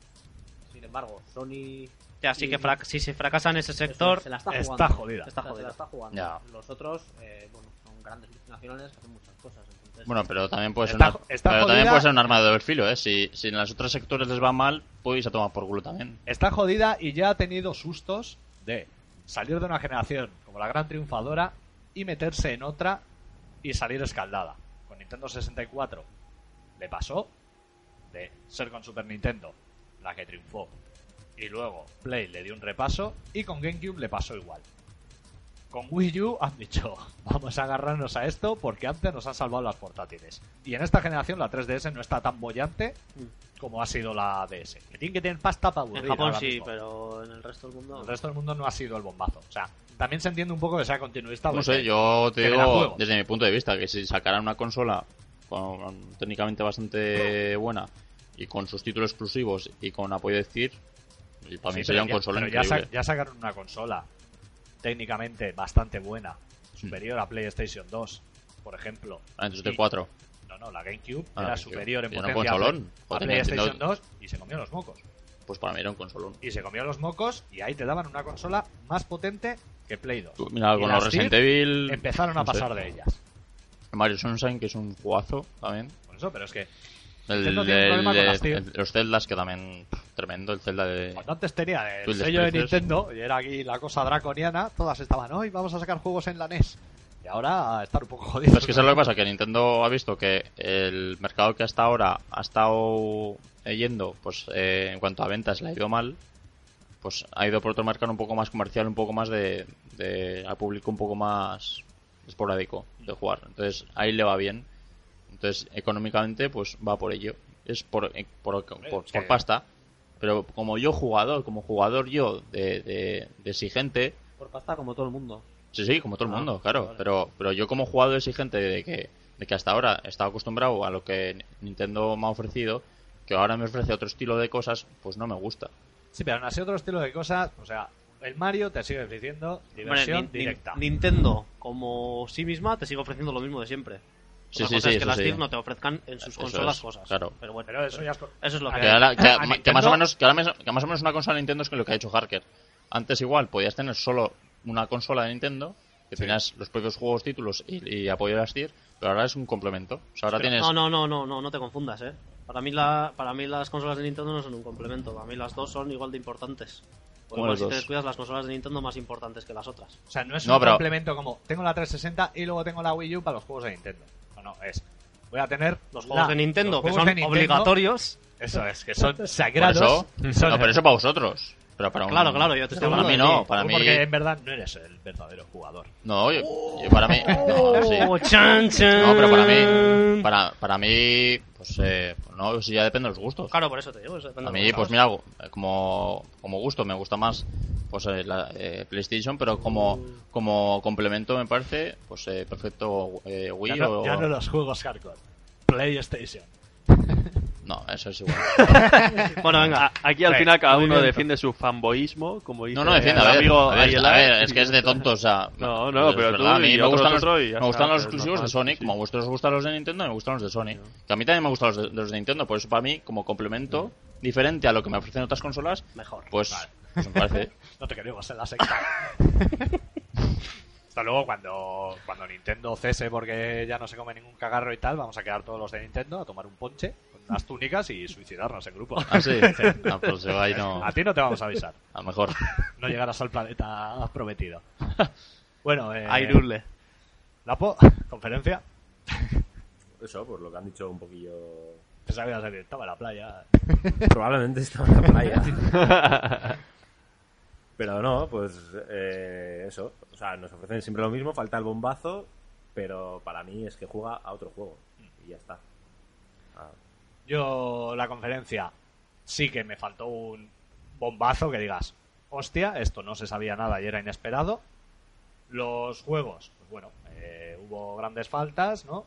G: Sin embargo, Sony
C: Ya, sí que frac- si se fracasa en ese sector,
G: se la está jugando.
B: Está jodida.
G: Está jodida.
C: jodida.
G: Se la está jugando.
D: Ya.
G: Los otros, eh, bueno, son grandes multinacionales que hacen muchas cosas. Entonces,
D: Bueno, pero también puede ser,
B: Está-
D: una-
B: está
D: pero también
B: jodida.
D: puede ser un arma de doble filo, ¿eh? Si, si en los otros sectores les va mal, pues a tomar por culo también.
B: Está jodida y ya ha tenido sustos de salir de una generación como la gran triunfadora y meterse en otra y salir escaldada. Con Nintendo 64 le pasó de ser con Super Nintendo la que triunfó. Y luego Play le dio un repaso y con GameCube le pasó igual. Con Wii U han dicho, *laughs* vamos a agarrarnos a esto porque antes nos han salvado las portátiles. Y en esta generación la 3DS no está tan bollante como ha sido la DS. Que tienen que tener pasta para aburrir.
C: Mm. en Japón
B: ahora
C: sí,
B: mismo.
C: pero en el resto del mundo.
B: El resto del mundo no ha sido el bombazo. O sea, también se entiende un poco que sea continuista.
D: No
B: porque-
D: sé, yo te
B: Ah, pues que me la
D: digo
B: juego.
D: desde mi punto de vista que si sacaran una consola con, con- técnicamente bastante buena y con sus títulos exclusivos y con apoyo de CIR,
B: Sí,
D: y para mí
B: pero
D: sería un
B: ya-
D: consola
B: pero ya, sa-
D: increíble.
B: ya sacaron una consola técnicamente bastante buena, superior a PlayStation 2, por ejemplo.
D: Ah, entonces de
B: Y-
D: cuatro.
B: No, no, la GameCube era
D: Ah, GameCube.
B: superior en
D: Era un
B: potencia a-
D: consolón.
B: a
D: Joder,
B: PlayStation
D: Nintendo-
B: 2 y se comió los mocos.
D: Pues para mí era un consolón.
B: Y se comió los mocos y ahí te daban una consola más potente que Play 2.
D: Tú, Mira,
B: Y
D: con
B: las
D: los Resident
B: TIR
D: Evil...
B: Empezaron a
D: no sé,
B: pasar de ellas.
D: Mario Sunshine, que es un jugazo también.
B: Por eso, pero es que
D: El,
B: Nintendo tiene un
D: el-
B: problema con
D: el-
B: las TIR.
D: el- los Zeldas, que también... pff, Tremendo, el Zelda de...
B: Cuando antes tenía el
D: Twin
B: sello de
D: Spaces.
B: Nintendo, y era aquí la cosa draconiana, todas estaban, hoy vamos a sacar juegos en la NES. Y ahora a estar un poco jodido.
D: Pero es que ¿sabes lo que pasa? Que Nintendo ha visto que el mercado que hasta ahora ha estado yendo, pues eh, en cuanto a ventas le ha ido mal, pues ha ido por otro mercado un poco más comercial, un poco más de, de- al público un poco más esporádico de jugar. Entonces ahí le va bien. Entonces económicamente pues va por ello. Es por, eh, por, por- por pasta. Pero como yo jugador, como jugador yo de, de- de exigente,
G: por pasta como todo el mundo.
D: Sí, sí, como todo el
G: Ah,
D: mundo, claro.
G: vale.
D: Pero, pero yo como jugador exigente de que, de que hasta ahora estaba acostumbrado a lo que Nintendo me ha ofrecido, que ahora me ofrece otro estilo de cosas, pues no me gusta.
B: Sí, pero aún así otro estilo de cosas, o sea, el Mario te sigue ofreciendo
C: Hombre,
B: diversión
C: Nin- Nin-
B: directa.
C: Nintendo, como sí misma, te sigue ofreciendo lo mismo de siempre.
D: Sí,
C: Otra cosa
D: sí, sí,
C: es que
D: eso
C: las
D: sí.
C: TIR no te ofrezcan en sus
D: Eso
C: consolas
D: es,
C: cosas.
D: claro.
C: Pero bueno,
B: Pero eso ya es... co-
C: eso es lo que.
D: Que, ahora- que-
B: a
D: que
B: Nintendo-
D: más o menos, que, ahora mes- que más o menos una consola de Nintendo es que lo que ha hecho Harker. Antes igual podías tener solo una consola de Nintendo, que tenías los propios juegos, títulos y, y apoyo de las TIR, pero ahora es un complemento. O sea, ahora
C: Pero-
D: tienes...
C: No, no, no, no, no, no te confundas, eh. Para mí, la, para mí las consolas de Nintendo no son un complemento, para mí las dos son igual de importantes. Por
D: ¿Cómo
C: igual,
D: las
C: si
D: dos?
C: te descuidas, las consolas de Nintendo más importantes que las otras.
B: O sea, no es
D: No,
B: un
D: pero-
B: complemento como tengo la 360 y luego tengo la Wii U para los juegos de Nintendo. eso no, es. Voy a tener
C: Los juegos
B: la-
C: de Nintendo,
B: los
C: que
B: juegos
C: son
B: de Nintendo,
C: obligatorios.
B: Eso es, que son
D: Por
B: sagrados. Mm.
D: eso,
B: son-
D: no, pero eso para vosotros. Pero para un-
C: Claro, claro, yo te estoy
D: para
C: hablando
D: mí
C: de
D: no,
C: ti.
D: para
B: Tú
D: mí.
B: Porque en verdad no eres el verdadero jugador.
D: No, yo, yo para mí. No,
C: *laughs*
D: sí.
C: Oh, chan, chan.
D: *laughs* No, pero para
B: Eh.
D: mí. Para, para mí. Pues eh, no, si ya depende de los gustos.
C: Claro, por eso te digo. eso depende
D: A
C: de
D: mí,
C: los
D: pues
C: gustos.
D: mira, como, como gusto, me gusta más pues eh, la eh, PlayStation, pero como, como complemento me parece pues eh, perfecto eh, Wii
B: Ya no,
D: o...
B: ya no los juegos hardcore. PlayStation.
D: No, eso es igual.
C: Bueno, venga.
E: Aquí al final cada uno defiende su fanboyismo, como dice
D: No, no, defiende,
E: el
D: a ver,
E: amigo
D: a ver,
E: Ariel
D: a ver,
E: Ar-
D: es que es de tontos, o sea... pues,
E: No, no, pero
D: es
E: tú
D: verdad, a mí
E: y
D: me
E: otros
D: gustan los,
E: otro y ya
D: me gustan
E: está,
D: los
E: es
D: exclusivos de
E: normal,
D: Sonic,
E: sí.
D: como a vosotros os gustan los de Nintendo, me gustan los de Sony. Que a mí también me gustan los de, los de Nintendo, por eso para mí, como complemento diferente a lo que me ofrecen otras consolas,
C: Mejor.
D: pues, pues me
E: *laughs*
D: parece...
B: No te queremos en la secta. *laughs* Hasta luego, cuando, cuando Nintendo cese porque ya no se come ningún cagarro y tal, vamos a quedar todos los de Nintendo a tomar un ponche con unas túnicas y suicidarnos en grupo.
D: Ah, sí. Ah, pues yo ahí no...
B: *laughs* A ti no te vamos a avisar.
D: A lo mejor.
B: No llegarás al planeta prometido. *laughs* Bueno, eh,
C: Airule.
B: la po- *laughs* conferencia.
F: Eso, por lo que han dicho un poquillo. *laughs*
B: Pensaba que ibas a decir, estaba en la playa.
F: Probablemente estaba en la playa. pero no, pues eh, eso. O sea, nos ofrecen siempre lo mismo, falta el bombazo, pero para mí es que juega a otro juego. Y ya está. Ah,
B: Yo la conferencia sí que me faltó un bombazo que digas, hostia, esto no se sabía nada y era inesperado. Los juegos, pues bueno, eh, hubo grandes faltas, ¿no?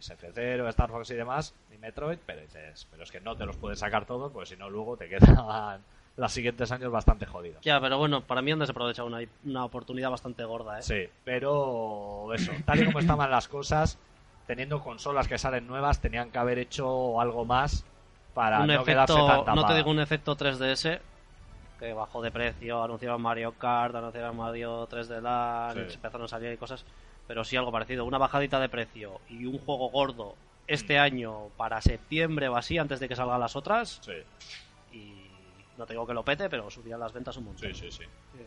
B: SF0, Star Fox y demás, y Metroid, pero dices, pero es que no te los puedes sacar todos, porque si no luego te *laughs* quedan los siguientes años bastante jodidos.
C: Ya, pero bueno, para mí han desaprovechado una, una oportunidad bastante gorda, ¿eh?
B: Sí, pero eso, tal y como estaban las cosas, teniendo consolas que salen nuevas, tenían que haber hecho algo más para
C: un
B: no quedarse tan
C: efecto, no te
B: tapadas.
C: digo un efecto 3DS que bajó de precio, anunciaron Mario Kart, anunciaron Mario 3D Land,
B: Sí.
C: empezaron a salir cosas, pero sí algo parecido, una bajadita de precio y un juego gordo
D: Mm.
C: este año para septiembre o así antes de que salgan las otras
B: Sí.
C: y no te digo que lo pete, pero subían las ventas un montón.
B: Sí, sí, sí. Eh,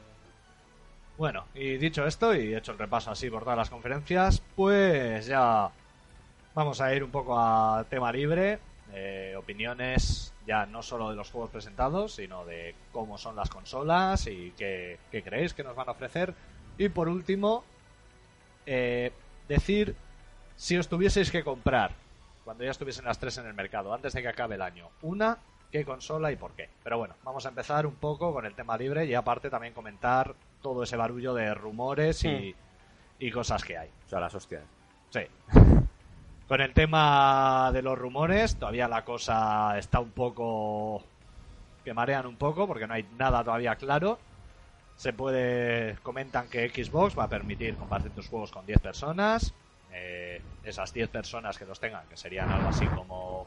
B: Bueno, y dicho esto, y hecho el repaso así por todas las conferencias, pues ya vamos a ir un poco a tema libre, eh, opiniones ya no solo de los juegos presentados, sino de cómo son las consolas y qué, qué creéis que nos van a ofrecer. Y por último, eh, decir si os tuvieseis que comprar, cuando ya estuviesen las tres en el mercado, antes de que acabe el año, una, qué consola y por qué. Pero bueno, vamos a empezar un poco con el tema libre y aparte también comentar todo ese barullo de rumores y, y cosas que hay.
F: o sea, las hostias.
B: Sí. Con el tema de los rumores, todavía la cosa está un poco... que marean un poco porque no hay nada todavía claro. Se puede... comentan que Xbox va a permitir compartir tus juegos con 10 personas. Eh, esas 10 personas que los tengan, que serían algo así como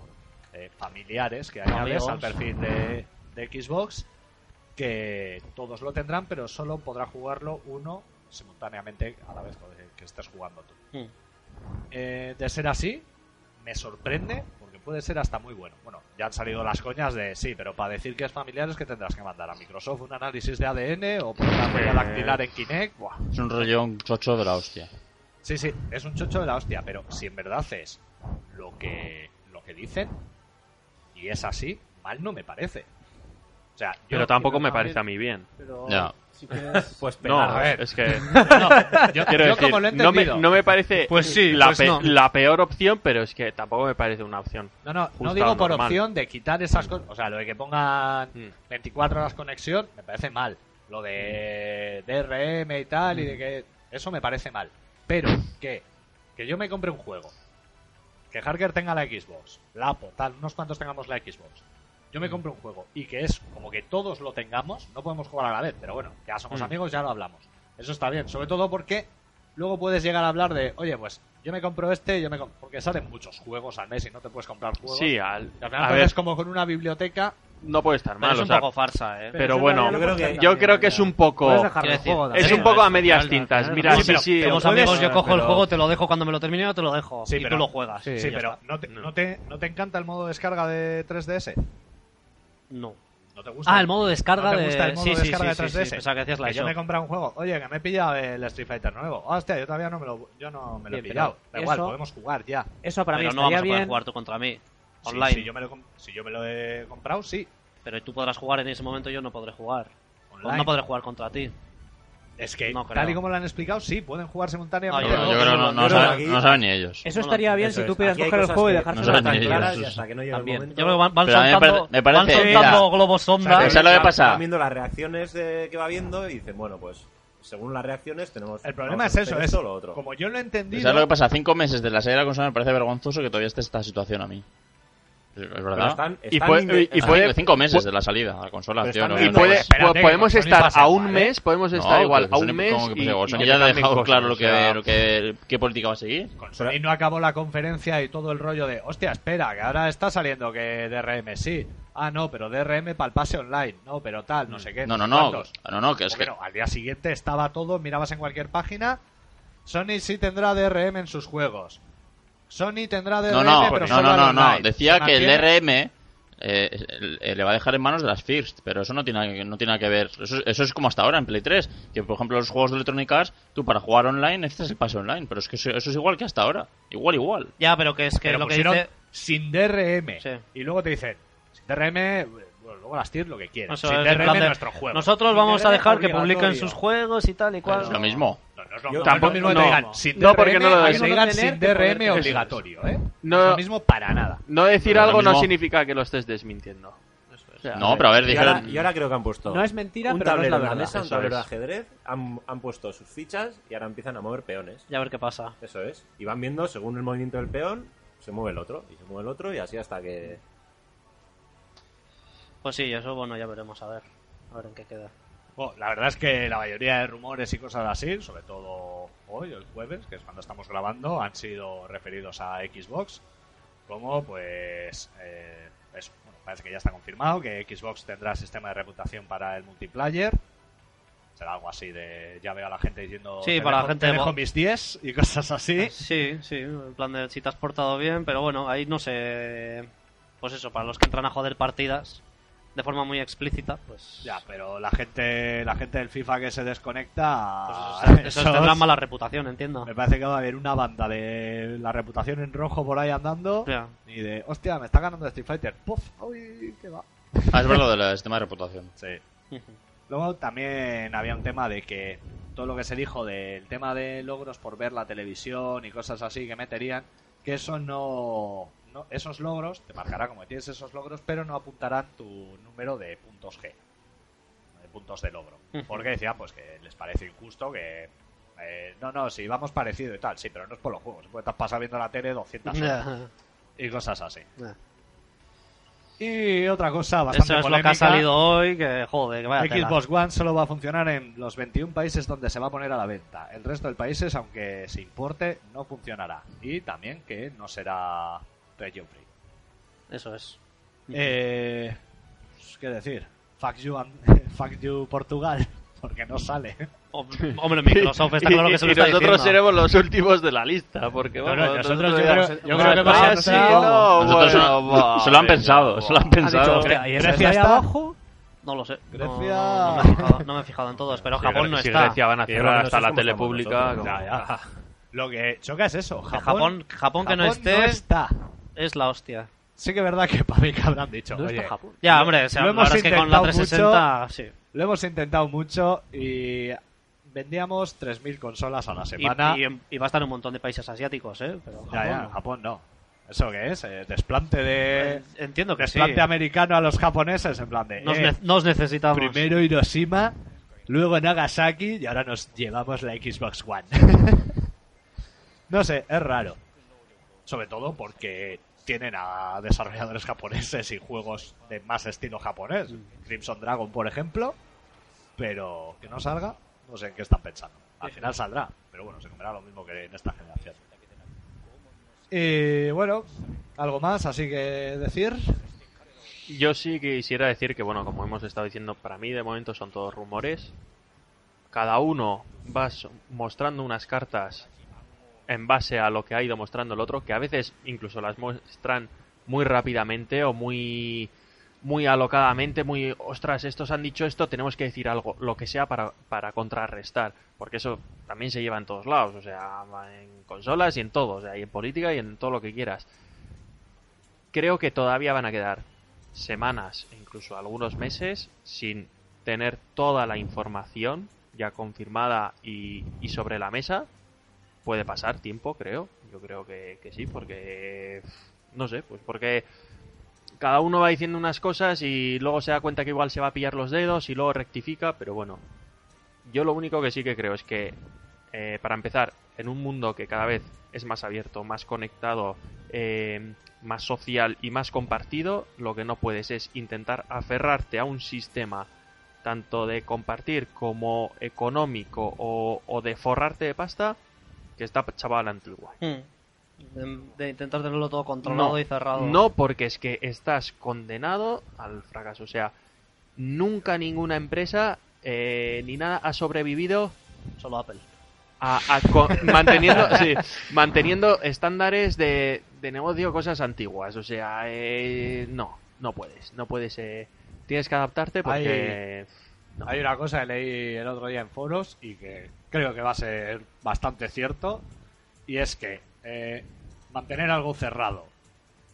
B: eh, familiares que añades
C: Amigos.
B: al perfil de, de Xbox, que todos lo tendrán, pero solo podrá jugarlo uno simultáneamente a la vez que- que estés jugando tú.
C: Hmm.
B: Eh, de ser así, me sorprende porque puede ser hasta muy bueno. Bueno, ya han salido las coñas de sí, pero para decir que es familiar es que tendrás que mandar a Microsoft un análisis de ADN o por una huella dactilar en Kinect. Buah.
D: Es un rollo un chocho de la hostia.
B: Sí, sí, es un chocho de la hostia, pero si en verdad es lo que, lo que dicen y es así, mal no me parece. O sea, yo-
E: Pero tampoco me parece a mí bien.
G: Pero
D: Ya.
G: si quieres...
F: Pues
E: No,
B: a ver.
E: es que
B: No, *laughs* yo,
E: quiero
B: yo
E: decir,
B: como lo he
E: no me,
B: entendido.
E: no me parece
H: Pues sí,
E: la,
H: pues
E: pe-
H: no.
E: la peor opción, pero es que tampoco me parece una opción.
B: No, no,
E: Justo
B: no digo
E: lo
B: por
E: normal.
B: opción de quitar esas cosas. O sea, lo de que pongan
E: Mm.
B: 24 horas conexión me parece mal. Lo de DRM y tal, y de que. Eso me parece mal. Pero que, que yo me compre un juego. Que Harker tenga la Xbox, la Apo, tal, unos cuantos tengamos la Xbox. Yo
E: Mm.
B: me compro un juego y que es como que todos lo tengamos, no podemos jugar a la vez, pero bueno, ya somos
E: Mm.
B: amigos, ya lo hablamos. Eso está bien, sobre todo porque luego puedes llegar a hablar de, oye, pues yo me compro este, yo me compro... Porque salen muchos juegos al mes y no te puedes comprar juegos.
E: Sí, al-
B: Y al final
E: a
B: te
E: ver,
B: ves como con una biblioteca.
E: no puede estar
C: Pero
E: mal.
C: es
E: o
C: un
E: sea,
C: poco farsa, ¿eh?
E: pero bueno,
G: yo
F: creo que-
E: yo creo que es un poco...
G: Puedes dejar
C: Quiero
G: el
C: decir,
G: juego
E: Es
G: también.
E: un poco a
C: Al-
E: medias
C: al-
E: tintas.
C: al-
E: Mira,
B: Sí,
E: sí,
B: pero
E: sí.
C: Somos
E: o-
C: amigos, yo
B: puedes-
C: cojo el
B: pero-
C: juego, te lo dejo cuando me lo termine, yo te lo dejo
B: Sí,
C: y
B: pero-
C: tú lo juegas. Mm.
B: Sí,
G: Sí, ya
B: pero
G: está.
B: ¿no te,
E: No.
B: no te- no te encanta el modo de descarga de 3DS?
C: No.
B: ¿No te gusta?
C: Ah, el modo de descarga
B: ¿No te
C: de.
B: gusta el modo
C: sí,
B: de
C: sí,
B: descarga
C: sí,
B: de
C: sí,
B: 3DS?
C: sí, pensaba que decías la
B: Que yo
C: eShop.
B: me he comprado un juego. Oye, que me he pillado el Street Fighter nuevo. Ah, hostia, yo todavía no me lo, yo no me lo he
G: Bien,
B: pillado.
G: pero
B: Da igual,
G: eso-
B: podemos jugar ya.
G: Eso para
C: Pero
G: mí
C: no vamos
G: estaría
C: a poder
G: bien.
C: jugar tú contra mí.
B: Sí,
C: Online.
B: Si, yo me lo, he com- si yo me lo he comprado, sí.
C: Pero tú podrás jugar en ese momento, yo no podré jugar. O
B: Online.
C: No podré jugar contra ti.
B: Es que,
C: No creo.
B: tal y como lo han explicado, sí, pueden jugar
C: Ah,
B: simultáneamente.
D: Yo,
C: yo creo
D: creo que
C: que
D: no,
C: no-
D: no
F: yo creo
D: saben,
F: que aquí-
D: no saben ni ellos.
G: Eso
C: No,
G: estaría bien
F: Eso
G: si
F: es.
G: tú pudieras
F: Aquí hay
G: coger el
F: cosas
G: juego y
F: que
G: dejárselo
F: no
G: a
D: saben ni
F: están
G: tranquila.
D: ellos.
F: claras y hasta que no llega
C: También.
F: el momento.
C: Yo creo que van, van
D: Pero a mí me
C: soltando,
D: pare- me parece-
C: van soltando
D: mira.
C: globos sonda.
D: ¿Sabes lo que pasa?
F: Va viendo las reacciones eh, que va viendo y dicen, bueno, pues según las reacciones tenemos.
B: El problema
F: vamos
B: es
F: a
B: eso,
F: hacer
B: es
F: esto o lo otro.
B: como yo lo he
D: ¿Sabes
B: entendido,
D: lo que pasa? Cinco meses de la serie de la consola me parece vergonzoso que todavía esté esta situación a mí. Es verdad.
F: están-
D: y
F: están
D: fue-
F: inde-
D: y
F: están-
D: puede, Ah, cinco meses
E: pu-
D: de la salida a la consola,
F: Pero
D: tío,
F: están
D: no-
E: Y
D: no
E: puede-
D: es-
B: espérate,
E: po- podemos
B: que Sony
E: estar
B: pasa
E: a un
B: igual, ¿eh?
E: mes, podemos
D: No,
E: estar igual
D: que
E: a
D: Sony
E: un mes.
D: como que
E: y-
D: pase igual.
E: y
D: Sony
E: que
D: ya ha
E: cambien
D: dejado
E: cosas,
D: claro lo
E: o
D: que,
E: sea,
D: lo que- qué política va a seguir.
B: con Sony no acabó la conferencia y todo el rollo de, hostia, espera, que ahora está saliendo que DRM sí. Ah, no, pero DRM para el pase online. No, pero tal, no sé qué.
D: No, no,
B: sé
D: no.
B: cuántos. "Oh,
D: No, no, que es que.
B: Bueno, al día siguiente estaba todo, mirabas en cualquier página. Sony sí tendrá DRM en sus juegos. Sony tendrá DRM,
D: No, no,
B: pero
D: no,
B: solo
D: no,
B: al
D: no, no.
B: online.
D: Decía
B: Se
D: que el
B: mantiene-
D: DRM eh, eh, le va a dejar en manos de las First, pero eso no tiene, no tiene nada que ver. Eso, eso es como hasta ahora en Play 3, que por ejemplo los juegos de Electronic Arts, tú para jugar online necesitas el pase online, pero es que eso, eso es igual que hasta ahora. Igual, igual.
C: Ya, pero pues que es que
B: Pero
C: lo que
B: pusieron
C: dice.
B: sin DRM.
C: Sí.
B: Y luego te dicen, sin DRM, eh, bueno, luego las tienes lo que quieras.
C: Eso
B: sin
C: es en
B: DRM
C: plan de-
B: nuestro juego.
C: Nosotros vamos a
F: DRM
C: dejar que
F: obligatorio.
C: publiquen sus juegos y tal y
D: Pero
C: cual.
D: es Pues lo mismo.
B: No, no es lo,
F: Yo
B: no es lo
E: tampoco-
B: mismo que te
E: no.
B: digan sin
E: No,
B: DRM,
E: porque no lo
B: a que
E: es.
B: te digan
G: Tener
B: sin
G: que poder-
B: DRM obligatorio, ¿eh?
E: No-
B: No es lo mismo para nada.
E: No decir
D: Lo
E: algo no
D: mismo.
E: significa que lo estés desmintiendo. O sea,
D: No, pero a ver,
F: y, ahora,
D: dijeron.
F: y ahora creo que han puesto.
G: No es mentira,
F: un
G: pero no es
F: tablero
G: la
F: en la
G: verdad.
F: mesa, un
E: Eso
F: tablero de
E: es.
F: ajedrez, han, han puesto sus fichas y ahora empiezan a mover peones.
C: Ya a ver qué pasa.
F: Eso es. Y van viendo, según el movimiento del peón, se mueve el otro, y se mueve el otro, y así hasta que...
C: Pues sí, eso bueno, ya veremos a ver. A ver en qué queda.
B: Bueno, la verdad es que la mayoría de rumores y cosas así, sobre todo hoy, el jueves, que es cuando estamos grabando, han sido referidos a Xbox. Como, pues, eh, eso, bueno, parece que ya está confirmado que Xbox tendrá sistema de reputación para el multiplayer. Será algo así de ya veo a la gente diciendo
C: Sí,
B: "Te
C: para la
B: dejo-
C: gente
B: te
C: de
B: dejo
C: bo-
B: mis 10 y cosas así.
C: Sí, sí, en plan de si te has portado bien, pero bueno, ahí no sé. Pues eso, para los que entran a joder partidas de forma muy explícita, pues.
B: Ya, pero la gente, la gente del FIFA que se desconecta,
C: pues
B: *laughs*
C: eso, eso
B: esos-
C: tendrá mala reputación, entiendo.
B: me parece que va a haber una banda de la reputación en rojo por ahí andando.
C: Ya.
B: Y de, hostia, me está ganando Street Fighter. Puf, uy, qué va.
D: Ah, es verdad lo del sistema de reputación.
B: Sí. *laughs* Luego también había un tema de que todo lo que se dijo del tema de logros por ver la televisión y cosas así que meterían, que eso no, no- esos logros te marcará como que tienes esos logros, pero no apuntarán tu número de puntos G, de puntos de logro.
C: Ujú.
B: Porque decían pues que les parece injusto que eh, no, no, si vamos parecido y tal, sí, pero no es por los juegos, porque te has pasado viendo la tele 200
C: *laughs*
B: horas
C: Ya.
B: y cosas así.
C: Ya.
B: Y otra cosa bastante
C: Eso es lo que
B: polémica,
C: ha salido hoy, que joder, que vaya tela.
B: Xbox One solo va a funcionar en los 21 países donde se va a poner a la venta. El resto de países, aunque se importe, no funcionará. Y también que no será region free.
C: Eso es.
B: Eh, pues, ¿Qué decir? Fuck you, and- *laughs* fuck you Portugal, *laughs* porque no sale.
C: Hom- Hombre, Microsoft está claro
E: *laughs* y-
C: que se
E: y
C: lo está
E: nosotros
C: diciendo.
E: seremos los últimos de la lista, porque
B: No, no,
E: vamos,
B: nosotros yo
E: ya-
B: creo- yo creo que
E: Ah,
B: vamos a
E: sí,
B: entrar-
E: no,
D: Nosotros *laughs* se lo-
E: bueno, va,
D: se lo han
E: venga,
D: pensado,
E: va.
D: se lo han pensado.
G: Hostia, y
B: Grecia
G: Grecia ahí
B: está-
G: abajo.
C: No lo sé. No,
B: Grecia.
C: no- no me he fijado, no me he fijado en todos,
B: *laughs*
C: pero
E: Sí,
C: Japón
E: Gre-
C: no
E: sí,
C: está.
E: Grecia van a
F: Yo creo
E: cerrar
F: que no
E: hasta
F: sé
E: la
F: cómo
E: tele
F: estamos
E: pública.
F: nosotros,
E: como-
B: *laughs* Lo que choca es eso.
C: Que
B: Japón,
C: Japón, Japón que no
B: Japón
C: esté
B: está.
C: es la hostia.
B: Sí que es verdad que *laughs* para mí que habrán dicho.
G: No está
B: "Oye,
G: Japón.
C: Ya, hombre, o sea,
B: lo
C: la
B: hemos
C: verdad es que con la
B: intentado
C: 360, sí.
B: Lo hemos intentado mucho y vendíamos 3.000 consolas a la
C: Y,
B: semana.
C: y- y va a estar en un montón de países asiáticos, ¿eh?
B: Ya,
C: Pero Japón
B: ya,
C: no.
B: Japón no. ¿Eso qué es? Eh, desplante de.
C: Eh, Entiendo que sí.
B: desplante americano a los japoneses en plan de.
C: Nos,
B: eh,
C: ne- nos necesitamos.
B: primero Hiroshima, luego Nagasaki y ahora nos llevamos la Xbox One. *laughs* no sé, es raro. Sobre todo porque tienen a desarrolladores japoneses y juegos de más estilo japonés. Crimson Dragon, por ejemplo. Pero que no salga, no sé en qué están pensando. Al final saldrá, pero bueno, se comerá lo mismo que en esta generación. Y Eh, bueno, algo más, así que decir.
E: Yo sí quisiera decir que, bueno, como hemos estado diciendo, para mí de momento son todos rumores. Cada uno va s- mostrando unas cartas en base a lo que ha ido mostrando el otro, que a veces incluso las muestran muy rápidamente o muy muy alocadamente, muy, ostras, estos han dicho esto, tenemos que decir algo, lo que sea para, para contrarrestar, porque eso también se lleva en todos lados, o sea, en consolas y en todo, o sea, y en política y en todo lo que quieras. Creo que todavía van a quedar semanas e incluso algunos meses sin tener toda la información ya confirmada y, y sobre la mesa. Puede pasar tiempo, creo. Yo creo que, que sí, porque... No sé, pues porque cada uno va diciendo unas cosas y luego se da cuenta que igual se va a pillar los dedos y luego rectifica, pero bueno. Yo lo único que sí que creo es que, eh, para empezar, en un mundo que cada vez es más abierto, más conectado, eh, más social y más compartido, lo que no puedes es intentar aferrarte a un sistema tanto de compartir como económico o, o de forrarte de pasta que está chaval antigua.
C: Hmm. De, de intentar tenerlo todo controlado y cerrado. *laughs*
E: No, porque es que estás condenado al fracaso. O sea, nunca ninguna empresa eh, ni nada ha sobrevivido
C: Solo Apple.
E: a- a co- manteniendo, sí, manteniendo estándares de, de negocio, cosas antiguas. O sea, eh, no, no puedes, no puedes. eh, tienes que adaptarte porque... No.
B: Hay una cosa que leí el otro día en foros y que creo que va a ser bastante cierto, y es que eh, mantener algo cerrado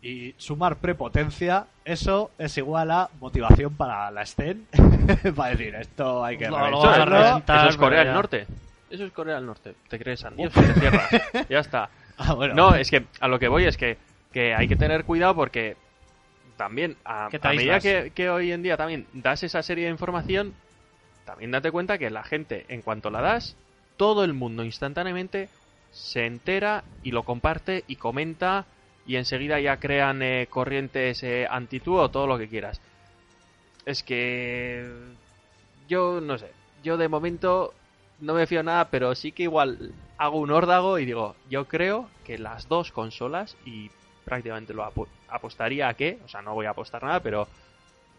B: y sumar prepotencia, eso es igual a motivación para la STEN, *laughs* para decir, esto hay que
C: No, lo
E: Eso
C: vamos Oh, a
E: es, ¿no?
B: reventarlo.
C: reventar,
E: Eso es Corea
C: pero ya.
E: del Norte. Eso es Corea del Norte. Te crees San Dios, te cierras.
C: *laughs*
E: ya está.
B: Ah, bueno.
E: No, es que a lo que voy es que, que hay que tener cuidado porque también a,
C: Que te
E: a medida
C: aíslas.
E: que, que hoy en día también das esa serie de información, también date cuenta que la gente, en cuanto la das, todo el mundo instantáneamente se entera y lo comparte y comenta y enseguida ya crean eh, corrientes eh, anti-tú o todo lo que quieras. Es que yo no sé, yo de momento no me fío nada, pero sí que igual hago un órdago y digo, yo creo que las dos consolas, y prácticamente lo apu- apostaría a que, o sea, no voy a apostar nada, pero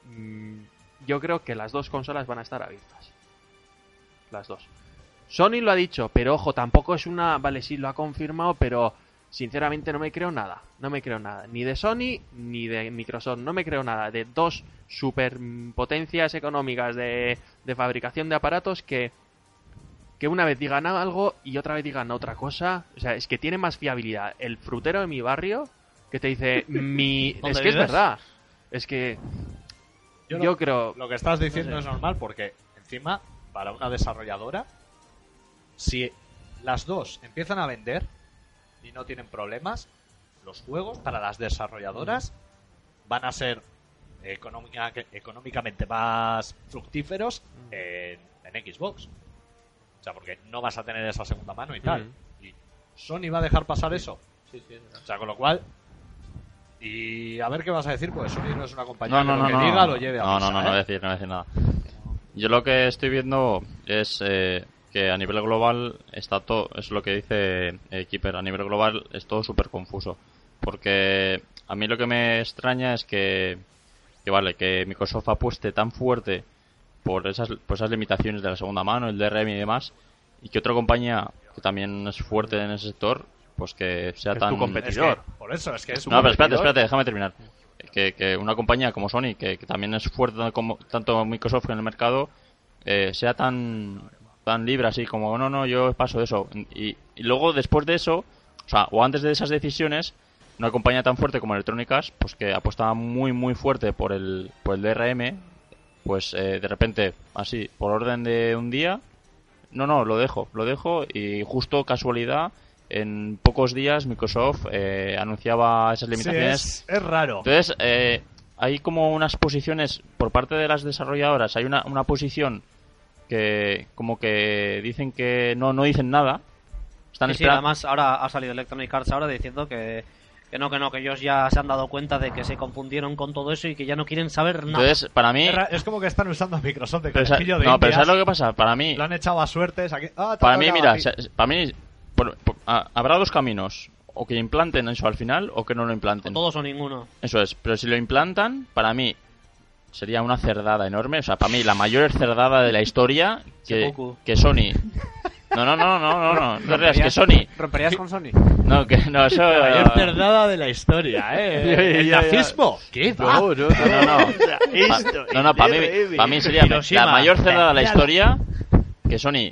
E: mm, yo creo que las dos consolas van a estar abiertas. Las dos. Sony lo ha dicho, pero ojo, tampoco es una... Vale, sí, lo ha confirmado, pero sinceramente no me creo nada. No me creo nada. Ni de Sony, ni de Microsoft. No me creo nada. De dos superpotencias económicas de, de fabricación de aparatos que que una vez digan algo y otra vez digan otra cosa. O sea, es que tiene más fiabilidad el frutero de mi barrio que te dice mi... es
C: *laughs*
E: que
C: ¿Dónde
E: es
C: vives?
E: verdad. Es que
B: Yo
E: yo,
B: lo-
E: creo...
B: Lo que estás diciendo
C: No
B: es normal porque, encima, para una desarrolladora, si las dos empiezan a vender y no tienen problemas, los juegos para las desarrolladoras
D: Mm.
B: van a ser económica- económicamente más fructíferos
D: Mm.
B: en, en Xbox. O sea, porque no vas a tener esa segunda mano y tal.
D: Mm.
B: Y Sony va a dejar pasar eso.
G: Sí, sí, es verdad.
B: O sea, con lo cual... Y a ver qué vas a decir, porque Sony no es una compañía
D: No, no,
B: que lo
D: no,
B: que
D: no.
B: diga lo lleve a
D: No,
B: misa,
D: no, no,
B: ¿eh?
D: no voy a decir, no voy a decir nada. Yo lo que estoy viendo es eh, que a nivel global está todo, es lo que dice eh, Keeper, a nivel global es todo súper confuso. Porque a mí lo que me extraña es que, que vale, que Microsoft apueste tan fuerte por esas, por esas limitaciones de la segunda mano, el DRM y demás, y que otra compañía que también es fuerte en ese sector, pues que sea
E: Es tu
D: tan...
E: competidor.
B: Es que, por eso, es que es
D: No, pero
B: competidor.
D: espérate, espérate, déjame terminar. Que, que una compañía como Sony, que, que también es fuerte tan como, tanto Microsoft en el mercado, eh, sea tan, tan libre así como, no, no, yo paso de eso. Y, y luego, después de eso, o sea, o antes de esas decisiones, una compañía tan fuerte como Electronic Arts, pues que apostaba muy, muy fuerte por el, por el DRM, pues eh, de repente, así, por orden de un día, no, no, lo dejo, lo dejo y justo casualidad, en pocos días Microsoft eh, anunciaba esas
B: Sí,
D: limitaciones.
B: es, es raro.
D: Entonces, eh, hay como unas posiciones por parte de las desarrolladoras, hay una, una posición que como que dicen que no, no dicen nada. Están
C: Sí, sí,
D: esperando.
C: además ahora ha salido Electronic Arts ahora diciendo que, que no, que no, que ellos ya se han dado cuenta de que se confundieron con todo eso y que ya no quieren saber nada.
D: Entonces, para mí...
B: Es ra- Es como que están usando a Microsoft de
D: pero sa-
B: conejillo de
D: no, pero
B: indias,
D: ¿sabes lo que pasa? Para mí...
B: Lo han echado a suertes. aquí- Ah, te
D: Para
B: ha
D: mí,
B: tocado
D: mira,
B: aquí.
D: se- para mí por- por- ah, habrá dos caminos. O que implanten eso al final o que no lo
C: O
D: implanten.
C: todos o ninguno.
D: Eso es, pero si lo implantan, para mí sería una cerdada enorme. O sea, para mí la mayor cerdada de la historia que,
C: Seppuku.
D: que Sony. No, no, no, no, no, no. No te creas que Sony.
A: ¿Romperías con Sony?
D: No, que no, eso.
B: Mayor cerdada de la historia, ¿eh?
D: *laughs* Ya, ya,
B: El
D: ya, ya.
B: nazismo. ¿Qué Ah, va? *laughs*
D: No, no, no.
A: Esto
D: No, no, para mí,
A: IDRM.
D: pa' mí sería
C: Hiroshima.
D: la mayor cerrada de la
C: Venga,
D: historia que Sony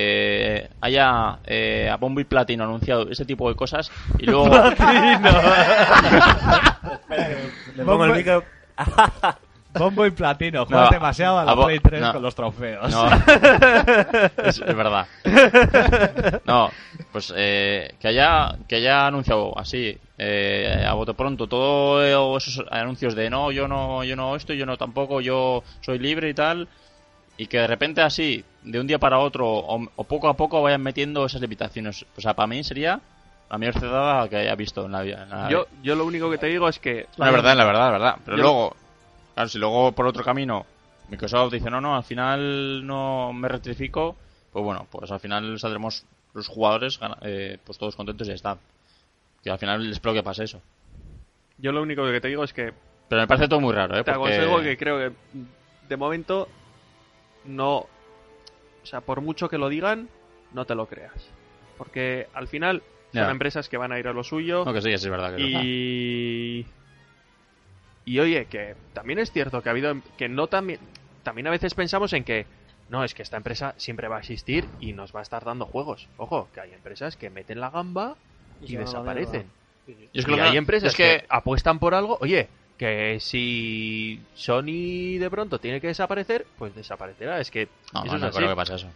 D: eh, haya eh, a bombo y platino anunciado ese tipo de cosas y luego
F: Le pongo el micro.
B: Bombo y platino, juegas
D: No,
B: demasiado a
D: a
B: la
D: bo-
B: Play 3
D: no.
B: con los trofeos.
D: No. es, es verdad. No, pues eh, que haya que haya anunciado así eh, a voto pronto todos esos anuncios de no, yo no, yo no esto, yo no tampoco, yo soy libre y tal y que de repente así de un día para otro o, o poco a poco vayan metiendo esas limitaciones. O sea, para mí sería la mejor cerrada que haya visto en la vida. en la-
E: Yo, yo lo único que te digo es que
D: la verdad, la verdad, la verdad. Pero
E: Yo-
D: luego, claro, si luego por otro camino Microsoft dice, no, no, al final no me rectifico, pues bueno, pues al final saldremos los jugadores gana- eh, pues todos contentos y ya está. Que al final espero que pase eso.
E: yo lo único que te digo es que
D: Pero me parece todo muy raro, ¿eh?
E: te
D: Porque-
E: aconsejo que creo que de momento no, o sea, por mucho que lo digan, no te lo creas, porque al final son
D: Ya.
E: empresas que van a ir a lo suyo
D: No, que sí, que sí, es verdad. Que es
E: *laughs*
D: verdad.
E: y y oye que también es cierto que ha habido em- que no también también a veces pensamos en que no es que esta empresa siempre va a existir y nos va a estar dando juegos ojo que hay empresas que meten la gamba y, desaparecen
D: Y es que
E: y
D: lo
E: hay
D: que-
E: empresas
D: es
E: que...
D: que-
E: apuestan por algo. Oye, que si Sony de pronto tiene que desaparecer, pues desaparecerá. Es que
D: No,
E: eso
D: no,
E: es
D: no
E: así.
D: creo que pase eso.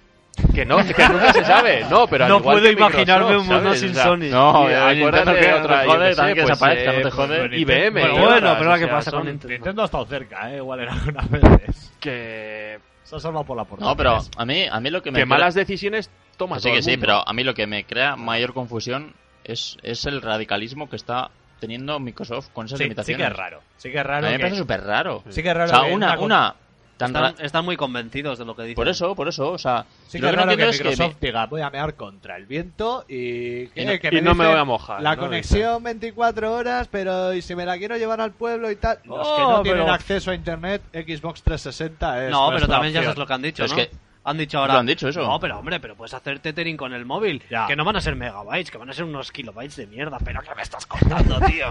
E: Que no, que nunca se sabe. No, pero
C: *laughs*
E: al
C: No
E: igual
C: puedo
E: que Microsoft,
C: imaginarme un mundo
E: ¿sabes?
C: sin
E: O sea,
C: Sony.
D: No,
E: y
D: eh,
E: acuérdate
D: Nintendo que
E: de
D: otra, jode,
E: otra, yo qué
D: también
E: sé,
D: que
E: pues,
D: desaparezca,
E: eh,
D: no te jode.
B: Nintendo-
E: IBM.
C: Bueno,
E: y
C: bueno,
E: otras,
C: pero
E: o
C: la que
E: sea,
C: pasa con
E: son
C: Nintendo.
B: Nintendo ha estado cerca, ¿eh? Igual era una vez.
E: Que,
B: Se ha salvado por la portada.
D: No, pero a mí, a mí lo que me...
E: que
D: crea-
E: malas decisiones toma
D: Que sí,
E: todo
D: que
E: el
D: sí,
E: mundo.
D: pero a mí lo que me crea mayor confusión es, es el radicalismo que está teniendo Microsoft con esas
B: Sí, sí que
D: limitaciones.
B: es raro. Sí que es
D: A
B: raro.
D: mí me
B: que-
D: parece súper raro.
B: Sí que es raro.
D: O sea,
B: que
D: una,
B: co-
D: una tan ra-
C: Están, están muy convencidos de lo que dicen.
D: Por eso, por eso, o sea,
B: Sí que
D: yo lo
B: es
D: que no
B: raro que
D: entiendo es que
B: Microsoft diga, voy a mear contra el viento y...
D: Y no-
B: que
E: y no me
B: dice
E: voy a mojar,
B: La
E: ¿no?
B: conexión 24 horas, pero y si me la quiero llevar al pueblo y tal... Los que
C: Oh,
B: no tienen
C: pero-
B: acceso a internet, Xbox 360 es
C: No, pero
B: nuestra
C: también ya
B: opción.
C: sabes lo que han dicho,
D: Pero es
C: ¿no?
D: que-
C: Han dicho ahora.
D: lo han dicho, eso.
C: No, pero hombre, pero puedes hacer tethering con el móvil.
B: Ya.
C: Que no van a ser megabytes, que van a ser unos kilobytes de mierda. Pero que me estás
D: *laughs*
C: contando, tío.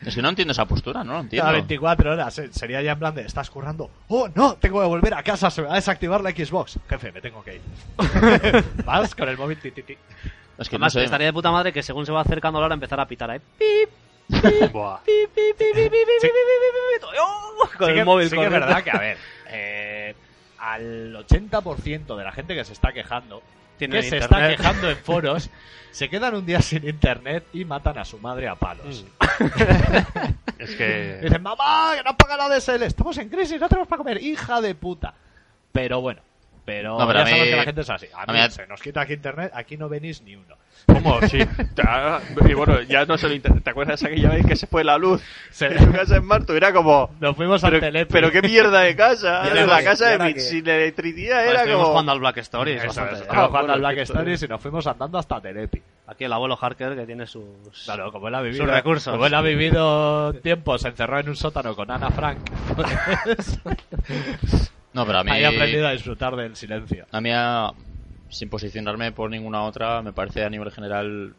D: es que no entiendo esa postura, no lo entiendo.
B: Cada 24 horas, eh, sería ya en plan de, estás currando. ¡Oh, no! Tengo que volver a casa, se me va a desactivar la Xbox. Jefe, me tengo que ir. *laughs* Vas con el móvil ti, ti, ti.
D: Es que no
C: Además,
D: sé.
C: estaría de puta madre que según se va acercando la hora empezar a pitar, ¿eh?
E: Buah.
C: Con
B: Sí
C: el
B: que-
C: móvil
B: sí que
C: corriendo.
B: es verdad que, a ver, eh, al 80% de la gente que se está quejando,
C: Tienen
B: que se está *laughs*
C: internet.
B: quejando en foros, se quedan un día sin internet y matan a su madre a palos. *laughs*
E: Es *laughs* que...
B: Dicen, mamá, que no paga la DSL, estamos en crisis, no tenemos para comer, hija de puta. Pero bueno, pero,
D: No, pero
B: ya
D: a mí-
B: sabes que la gente es así. A
D: a
B: mí,
D: mí-
B: se nos quita aquí internet, aquí no venís ni uno.
E: ¿Cómo? Sí. Ah, Y bueno, ya no se lo inter- ¿Te acuerdas aquella vez que se fue la luz
B: Se-
E: en su casa en Marto? Era como...
B: Nos fuimos al
E: Pero,
B: Telepi.
E: pero qué mierda de casa.
B: Y
E: Era
B: ahora
E: la
B: que-
E: casa
B: y
E: de
B: ahora
E: mi-
B: que-
E: sin electricidad
C: Pues
E: era
C: estuvimos
E: como.
C: jugando al Black Stories.
E: Eso,
C: bastante.
E: eso.
B: Estamos
E: *laughs* Ah,
B: jugando
E: bueno,
B: al Black
E: es que-
B: Stories y nos fuimos andando hasta Telepi.
C: Aquí el abuelo Harker que tiene sus...
B: Claro, como él ha vivido,
C: Sus recursos.
B: Como él ha vivido tiempo, se encerró en un sótano con Ana *laughs* Frank. pues,
D: No, pero a mí
B: Ahí ha aprendido a disfrutar del silencio.
D: a mí a- sin posicionarme por ninguna otra, me parece a nivel general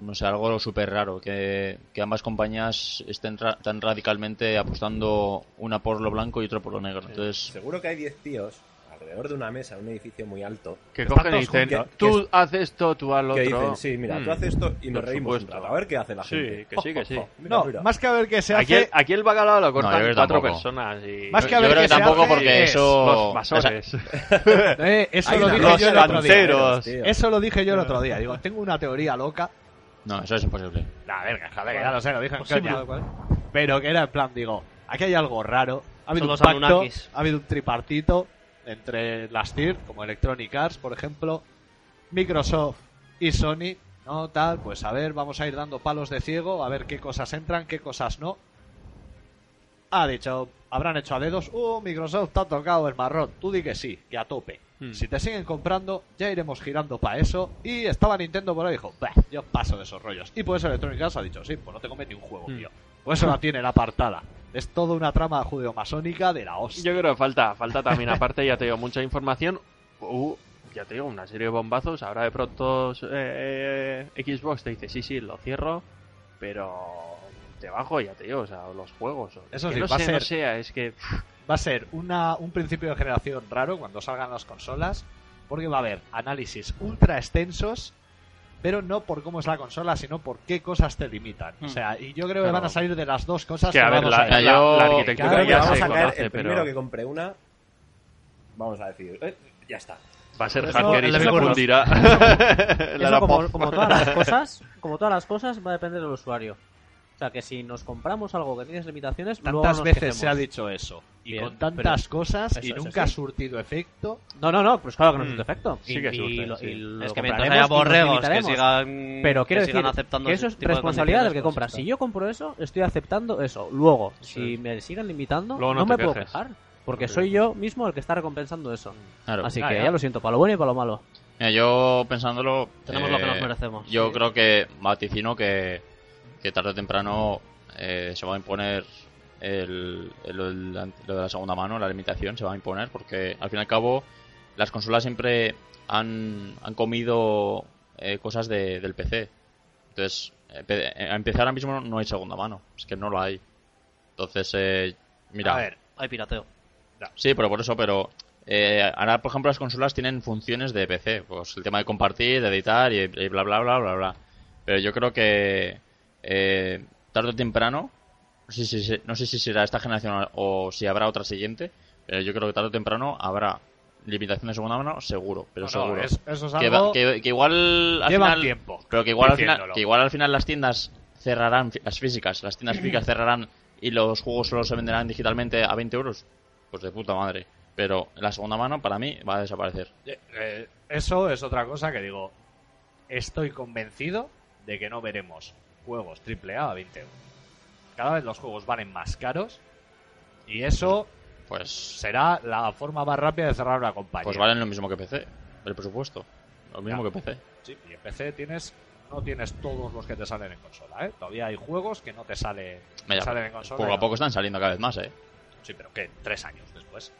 D: no sé, algo súper raro que, que ambas compañías estén ra- tan radicalmente apostando una por lo blanco y otra por lo negro. Entonces,
F: Seguro que hay 10 tíos alrededor de una mesa, en un edificio muy alto,
E: Que
B: Están
E: cogen y
B: todos
E: dicen,
F: juntos.
E: tú
F: Que es-
E: haces esto, tú al otro.
F: que dicen, sí, mira,
E: Mm.
F: tú haces esto y nos
E: Por
F: reímos un
E: supuesto.
F: rato, a ver qué hace la
E: Sí,
F: gente.
E: que sí, que
F: *laughs*
E: sí.
F: Mira,
B: No,
F: mira.
B: más que a ver qué se
E: Aquí,
B: hace.
E: el- aquí el bacalao lo
D: No,
E: cortan
D: yo creo que
E: cuatro
D: tampoco.
E: personas. Y...
B: Más que a
D: yo
B: ver
D: creo
B: qué
D: que
B: se
D: tampoco
B: hace
D: porque
B: es-
D: eso
E: Los masones.
B: Eh, eso
F: Hay
B: lo
F: una-
B: dije
E: los
B: yo el otro día. ¿eh?
E: panteros.
F: tío.
B: Eso lo dije yo el otro día. *laughs* Digo, tengo una teoría loca.
D: no, eso es imposible.
B: La verga, joder, que ya lo sé, lo dije en
C: Posible.
B: coña. Pero que era en plan, digo, aquí hay algo raro. Ha habido
C: Son los
B: un pacto,
C: Anunnakis.
B: ha habido un tripartito entre las TIR, como Electronic Arts, por ejemplo, Microsoft y Sony, ¿no? Tal, pues a ver, vamos a ir dando palos de ciego, a ver qué cosas entran, qué cosas no. Ha dicho, habrán hecho a dedos, uh, Microsoft te ha tocado el marrón, tú di que sí, que a tope. Si te siguen comprando, ya iremos girando para eso. Y estaba Nintendo por ahí, dijo, "Bah, yo paso de esos rollos. Y por eso Electronic Arts ha dicho, sí, pues no te comes ni un juego, tío. Por eso la tiene la apartada. Es toda una trama judeo-masónica de la hostia.
E: *laughs* Yo creo que falta, falta también, aparte, ya te digo, mucha información. Uh, ya te digo, una serie de bombazos. Ahora de eh, pronto eh, Xbox te dice, sí, sí, lo cierro, pero bastante bajo, ya te digo, o sea, los juegos. o-
B: Eso
E: que
B: sí,
E: no
B: va a
E: sé, no
B: ser-
E: sea, es que
B: va a ser una- un principio de generación raro cuando salgan las consolas, porque va a haber análisis ultra extensos, pero no por cómo es la consola, sino por qué cosas te limitan.
D: Hmm.
B: O sea, y yo creo que
E: Claro.
B: van a salir de las dos cosas
E: que a ver,
B: vamos
E: la,
B: a
E: la-
B: ver.
D: yo-
E: la
F: Yo
E: arquitectura
F: creo que
E: ya
F: vamos
E: se
F: a caer,
E: conoce,
F: el primero
E: pero
F: que compre una, vamos a decir, "Eh,
E: *laughs*
F: ya está.
E: va a ser
B: Eso-
E: hacker y
B: eso
E: se
B: por los-
E: fundirá. *laughs*
B: *laughs*
G: Eso, como, como todas las cosas, como todas las cosas, va a depender del usuario. O sea, que si nos compramos algo que tiene limitaciones, luego
B: Tantas
G: nos
B: veces
G: quejemos.
B: se ha dicho eso. Y
G: Bien,
B: con tantas cosas y
G: eso es
B: nunca ha
G: así.
B: surtido efecto.
G: No, no, no, pues claro que no
E: Mm.
G: es un defecto.
E: Sí que
G: y,
E: surge,
G: lo,
E: sí.
G: y lo
C: es que mientras
G: compraremos
C: haya
G: y nos
C: borregos que
G: limitaremos.
C: sigan,
G: Pero quiero
C: que sigan
G: decir
C: aceptando
G: que eso es
C: ese tipo de
G: responsabilidad del que
C: condiciones,
G: compra.
C: pues,
G: Si yo compro eso, estoy aceptando eso. Luego, si me sigan limitando,
E: Luego no
G: no,
E: te
G: me puedo
E: quejes.
G: quejar. Porque soy yo mismo el que está recompensando eso.
D: Claro.
G: Así
D: Ah,
G: que
D: ya.
G: ya lo siento, para lo bueno y para lo malo.
D: Mira, yo pensándolo. eh,
C: Tenemos lo que nos merecemos.
D: Yo
C: Sí.
D: creo que vaticino que, que tarde o temprano eh, se va a imponer el, el- lo del- lo de la segunda mano, la limitación se va a imponer, porque al fin y al cabo las consolas siempre han, han comido eh, cosas de- del PC. Entonces, eh, pe- eh, a empezar ahora mismo no hay segunda mano, es que no lo hay. Entonces, eh, mira.
B: A ver,
C: Hay pirateo.
D: Sí, pero por eso, pero eh, ahora, por ejemplo, las consolas tienen funciones de PC, pues el tema de compartir, de editar y, y bla, bla, bla, bla, bla. Pero yo creo que eh, tarde o temprano, no sé, si, se- no sé si será esta generación o o si habrá otra siguiente, pero yo creo que tarde o temprano habrá limitación de segunda mano, seguro, pero
B: no, no,
D: seguro.
B: es- eso es
D: que, va-
B: algo que,
D: que- que igual al
B: lleva
D: final,
B: tiempo.
D: pero que igual, al final,
B: diciéndolo.
D: que igual al final las tiendas cerrarán, fi- las físicas, las
B: *clears throat*
D: tiendas físicas cerrarán y los juegos solo se venderán digitalmente a 20 euros. Pues de puta madre. Pero la segunda mano para mí va a desaparecer.
B: Eh, eh, eso es otra cosa que digo. Estoy convencido de que no veremos juegos AAA a 20 euros. Cada vez los juegos valen más caros y eso
D: Pues,
B: será la forma más rápida de cerrar una compañía.
D: pues valen lo mismo que PC. El presupuesto. Lo mismo
B: Ya.
D: que PC.
B: Sí, y en PC tienes, no tienes todos los que te salen en consola. ¿eh? Todavía hay juegos que no te sale,
D: Vaya,
B: salen en consola.
D: poco
B: y
D: a
B: no.
D: poco están saliendo cada vez más, eh.
B: Sí, pero que tres años después.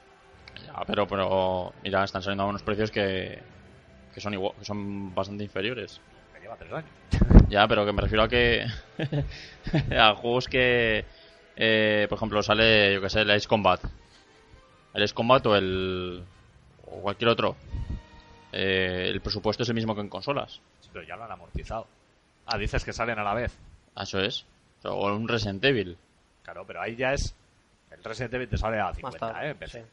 D: Ya, pero, pero, mira, están saliendo a unos precios que, que son igual, que son bastante inferiores.
B: Me lleva tres años.
D: Ya, pero que me refiero a que. *laughs* a juegos que. eh, por ejemplo, sale, yo que sé, el Ace Combat. El Ace Combat o el. o cualquier otro. Eh, el presupuesto es el mismo que en consolas.
B: Sí, pero ya lo han amortizado. Ah, dices que salen a la vez.
D: Ah, Eso es. O un Resident Evil.
B: Claro, pero ahí ya es. El Resident Evil te sale a
C: Más
B: 50,
C: tarde.
B: ¿eh? En PC.
C: sí.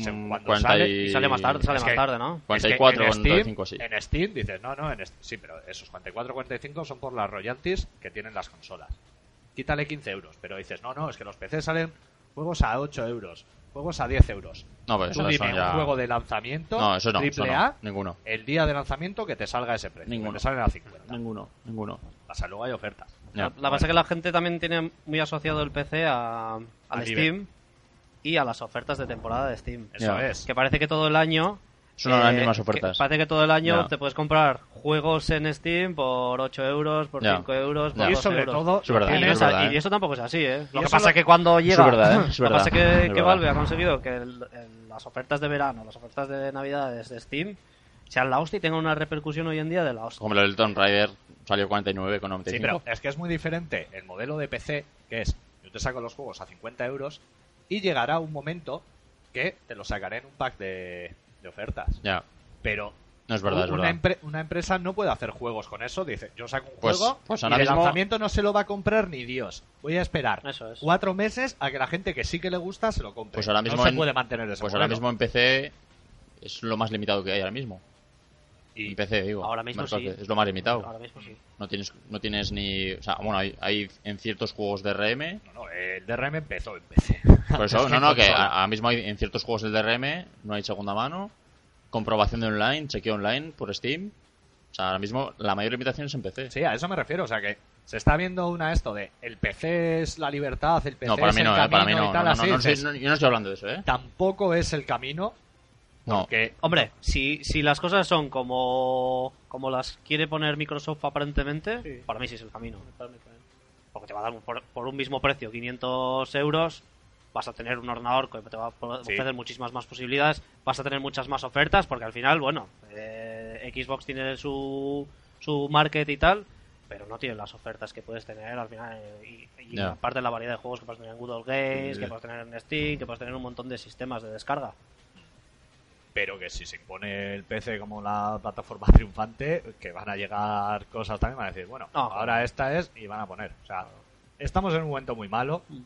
B: Se-
D: Mm,
B: cuando
D: 40
B: sale-
C: Y sale más tarde, sale
B: Es
C: más
B: que-
C: tarde, ¿no?
B: Es que
D: 44
B: en
D: o 45, sí.
B: En Steam dices, no, no, en Steam- sí, pero esos 44 45 son por las royalties que tienen las consolas. Quítale 15 euros, pero dices, no, no, es que los PC salen juegos a 8 euros, juegos a 10 euros.
D: No, pero
B: Tú
D: eso, eso
B: dime
D: ya.
B: un juego de lanzamiento,
D: No, eso no, eso
B: triple
D: no,
B: A,
D: ninguno.
B: el día de lanzamiento que te salga ese precio,
D: Ninguno.
B: que te salen a 50.
D: Ninguno, ninguno.
B: Pasa, luego hay ofertas.
D: Ya.
C: La- la cosa es que la gente también tiene muy asociado el PC a, al Steam y a las ofertas de temporada de Steam.
B: Eso
D: Ya.
B: es.
C: Que parece que todo el año. eh,
D: Son las mismas ofertas.
C: que parece que todo el año
D: Ya.
C: te puedes comprar juegos en Steam por 8 euros, por
D: Ya.
C: 5 euros, por
D: Ya.
B: Y
C: 2
B: sobre
C: euros.
B: todo,
D: Es verdad,
C: y,
D: es
C: no es a-
D: verdad, ¿eh?
C: y eso tampoco es así, ¿eh?
B: Y
C: Lo que
B: eso
C: pasa
B: lo-
C: es que cuando llega.
D: verdad, ¿eh?
C: *laughs*
D: Es
C: lo que pasa es
D: verdad,
C: que,
D: es
C: que
D: verdad.
C: Valve ha conseguido que el- el- las ofertas de verano, las ofertas de navidades de Steam sean la hostia y tengan una repercusión hoy en día de la hostia.
D: Como el Tomb Raider salió 49,95.
B: Sí, pero es que es muy diferente el modelo de PC, que es yo te saco los juegos a 50 euros y llegará un momento que te los sacaré en un pack de, de ofertas.
D: Ya,
B: Pero em-
D: no es verdad, es
B: una,
D: verdad.
B: empre- una empresa no puede hacer juegos con eso. Dice, yo saco un
D: Pues-
B: juego
D: pues
B: y
D: ahora
B: el
D: mismo-
B: lanzamiento no se lo va a comprar ni Dios. Voy a esperar
C: Eso es.
B: cuatro meses a que la gente que sí que le gusta se lo compre.
D: Pues ahora mismo
B: no se
D: en-
B: puede mantener ese
D: Pues ahora
B: modelo.
D: mismo en PC es lo más limitado que hay ahora mismo.
B: Y-
D: En PC, digo.
C: Ahora mismo
D: Mercado,
C: sí.
D: Es lo más limitado.
C: Ahora mismo sí.
D: No tienes, no tienes ni. O sea, bueno, hay, hay en ciertos juegos
B: *laughs*
D: de DRM.
B: No, no, el DRM empezó en PC. *laughs*
D: Por eso,
B: Es
D: no, no, que
B: consola.
D: a- ahora mismo hay, en ciertos juegos del DRM no hay segunda mano. Comprobación de online, chequeo online por Steam. O sea, ahora mismo la mayor limitación es en PC.
B: Sí, a eso me refiero. O sea que se está viendo una esto de el PC es la libertad, el PC
D: no, para
B: es
D: mí
B: el
D: no, eh,
B: camino
D: para mí
B: y
D: no.
B: tal,
D: no, no,
B: así.
D: no, no,
B: Dices,
D: no, yo no estoy hablando de eso, ¿eh?
B: Tampoco es el camino
D: No.
B: que
C: Hombre, si, si las cosas son como, como las quiere poner Microsoft aparentemente,
G: Sí.
C: para mí sí es el camino. Porque te va a dar un- por, por un mismo precio, 500 euros, vas a tener un ordenador que te va a po-
B: Sí.
C: ofrecer muchísimas más posibilidades, vas a tener muchas más ofertas, porque al final, bueno, eh, Xbox tiene su, su market y tal, pero no tienen las ofertas que puedes tener al final. eh, Y, y
D: Ya.
C: aparte la variedad de juegos que puedes tener en Google Games, que
B: Eh.
C: puedes tener en Steam, que puedes tener un montón de sistemas de descarga.
B: pero que si se impone el PC como la plataforma *laughs* triunfante, que van a llegar cosas también, van a decir, bueno,
C: No,
B: ahora esta es y van a poner. O sea, estamos en un momento muy malo.
C: Mm.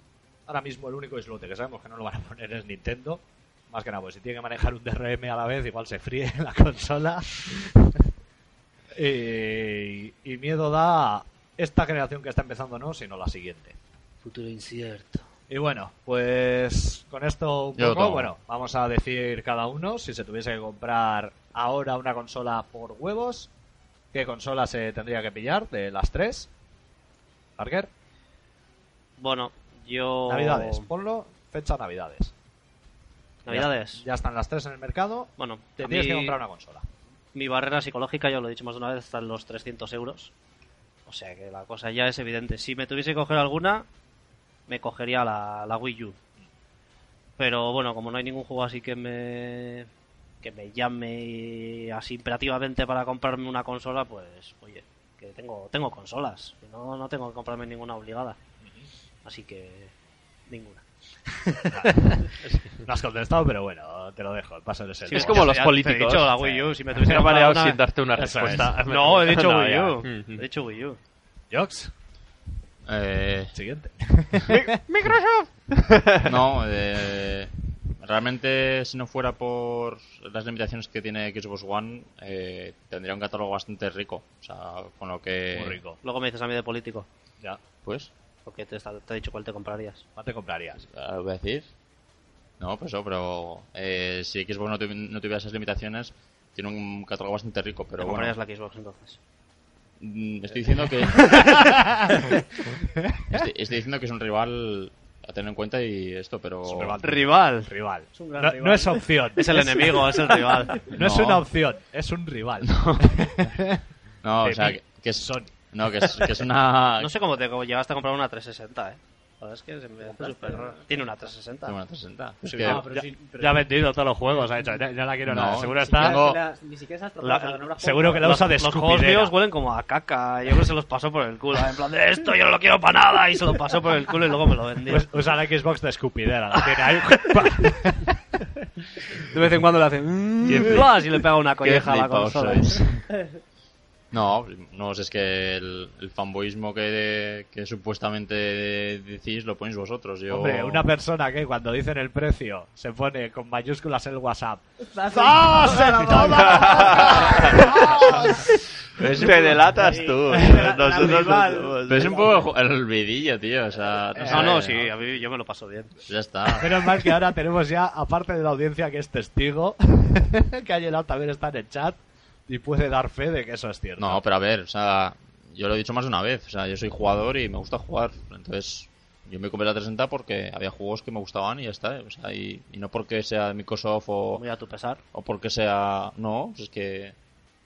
B: Ahora mismo el único islote que sabemos que no lo van a poner es Nintendo. Más que nada, pues si tiene que manejar un DRM a la vez, igual se fríe *laughs* la consola. y, y miedo da esta generación que está empezando, no, sino la siguiente.
C: Futuro incierto.
B: Y bueno, pues con esto un
D: Yo lo
B: poco,
D: tomo.
B: bueno, vamos a decir cada uno si se tuviese que comprar ahora una consola por huevos, ¿qué consola se tendría que pillar de las tres? Parker,
C: Bueno, yo.
B: Navidades, ponlo fecha Navidades.
C: Navidades.
B: Ya, ya están las tres en el mercado,
C: Bueno,
B: te
C: a
B: tienes que
C: mí-
B: comprar una consola.
C: mi barrera psicológica, ya lo he dicho más de una vez, está en los 300 euros. O sea que la cosa ya es evidente. Si me tuviese que coger alguna, me cogería la, la Wii U. Pero bueno, como no hay ningún juego así que me que me llame así imperativamente para comprarme una consola, pues oye, que tengo tengo consolas, que no, no tengo que comprarme ninguna obligada. Así que ninguna.
B: *laughs* No has contestado, pero bueno, te lo dejo, paso de ser.
C: Sí,
E: es como los
C: ya te he
E: políticos.
C: dicho la Wii U, si
E: *laughs*
C: me tuviese que
E: Me ha
C: comprar
E: mareado
C: una-
E: sin darte una
B: Eso
E: respuesta.
B: es.
C: No, he dicho
E: No,
C: Wii
E: ya.
C: U.
E: Mm, mm.
C: He dicho Wii U.
B: Jox,
D: Eh,
B: siguiente.
D: No, eh, realmente si no fuera por las limitaciones que tiene Xbox One, eh, tendría un catálogo bastante rico. O sea, con lo que...
B: Muy rico.
C: Luego me dices a mí de político.
B: Ya,
D: Pues,
C: Porque te, está- te he dicho cuál te comprarías.
B: ¿cuál te comprarías?
D: ah, lo voy a decir. No, pues eso, pero eh, si Xbox no, tuvi- no tuviera esas limitaciones, tiene un catálogo bastante rico.
C: Te
D: Pero bueno,
C: comprarías la Xbox entonces.
D: mm, estoy diciendo que... estoy, estoy diciendo que es un rival a tener en cuenta y esto, pero...
B: Superman.
E: Rival.
B: Rival.
G: Es un gran
B: no,
G: rival.
B: no es opción.
C: Es el
E: *laughs*
C: enemigo, es el rival.
B: No, es
D: No.
B: una opción, es un rival. *laughs*
D: No,
B: de
D: o sea,
B: mí.
D: que, que es...
B: Sony.
D: No, que es, que es
C: *laughs*
D: una...
C: No sé cómo te cómo llegaste a comprar una 360, eh. La verdad es que se me hace súper raro. Tiene una 360.
D: Tengo una 360. Es que-
G: Ah, pero sí, pero
B: Ya ha vendido todos los juegos, ha hecho. Ya, ya la quiero
D: No,
B: nada. Seguro
D: sí,
B: está.
D: tengo-
G: se la- ni siquiera se las
B: la-
G: propuso, no habrá
B: seguro
G: jugado.
B: que la usa de
C: Los juegos
B: escupidera.
C: míos huelen como a caca. Yo creo que se los pasó por el culo. En plan, de esto yo no lo quiero para nada. Y se lo pasó por el culo y luego me lo vendió.
E: Pues,
C: *laughs*
B: Us- Usa la Xbox de escupidera. La tiene ahí. *laughs*
E: De vez en cuando le hacen.
C: y en plan, y le pega una
D: Qué
C: colleja a la
D: flipaos
C: consola.
D: sois. *laughs* No, no, si es que el, el fanboyismo que, que supuestamente decís lo ponéis vosotros. Yo...
B: Hombre,
D: *laughs*
B: una persona que cuando dicen el precio se pone con mayúsculas el WhatsApp.
G: ¡Zas!
D: Es un
E: Te
D: poco-
E: delatas
D: *laughs*
E: tú.
G: la- la
E: Nosotros no
G: rival.
E: somos-
D: Pero es un poco el olvidillo, tío. O sea, no,
C: Eh, No,
D: sé,
C: no, sí, a mí yo me lo paso bien.
D: Ya está.
B: Menos mal que ahora tenemos ya, aparte de la audiencia que es testigo, *laughs* que ha llegado también está en el chat y puede dar fe de que eso es cierto. Pues
D: No, pero a ver, o sea, yo lo he dicho más de una vez. O sea, yo soy jugador y me gusta jugar. Entonces, yo me compré la 360 porque había juegos que me gustaban y ya está. O sea, y, y no porque sea de Microsoft o,
C: Muy a tu pesar.
D: o porque sea no pues es que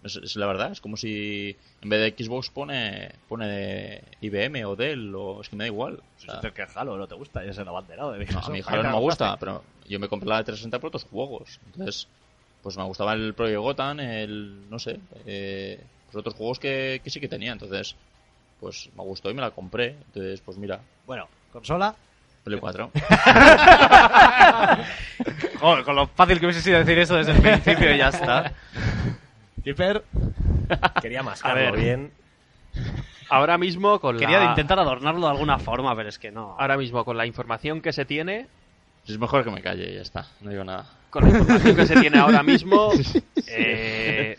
D: es, es la verdad es como si en vez de Xbox pone pone IBM o Dell o es que me da igual o sea,
B: Es que Halo no te gusta, y es el abanderado eh, de
D: no,
B: Microsoft.
D: a mí
B: Ahí te
D: Halo no me
B: lo
D: gusta pero yo me compré la de 360 por otros juegos entonces pues me gustaba el Project Gotham el no sé eh, pues otros juegos que, que sí que tenía entonces pues me gustó y me la compré entonces pues mira
B: Bueno, consola. *laughs*
D: Play 4
C: Joder, con lo fácil que hubiese sido decir eso desde el principio y ya *laughs* está.
B: Keeper.
F: Quería
E: A
F: mascarlo
E: ver.
F: bien.
E: Ahora mismo con
C: Quería
E: la...
C: intentar adornarlo de alguna forma, pero es que no.
E: Ahora mismo con la información que se tiene,
D: es mejor que me calle y ya está no digo nada
E: con la información que se tiene
C: *laughs*
E: ahora mismo, eh,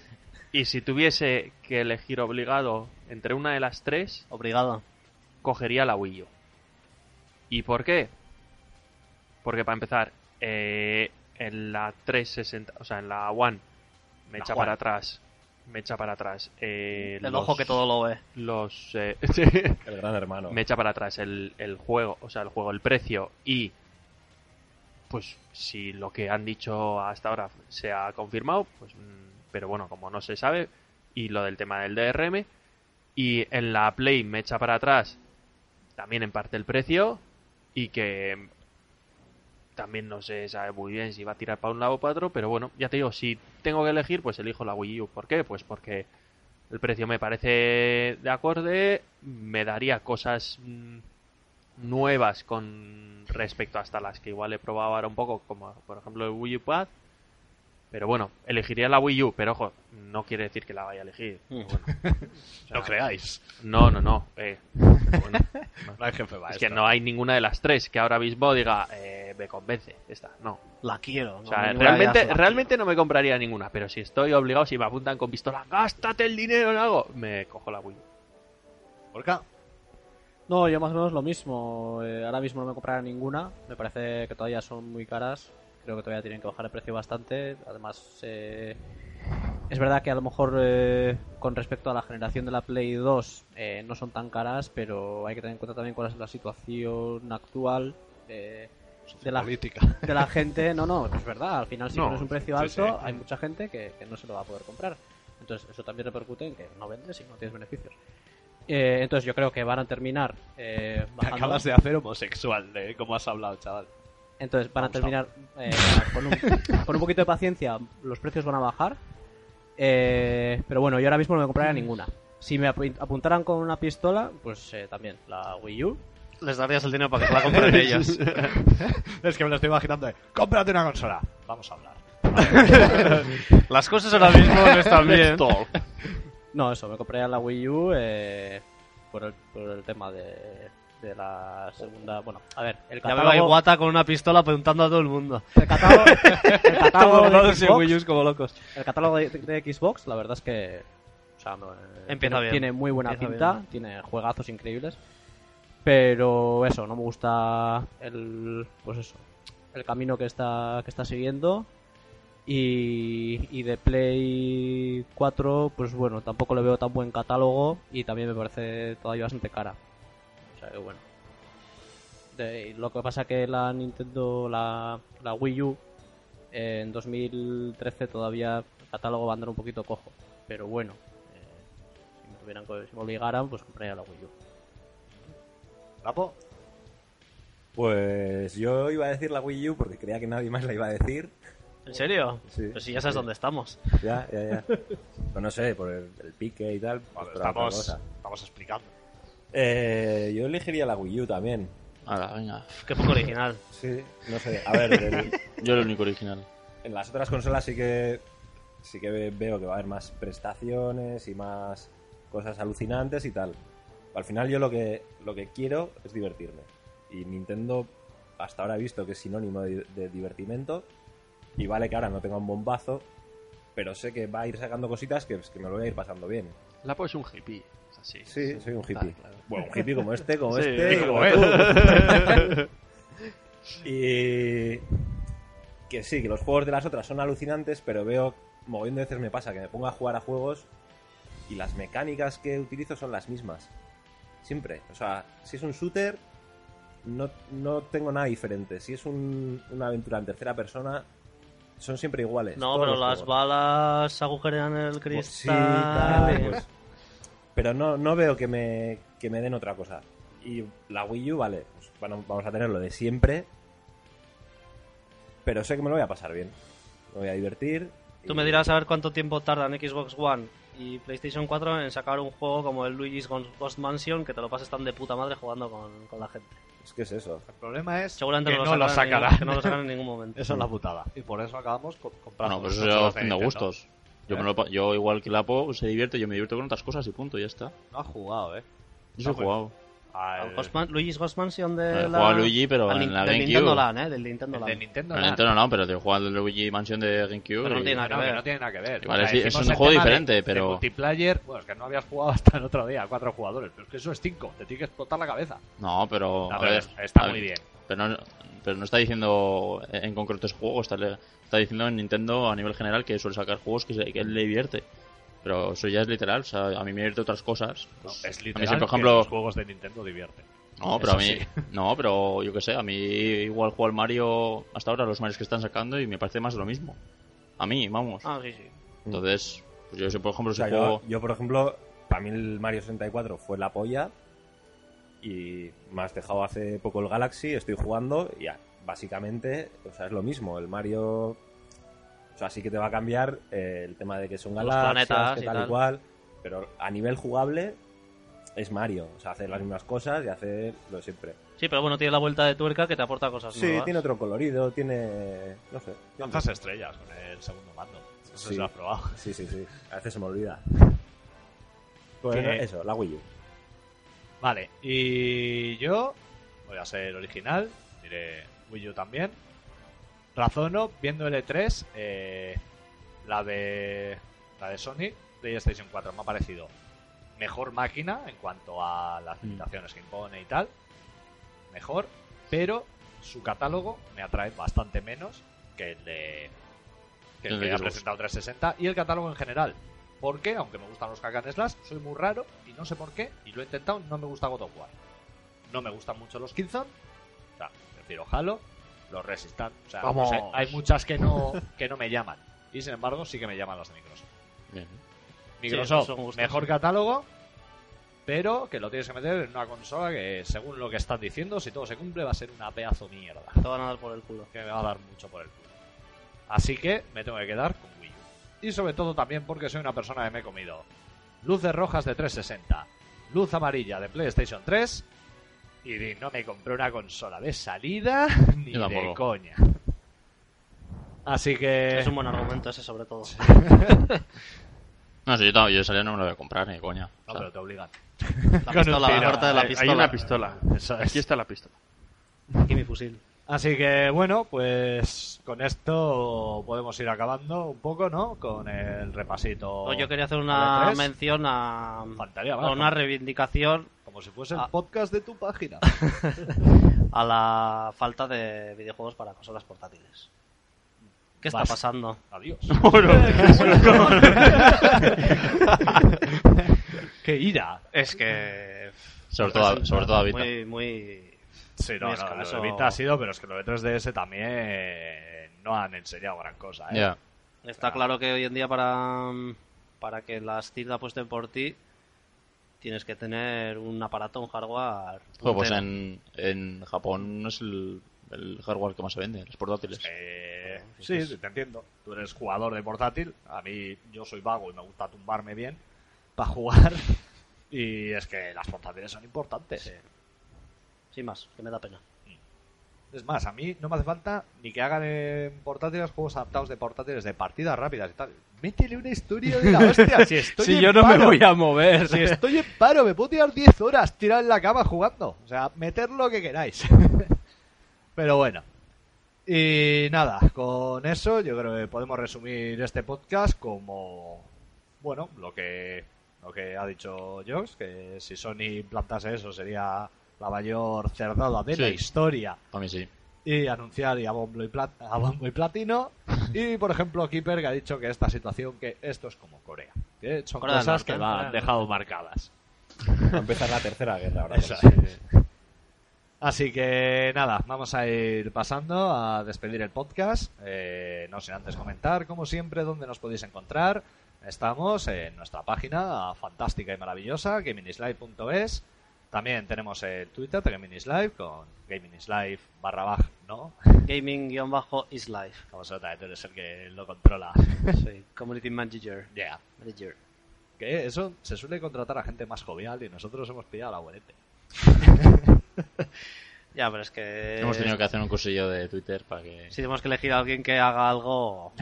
E: y si tuviese que elegir obligado entre una de las tres,
C: Obligado.
E: cogería la Wii U. ¿Y por qué? Porque para empezar, eh, en la 360, o sea, en la One, me echa para atrás, me echa para atrás. eh,
C: El
E: los-
C: ojo que todo lo ve.
E: Los, eh,
F: El gran hermano.
E: me echa para atrás el, el juego, o sea, el juego, el precio y pues si lo que han dicho hasta ahora se ha confirmado, pues mm, pero bueno, como no se sabe y lo del tema del DRM y en la Play me echa para atrás también en parte el precio y que mm, también no se sabe muy bien si va a tirar para un lado o para otro, pero bueno, ya te digo, si tengo que elegir, pues elijo la Wii U. ¿Por qué? Pues porque El precio me parece de acorde, me daría cosas mm, nuevas con respecto hasta las que igual he probado ahora un poco, como por ejemplo el Wii U Pad. Pero bueno, elegiría la Wii U, pero ojo, no quiere decir que la vaya a elegir. Pero bueno, o sea,
B: No creáis.
E: No, no, no. eh, pero bueno, no.
B: No hay jefe va
E: Es
B: esto.
E: que no hay ninguna de las tres que ahora mismo diga, eh, me convence esta. No.
C: La quiero.
E: O sea, realmente, realmente no me compraría ninguna, pero si estoy obligado, si me apuntan con pistola, gástate el dinero en algo, me cojo la Wii.
B: Gorka,
G: No, yo más o menos lo mismo. Eh, ahora mismo no me compraré ninguna. Me parece que todavía son muy caras. Creo que todavía tienen que bajar el precio bastante. Además, eh, es verdad que a lo mejor eh, con respecto a la generación de la Play 2 eh, no son tan caras, pero hay que tener en cuenta también cuál es la situación actual eh, de, la,
B: política.
G: de la gente. No, no, es verdad. Al final, si
E: No,
G: no, es un precio
B: sí,
G: alto,
B: sí.
G: hay mucha gente que, que no se lo va a poder comprar. Entonces, eso también repercute en que no vendes y no tienes beneficios. Eh, entonces, yo creo que van a terminar
B: *laughs*
G: eh,
B: *laughs* Te
G: bajando.
B: acabas de hacer homosexual, ¿eh? Como has hablado, chaval.
G: Entonces, van a
B: Me ha
G: terminar eh, con, un, *laughs* con un poquito de paciencia. Los precios van a bajar. Eh, pero bueno, yo ahora mismo no me compraría ninguna. Si me apu- apuntaran con una pistola, pues eh, también la Wii U.
C: Les darías el dinero para *laughs* que se la compren ellos.
B: es que me lo estoy imaginando. de, Cómprate una consola. Vamos a hablar.
C: Las cosas ahora mismo no están bien.
G: No, eso, me compraría la Wii U eh, por, el, por el tema de, de la segunda. Bueno, a ver, el
C: Ya veo a
G: catálogo.
C: Iwata con una pistola apuntando a todo el mundo.
G: El catálogo, el catálogo de
C: Todos en
G: Xbox,
C: Wii Us como locos.
G: El catálogo de, de Xbox, la verdad es que. O sea, no, eh,
C: Empieza
G: tiene,
C: bien.
G: tiene muy buena
C: Empieza
G: pinta,
C: bien.
G: tiene juegazos increíbles. Pero eso, no me gusta el. Pues eso. El camino que está, que está siguiendo. Y, y de Play 4, pues bueno, tampoco le veo tan buen catálogo. Y también me parece todavía bastante cara. O sea que bueno. De- y lo que pasa que la Nintendo, la, la Wii U, eh, en 2013 todavía el catálogo va a andar un poquito cojo. Pero bueno, eh, si, me tuvieran co- si me obligaran, pues compraría la Wii U.
B: ¿Rapo?
F: Pues yo iba a decir la Wii U porque creía que nadie más la iba a decir.
C: ¿En serio?
F: Sí.
C: Pues si ya sabes
F: Sí.
C: dónde estamos.
F: Ya, ya, ya. Pues no sé, por el, el pique y tal. pues por otra
B: estamos,
F: cosa.
B: estamos explicando.
F: Eh, yo elegiría la Wii U también.
D: Ahora, venga.
C: Qué poco original.
F: Sí. No sé, a
B: *laughs*
F: ver, el-
D: Yo el único original.
F: en las otras consolas sí que sí que ve- veo que va a haber más prestaciones y más cosas alucinantes y tal. Al final yo lo que lo que quiero es divertirme. Y Nintendo hasta ahora he visto que es sinónimo de, de divertimento y vale que ahora no tenga un bombazo, pero sé que va a ir sacando cositas que, que me lo voy a ir pasando bien.
E: La es un hippie, es así.
F: Sí, soy un hippie.
E: Claro, claro.
F: Bueno, un hippie como este, como
E: Sí,
F: este, y
E: como
F: como
E: él.
F: tú. *laughs* y que sí, que los juegos de las otras son alucinantes, pero veo, mogollón de veces me pasa que me pongo a jugar a juegos y las mecánicas que utilizo son las mismas. Siempre. O sea, si es un shooter, no, no tengo nada diferente. Si es un- una aventura en tercera persona, son siempre iguales.
C: No,
F: todos
C: pero
F: los
C: las
F: juegos.
C: balas agujerean el
F: Pues sí, tal,
C: cristal.
F: pues. Pero no, no veo que me, que me den otra cosa. Y la Wii U, vale, pues van a- vamos a tener lo de siempre. Pero sé que me lo voy a pasar bien. Me voy a divertir.
C: Tú
F: y-
C: me dirás a ver cuánto tiempo tardan Xbox One y PlayStation 4 en sacar un juego como el Luigi's Ghost Ghost Mansion que te lo pases tan de puta madre jugando con, con la gente.
F: Es que es eso.
B: El problema es
C: Seguramente
B: que
C: no,
B: no lo
C: sacarán en ningún-
B: sacará.
C: que no lo sacarán en
B: *laughs*
C: ningún momento.
B: Esa es la putada. Y por eso acabamos co- comprando.
D: Bueno, pues
B: las
D: eso
B: consolas
D: ya
B: de
D: opción de
B: Nintendo.
D: gustos. Yo, me lo pa- yo igual que Lapo se divierte, yo me divierto con otras cosas y punto, ya está.
B: No ha jugado, eh.
D: Yo soy
B: Ah, pues,
D: jugado.
B: Al-
C: Al Ghost Man- Luigi's Ghost Mansion
D: He
C: de la...
D: jugado a Luigi, pero
C: al
D: en
C: Nin-
D: la
C: del
D: GameCube.
C: Nintendo Land, ¿eh? Del Nintendo
B: el de
C: Land.
B: Nintendo.
D: No,
B: Land.
D: Nintendo no, pero te juego al Luigi Mansion de GameCube.
C: Pero no
D: y-
C: tiene nada
B: Pero
C: que
B: que
C: ver.
B: no tiene nada que ver.
D: Vale, sí, es
B: hicimos
D: un
B: el
D: juego
B: tema de-
D: diferente,
B: de
D: pero-
B: multiplayer, bueno, es que no habías jugado hasta el otro día, cuatro jugadores. Pero es que eso es cinco, te tiene que explotar la cabeza.
D: No, pero.
B: No,
D: a
B: pero
D: ver,
B: está
D: a
B: muy
D: ver,
B: bien.
D: Pero no, pero no está diciendo en concreto ese juego, está, le- está diciendo en Nintendo a nivel general que suele sacar juegos que, se- que le divierte. Pero eso ya es literal, o sea, a mí me divierte otras cosas.
B: No, es
D: Pues, a mí, sí,
B: literal
D: por
B: que
D: ejemplo,
B: los juegos de Nintendo divierten.
D: No, pero a
B: Eso
D: mí.
B: sí. *laughs*
D: No, pero yo qué sé, a mí igual juego al Mario hasta ahora, los Marios que están sacando, y me parece más lo mismo. A mí, vamos.
C: Ah, sí, sí.
D: Entonces, pues yo sé, por ejemplo,
F: O
D: ese
F: sea,
D: juego.
F: yo, yo, por ejemplo, para mí el Mario 64 fue la polla. Y me has dejado hace poco el Galaxy, estoy jugando y ya, básicamente, o sea, es lo mismo. El Mario. O sea, sí que te va a cambiar eh, el tema de que son
C: Los
F: galaxias,
C: planetas
F: que
C: y
F: tal y
C: tal.
F: cual. Pero a nivel jugable es Mario. O sea, hace las mismas cosas y hace lo de siempre.
C: Sí, pero bueno, tiene la vuelta de tuerca que te aporta cosas
F: Sí,
C: nuevas.
F: tiene otro colorido, tiene... no sé.
B: Lanzas estrellas con el segundo mando. No sé
F: Sí.
B: si lo has probado.
F: Sí, sí, sí. A veces se me olvida.
B: Que-
F: Bueno, eso, la Wii U.
B: Vale, y yo voy a ser original, diré Wii U también. Razono viendo L3, eh, la de la de Sony, PlayStation 4 me ha parecido mejor máquina en cuanto a las limitaciones que impone y tal, mejor, pero su catálogo me atrae bastante menos que el de que el
D: El
B: que
D: de
B: ha
D: Xbox.
B: presentado 360 y el catálogo en general. Porque, aunque me gustan los hack and slash, soy muy raro y no sé por qué, y lo he intentado, no me gusta God of War. No me gustan mucho los Killzone, o sea, prefiero Halo, los Resistant, o sea, no
E: Vamos.
B: sé, hay muchas que no, que no me llaman. Y sin embargo, sí que me llaman las de Microsoft.
D: Bien.
B: Microsoft,
C: esos son gustos,
B: mejor
C: sí.
B: catálogo, pero que lo tienes que meter en una consola que, según lo que estás diciendo, si todo se cumple, va a ser una pedazo mierda.
C: Te van a dar por el culo.
B: Que me va a dar mucho por el culo. Así que me tengo que quedar con Wii U. Y sobre todo también porque soy una persona que me he comido luces rojas de 360, luz amarilla de PlayStation 3 y di, no me compré una consola de salida *laughs* ni
D: Yo
B: de
D: tampoco.
B: coña. Así que...
C: Es un buen argumento ese, sobre todo.
D: No, si yo, tam- yo salía no me lo voy a comprar, ni coña.
B: No,
D: O sea,
B: pero te obligan.
C: La
B: *laughs*
C: pistola, la puerta de la
E: Hay-
C: pistola.
E: Hay una pistola.
B: Eso es.
E: Aquí está la pistola.
C: Aquí mi fusil.
B: Así que bueno, pues con esto podemos ir acabando un poco, ¿no? Con el repasito.
C: No, Pues yo quería hacer
B: ¿Vale,
C: una
B: Oh. tres?
C: mención a,
B: Faltaría,
C: a
B: vale,
C: una reivindicación
B: Como si fuese el
C: Ah.
B: podcast de tu
C: *laughs*
B: página.
C: a la falta de videojuegos para consolas portátiles. ¿Qué está
B: Vas.
D: *laughs*
C: pasando?
B: Adiós.
C: ¡Qué ira! Es que...
D: sobre, todo, sobre todo a Vita.
C: Muy, muy...
B: Sí, no,
C: Muy
B: no, lo
C: escaso.
B: de Vita ha sido, pero es que lo de 3DS también no han enseñado gran cosa, ¿eh?
D: Ya.
C: Está claro que hoy en día para, para que las TIL la apuesten por ti tienes que tener un aparato, un hardware...
D: Joder, pues
C: puntero.
D: en, en Japón es el, el hardware que más se vende, los portátiles.
B: Eh, sí, sí, te entiendo. Tú eres jugador de portátil. A mí, yo soy vago y me gusta tumbarme bien para
C: *laughs*
B: jugar. Y es que las portátiles son importantes.
C: Sin más, que me da pena.
B: Es más, a mí no me hace falta ni que hagan en portátiles juegos adaptados de portátiles de partidas rápidas y tal. Métele una historia de la
C: *laughs*
B: hostia. Si, estoy en paro,
G: mover.
B: Si estoy en paro, me puedo tirar 10 horas tirado en la cama jugando. O sea, meter lo que queráis. *laughs* Pero bueno. Y nada, con eso yo creo que podemos resumir este podcast como. Bueno, lo que, lo que ha dicho Jox, que si Sony plantase eso sería la mayor cerdada de la
D: Sí.
B: historia
D: Para mí sí.
B: y anunciar y a bombo y, plat- a bombo y
C: *laughs*
B: platino. Y por ejemplo, Keeper que ha dicho que esta situación, que esto es como Corea, que son
C: Corea del
B: cosas
C: Norte,
B: que
C: Corea
B: la han
C: del
B: dejado marcadas.
F: Va a empezar la tercera guerra ahora.
B: Eso
F: Sí.
B: es. Así que nada, vamos a ir pasando a despedir el podcast. Eh, no sin antes comentar, como siempre, dónde nos podéis encontrar. Estamos en nuestra página fantástica y maravillosa, gaminislive.es. También tenemos el Twitter de Gaming is Live con Gaming is Live barra baja, ¿no? *laughs*
D: eh.
C: Gaming-is
D: *laughs*
C: life.
B: Como se nota, tú eres el que lo controla. *laughs*
C: Soy community manager.
B: Yeah.
C: manager.
B: Que eso se suele contratar a gente más jovial y nosotros hemos pillado al abuelete.
C: Ya, pero es que...
D: Hemos tenido que hacer un cursillo de Twitter para que...
C: Si tenemos que elegir a alguien que haga algo,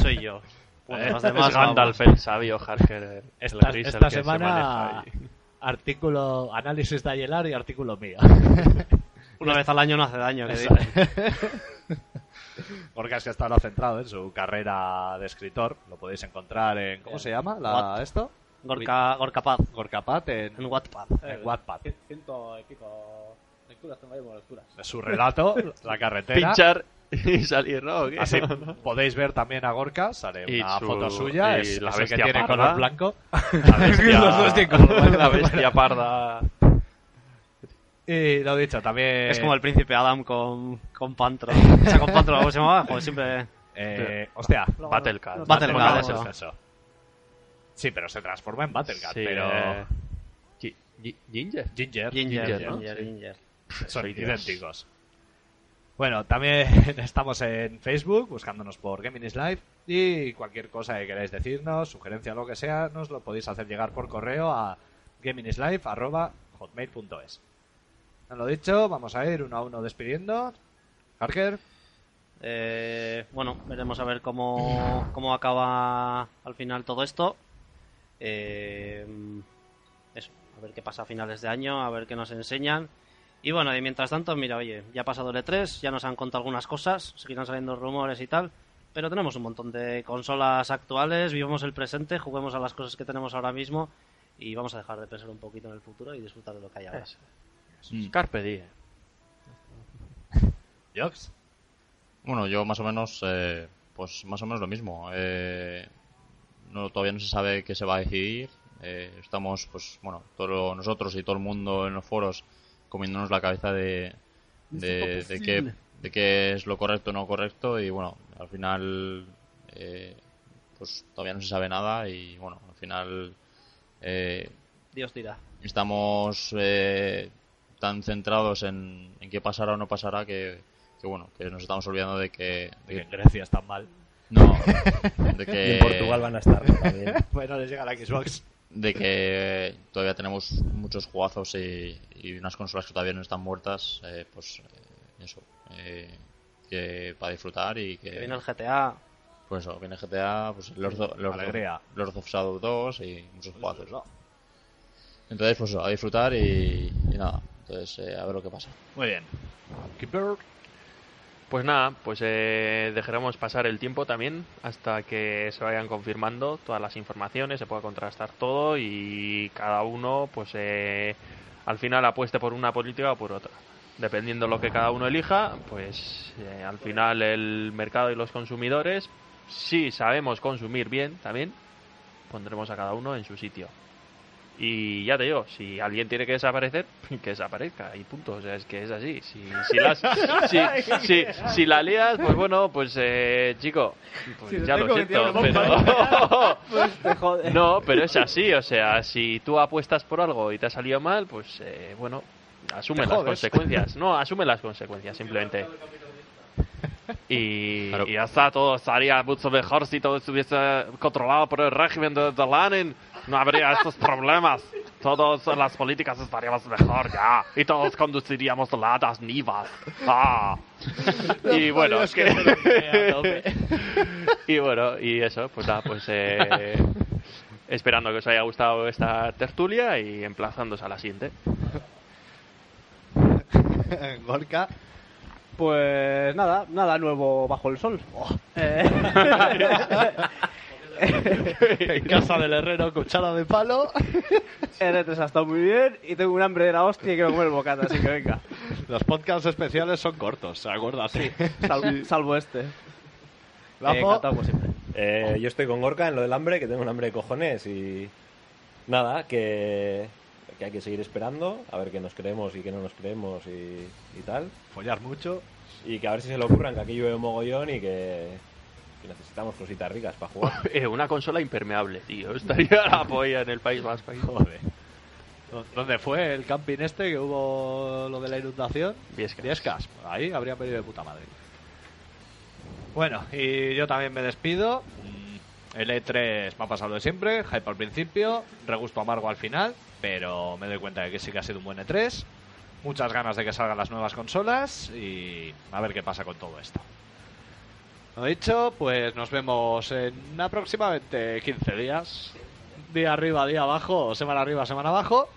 C: soy
E: *laughs*
C: yo. Bueno, los demás,
E: Eh, Es Gandalf, el sabio, Harker, el- el
B: Esta,
E: gris, el
B: esta
E: que se maneja
B: semana,
E: ahí.
B: artículo, análisis de Ayelar y artículo mío.
C: vamos. Una vez al año no hace daño. que
B: Eso.
C: dicen.
B: *laughs* Porque es que está ahora centrado en su carrera de escritor. Lo podéis encontrar en. ¿Cómo
C: Bien.
B: se llama?
C: Wattpad.
B: La, ¿Esto?
C: Gorka, Gorka Paz.
B: Gorkapat en,
C: En Wattpad.
B: en Wattpad.
G: Ciento y pico lecturas, tengo ahí como lecturas.
B: Su relato, La carretera.
E: Pinchar y salir, ¿no? ¿O qué? *laughs*
B: Así podéis ver también a Gorka, sale
E: Y
B: una
E: su-
B: foto suya,
E: y
B: es
E: la
B: es el que
E: bestia
B: tiene
E: parda.
B: color blanco.
E: Los dos
B: *laughs*
E: de color, *laughs* la bestia parda.
B: Y lo dicho, también...
E: eh,
C: Es como el príncipe Adam con, con
E: *laughs*
C: Pantro. O sea, con Pantro, ¿cómo se llamaba? Joder, siempre.
B: Eh, *laughs* hostia,
E: Battlecat.
G: Los
C: Battle
E: Battlecat
C: Cat,
E: es
C: eso.
E: el
B: eso. Sí, pero se transforma en Battlecat,
E: Sí, eh,
B: pero...
E: Gi- Gi- Ginger.
B: Ginger,
C: Ginger,
E: Ginger,
C: Ginger,
E: ¿no?
C: Ginger.
B: son
E: Soy Dios.
B: idénticos. Bueno, también *laughs* estamos en Facebook buscándonos por Geminis Live y cualquier cosa que queráis decirnos, sugerencia, lo que sea, nos lo podéis hacer llegar por correo a geminislive.hotmail.es. Nos lo dicho, vamos a ir uno a uno despidiendo. Harker,
C: Eh, bueno, veremos a ver cómo, cómo acaba al final todo esto. Eh, eso, a ver qué pasa a finales de año, a ver qué nos enseñan. Y bueno, y mientras tanto, mira, oye, ya ha pasado el E3, ya nos han contado algunas cosas, seguirán saliendo rumores y tal, pero tenemos un montón de consolas actuales, vivamos el presente, juguemos a las cosas que tenemos ahora mismo y vamos a dejar de pensar un poquito en el futuro y disfrutar de lo que hay ahora.
E: Carpe diem.
B: Jox.
D: Bueno, yo más o menos, eh, pues más o menos lo mismo. Eh, no, todavía no se sabe qué se va a decidir. Eh, estamos, pues bueno, todo, nosotros y todo el mundo en los foros comiéndonos la cabeza de, de, de qué, de qué es lo correcto o no correcto. Y bueno, al final, eh, pues todavía no se sabe nada. Y bueno, al final, eh,
C: Dios dirá.
D: estamos eh, tan centrados en, en qué pasará o no pasará que, que, bueno, que nos estamos olvidando de que, de
B: Que
D: que-
B: en Grecia están mal.
D: no, de
F: Y
B: Eh,
D: que
F: en Portugal van
B: *laughs*
F: a estar también.
B: Bueno, les llega la Xbox.
D: de que todavía tenemos muchos juegazos y, y unas consolas que todavía no están muertas, eh, pues eh, eso, eh, que para disfrutar y que
C: Que viene el GTA,
D: pues eso, viene GTA, pues Lords of, Lords of-
B: Alegría. Pues
D: Lords of Shadow 2 y muchos juegazos.
E: Pues
D: Entonces pues eso, a disfrutar y, y nada, entonces eh, a ver lo que pasa.
B: Muy bien. Keeper.
E: Pues nada, pues eh, dejaremos pasar el tiempo también hasta que se vayan confirmando todas las informaciones, se pueda contrastar todo y cada uno, pues eh, al final apueste por una política o por otra. Dependiendo lo que cada uno elija, pues eh, al final el mercado y los consumidores, si sabemos consumir bien también, pondremos a cada uno en su sitio. Y ya te digo, si alguien tiene que desaparecer, *laughs* que desaparezca y punto. O sea, es que es así. Si, si, las- si, si- si la lías, pues bueno, pues eh, chico, pues ya lo siento. *laughs* Pero...
G: Te jode.
E: no, pero es así. O sea, si tú apuestas por algo y te ha salido mal, pues eh, bueno, asume
B: Te
E: las
B: jodes.
E: consecuencias. No, asume las consecuencias, simplemente. Y,
D: Claro.
E: y ya está, todo estaría mucho mejor si todo estuviese controlado por el régimen de, de Lenin. No habría estos problemas. Todas las políticas estaríamos mejor ya. Y todos conduciríamos latas nivas. Ah. Y bueno, que- *laughs* y bueno, y eso, pues nada, pues eh, esperando que os haya gustado esta tertulia y emplazándose a la siguiente.
B: Gorka.
G: Pues nada, nada nuevo bajo el sol. Eh,
A: En casa del herrero, cuchara de palo.
G: R3 ha estado muy bien y tengo un hambre de la hostia y quiero comer bocata, así que venga.
B: Los podcasts especiales son cortos, acuérdate.
G: Salvo, salvo este.
B: Lazo.
G: Eh, encantado, como siempre.
F: Eh, yo estoy con Gorka en lo del hambre, que tengo un hambre de cojones y nada, que, que hay que seguir esperando, a ver qué nos creemos y qué no nos creemos y, y tal.
B: *laughs* Follar mucho.
F: Y que a ver si se le ocurran que aquí llueve mogollón y que, que necesitamos cositas ricas para jugar.
B: *laughs*
E: Eh, una consola impermeable, tío. Estaría la polla en el País Vasco. ahí.
B: Joder. ¿Dó- ¿Dónde fue el camping este que hubo lo de la inundación?
E: Viescas.
B: Viescas. Por Pues Ahí habría venido de puta madre. Bueno, y yo también me despido. Mm, El E3 me ha pasado lo de siempre. Hype al principio, regusto amargo al final. Pero me doy cuenta de que sí que ha sido un buen E3. Muchas ganas de que salgan las nuevas consolas y a ver qué pasa con todo esto. Lo dicho, pues nos vemos en aproximadamente 15 días. Día arriba, día abajo, semana arriba, semana abajo.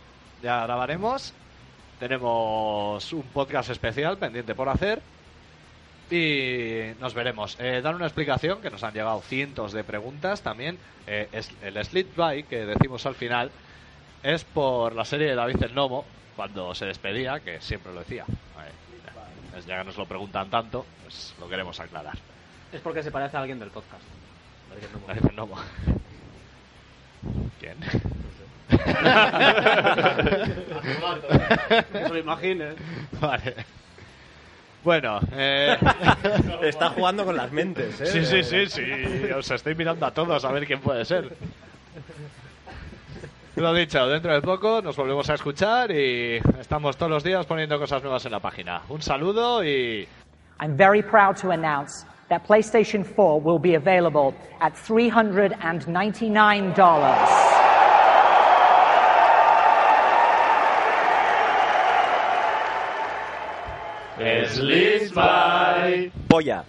B: Ya grabaremos. Tenemos un podcast especial pendiente por hacer. Y nos veremos. Eh, dar una explicación, que nos han llegado cientos de preguntas también. Eh, es, el Sleep By, que decimos al final, es por la serie de David el Nomo, cuando se despedía, que siempre lo decía. Eh, pues ya que nos lo preguntan tanto, pues lo queremos aclarar.
G: Es porque se parece a alguien del podcast.
B: David el Nomo. pues ¿Quién?
G: Que se lo imagine.
B: Vale. Bueno, eh,
F: Está jugando con las mentes, ¿eh?
B: sí, sí, sí, sí. Os estoy mirando a todos a ver quién puede ser. Lo dicho, dentro de poco nos volvemos a escuchar y estamos todos los días poniendo cosas nuevas en la página. Un saludo y
I: I'm very proud to announce that PlayStation 4 will be available at $399.
A: Polla.